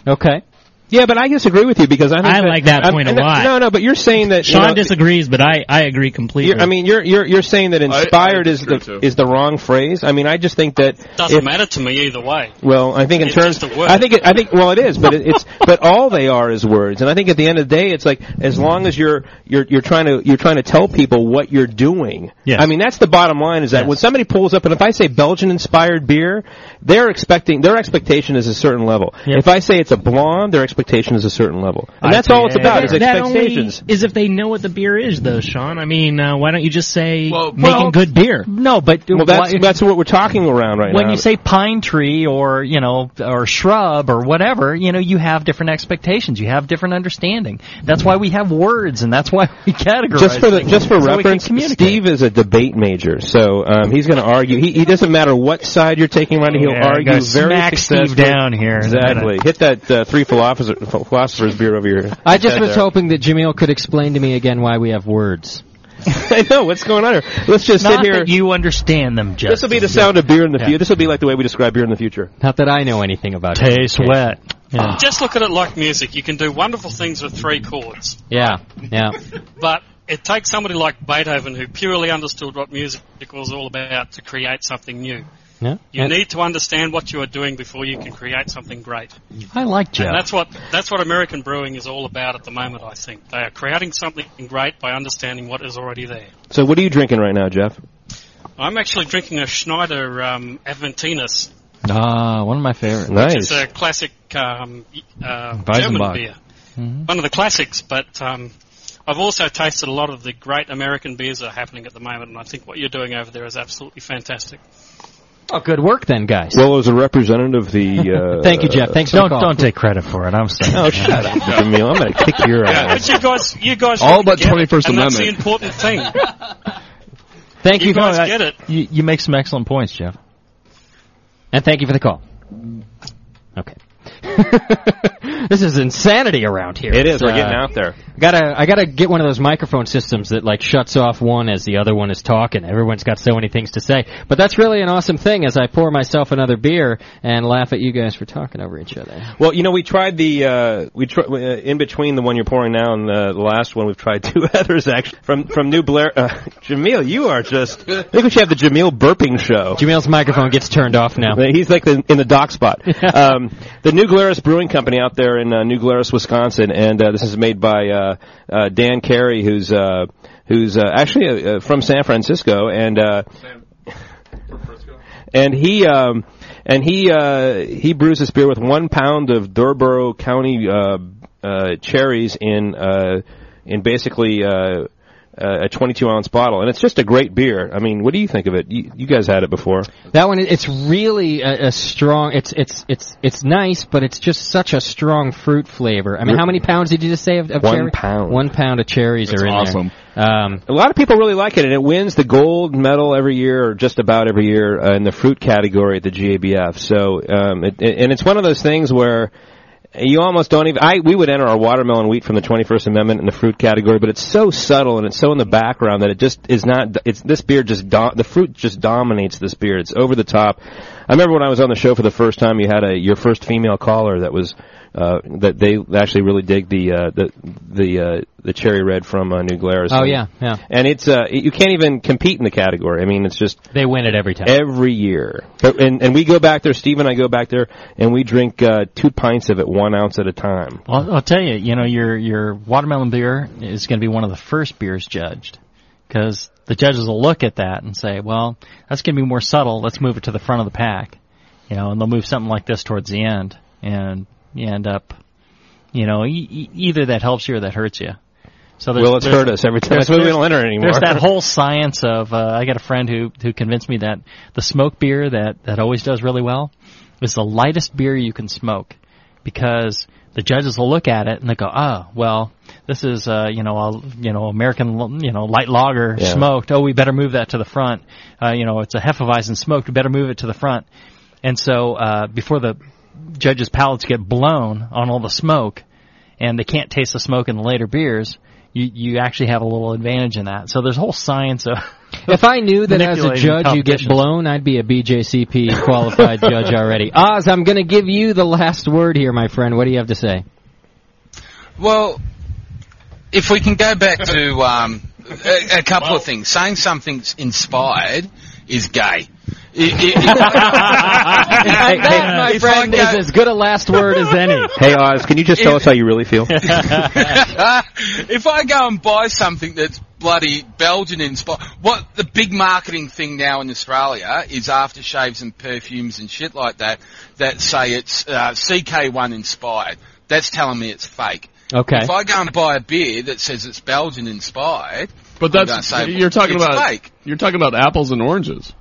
Speaker 1: Okay.
Speaker 2: Yeah, but I disagree with you because I think
Speaker 4: I like that
Speaker 2: I'm-
Speaker 4: point a
Speaker 2: and-
Speaker 4: lot.
Speaker 2: No, no, but you're saying that you
Speaker 4: Sean
Speaker 2: know,
Speaker 4: disagrees, but I, I agree completely.
Speaker 2: You're, I mean, you're you're you're saying that
Speaker 4: I- I
Speaker 2: inspired is the
Speaker 4: disagree, too.
Speaker 2: is the wrong phrase. I mean, I just think that
Speaker 20: Doesn't
Speaker 2: if-
Speaker 20: matter to me either way.
Speaker 2: Well, I think in
Speaker 20: It's
Speaker 2: terms,
Speaker 20: just a word.
Speaker 2: I think it, I think well, it is, but
Speaker 20: [LAUGHS]
Speaker 2: it, it's but all they are is words, and I think at the end of the day, it's like as long as you're you're you're trying to you're trying to tell people what you're doing. I mean, that's the bottom line is that when somebody pulls up, and if I say Belgian inspired beer, they're expecting their expectation is a certain level. If I say it's a blonde, their expectation is a certain level, and that's all it's about is
Speaker 4: That- that only
Speaker 2: expectations.
Speaker 4: is if they know what the beer is, though, Sean. I mean, uh, why don't you just say making
Speaker 9: well,
Speaker 4: good beer?
Speaker 9: No, but
Speaker 2: well, that's that's what we're talking around right
Speaker 9: when
Speaker 2: now.
Speaker 9: you say pine tree or you know or shrub or whatever, you know you have different expectations, you have different understanding. That's why we have words, and that's why we [LAUGHS] categorize.
Speaker 2: just for the,
Speaker 9: things,
Speaker 2: just for
Speaker 9: so we can
Speaker 2: reference,
Speaker 9: communicate.
Speaker 2: Steve is a debate major, so um, he's going to argue. He, he doesn't matter what side you're taking right now. He'll
Speaker 9: Yeah,
Speaker 2: argue
Speaker 9: gotta
Speaker 2: very
Speaker 9: smack Steve
Speaker 2: successfully.
Speaker 9: down here in a
Speaker 2: Exactly.
Speaker 9: minute.
Speaker 2: Hit that uh, three philosophers, philosophers beer over your.
Speaker 1: I just
Speaker 2: head
Speaker 1: was
Speaker 2: there.
Speaker 1: hoping that Jamil could explain to me again why we have words.
Speaker 2: I know what's going on here. Let's just
Speaker 1: Not
Speaker 2: sit here.
Speaker 1: that
Speaker 9: you understand them, Jeff.
Speaker 2: This will be the sound of beer in the
Speaker 1: Yeah.
Speaker 2: future. This will be like the way we describe beer in the future.
Speaker 1: Not that I know anything about
Speaker 9: Taste
Speaker 1: communication. Oh,
Speaker 9: wet.
Speaker 1: Yeah.
Speaker 20: Just look at it like music. You can do wonderful things with three chords.
Speaker 1: yeah, yeah.
Speaker 20: But it takes somebody like Beethoven who purely understood what music was all about to create something new.
Speaker 1: Yeah.
Speaker 20: You
Speaker 1: And-
Speaker 20: need to understand what you are doing before you can create something great.
Speaker 9: I like Jeff.
Speaker 20: And that's what that's what American brewing is all about at the moment, I think. They are creating something great by understanding what is already there.
Speaker 2: So, what are you drinking right now, Jeff?
Speaker 20: I'm actually drinking a Schneider um, Aventinus,
Speaker 9: Ah, one of my favorites.
Speaker 20: which is a classic um, y- uh, German
Speaker 9: Weizenbach.
Speaker 20: beer.
Speaker 9: Mm-hmm.
Speaker 20: One of the classics, but um, I've also tasted a lot of the great American beers that are happening at the moment, and I think what you're doing over there is absolutely fantastic.
Speaker 1: Oh, good work then, guys.
Speaker 2: Well, as a representative of
Speaker 1: [LAUGHS]
Speaker 2: the. Uh,
Speaker 1: Thank you, Jeff. Thanks for the
Speaker 9: don't
Speaker 1: call.
Speaker 9: don't take credit for it. I'm sorry.
Speaker 2: Oh, shut up, Jamil. I'm going to kick your ass. [LAUGHS]
Speaker 20: But you guys, you guys
Speaker 9: All
Speaker 20: work
Speaker 9: but
Speaker 20: together,
Speaker 9: 21st
Speaker 20: and that's the
Speaker 9: Amendment.
Speaker 20: important thing.
Speaker 1: Thank you,
Speaker 20: you guys
Speaker 1: for
Speaker 20: get it.
Speaker 9: You, you make some excellent points, Jeff.
Speaker 1: And thank you for the call. Okay. [LAUGHS] this is insanity around here.
Speaker 2: It is.
Speaker 1: It's,
Speaker 2: We're
Speaker 1: uh,
Speaker 2: getting out there.
Speaker 1: Gotta, I gotta get one of those microphone systems that like shuts off one as the other one is talking. Everyone's got so many things to say, but that's really an awesome thing. As I pour myself another beer and laugh at you guys for talking over each other.
Speaker 2: Well, you know, we tried the uh, we tr- uh, in between the one you're pouring now and the, the last one. We've tried two [LAUGHS] others actually from from New Blair. Uh, [LAUGHS] Jamil, you are just. I think we should have the Jamil burping show.
Speaker 1: Jamil's microphone gets turned off now.
Speaker 2: He's like the, in the dock
Speaker 1: [LAUGHS]
Speaker 2: spot. um, the New Glarus Brewing Company out there in uh, New Glarus, Wisconsin, and uh, this is made by uh, uh, Dan Carey, who's uh, who's uh, actually uh, uh, from San Francisco, and. Uh, and he um, and he uh, he brews this beer with one pound of Durborough County uh, uh, cherries in uh, in basically uh, uh, a 22 ounce bottle, and it's just a great beer. I mean, what do you think of it? You, you guys had it before.
Speaker 1: That one, it's really a, a strong. It's it's it's it's nice, but it's just such a strong fruit flavor. I mean, how many pounds did you just say of, of
Speaker 2: One
Speaker 1: cherry?
Speaker 2: pound.
Speaker 1: One pound of cherries are in
Speaker 2: awesome.
Speaker 1: there. Um,
Speaker 2: A lot of people really like it, and it wins the gold medal every year, or just about every year, uh, in the fruit category at the GABF. So, um, it, it- and it's one of those things where you almost don't even. I we would enter our watermelon wheat from the 21st Amendment in the fruit category, but it's so subtle and it's so in the background that it just is not. It's this beer just do, the fruit just dominates this beer. It's over the top. I remember when I was on the show for the first time, you had a your first female caller that was. Uh, that they actually really dig the uh, the the uh, the cherry red from uh, New Glarus.
Speaker 1: Oh, yeah, yeah.
Speaker 2: And it's uh, you can't even compete in the category. I mean, it's just
Speaker 1: they win it every time,
Speaker 2: every year. But, and and we go back there. Steve and I go back there, and we drink uh, two pints of it, one ounce at a time.
Speaker 9: Well, I'll tell you, you know, your your watermelon beer is going to be one of the first beers judged because the judges will look at that and say, well, that's going to be more subtle. Let's move it to the front of the pack, you know, and they'll move something like this towards the end, and you end up, you know, e- e- either that helps you or that hurts you. So there's-
Speaker 2: Well, it's
Speaker 9: there's-
Speaker 2: hurt us every time.
Speaker 9: there's-
Speaker 2: That's why we
Speaker 9: there's-
Speaker 2: don't enter anymore.
Speaker 9: There's that whole science of. Uh, I got a friend who who convinced me that the smoke beer that that always does really well is the lightest beer you can smoke because the judges will look at it and they go, ah, well, this is uh, you know a you know American l- you know light lager
Speaker 2: Yeah.
Speaker 9: smoked. Oh, we better move that to the front. Uh, you know, it's a hefeweizen smoked. We better move it to the front. And so uh, before the judges' palates get blown on all the smoke, and they can't taste the smoke in the later beers, you you actually have a little advantage in that. So there's a whole science of.
Speaker 1: If I knew that as a
Speaker 9: manipulating
Speaker 1: judge you get
Speaker 9: competitions.
Speaker 1: blown, I'd be a BJCP qualified judge already. Oz, I'm going to give you the last word here, my friend. What do you have to say?
Speaker 17: Well, if we can go back to um, a, a couple of things, saying something's inspired is gay. I- I- I-
Speaker 1: And that, my
Speaker 17: If I
Speaker 1: friend,
Speaker 17: go-
Speaker 1: is as good a last word as any.
Speaker 2: Hey, Oz, can you just tell us how you
Speaker 10: [LAUGHS]
Speaker 2: really [LAUGHS] feel?
Speaker 17: [LAUGHS] if I go and buy something that's bloody Belgian inspired, what the big marketing thing now in Australia is aftershaves and perfumes and shit like that that say it's uh, CK1 inspired. That's telling me it's fake.
Speaker 1: Okay.
Speaker 17: If I go and buy a beer that says it's Belgian inspired,
Speaker 3: But
Speaker 17: I'm
Speaker 3: that's
Speaker 17: gonna say,
Speaker 3: you're talking
Speaker 17: "It's
Speaker 3: about.
Speaker 17: fake.
Speaker 3: You're talking about apples and oranges.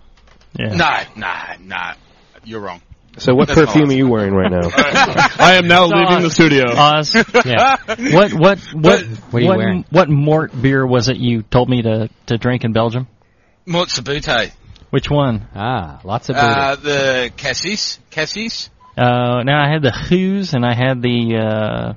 Speaker 17: No, no, Uh, no. You're wrong.
Speaker 2: So what
Speaker 17: That's not
Speaker 2: perfume are you wearing
Speaker 17: [LAUGHS]
Speaker 2: right now?
Speaker 3: I am now
Speaker 9: So
Speaker 3: leaving the
Speaker 9: Oz-
Speaker 3: studio.
Speaker 9: Oz, yeah. What what what
Speaker 17: What are you
Speaker 9: what,
Speaker 17: wearing?
Speaker 9: what mort beer was it you told me to to drink in Belgium?
Speaker 17: Mort Sabute.
Speaker 9: Which one?
Speaker 1: Ah, lots
Speaker 17: Uh, the Cassis. Cassis.
Speaker 9: Uh, now I had the Who's and I had the uh,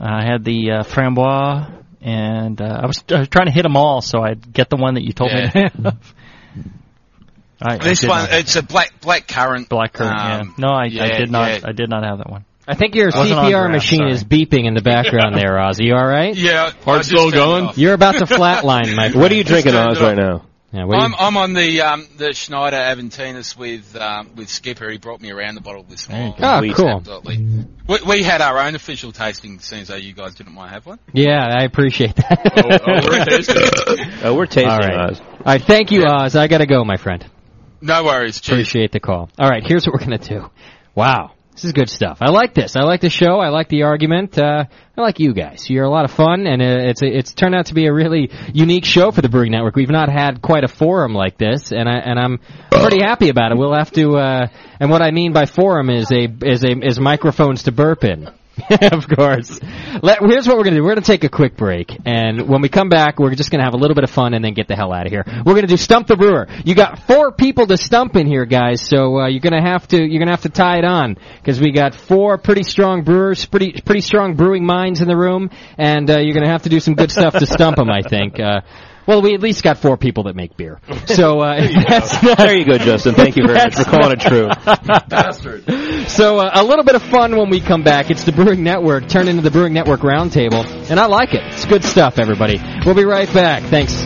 Speaker 9: I had the uh, Framboise and uh, I, was, I was trying to hit them all, so I'd get the one that you told me.
Speaker 17: Yeah.
Speaker 9: To have. [LAUGHS] I, I
Speaker 17: This
Speaker 9: did
Speaker 17: one,
Speaker 9: not-
Speaker 17: it's a black black currant. um,
Speaker 9: Black current, yeah. No, I, I
Speaker 17: yeah,
Speaker 9: did not.
Speaker 17: yeah.
Speaker 9: I did not have that one.
Speaker 1: I think your
Speaker 9: It wasn't on
Speaker 1: CPR
Speaker 9: draft,
Speaker 1: machine
Speaker 9: sorry.
Speaker 1: is beeping in the background there, Oz. Are you all right?
Speaker 17: Yeah, Heart I just still turned it going? off.
Speaker 1: You're
Speaker 17: [LAUGHS]
Speaker 1: about to flatline, my friend.
Speaker 17: What are you drinking, Just turned Oz, it right
Speaker 2: now?
Speaker 1: Yeah, what are you-
Speaker 17: I'm, I'm on the um, the Schneider Aventinus with um, with Skipper. He brought me around the bottle this morning.
Speaker 1: go. Ah, cool.
Speaker 17: Absolutely. We, we had our own official tasting, seeing as though you guys didn't want to have one.
Speaker 1: Yeah, I appreciate that.
Speaker 17: Oh,
Speaker 1: [LAUGHS]
Speaker 17: we're tasting.
Speaker 2: Oh, we're tasting,
Speaker 1: All right.
Speaker 2: Oz.
Speaker 1: All right, thank you, Oz. I got to go, my friend.
Speaker 17: [LAUGHS] No worries.
Speaker 1: Appreciate the call. All right, here's what we're going to do. Wow. This is good stuff. I like this. I like the show. I like the argument. Uh, I like you guys. You're a lot of fun, and uh, it's it's turned out to be a really unique show for the Brewing Network. We've not had quite a forum like this, and I and I'm pretty happy about it. We'll have to. Uh, and what I mean by forum is a is a is microphones to burp in. [LAUGHS] of course. Let, here's what we're going to do. We're going to take a quick break, and when we come back, we're just going to have a little bit of fun and then get the hell out of here. We're going to do stump the brewer. You got four people to stump in here, guys. So uh, you're going to have to you're going to have to tie it on because we got four pretty strong brewers, pretty pretty strong brewing minds in the room, and uh, you're going to have to do some good stuff to stump them. I think. Uh, well, we at least got four people that make beer. So uh, [LAUGHS] there, you
Speaker 2: There you go, Justin. Thank
Speaker 1: [LAUGHS]
Speaker 2: you very much for calling it true.
Speaker 1: Bastard. So uh, a little bit of fun when we come back. It's the Brewing Network. Turn into the Brewing Network Roundtable, and I like it. It's good stuff, everybody. We'll be right back. Thanks.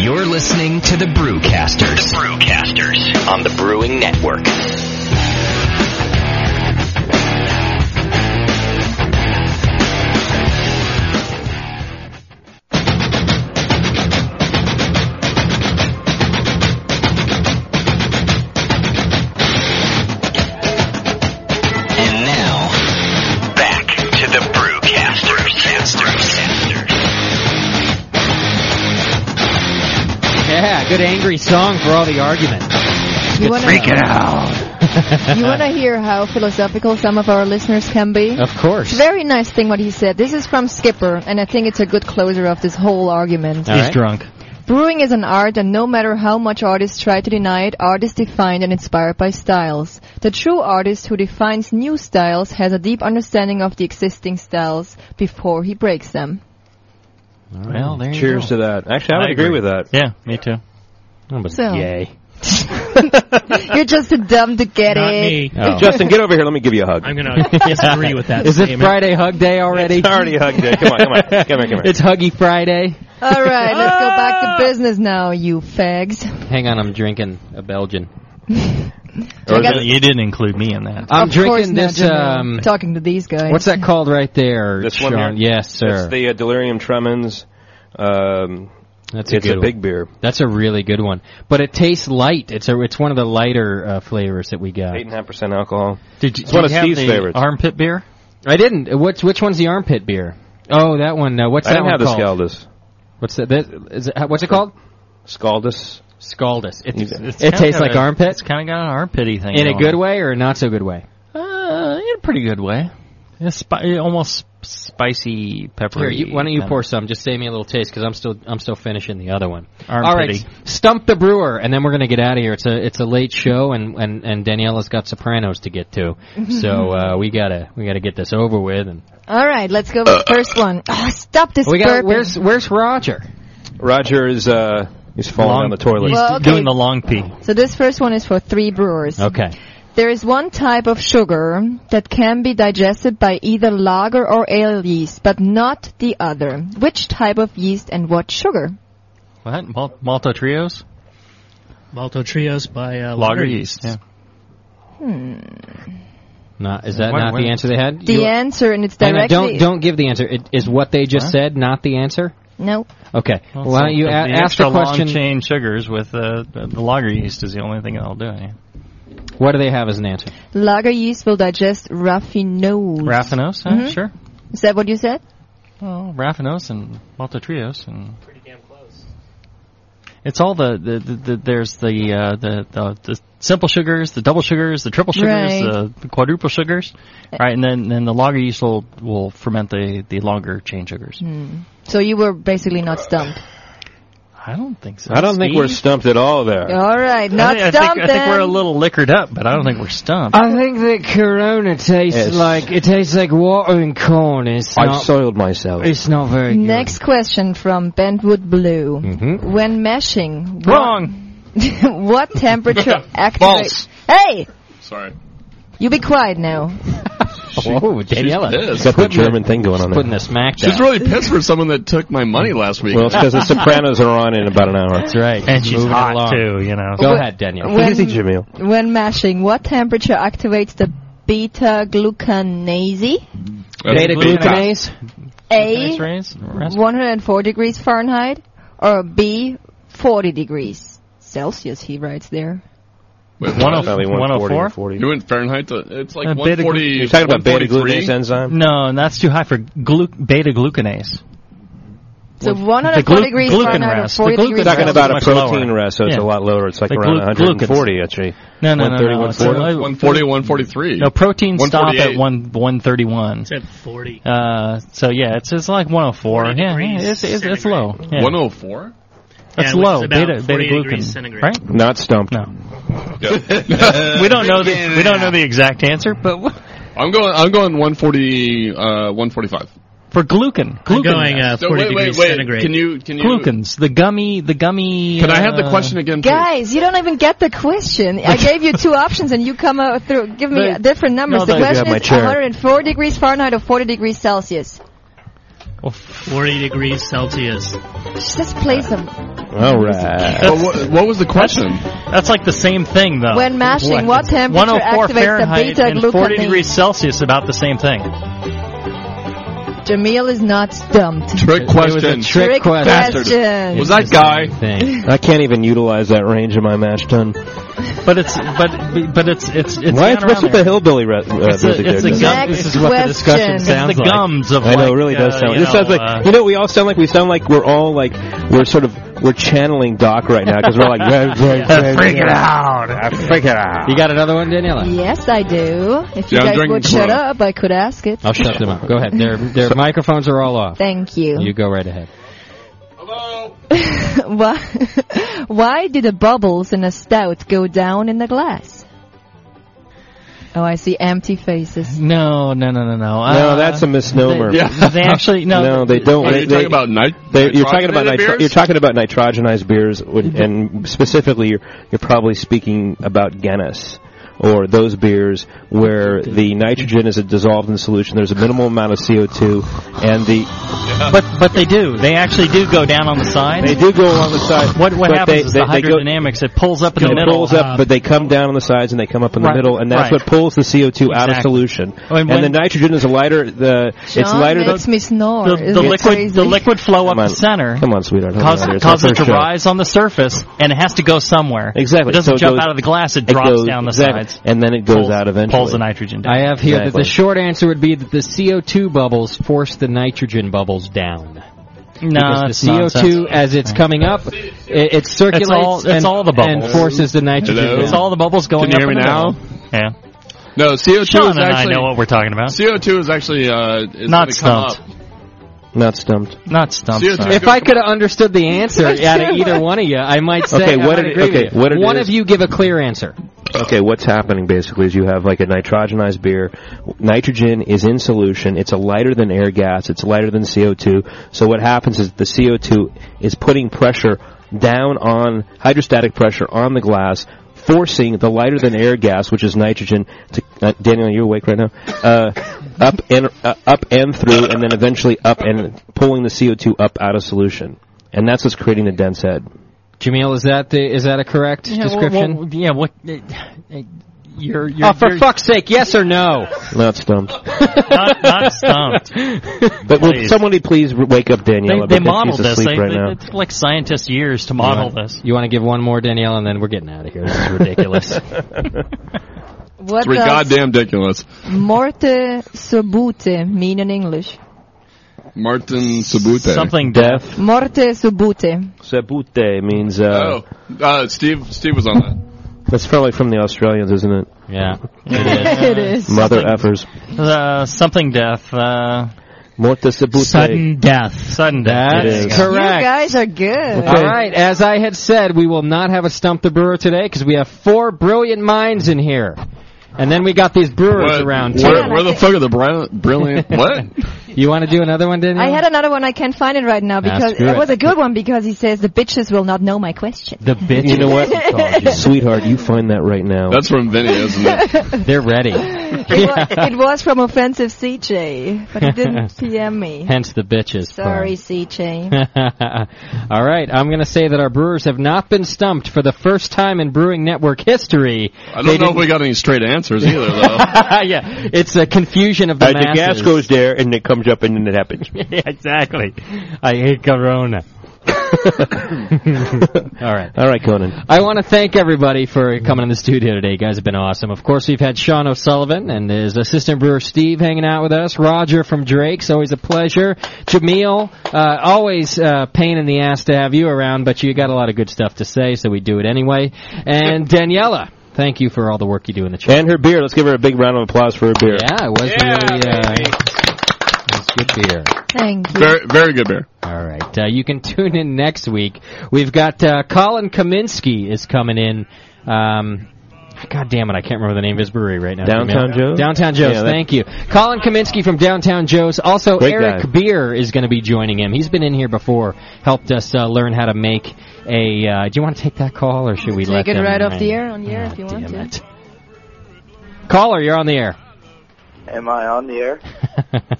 Speaker 10: You're listening to the Brewcasters. The Brewcasters on the Brewing Network. And now, back to the Brewcasters.
Speaker 1: Yeah, good angry song for all the argument.
Speaker 5: You wanna- Freak it
Speaker 1: out.
Speaker 5: [LAUGHS] you want to hear how philosophical some of our listeners can be?
Speaker 1: Of course.
Speaker 5: It's a very nice thing what he said. This is from Skipper, and I think it's a good closer of this whole argument.
Speaker 9: He's drunk.
Speaker 5: Brewing is an art, and no matter how much artists try to deny it, art is defined and inspired by styles. The true artist who defines new styles has a deep understanding of the existing styles before he breaks
Speaker 1: [LAUGHS]
Speaker 5: them.
Speaker 9: [LAUGHS] Well, there you
Speaker 2: Cheers
Speaker 9: go.
Speaker 2: to that. Actually, I would
Speaker 9: I
Speaker 2: agree.
Speaker 9: agree.
Speaker 2: with that.
Speaker 9: Yeah, me too.
Speaker 5: So-
Speaker 1: Yay.
Speaker 5: You're just too dumb to get
Speaker 1: Not
Speaker 5: it.
Speaker 1: me.
Speaker 2: Hey, Justin, get over here. Let me give you a hug. I'm
Speaker 4: gonna disagree with that
Speaker 1: Oh. [LAUGHS] Is it
Speaker 4: statement.
Speaker 1: Friday Hug Day already?
Speaker 2: It's already Hug Day. Come on,
Speaker 1: [LAUGHS]
Speaker 2: come on. Come here, come here.
Speaker 1: It's Huggy Friday.
Speaker 5: All right, let's go back
Speaker 1: [LAUGHS] Ah!
Speaker 5: to business now, you fags.
Speaker 1: Hang on, I'm drinking a Belgian.
Speaker 5: Or is it-
Speaker 9: you didn't include me in that.
Speaker 1: I'm
Speaker 5: of course
Speaker 1: drinking
Speaker 5: not,
Speaker 1: this.
Speaker 5: Jamal.
Speaker 1: Um,
Speaker 5: talking to these guys.
Speaker 1: what's that called right there?
Speaker 2: This
Speaker 1: Sean?
Speaker 2: one here?
Speaker 1: Yes, sir.
Speaker 2: It's the uh, Delirium Tremens. Um,
Speaker 1: That's a
Speaker 2: it's
Speaker 1: good
Speaker 2: a big
Speaker 1: one.
Speaker 2: beer.
Speaker 1: That's a really good one, but it tastes light. It's a it's one of the lighter uh, flavors that we got.
Speaker 2: Eight and a half percent alcohol.
Speaker 9: Did you,
Speaker 2: it's one
Speaker 9: do
Speaker 2: of
Speaker 9: you have
Speaker 2: Steve's
Speaker 9: the
Speaker 2: favorites.
Speaker 9: Armpit beer.
Speaker 1: I didn't. Which which one's the armpit beer? Oh, that one. No, what's
Speaker 2: I
Speaker 1: that
Speaker 2: didn't have
Speaker 1: one
Speaker 2: the
Speaker 1: called?
Speaker 2: Scaldus.
Speaker 1: What's that? that is it, what's it called?
Speaker 2: Scaldus.
Speaker 1: Scaldus. It,
Speaker 9: It's
Speaker 1: it
Speaker 9: kinda
Speaker 1: tastes
Speaker 9: got
Speaker 1: like
Speaker 9: a-
Speaker 1: armpit.
Speaker 9: It's kind of got an armpity thing.
Speaker 1: in a
Speaker 9: going
Speaker 1: good
Speaker 9: on.
Speaker 1: way or a not so good way.
Speaker 9: Uh, in a pretty good way. It's spi- almost
Speaker 1: spicy
Speaker 9: peppery
Speaker 1: Here, you, why don't you
Speaker 9: kind
Speaker 1: pour some? Just save me a little taste because I'm still I'm still finishing the other one.
Speaker 9: Arm
Speaker 1: All right,
Speaker 9: pity.
Speaker 1: stump the brewer, and then we're gonna get out of here. It's a it's a late show, and and and Daniela's got Sopranos to
Speaker 5: [LAUGHS]
Speaker 1: get to, so uh, we gotta we gotta get this over with. And
Speaker 5: All right, let's go with the first one. Oh, stop this
Speaker 1: we got
Speaker 5: burping.
Speaker 1: where's where's Roger?
Speaker 2: Roger is uh, he's falling on the toilet.
Speaker 5: he's Well, okay. doing the
Speaker 9: long pee.
Speaker 5: So this first one is for three brewers.
Speaker 1: Okay.
Speaker 5: There is one type of sugar that can be digested by either lager or ale yeast, but not the other. Which type of yeast and what sugar?
Speaker 9: What? Mal- Malto trios?
Speaker 4: Malto trios by uh,
Speaker 9: Lager yeast, yeah.
Speaker 5: Hmm.
Speaker 1: Not, is that
Speaker 9: Why-
Speaker 1: not
Speaker 9: why-
Speaker 1: the answer they had?
Speaker 5: The
Speaker 1: You-
Speaker 5: answer, and it's
Speaker 1: Hang on,
Speaker 5: directly.
Speaker 1: don't don't give the answer. It, is what they just
Speaker 5: Huh?
Speaker 1: said not the answer?
Speaker 5: No.
Speaker 1: Okay.
Speaker 9: Well,
Speaker 1: Well, why don't you a-
Speaker 9: the
Speaker 1: ask
Speaker 9: extra
Speaker 1: the question?
Speaker 9: Long chain sugars with uh, the, the lager yeast is the only thing that'll do it. Yeah.
Speaker 1: What do they have as an answer?
Speaker 5: Lager yeast will digest raffinose.
Speaker 9: Raffinose, huh?
Speaker 5: Mhm.
Speaker 9: sure. Oh.
Speaker 5: Is that what you said?
Speaker 9: Well, Raffinose and Malto Trios and pretty damn close. It's all the, the, the, the there's the, uh, the the the simple sugars, the double sugars, the triple sugars,
Speaker 5: Right. Uh,
Speaker 9: the, the quadruple sugars, right? And then then the lager yeast will, will ferment the the longer chain sugars.
Speaker 5: Hmm. So you were basically not stumped.
Speaker 9: I don't think so.
Speaker 2: I don't think we're stumped at all there.
Speaker 5: All right,
Speaker 9: I
Speaker 5: not
Speaker 9: think, I
Speaker 5: stumped.
Speaker 9: think- I think we're a
Speaker 5: then.
Speaker 9: little liquored up, but I don't think we're stumped.
Speaker 1: I think that Corona tastes
Speaker 9: Yes.
Speaker 1: like it tastes like water and corn. It's
Speaker 2: I've
Speaker 1: not.
Speaker 2: soiled myself.
Speaker 1: it's not very.
Speaker 5: Next question from Bentwood Blue.
Speaker 1: Mhm.
Speaker 5: When meshing, what-
Speaker 1: Wrong.
Speaker 5: [LAUGHS] what temperature activates?
Speaker 3: False.
Speaker 5: Hey,
Speaker 3: Sorry.
Speaker 5: you be quiet now.
Speaker 1: Whoa, Daniela.
Speaker 3: pissed.
Speaker 2: Got the German thing going on there.
Speaker 1: Putting the smack
Speaker 3: She's
Speaker 1: down.
Speaker 3: really pissed for someone that took my money last week.
Speaker 2: Well, it's
Speaker 3: [LAUGHS]
Speaker 2: because the Sopranos are on in about an hour.
Speaker 1: That's right.
Speaker 9: And she's
Speaker 1: Moving
Speaker 9: hot
Speaker 1: along.
Speaker 9: too, you know.
Speaker 1: Go
Speaker 5: When-
Speaker 1: ahead, Daniel.
Speaker 5: when-
Speaker 2: Easy, Jamil.
Speaker 5: When mashing, what temperature activates the beta glucanase?
Speaker 1: Beta glucanase.
Speaker 5: A.
Speaker 9: raise?
Speaker 5: 104 degrees Fahrenheit or B. 40 degrees Celsius. He writes there.
Speaker 3: Wait,
Speaker 9: One oh-
Speaker 3: what?
Speaker 9: 140, 104?
Speaker 3: You went Fahrenheit. To, it's like
Speaker 9: Uh, beta
Speaker 3: 140.
Speaker 9: glu- You're
Speaker 2: talking about beta
Speaker 3: 143?
Speaker 2: glucanase enzyme?
Speaker 9: No, that's too high for glu- beta glucanase.
Speaker 5: So
Speaker 9: The
Speaker 5: 104
Speaker 9: glu-
Speaker 5: degrees
Speaker 9: glucan
Speaker 5: Fahrenheit or
Speaker 9: rest.
Speaker 5: 40
Speaker 9: The glucan
Speaker 5: degrees
Speaker 9: rest.
Speaker 2: Talking about a
Speaker 9: much
Speaker 2: protein
Speaker 9: lower.
Speaker 2: rest, so it's
Speaker 9: Yeah.
Speaker 2: a lot lower. It's like
Speaker 9: The
Speaker 2: around
Speaker 9: glu-
Speaker 2: 140,
Speaker 9: glucans.
Speaker 2: actually.
Speaker 9: No, no,
Speaker 2: 130,
Speaker 9: no, no. it's
Speaker 2: 140.
Speaker 9: only-
Speaker 3: 140, 143.
Speaker 9: No, protein stop at
Speaker 3: 148.
Speaker 9: one one thirty one. It's
Speaker 4: at forty.
Speaker 9: Uh, so yeah, it's it's like one hundred four.
Speaker 4: 40
Speaker 9: Yeah, yeah,
Speaker 4: degrees
Speaker 9: it's, it's, it's low. Yeah.
Speaker 3: 104.
Speaker 9: That's
Speaker 4: Yeah, which
Speaker 9: low.
Speaker 4: is about
Speaker 9: Beta beta
Speaker 4: 48
Speaker 9: glucan,
Speaker 4: degrees centigrade.
Speaker 9: right?
Speaker 2: Not stumped.
Speaker 9: No.
Speaker 2: [LAUGHS]
Speaker 9: we don't know the we don't know the exact answer, but w-
Speaker 3: I'm going. I'm going 140. Uh, 145.
Speaker 9: for glucan, glucan
Speaker 4: going, uh,
Speaker 9: rest.
Speaker 3: No,
Speaker 4: 40
Speaker 3: wait, wait,
Speaker 4: degrees
Speaker 3: wait.
Speaker 4: centigrade.
Speaker 3: Can you? Can you?
Speaker 9: glucans, the gummy, the gummy.
Speaker 3: Can I have the
Speaker 9: uh,
Speaker 3: question again? please?
Speaker 5: Guys, you don't even get the question. I gave you two options and you come out through, give me
Speaker 9: The-
Speaker 5: different numbers.
Speaker 9: No,
Speaker 5: the
Speaker 9: thank you.
Speaker 5: question
Speaker 9: Yeah, my
Speaker 5: is
Speaker 9: chair.
Speaker 5: 104 degrees Fahrenheit or 40 degrees Celsius.
Speaker 4: Forty degrees Celsius.
Speaker 5: Just play some.
Speaker 2: All right.
Speaker 3: Well, what, what was the question?
Speaker 9: That's like the same thing though.
Speaker 5: When mashing, what temperature
Speaker 9: 104
Speaker 5: activates
Speaker 9: Fahrenheit
Speaker 5: the
Speaker 9: and 40
Speaker 5: beta
Speaker 9: degrees Celsius, about the same thing.
Speaker 5: glucanase? Jamil is not stumped.
Speaker 3: Trick
Speaker 2: was a
Speaker 3: question.
Speaker 2: Trick question.
Speaker 5: question.
Speaker 3: Was that guy?
Speaker 2: [LAUGHS]
Speaker 1: Thing.
Speaker 2: I can't even utilize that range in my match done.
Speaker 9: But it's but but it's it's it's
Speaker 2: Why?
Speaker 9: down
Speaker 2: What's
Speaker 9: around
Speaker 2: with the
Speaker 9: there.
Speaker 2: hillbilly re- uh,
Speaker 9: It's a,
Speaker 2: music
Speaker 9: it's a
Speaker 2: there,
Speaker 9: gum.
Speaker 2: Jim?
Speaker 5: Next
Speaker 9: this is what the
Speaker 5: question.
Speaker 9: discussion
Speaker 5: It's
Speaker 9: sounds
Speaker 2: the
Speaker 9: like. gums of
Speaker 2: I know,
Speaker 9: like,
Speaker 2: it really does
Speaker 9: uh,
Speaker 2: sound.
Speaker 9: you
Speaker 2: This sounds
Speaker 9: know,
Speaker 2: like
Speaker 9: uh,
Speaker 2: you know. We all sound like we sound like we're all like we're sort of we're channeling Doc right now because we're
Speaker 9: [LAUGHS]
Speaker 2: like
Speaker 9: freak it out.
Speaker 2: Freak it out.
Speaker 1: You got another one, Daniela?
Speaker 5: Yes, I do. If you
Speaker 1: Yeah, I'm
Speaker 5: guys
Speaker 1: drinking
Speaker 5: would shut
Speaker 1: Corona.
Speaker 5: up, I could ask it.
Speaker 1: I'll shut them up. Go ahead. Their their microphones are all off.
Speaker 5: Thank you. [LAUGHS]
Speaker 1: Uh, You go right ahead.
Speaker 5: why, why do the bubbles in a stout go down in the glass? Oh, I see empty faces.
Speaker 9: No, no, no, no, no.
Speaker 2: No, that's a misnomer.
Speaker 3: Yeah.
Speaker 9: They actually no.
Speaker 2: No, they don't.
Speaker 3: Are
Speaker 2: They,
Speaker 3: you talking
Speaker 2: they,
Speaker 3: about night?
Speaker 2: they, you're talking about
Speaker 3: nitrogenated
Speaker 2: nitro-
Speaker 3: beers?
Speaker 2: you're talking about nitrogenized beers, would- and specifically, you're, you're probably speaking about Guinness or those beers where the nitrogen is dissolved in the solution. There's a minimal amount of CO2, and the
Speaker 9: But but they do. They actually do go down on the side.
Speaker 2: they do go along the side.
Speaker 9: What what
Speaker 2: but
Speaker 9: happens
Speaker 2: they,
Speaker 9: is
Speaker 2: they,
Speaker 9: the
Speaker 2: they go-
Speaker 9: hydrodynamics. It pulls up in the
Speaker 2: it
Speaker 9: middle. Uh,
Speaker 2: pulls up, but they come down on the sides and they come up in the
Speaker 9: Right,
Speaker 2: middle, and that's
Speaker 9: right.
Speaker 2: what pulls the CO2 out of
Speaker 9: Exactly.
Speaker 2: solution.
Speaker 9: Oh, and
Speaker 2: and the
Speaker 9: when-
Speaker 2: nitrogen is a lighter. The it's
Speaker 5: John
Speaker 2: lighter
Speaker 5: makes
Speaker 2: than
Speaker 5: me snore.
Speaker 9: the,
Speaker 5: Isn't
Speaker 9: the
Speaker 5: it
Speaker 9: liquid
Speaker 5: crazy?
Speaker 9: the liquid flow up
Speaker 2: Come on.
Speaker 9: the center
Speaker 2: Come on, sweetheart. hold
Speaker 9: causes
Speaker 2: on here, it's
Speaker 9: causes
Speaker 2: our
Speaker 9: it to
Speaker 2: first show.
Speaker 9: rise on the surface and it has to go somewhere.
Speaker 2: Exactly.
Speaker 9: It doesn't
Speaker 2: So it
Speaker 9: jump
Speaker 2: goes-
Speaker 9: out of the glass. It
Speaker 2: it
Speaker 9: drops
Speaker 2: goes-
Speaker 9: down the
Speaker 2: exactly.
Speaker 9: sides.
Speaker 2: and then it goes
Speaker 9: Pulls-
Speaker 2: out eventually.
Speaker 9: Pulls the nitrogen down.
Speaker 1: I have here that
Speaker 2: Exactly.
Speaker 1: the short answer would be that the CO2 bubbles force the nitrogen bubbles down.
Speaker 9: no,
Speaker 1: because
Speaker 9: it's
Speaker 1: the CO2
Speaker 9: nonsense.
Speaker 1: as it's coming up, it, it circulates
Speaker 9: It's all- it's
Speaker 1: and,
Speaker 9: all the bubbles.
Speaker 1: and forces the nitrogen.
Speaker 3: Hello?
Speaker 1: down.
Speaker 9: It's all the bubbles going
Speaker 3: Can you hear
Speaker 9: up in
Speaker 3: me
Speaker 9: the
Speaker 3: now?
Speaker 9: middle. Yeah.
Speaker 3: No, CO2
Speaker 18: Sean
Speaker 3: is
Speaker 18: and I
Speaker 3: actually.
Speaker 18: know what we're talking about.
Speaker 3: CO2 is actually uh, is
Speaker 18: Not
Speaker 3: gonna come
Speaker 18: stumped.
Speaker 3: up.
Speaker 2: Not stumped.
Speaker 9: Not stumped.
Speaker 3: See, it's sorry. a
Speaker 1: If I could have understood the answer out of either one of you, I might say.
Speaker 2: Okay,
Speaker 1: I
Speaker 2: what
Speaker 1: might
Speaker 2: it-
Speaker 1: agree with
Speaker 2: okay,
Speaker 1: you.
Speaker 2: what it
Speaker 1: one
Speaker 2: is-
Speaker 1: of you give a clear answer.
Speaker 2: Okay, what's happening basically is you have like a nitrogenized beer. Nitrogen is in solution. It's a lighter than air gas. It's lighter than CO2. So what happens is the CO2 is putting pressure down on hydrostatic pressure on the glass, forcing the lighter than air gas, which is nitrogen, to uh, Daniel, you're awake right now, uh, up and uh, up and through, and then eventually up and pulling the CO2 up out of solution. And that's what's creating the dense head.
Speaker 1: Jamil, is that the, is that a correct
Speaker 9: Yeah, well,
Speaker 1: description?
Speaker 9: well, yeah. What? eh, eh, You're, you're,
Speaker 1: oh, for
Speaker 9: you're-
Speaker 1: fuck's sake, yes or no?
Speaker 2: Not stumped. [LAUGHS]
Speaker 9: not, not stumped.
Speaker 1: [LAUGHS]
Speaker 2: But will
Speaker 9: Please.
Speaker 2: somebody please r- wake up
Speaker 9: They,
Speaker 2: Daniela? because
Speaker 9: they
Speaker 2: she's
Speaker 9: modeled this.
Speaker 2: asleep
Speaker 9: They,
Speaker 2: right
Speaker 9: they-
Speaker 2: now.
Speaker 9: It took like scientists years to model
Speaker 1: you want,
Speaker 9: this.
Speaker 1: You want to give one more, Danielle, and then we're getting out of here. This is
Speaker 9: [LAUGHS]
Speaker 1: ridiculous.
Speaker 5: What
Speaker 3: Three
Speaker 5: does
Speaker 3: goddamn ridiculous.
Speaker 5: morte subute mean in English?
Speaker 3: Martin Sabute.
Speaker 9: Something
Speaker 2: deaf.
Speaker 5: Morte subute.
Speaker 2: Sabute means. Uh,
Speaker 3: Oh, uh, Steve. Steve was on
Speaker 9: [LAUGHS]
Speaker 3: that.
Speaker 2: That's probably from the Australians, isn't it?
Speaker 9: Yeah.
Speaker 5: it is.
Speaker 2: Mother effers.
Speaker 9: Uh, something death. Uh,
Speaker 2: Morta sabute.
Speaker 9: Sudden
Speaker 1: death.
Speaker 9: Sudden death.
Speaker 1: That's
Speaker 9: There you go.
Speaker 1: correct.
Speaker 5: You guys are good.
Speaker 1: All right, as I had said, we will not have a stump the brewer today because we have four brilliant minds in here, and then we got these brewers
Speaker 3: What-
Speaker 1: around too.
Speaker 3: Where, where the fuck are the bri- brilliant? What?
Speaker 1: [LAUGHS] You want to do another one, Daniel?
Speaker 5: I had another one. I can't find it right now because
Speaker 1: screw
Speaker 5: it was
Speaker 1: it.
Speaker 5: a good one because he says the bitches will not know my question.
Speaker 1: the bitch.
Speaker 2: You know what, sweetheart? You find that right now.
Speaker 3: That's from Vinny, isn't it?
Speaker 1: They're ready.
Speaker 5: It, wa- it was from offensive CJ, but he didn't PM me.
Speaker 1: Hence the bitches.
Speaker 5: Sorry,
Speaker 1: part.
Speaker 5: CJ.
Speaker 1: [LAUGHS] All right, I'm going to say that our brewers have not been stumped for the first time in Brewing Network history.
Speaker 3: I don't know if we got any straight answers
Speaker 1: [LAUGHS]
Speaker 3: either, though.
Speaker 1: yeah, it's a confusion of the
Speaker 2: the gas
Speaker 1: masses.
Speaker 2: goes there, and it [LAUGHS] comes up, and then it happens.
Speaker 1: [LAUGHS] yeah, exactly. I hate Corona. [LAUGHS] All right.
Speaker 2: All right, Conan.
Speaker 1: I want to thank everybody for coming in the studio today. You guys have been awesome. Of course, we've had Sean O'Sullivan and his assistant brewer Steve hanging out with us. Roger from Drake's, always a pleasure. Jamil, uh, always uh, pain in the ass to have you around, but you got a lot of good stuff to say, so we do it anyway. And Daniela, thank you for all the work you do in the chat.
Speaker 2: And her beer. Let's give her a big round of applause for her beer.
Speaker 1: Yeah, it was really uh, it was good beer.
Speaker 5: Thank you.
Speaker 3: Very, very good beer.
Speaker 1: All right. Uh, you can [LAUGHS] tune in next week. We've got uh, Colin Kaminsky is coming in. Um, God damn it, I can't remember the name of his brewery right now.
Speaker 2: Downtown
Speaker 1: Jamil.
Speaker 2: Joe's?
Speaker 1: Downtown Joe's,
Speaker 2: Yeah, that-
Speaker 1: thank you. Colin Kaminsky from Downtown Joe's. Also,
Speaker 2: Great
Speaker 1: Eric
Speaker 2: guy.
Speaker 1: Beer is going to be joining him. He's been in here before, helped us uh, learn how to make a. Uh, do you want to take that call, or should we let
Speaker 5: Take it
Speaker 1: them
Speaker 5: right off
Speaker 1: hang?
Speaker 5: the air on the air if you want to.
Speaker 1: Caller, you're on the air.
Speaker 12: Am I on the air?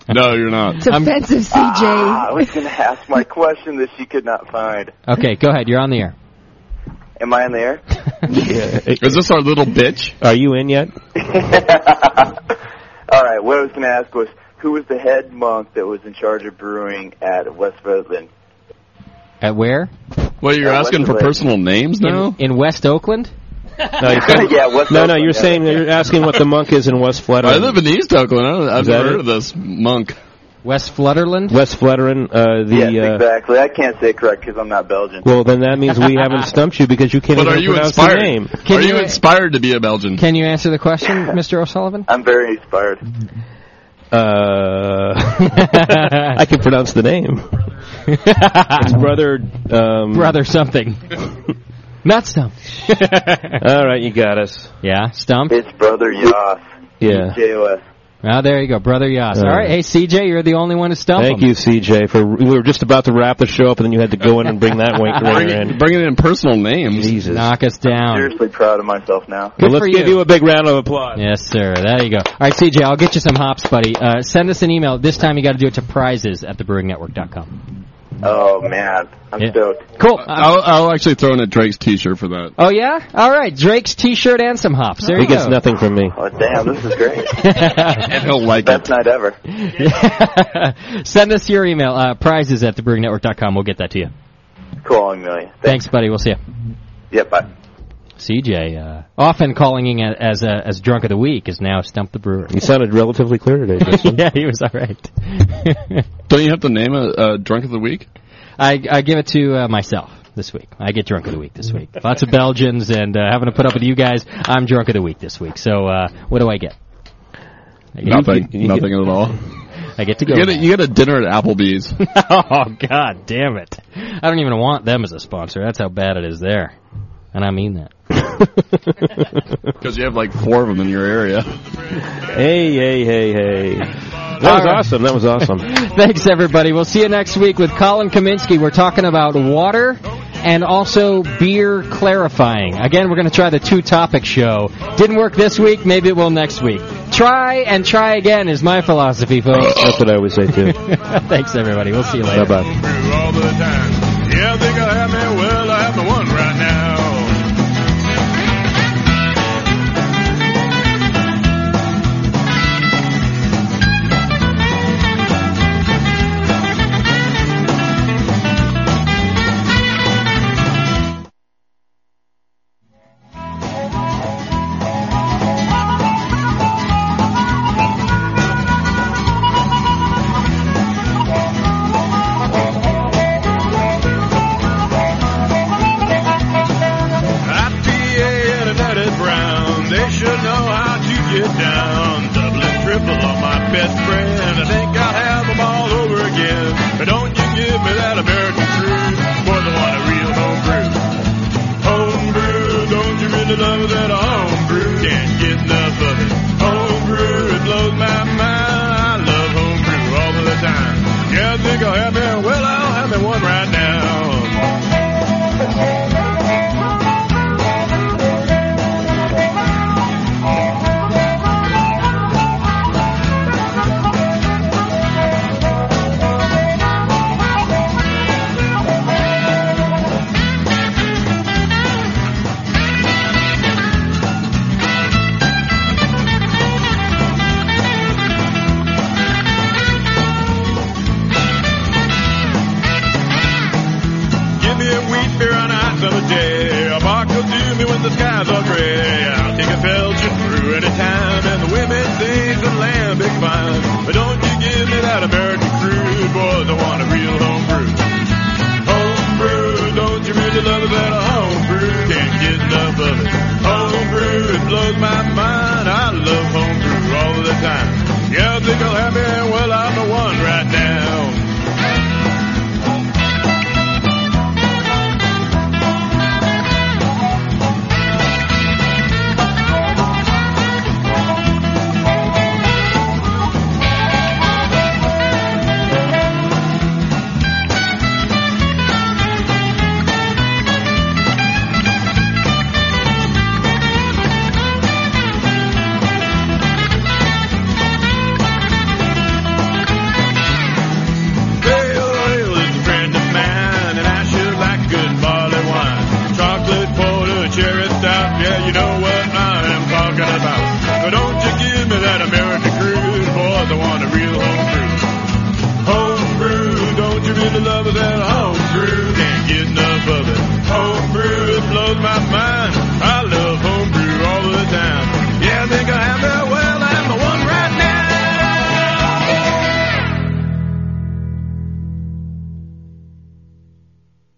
Speaker 3: No, you're not.
Speaker 5: It's offensive,
Speaker 12: Ah, I
Speaker 5: CJ.
Speaker 12: was going to ask my question that she could not find.
Speaker 1: Okay, go ahead. You're
Speaker 5: [LAUGHS]
Speaker 1: on the air.
Speaker 12: Am I on the air?
Speaker 3: Is this our little bitch?
Speaker 2: Are you in yet?
Speaker 12: [LAUGHS] All right. What I was going to ask was who was the head monk that was in charge of brewing at West
Speaker 3: [LAUGHS]
Speaker 12: Redland?
Speaker 1: At where?
Speaker 3: Well, you're
Speaker 12: Yeah,
Speaker 3: asking
Speaker 12: what's
Speaker 3: for
Speaker 12: the-
Speaker 3: personal names now.
Speaker 1: In, in West Oakland?
Speaker 2: No, you're saying,
Speaker 12: [LAUGHS] Yeah, what's
Speaker 2: no,
Speaker 12: up
Speaker 2: no.
Speaker 12: with
Speaker 2: You're
Speaker 12: that?
Speaker 2: saying you're asking what the monk is in West
Speaker 1: [LAUGHS]
Speaker 2: Flatiron.
Speaker 3: I live in East Oakland. I don't, I've
Speaker 2: Is that
Speaker 3: never
Speaker 2: it?
Speaker 3: heard of this monk.
Speaker 1: West Flutterland?
Speaker 2: West Flatiron. Uh, the
Speaker 12: yes,
Speaker 2: uh,
Speaker 12: exactly. I can't say it correct because I'm not Belgian.
Speaker 2: well, then that means we haven't stumped you because you can't
Speaker 3: But
Speaker 2: even
Speaker 3: are you
Speaker 2: pronounce
Speaker 3: inspired?
Speaker 2: the name.
Speaker 1: Can
Speaker 3: are you,
Speaker 1: you-
Speaker 3: inspired to be a Belgian?
Speaker 1: Can you answer the question,
Speaker 12: [LAUGHS]
Speaker 1: Mr. O'Sullivan?
Speaker 12: I'm very inspired.
Speaker 2: Uh, [LAUGHS] I can pronounce the name. [LAUGHS] it's brother. Um,
Speaker 1: Brother something. Not stump.
Speaker 2: All right, you got us.
Speaker 1: yeah, stump.
Speaker 12: It's brother Yoss.
Speaker 2: Yeah.
Speaker 12: J-O-S.
Speaker 1: Oh, there you go, brother Yas.
Speaker 2: Uh,
Speaker 1: All right, hey CJ, you're the only one who stumped.
Speaker 2: Thank you, CJ. For we were just about to wrap the show up, and then you had to go in and bring that [LAUGHS]
Speaker 3: Bring,
Speaker 2: wanker
Speaker 3: it-
Speaker 2: in.
Speaker 3: bring it in personal names.
Speaker 2: Jesus.
Speaker 1: Knock us down.
Speaker 12: Seriously proud of myself now.
Speaker 1: Good
Speaker 2: Well, let's
Speaker 1: for
Speaker 2: give
Speaker 1: you.
Speaker 2: you a big round of applause.
Speaker 1: Yes, sir. There you go. All right, CJ, I'll get you some hops, buddy. Uh, send us an email. This time you got to do it to prizes at thebrewingnetwork.com.
Speaker 12: Oh man, I'm
Speaker 1: Yeah.
Speaker 12: stoked.
Speaker 1: Cool. Uh,
Speaker 3: I'll, I'll actually throw in a Drake's T-shirt for that.
Speaker 1: oh, yeah? All right, Drake's T-shirt and some hops. There
Speaker 2: He
Speaker 1: you
Speaker 2: gets
Speaker 1: go.
Speaker 2: nothing from me.
Speaker 12: Oh damn, this is great.
Speaker 3: And he'll like it.
Speaker 12: Best night
Speaker 3: [LAUGHS]
Speaker 12: ever.
Speaker 1: [LAUGHS] Send us your email, uh, prizes at thebrewingnetwork.com. We'll get that to you.
Speaker 12: Calling million.
Speaker 1: Thanks, buddy. We'll see you.
Speaker 12: Yeah, bye.
Speaker 1: CJ, uh, often calling in as uh, as drunk of the week, is now Stump the Brewer.
Speaker 2: You sounded
Speaker 1: [LAUGHS]
Speaker 2: relatively clear today. Justin.
Speaker 1: yeah, he was all right.
Speaker 3: Don't you have to name a, a drunk of the week?
Speaker 1: I, I give it to uh, myself this week. I get drunk of the week this
Speaker 3: [LAUGHS]
Speaker 1: week. Lots of Belgians and uh, having to put up with you guys. I'm drunk of the week this week. So uh, what do I get?
Speaker 3: Nothing. Nothing at all.
Speaker 1: I get
Speaker 3: You get, a, you get a dinner at Applebee's.
Speaker 1: [LAUGHS] oh God, damn it! I don't even want them as a sponsor. That's how bad it is there, and I mean
Speaker 3: [LAUGHS]
Speaker 1: that.
Speaker 3: Because you have like four of them in your area.
Speaker 2: Hey, hey, hey, hey. That
Speaker 1: All
Speaker 2: was
Speaker 1: right.
Speaker 2: awesome. That was awesome.
Speaker 1: [LAUGHS] Thanks everybody. We'll see you next week with Colin Kaminsky. We're talking about water and also beer clarifying. Again, we're going to try the two topic show. Didn't work this week. Maybe it will next week. Try and try again is my philosophy, folks.
Speaker 2: That's what I always say too.
Speaker 1: [LAUGHS] Thanks everybody. We'll see you later.
Speaker 2: bye bye.
Speaker 21: all the time. Yeah, I think I have me. Well, I have the one right now. IPA and a nutty brown. They should know how to get down. Double and triple on my best friend. I think I'll have them all over again. But don't you give me that American truth. Boys, I want a real homebrew. Homebrew, don't you really love that homebrew? Can't get enough of it. Homebrew, it blows my mind. I love homebrew all of the time. Yeah, I think I'll have me. Well, I'll have me one right now. Give me a wheat beer on a hot summer day. A bark will do me when the skies are gray. I'll take a Belgian brew any time, and the women sing some lambic fine. But don't you give me that American crude, boys. I want a real homebrew. Homebrew, don't you really love it? That homebrew can't get enough of it. Homebrew, it blows my mind. I love homebrew all the time. Yeah, I think I'll have me. Well, I'm the one right now. Pale ale is a friend of mine, and I sure like good barley wine. Chocolate porter, cherry stout, yeah, you know what I'm talking about. But don't you give me that American crude, boys, I want a real homebrew. Homebrew, don't you really love that homebrew? Can't get enough of it. Homebrew, it blows my mind.